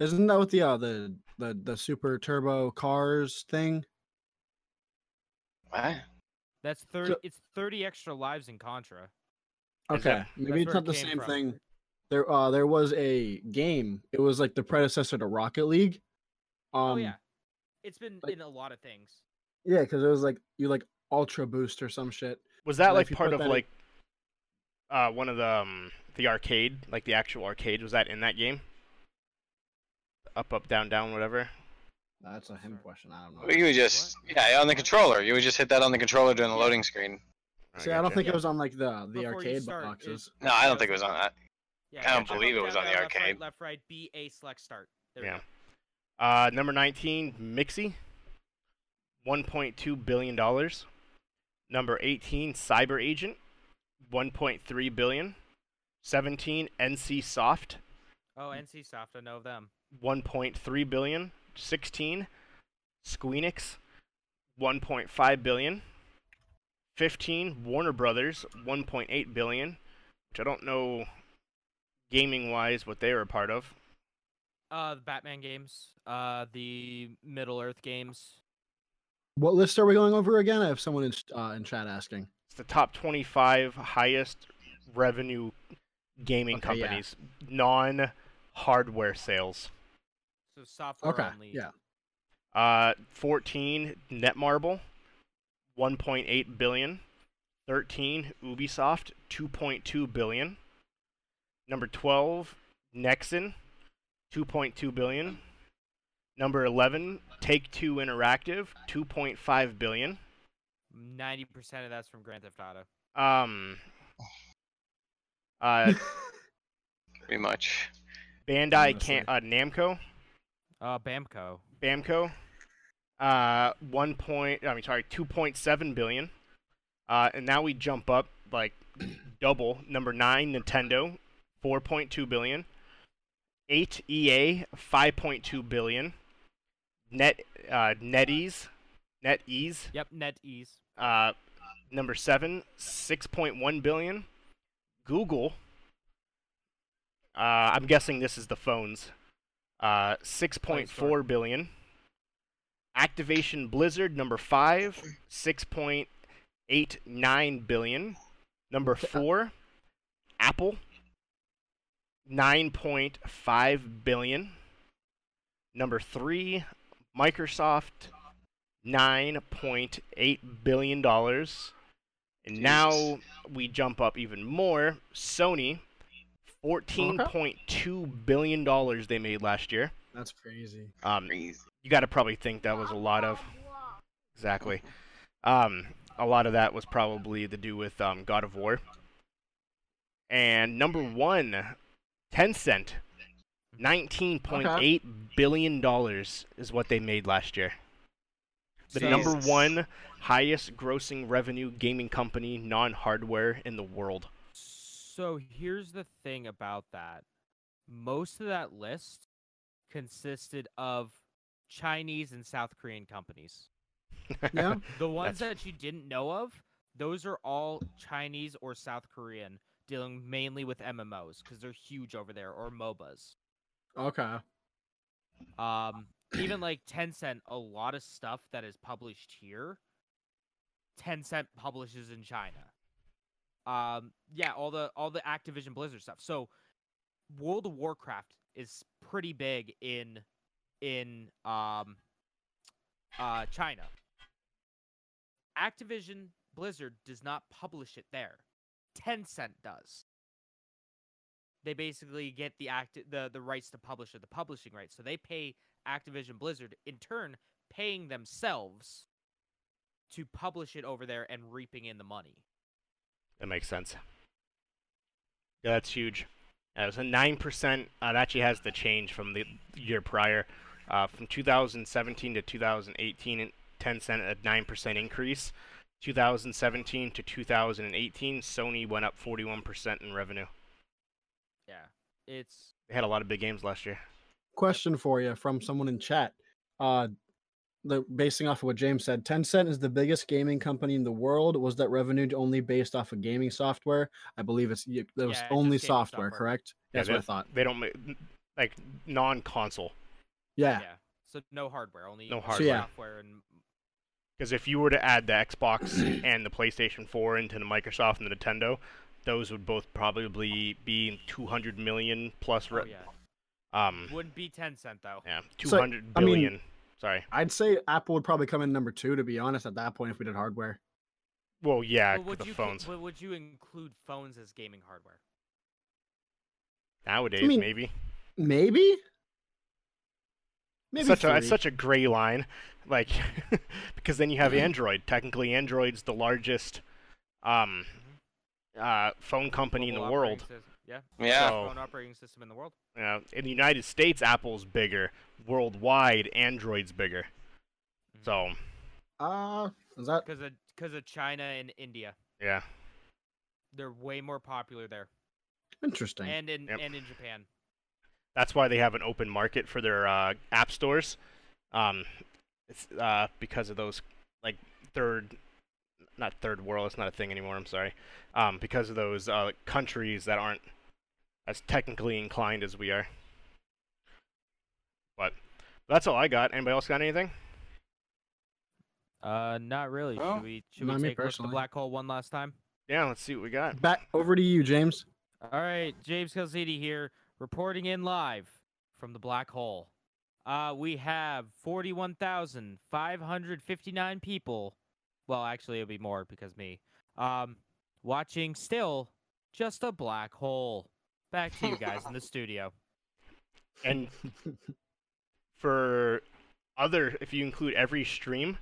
Speaker 4: Isn't that what the uh, the the the super turbo cars thing?
Speaker 5: What?
Speaker 3: That's thirty. it's thirty extra lives in Contra.
Speaker 2: Is that-
Speaker 4: Okay, maybe
Speaker 3: that's
Speaker 4: it's
Speaker 3: where
Speaker 4: not
Speaker 3: it
Speaker 4: the
Speaker 3: came
Speaker 4: same
Speaker 3: from.
Speaker 4: thing. There, uh, there was a game. It was like the predecessor to Rocket League. Um,
Speaker 3: oh yeah, it's been
Speaker 4: like-
Speaker 3: in a lot of things.
Speaker 4: yeah, because it was like you like Ultra Boost or some shit.
Speaker 2: Was that
Speaker 4: Well,
Speaker 2: like
Speaker 4: if you
Speaker 2: part
Speaker 4: put
Speaker 2: of
Speaker 4: that in-
Speaker 2: like uh, one of the um, the arcade, like the actual arcade? Was that in that game? Up, up, down, down, whatever.
Speaker 4: That's a him question. I don't know.
Speaker 5: You would just yeah on the controller. You would just hit that on the controller during the loading screen.
Speaker 4: See, I don't
Speaker 2: gotcha.
Speaker 4: think
Speaker 3: Yeah.
Speaker 4: it was on like the the
Speaker 3: Before you
Speaker 4: arcade
Speaker 3: start, it-
Speaker 4: boxes.
Speaker 5: No, I don't think it was on that.
Speaker 3: Yeah,
Speaker 5: I don't
Speaker 3: gotcha.
Speaker 5: believe it
Speaker 3: Up,
Speaker 5: was
Speaker 3: down,
Speaker 5: on the
Speaker 3: down, left, right,
Speaker 5: arcade.
Speaker 3: Left, right, B, A, select, start. There we
Speaker 2: Yeah.
Speaker 3: go.
Speaker 2: Uh, number 19, Mixie, $1.2 billion. Number 18, Cyber Agent, $1.3 billion. 17, NC Soft,
Speaker 3: Oh, NC Soft, I know of them.
Speaker 2: $1.3 billion. 16, Squeenix, $1.5 billion. 15, Warner Brothers, $1.8 billion, which I don't know gaming wise what they were a part of.
Speaker 3: Uh, the Batman games. Uh, the Middle Earth games.
Speaker 4: What list are we going over again? I have someone in ch- uh, in chat asking.
Speaker 2: It's the top 25 highest revenue gaming
Speaker 4: Okay, yeah.
Speaker 2: companies, non hardware sales.
Speaker 3: So software
Speaker 4: Okay,
Speaker 3: only.
Speaker 4: yeah,
Speaker 2: Uh, 14, Netmarble, 1.8 billion. 13, Ubisoft, 2.2 billion. Number 12, Nexon, 2.2 billion. Number 11, Take Two Interactive, 2.5 billion.
Speaker 3: Ninety percent of that's from Grand Theft Auto.
Speaker 2: Um, uh,
Speaker 5: Pretty much.
Speaker 2: Bandai can- uh, Namco,
Speaker 3: Uh, Bamco.
Speaker 2: Bamco, uh, one point. I mean, sorry, two point seven billion. Uh, and now we jump up like double. Number nine, Nintendo, four point two billion. Eight, EA, five point two billion. Net, uh, NetEase, NetEase,
Speaker 3: Yep. NetEase.
Speaker 2: uh, Number seven, six point one billion. Google. Uh, I'm guessing this is the phones. Uh, six point four billion. Activation Blizzard number five, six point eight nine billion. Number four, Apple. Nine point five billion. Number three, Microsoft. $9.8 billion. And now we jump up even more. Sony, $14.2 billion they made last year.
Speaker 4: That's crazy.
Speaker 2: Um,
Speaker 5: Crazy.
Speaker 2: you got to probably think that was a lot of. Exactly. Um, a lot of that was probably to do with um, God of War. And number one, Tencent, nineteen point eight billion dollars is what they made last year. The number
Speaker 5: Jesus.
Speaker 2: one highest grossing revenue gaming company, non hardware, in the world.
Speaker 3: So here's the thing about that. Most of that list consisted of Chinese and South Korean companies.
Speaker 4: Yeah.
Speaker 3: The ones that you didn't know of, those are all Chinese or South Korean, dealing mainly with MMOs because they're huge over there or MOBAs.
Speaker 4: Okay.
Speaker 3: Um, even like Tencent, a lot of stuff that is published here, Tencent publishes in China. Um, yeah, all the all the Activision Blizzard stuff. So, World of Warcraft is pretty big in in um uh China. Activision Blizzard does not publish it there. Tencent does they basically get the act the, the rights to publish or the publishing rights. So they pay Activision Blizzard in turn paying themselves to publish it over there and reaping in the money.
Speaker 2: That makes sense. Yeah, that's huge. That was a nine percent. Uh, it actually has the change from the year prior, uh, from 2017 to 2018, and 10 cent a nine percent increase. 2017 to 2018, Sony went up 41 percent in revenue.
Speaker 3: Yeah. It's
Speaker 2: They had a lot of big games last year.
Speaker 4: Question for you from someone in chat. Uh, the, basing off of what James said, Tencent is the biggest gaming company in the world. Was that revenue only based off of gaming software? I believe it's y- that was
Speaker 3: Yeah, just
Speaker 4: only
Speaker 3: gaming
Speaker 4: software,
Speaker 3: software.
Speaker 4: correct?
Speaker 2: Yeah,
Speaker 4: That's
Speaker 2: they,
Speaker 4: what I thought.
Speaker 2: They don't make like non-console
Speaker 4: Yeah.
Speaker 3: So no hardware, only
Speaker 2: No
Speaker 3: only
Speaker 2: hardware.
Speaker 4: Yeah.
Speaker 3: software and
Speaker 2: because if you were to add the Xbox and the PlayStation 4 into the Microsoft and the Nintendo, those would both probably be 200 million plus.
Speaker 3: oh,
Speaker 2: Re-
Speaker 3: yeah.
Speaker 2: Um,
Speaker 3: Wouldn't be Tencent though.
Speaker 2: Yeah,
Speaker 4: So,
Speaker 2: two hundred billion.
Speaker 4: I mean-
Speaker 2: Sorry.
Speaker 4: I'd say Apple would probably come in number two, to be honest, at that point, if we did hardware.
Speaker 2: Well, yeah,
Speaker 3: But would
Speaker 2: the
Speaker 3: you co-
Speaker 2: phones
Speaker 3: but would you include phones as gaming hardware?
Speaker 2: nowadays,
Speaker 4: mean,
Speaker 2: maybe.
Speaker 4: Maybe? Maybe
Speaker 2: such a it's
Speaker 4: three.
Speaker 2: such a gray line, like because then you have Android. Technically, Android's the largest um, uh, phone company in the
Speaker 3: Mm-hmm. Mobile operating
Speaker 2: world.
Speaker 3: sys- Yeah.
Speaker 5: Yeah.
Speaker 2: So-
Speaker 3: Phone operating system in the world.
Speaker 2: Uh, in the United States, Apple's bigger. Worldwide, Android's bigger.
Speaker 3: Mhm.
Speaker 2: So
Speaker 4: Uh, is that
Speaker 3: Because of because of China and India,
Speaker 2: yeah,
Speaker 3: they're way more popular there,
Speaker 4: interesting?
Speaker 3: and in
Speaker 2: Yep.
Speaker 3: and in Japan.
Speaker 2: that's why they have an open market for their uh, app stores. Um, it's uh, because of those like third, not third world. It's not a thing anymore. I'm sorry. Um, because of those uh, countries that aren't as technically inclined as we are. But that's all I got. Anybody else got anything?
Speaker 3: Uh, not really.
Speaker 5: Well,
Speaker 3: should we should
Speaker 4: not
Speaker 3: we
Speaker 4: me
Speaker 3: take a look at the
Speaker 4: personally.
Speaker 3: black hole one last time?
Speaker 2: Yeah, let's see what we got.
Speaker 4: Back over to you, James.
Speaker 3: All right, James Calzini here, reporting in live from the black hole. Uh, we have forty-one thousand five hundred fifty-nine people. Well, actually, it'll be more because me. Um, watching still just a black hole. Back to you guys in the studio.
Speaker 2: And for other, if you include every stream,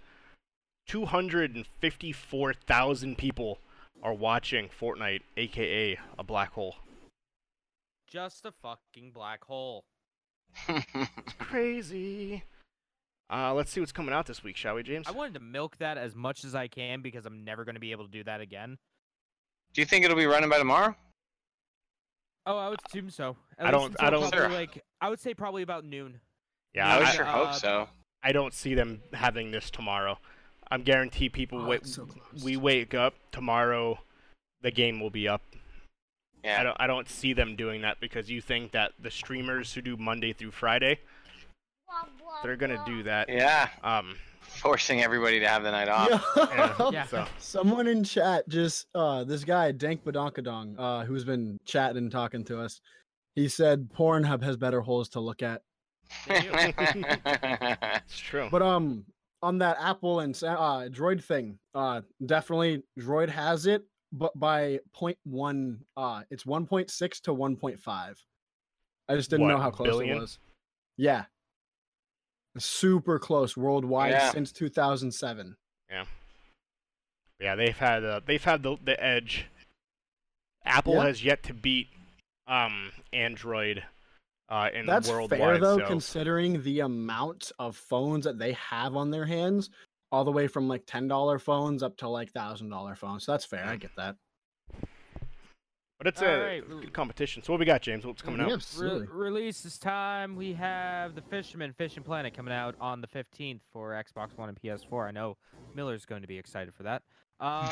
Speaker 2: 254,000 people are watching Fortnite, aka a black hole.
Speaker 3: Just a fucking black hole.
Speaker 2: Crazy. Uh, let's see what's coming out this week, shall we, James?
Speaker 3: I wanted to milk that as much as I can because I'm never going to be able to do that again.
Speaker 5: Do you think it'll be running by tomorrow?
Speaker 3: Oh, I would assume so. At
Speaker 2: I
Speaker 3: least
Speaker 2: don't- I
Speaker 3: until
Speaker 2: don't-
Speaker 3: probably,
Speaker 5: Sure.
Speaker 3: like I would say probably about noon.
Speaker 2: yeah,
Speaker 5: I
Speaker 3: No,
Speaker 5: would
Speaker 2: I,
Speaker 5: sure hope
Speaker 3: uh,
Speaker 5: so.
Speaker 2: I don't see them having this tomorrow. I'm guarantee people
Speaker 4: Oh,
Speaker 2: wait.
Speaker 4: it's so close.
Speaker 2: we wake up tomorrow, the game will be up. I
Speaker 5: Yeah.
Speaker 2: don't I don't see them doing that because you think that the streamers who do Monday through Friday, they're gonna do that.
Speaker 5: Yeah.
Speaker 2: Um,
Speaker 5: Forcing everybody to have the night off.
Speaker 2: yeah,
Speaker 3: Yeah.
Speaker 2: So
Speaker 4: Someone in chat just uh this guy Dank Badonkadong, uh, who's been chatting and talking to us. He said Pornhub has better holes to look at.
Speaker 2: it's true.
Speaker 4: But um, on that Apple and Sa- uh, Droid thing, uh, definitely Droid has it, but by 0.1, uh, it's 1.6 to 1.5. I just didn't know
Speaker 2: What,
Speaker 4: how close
Speaker 2: billion?
Speaker 4: it was. Yeah, super close worldwide
Speaker 5: Yeah.
Speaker 4: since 2007.
Speaker 2: yeah, they've had uh, they've had the the edge. Apple
Speaker 4: Yeah.
Speaker 2: has yet to beat um Android uh in
Speaker 4: That's
Speaker 2: worldwide
Speaker 4: fair though,
Speaker 2: sales.
Speaker 4: considering the amount of phones that they have on their hands, all the way from like ten dollar phones up to like thousand dollar phones. So that's fair. I get that.
Speaker 2: but it's a
Speaker 3: Alright,
Speaker 2: good competition. So what we got, James? What's coming
Speaker 4: Yeah,
Speaker 2: out?
Speaker 3: Re-
Speaker 4: absolutely.
Speaker 3: release is time. We have The Fisherman, Fish and Planet coming out on the 15th for Xbox One and PS4. I know Miller's going to be excited for that. Um,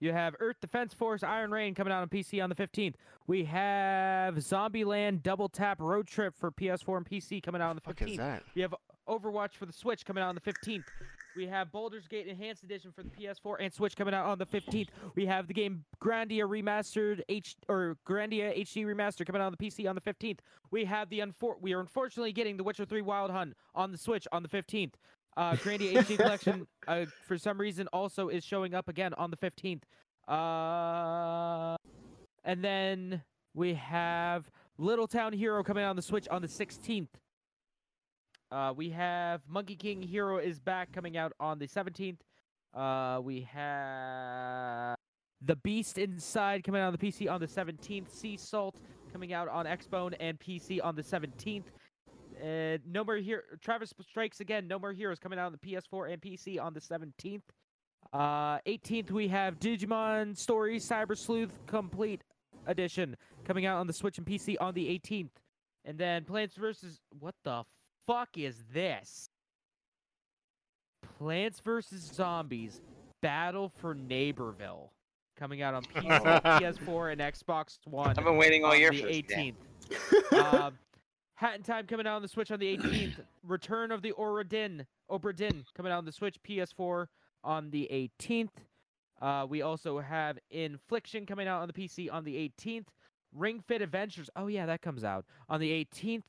Speaker 3: you have Earth Defense Force Iron Rain coming out on PC on the 15th. We have Zombieland Double Tap Road Trip for PS4 and PC coming out on the
Speaker 2: Fuck is
Speaker 3: 15th.
Speaker 2: that?
Speaker 3: We have Overwatch for the Switch coming out on the 15th. We have Baldur's Gate Enhanced Edition for the PS4 and Switch coming out on the 15th. We have the game Grandia Remastered H or Grandia HD Remaster coming out on the PC on the 15th. We have the unfor- we are unfortunately getting The Witcher 3 Wild Hunt on the Switch on the 15th. Uh, Grandia HD Collection uh, for some reason also is showing up again on the 15th. Uh, and then we have Little Town Hero coming out on the Switch on the 16th. Uh, we have Monkey King Hero is back coming out on the 17th. Uh, we have The Beast Inside coming out on the PC on the 17th. Sea Salt coming out on Xbone and PC on the 17th. Uh, no more here. Travis Strikes Again. No more heroes coming out on the PS4 and PC on the 17th. Uh, 18th we have Digimon Story Cyber Sleuth Complete Edition coming out on the Switch and PC on the 18th. And then Plants vs. What the fuck is this? Plants vs. Zombies Battle for Neighborville coming out on PC, PS4, and Xbox One.
Speaker 5: I've been waiting all
Speaker 3: on
Speaker 5: year
Speaker 3: the
Speaker 5: for this. game.
Speaker 3: 18th. uh, Hat in Time coming out on the Switch on the 18th. Return of the Oradin, Obradin coming out on the Switch, PS4 on the 18th. Uh, we also have Infliction coming out on the PC on the 18th. Ring Fit Adventures, oh yeah, that comes out on the 18th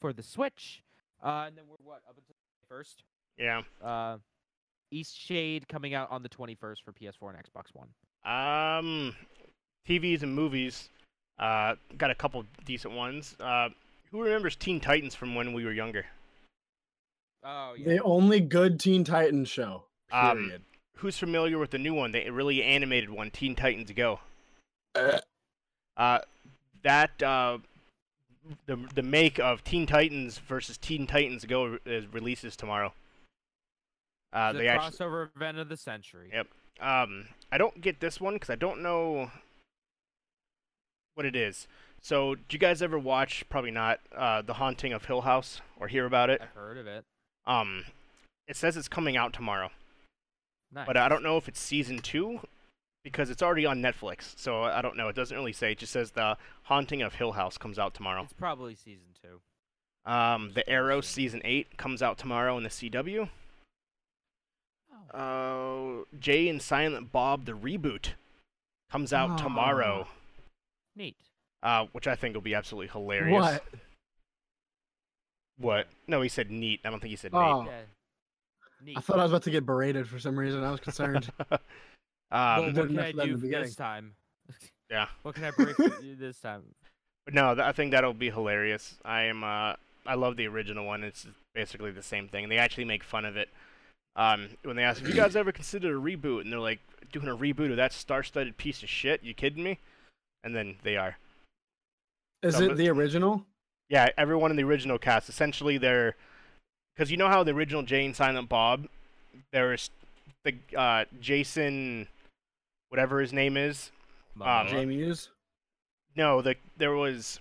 Speaker 3: for the Switch. Uh, and then we're what up until the first.
Speaker 2: Yeah.
Speaker 3: Uh, East Shade coming out on the 21st for PS4 and Xbox One.
Speaker 2: Um, TVs and movies. Uh, got a couple decent ones. Uh, who remembers Teen Titans from when we were younger?
Speaker 3: Oh
Speaker 4: The only good Teen Titans show.
Speaker 2: Um,
Speaker 4: Period.
Speaker 2: Who's familiar with the new one, the really animated one, Teen Titans Go?
Speaker 4: Uh.
Speaker 2: Uh, that uh, the the make of Teen Titans versus Teen Titans Go is, releases tomorrow. Uh,
Speaker 3: the
Speaker 2: they actually
Speaker 3: crossover event of the century.
Speaker 2: Yep. Um, I don't get this one because I don't know what it is. So, do you guys ever watch? Probably not. Uh, the Haunting of Hill House or hear about it?
Speaker 3: I've heard of it.
Speaker 2: Um, it says it's coming out tomorrow,
Speaker 3: Nice.
Speaker 2: but I don't know if it's season two because it's already on Netflix. So I don't know. It doesn't really say. It just says the Haunting of Hill House comes out tomorrow.
Speaker 3: It's probably season two.
Speaker 2: Um, the Arrow
Speaker 3: Interesting.
Speaker 2: season eight comes out tomorrow in the CW.
Speaker 4: Oh.
Speaker 2: Uh, Jay and Silent Bob the reboot comes
Speaker 4: Oh.
Speaker 2: out tomorrow,
Speaker 3: Neat.
Speaker 2: uh, which I think will be absolutely hilarious.
Speaker 4: What?
Speaker 2: What? No, he said neat. I don't think he said
Speaker 4: Oh,
Speaker 3: Yeah. Neat.
Speaker 4: I thought I was about to get berated for some reason. I was concerned.
Speaker 2: neat.
Speaker 3: Well,
Speaker 2: um,
Speaker 4: Didn't
Speaker 3: what can
Speaker 4: know
Speaker 3: I
Speaker 4: that in
Speaker 3: do
Speaker 4: the
Speaker 3: for
Speaker 4: beginning.
Speaker 3: this time?
Speaker 2: Yeah.
Speaker 3: What can I break for you this time?
Speaker 2: but no, th- I think that'll be hilarious. I am. Uh, I love the original one. It's basically the same thing. They actually make fun of it. Um, when they ask, "Have you guys ever considered a reboot?" and they're like, "Doing a reboot of that star-studded piece of shit? You kidding me?" And then they are.
Speaker 4: Is
Speaker 2: Some
Speaker 4: it
Speaker 2: of-
Speaker 4: the original?
Speaker 2: Yeah, everyone in the original cast. Essentially, they're because you know how the original Jane, Silent Bob, there's the uh, Jason, whatever his name is. Um,
Speaker 3: Momoa?
Speaker 4: Jamie Hughes?
Speaker 2: No, the there was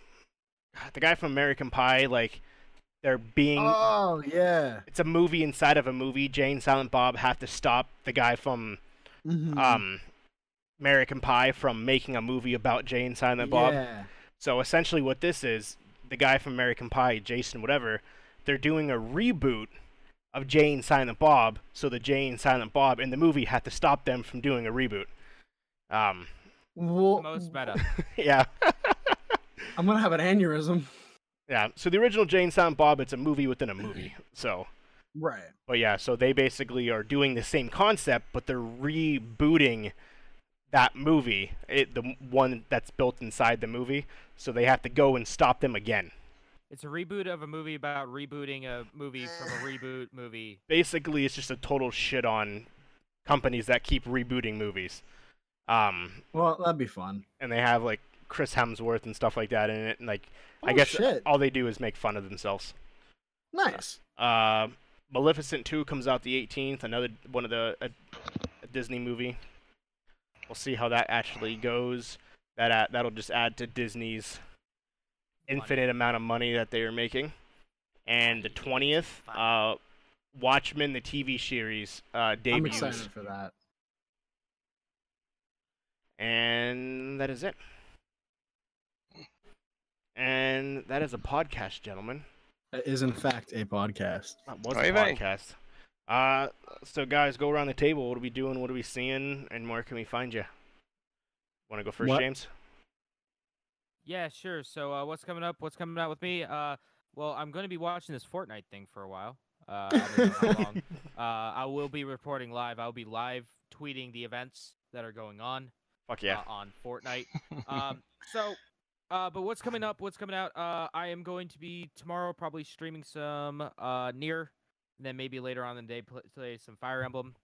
Speaker 2: the guy from American Pie. Like They're being
Speaker 4: Oh yeah.
Speaker 2: it's a movie inside of a movie. Jane, Silent Bob have to stop the guy from
Speaker 4: Mhm.
Speaker 2: um, American Pie from making a movie about Jane, Silent Bob.
Speaker 4: Yeah.
Speaker 2: So essentially, what this is, the guy from American Pie, Jason, whatever, they're doing a reboot of Jane, Silent Bob. So the Jane, Silent Bob in the movie had to stop them from doing a reboot. Um,
Speaker 4: Well,
Speaker 3: Most meta.
Speaker 2: yeah,
Speaker 4: I'm gonna have an aneurysm.
Speaker 2: yeah. So the original Jane, Silent Bob, it's a movie within a movie. So,
Speaker 4: Right.
Speaker 2: but yeah, so they basically are doing the same concept, but they're rebooting that movie, it, the one that's built inside the movie. So they have to go and stop them again.
Speaker 3: It's a reboot of a movie about rebooting a movie from a reboot movie.
Speaker 2: basically it's just a total shit on companies that keep rebooting movies. Um,
Speaker 4: Well, that'd be fun.
Speaker 2: and they have like Chris Hemsworth and stuff like that in it, and like I
Speaker 4: Oh,
Speaker 2: guess
Speaker 4: shit.
Speaker 2: all they do is make fun of themselves.
Speaker 4: Nice.
Speaker 2: Uh, Maleficent two comes out the 18th, another one of the a, a Disney movie. We'll see how that actually goes. That a that'll just add to Disney's infinite amount of money that they are making. And the 20th, uh, Watchmen the TV series uh, debuts.
Speaker 4: I'm excited for that.
Speaker 2: And that is it. And that is a podcast, gentlemen.
Speaker 4: That is in fact a podcast.
Speaker 2: That was
Speaker 5: Oy
Speaker 2: a
Speaker 5: vey.
Speaker 2: podcast. Uh, so guys, go around the table. What are we doing? What are we seeing? And where can we find you? Want to go first,
Speaker 4: What?
Speaker 2: James?
Speaker 3: Yeah, sure. So uh, what's coming up? What's coming out with me? Uh, well, I'm going to be watching this Fortnite thing for a while. Uh, I don't know how long. Uh, I will be reporting live. I'll be live tweeting the events that are going on
Speaker 2: Fuck
Speaker 3: uh,
Speaker 2: yeah!
Speaker 3: on Fortnite. Um, so, uh, but what's coming up? What's coming out? Uh, I am going to be tomorrow probably streaming some uh near, and then maybe later on in the day pl- play some Fire Emblem,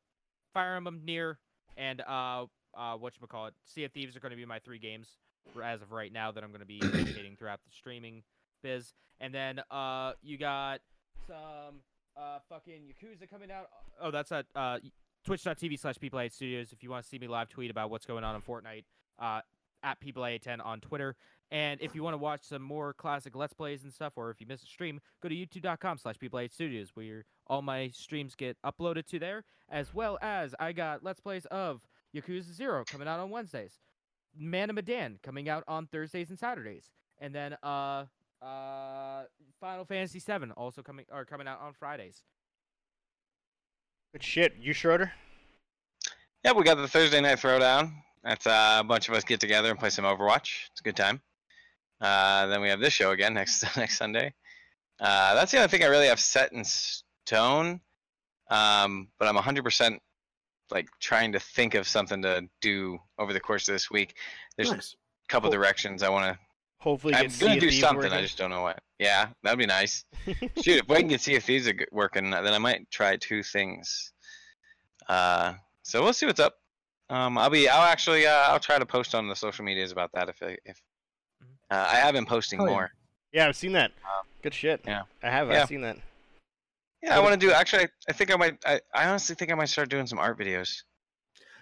Speaker 3: Fire Emblem near, and uh uh what you call it? Sea of Thieves are going to be my three games r- as of right now that I'm going to be rotating throughout the streaming biz, and then uh you got some uh fucking Yakuza coming out. Oh, that's at uh. y- Twitch.tv slash people studios if you want to see me live tweet about what's going on in Fortnite uh, at PeopleA10 on Twitter. And if you want to watch some more classic Let's Plays and stuff, or if you miss a stream, go to youtube.com slash PeopleA8Studios, where all my streams get uploaded to there, as well as I got Let's Plays of Yakuza 0 coming out on Wednesdays, Man of Medan coming out on Thursdays and Saturdays, and then uh, uh, Final Fantasy 7 also coming are coming out on Fridays.
Speaker 2: Good shit. You Schroeder?
Speaker 5: Yep, we got the Thursday night throwdown. That's uh, a bunch of us get together and play some Overwatch. It's a good time. Uh, then we have this show again next next Sunday. Uh, that's the only thing I really have set in stone. Um, but I'm 100% like trying to think of something to do over the course of this week. There's a
Speaker 4: nice.
Speaker 5: couple
Speaker 2: Cool.
Speaker 5: directions I want
Speaker 2: Hopefully,
Speaker 5: to.
Speaker 2: you
Speaker 5: I'm
Speaker 2: get Sea
Speaker 5: gonna
Speaker 2: of
Speaker 5: do
Speaker 2: Thieves
Speaker 5: something. I
Speaker 2: working.
Speaker 5: just don't know what. Yeah, that'd be nice. Shoot, if we can get see if these are g- working, then I might try two things. Uh, so we'll see what's up. Um, I'll be. I'll actually. Uh, I'll try to post on the social medias about that if I- if
Speaker 2: Mm-hmm.
Speaker 5: uh, I have been posting
Speaker 4: Oh, yeah.
Speaker 5: more.
Speaker 2: yeah, I've seen that.
Speaker 5: Uh,
Speaker 2: Good shit.
Speaker 5: yeah.
Speaker 2: I have.
Speaker 5: Yeah.
Speaker 2: I've seen that.
Speaker 5: Yeah, I want to do. Actually, I, I think I might. I, I honestly think I might start doing some art videos.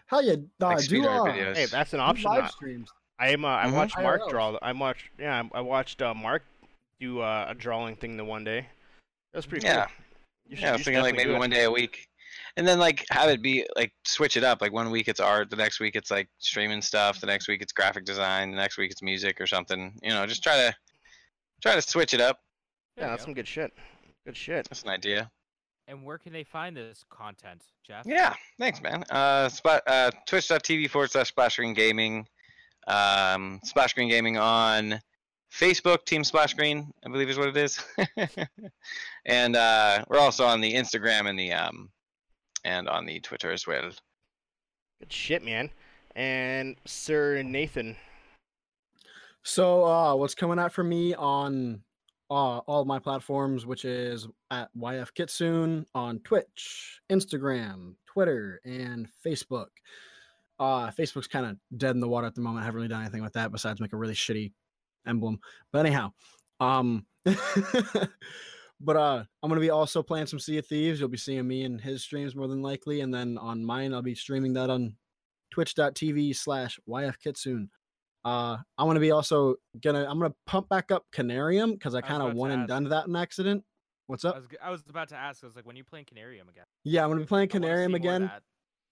Speaker 4: How you uh,
Speaker 5: Like
Speaker 4: do
Speaker 5: speed art
Speaker 4: uh,
Speaker 5: videos.
Speaker 2: Hey, that's an
Speaker 4: do
Speaker 2: option.
Speaker 4: live
Speaker 2: uh,
Speaker 4: streams?
Speaker 2: I am. Uh, I
Speaker 5: Mhm.
Speaker 2: watched Mark
Speaker 4: IRL.
Speaker 2: draw. I watched. Yeah, I watched uh, Mark do uh, a drawing thing the one day. That was pretty
Speaker 5: Yeah.
Speaker 2: cool. You should-
Speaker 5: Yeah, I
Speaker 2: you
Speaker 5: was
Speaker 2: should
Speaker 5: thinking like
Speaker 2: definitely
Speaker 5: maybe
Speaker 2: do it.
Speaker 5: one day a week, and then like have it be like switch it up. Like one week it's art, the next week it's like streaming stuff, the next week it's graphic design, the next week it's music or something. You know, just try to try to switch it up.
Speaker 2: Yeah, that's some good shit. Good shit.
Speaker 5: That's an idea.
Speaker 3: And where can they find this content, Jeff?
Speaker 5: Yeah, thanks, man. Uh, spot, uh, twitch.tv forward slash splash screen gaming. Um, splash screen gaming on Facebook, Team Splash Screen, I believe is what it is. and uh, we're also on the Instagram and the um, and on the Twitter as well.
Speaker 2: Good shit, man. And Sir Nathan.
Speaker 4: So uh what's coming out for me on uh all my platforms, which is at YF Kitsune on Twitch, Instagram, Twitter, and Facebook. Uh Facebook's kind of dead in the water at the moment. I haven't really done anything with that besides make a really shitty emblem. But anyhow, um but uh I'm gonna be also playing some Sea of Thieves. You'll be seeing me in his streams more than likely, and then on mine I'll be streaming that on twitch.tv slash YF Kitsune. Uh, I'm gonna be also gonna I'm gonna pump back up Canarium because I
Speaker 3: was
Speaker 4: kind
Speaker 3: about
Speaker 4: of
Speaker 3: to
Speaker 4: one and
Speaker 3: ask.
Speaker 4: done that in accident. What's
Speaker 3: I
Speaker 4: up?
Speaker 3: was g- I was about to ask. I was like, when you playing Canarium again?
Speaker 4: Yeah, I'm gonna be playing
Speaker 3: I wanna see more of
Speaker 4: Canarium again.
Speaker 3: that.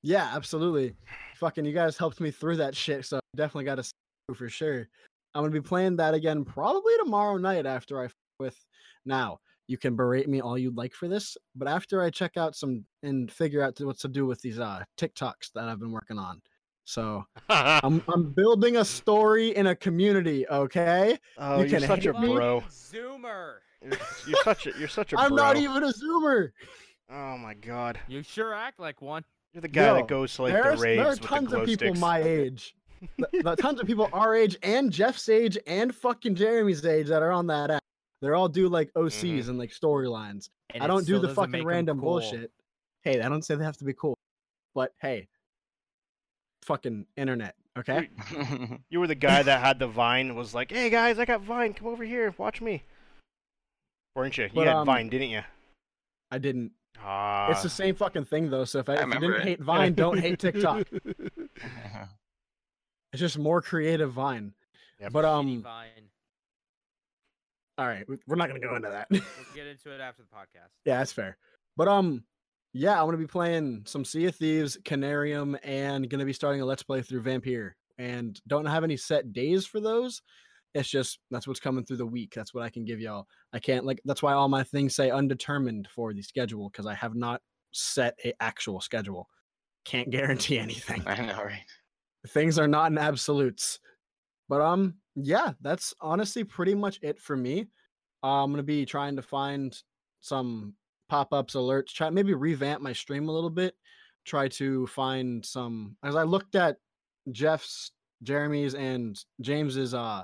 Speaker 4: Yeah, absolutely. Fucking, you guys helped me through that shit, so I definitely got to you for sure. I'm gonna be playing that again probably tomorrow night after I f- with. Now you can berate me all you'd like for this, but after I check out some and figure out what to do with these uh TikToks that I've been working on. So I'm I'm building a story in a community. Okay,
Speaker 2: oh,
Speaker 4: you
Speaker 2: you are
Speaker 4: can
Speaker 2: such a
Speaker 4: hate me.
Speaker 2: bro.
Speaker 3: Zoomer.
Speaker 2: You're, you're such a you're such a
Speaker 4: I'm
Speaker 2: bro.
Speaker 4: not even a zoomer.
Speaker 2: Oh my god.
Speaker 3: You sure act like one.
Speaker 2: You're the guy
Speaker 4: Yo,
Speaker 2: that goes to like
Speaker 4: there,
Speaker 2: the
Speaker 4: are, there
Speaker 2: raves
Speaker 4: are
Speaker 2: with the
Speaker 4: tons
Speaker 2: glow
Speaker 4: of people
Speaker 2: sticks.
Speaker 4: my age. Th- th- tons of people our age and Jeff's age and fucking Jeremy's age that are on that app. They're all do like OCs and like storylines.
Speaker 3: And
Speaker 4: I
Speaker 3: it
Speaker 4: don't do
Speaker 3: still
Speaker 4: the
Speaker 3: doesn't make
Speaker 4: fucking
Speaker 3: 'em
Speaker 4: random
Speaker 3: cool.
Speaker 4: bullshit. Hey, I don't say they have to be cool, but hey, fucking internet, okay?
Speaker 2: You were the guy that had the Vine. Was like, hey guys, I got Vine. Come over here, watch me. Weren't you? You
Speaker 4: But,
Speaker 2: had
Speaker 4: um,
Speaker 2: Vine, didn't you?
Speaker 4: I didn't.
Speaker 2: Ah.
Speaker 4: it's the same fucking thing though. So if I, if you
Speaker 5: remember
Speaker 4: didn't
Speaker 5: it.
Speaker 4: hate Vine, don't hate TikTok. It's just more creative Vine.
Speaker 2: Yep.
Speaker 4: But
Speaker 3: Shitty
Speaker 4: um,
Speaker 3: Vine.
Speaker 4: all right, we- we're not gonna go into that.
Speaker 3: We'll get into it after the podcast.
Speaker 4: Yeah, that's fair. But um, yeah, I'm gonna be playing some Sea of Thieves, Canarium, and gonna be starting a Let's Play through Vampire. And don't have any set days for those. It's just that's what's coming through the week. That's what I can give y'all. I can't like that's why all my things say undetermined for the schedule because I have not set a actual schedule. Can't guarantee anything.
Speaker 5: I know, right?
Speaker 4: Things are not in absolutes. But um, yeah, that's honestly pretty much it for me. Uh, I'm gonna be trying to find some pop-ups, alerts. Try maybe revamp my stream a little bit. Try to find some. As I looked at Jeff's, Jeremy's, and James's, uh,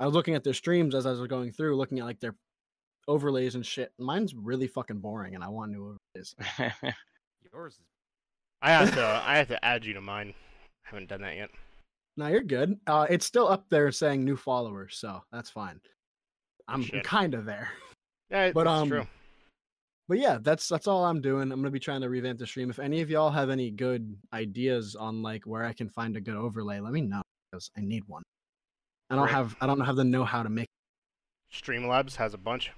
Speaker 4: I was looking at their streams as I was going through, looking at like their overlays and shit. Mine's really fucking boring, and I want new overlays.
Speaker 3: Yours is
Speaker 2: I have to I have to add you to mine. I haven't done that yet.
Speaker 4: No, you're good. Uh, it's still up there saying new followers, so that's fine. I'm
Speaker 2: Shit.
Speaker 4: kind of there.
Speaker 2: Yeah,
Speaker 4: But,
Speaker 2: it's
Speaker 4: um,
Speaker 2: true.
Speaker 4: But yeah, that's that's all I'm doing. I'm gonna be trying to revamp the stream. If any of y'all have any good ideas on like where I can find a good overlay, let me know because I need one. I don't
Speaker 2: Right.
Speaker 4: have I don't have the know how to make.
Speaker 2: Streamlabs has a bunch.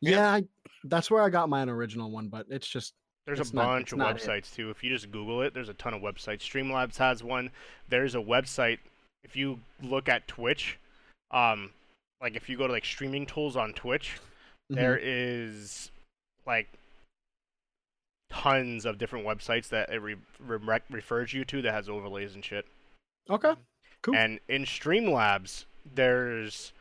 Speaker 5: Yep.
Speaker 4: Yeah, I, that's where I got my original one, but it's just
Speaker 2: There's
Speaker 4: It's
Speaker 2: a
Speaker 4: not-
Speaker 2: bunch
Speaker 4: it's
Speaker 2: of
Speaker 4: not it.
Speaker 2: websites too. If you just Google it, there's a ton of websites. Streamlabs has one. There's a website. If you look at Twitch, um, like if you go to like streaming tools on Twitch,
Speaker 4: mhm.
Speaker 2: there is like tons of different websites that it re- re- rec- refers you to that has overlays and shit.
Speaker 4: mm-hmm. okay. Cool.
Speaker 2: And in Streamlabs, there's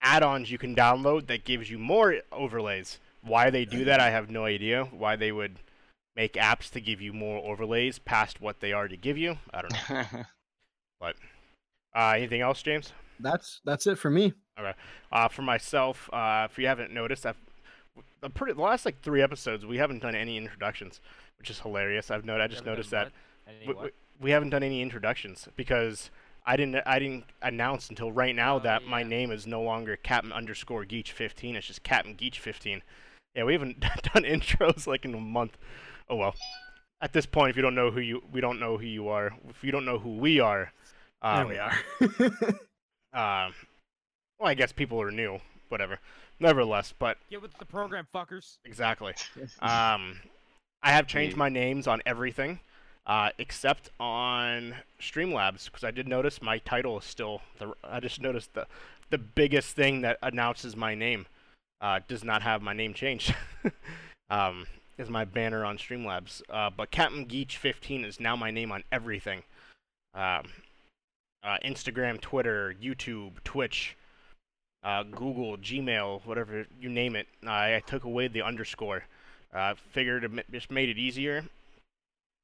Speaker 2: add-ons you can download that gives you more overlays. Why they do that, I have no idea. Why they would make apps to give you more overlays past what they already give you, I don't know. Uh, anything else, James?
Speaker 4: That's that's it for me.
Speaker 2: Uh, for myself, uh, if you haven't noticed, I've the, pretty, the last like three episodes we haven't done any introductions, which is hilarious. I've noted. I just
Speaker 3: Haven't done
Speaker 2: noticed that
Speaker 3: what? Any
Speaker 2: we,
Speaker 3: what?
Speaker 2: we, we haven't done any introductions because I didn't I didn't announce until right now
Speaker 3: Oh,
Speaker 2: that my
Speaker 3: yeah.
Speaker 2: name is no longer Captain underscore Geach fifteen. It's just Captain Geach fifteen. Yeah, we haven't done intros like in a month. Oh well. At this point, if you don't know who you we don't know who you are. If you don't know who we are,
Speaker 4: There
Speaker 2: um,
Speaker 4: we are.
Speaker 2: um, well, I guess people are new. Whatever. Nevertheless, but
Speaker 3: Get with the program, fuckers.
Speaker 2: Exactly. um, I have changed my names on everything, uh, except on Streamlabs because I did notice my title is still the. I just noticed the the biggest thing that announces my name uh, does not have my name changed. um, is my banner on Streamlabs, uh, but Captain Geach 15 is now my name on everything. Um, uh, Instagram, Twitter, YouTube, Twitch uh, Google, Gmail, whatever you name it. I, I took away the underscore. Uh, figured it ma- just made it easier,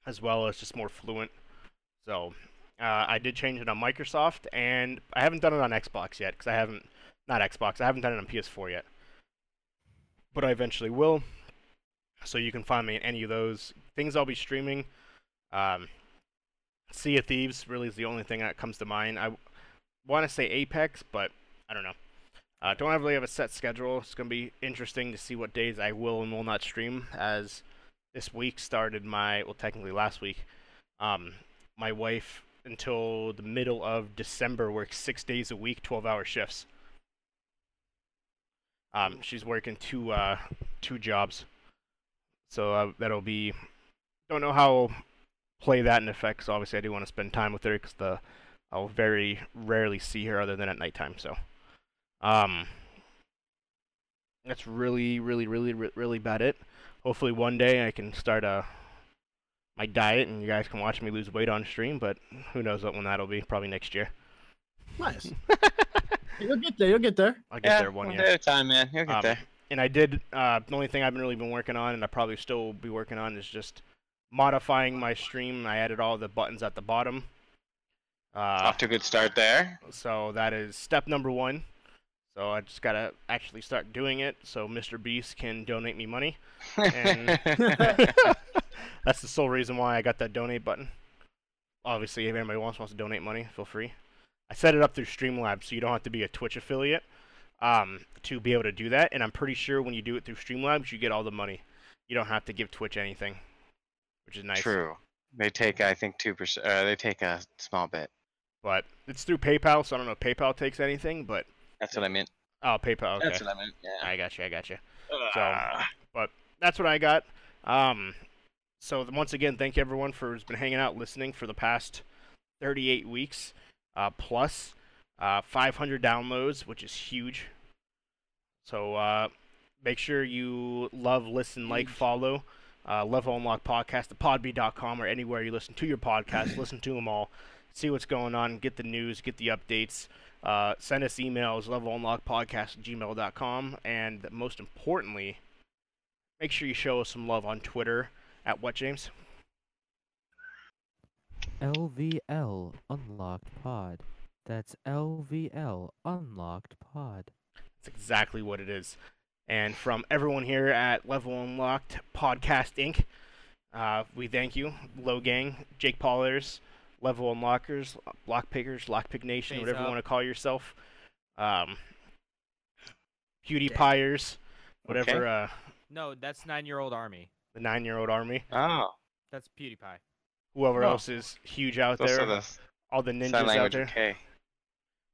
Speaker 2: as well as just more fluent. So uh, I did change it on Microsoft, and I haven't done it on Xbox yet because I haven't not Xbox. I haven't done it on PS4 yet, but I eventually will. So you can find me in any of those things. I'll be streaming. Um, sea of Thieves really is the only thing that comes to mind. I want to say Apex, but I don't know. Uh, don't have- really have a set schedule. It's going to be interesting to see what days I will and will not stream, as this week started my, well, technically last week. Um, my wife, until the middle of December, works six days a week, 12 hour shifts. Um, she's working two uh, two jobs, so uh, that'll be. Don't know how I'll play that in effects. Obviously, I do want to spend time with her because the I'll very rarely see her other than at nighttime. So, um, that's really, really, really, re- really about it. Hopefully, one day I can start uh my diet, and you guys can watch me lose weight on stream. But who knows what when that'll be? Probably next year.
Speaker 4: Nice. You'll get there. You'll get there.
Speaker 2: I'll get
Speaker 5: Yeah,
Speaker 2: there one
Speaker 5: one
Speaker 2: year.
Speaker 5: day at a time, man. You'll get
Speaker 2: Um,
Speaker 5: there.
Speaker 2: And I did. Uh, the only thing I've been really been working on, and I probably still will be working on, is just modifying my stream. I added all the buttons at the bottom. Uh,
Speaker 5: Off to a good start there.
Speaker 2: so that is step number one. So I just gotta actually start doing it, so Mr. Beast can donate me money. And- That's the sole reason why I got that donate button. Obviously, if anybody wants wants to donate money, feel free. I set it up through Streamlabs, so you don't have to be a Twitch affiliate um, to be able to do that. And I'm pretty sure when you do it through Streamlabs, you get all the money. You don't have to give Twitch anything, which is nice.
Speaker 5: True. They take, I think, two percent. Uh, they take a small bit.
Speaker 2: But it's through PayPal, so I don't know if PayPal takes anything. But
Speaker 5: That's what I meant.
Speaker 2: oh, PayPal. Okay.
Speaker 5: That's what I meant. Yeah.
Speaker 2: I got you. I got you.
Speaker 5: Ah.
Speaker 2: that's what I got. Um, so th- once again, thank you everyone for who's been hanging out, listening for the past 38 weeks, uh, plus uh, 500 downloads, which is huge. So uh, make sure you love, listen, like, follow. Uh, Level Unlock Podcast, the podbee.com, or anywhere you listen to your podcast. listen to them all. See what's going on. Get the news. Get the updates. Uh, send us emails, levelunlockpodcast at gmail.com. And most importantly, make sure you show us some love on Twitter at what James.
Speaker 3: LVL Unlocked Pod. That's LVL Unlocked Pod.
Speaker 2: That's exactly what it is. And from everyone here at Level Unlocked Podcast Inc., uh, we thank you, Low Gang, Jake Paulers, Level Unlockers, Lock Pickers, Lockpick Nation,
Speaker 3: Face
Speaker 2: whatever you
Speaker 3: up.
Speaker 2: want to call yourself, um, PewDiePiers, whatever uh,
Speaker 3: No, that's nine year old army.
Speaker 2: the nine-year-old army,
Speaker 5: Oh.
Speaker 3: That's PewDiePie.
Speaker 2: whoever
Speaker 5: Oh.
Speaker 2: else is huge out
Speaker 5: Those
Speaker 2: there,
Speaker 5: are the
Speaker 2: all the ninjas
Speaker 5: sign
Speaker 2: out
Speaker 5: language
Speaker 2: there.
Speaker 5: of K.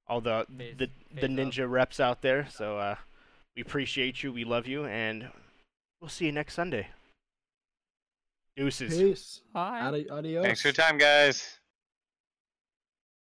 Speaker 2: all the
Speaker 3: Phase-
Speaker 2: the, the
Speaker 3: phase up.
Speaker 2: ninja reps out there. So uh, we appreciate you. We love you, and we'll see you next Sunday. Deuces.
Speaker 4: Peace.
Speaker 3: Hi.
Speaker 4: Adi- adios.
Speaker 5: Thanks for your time, guys.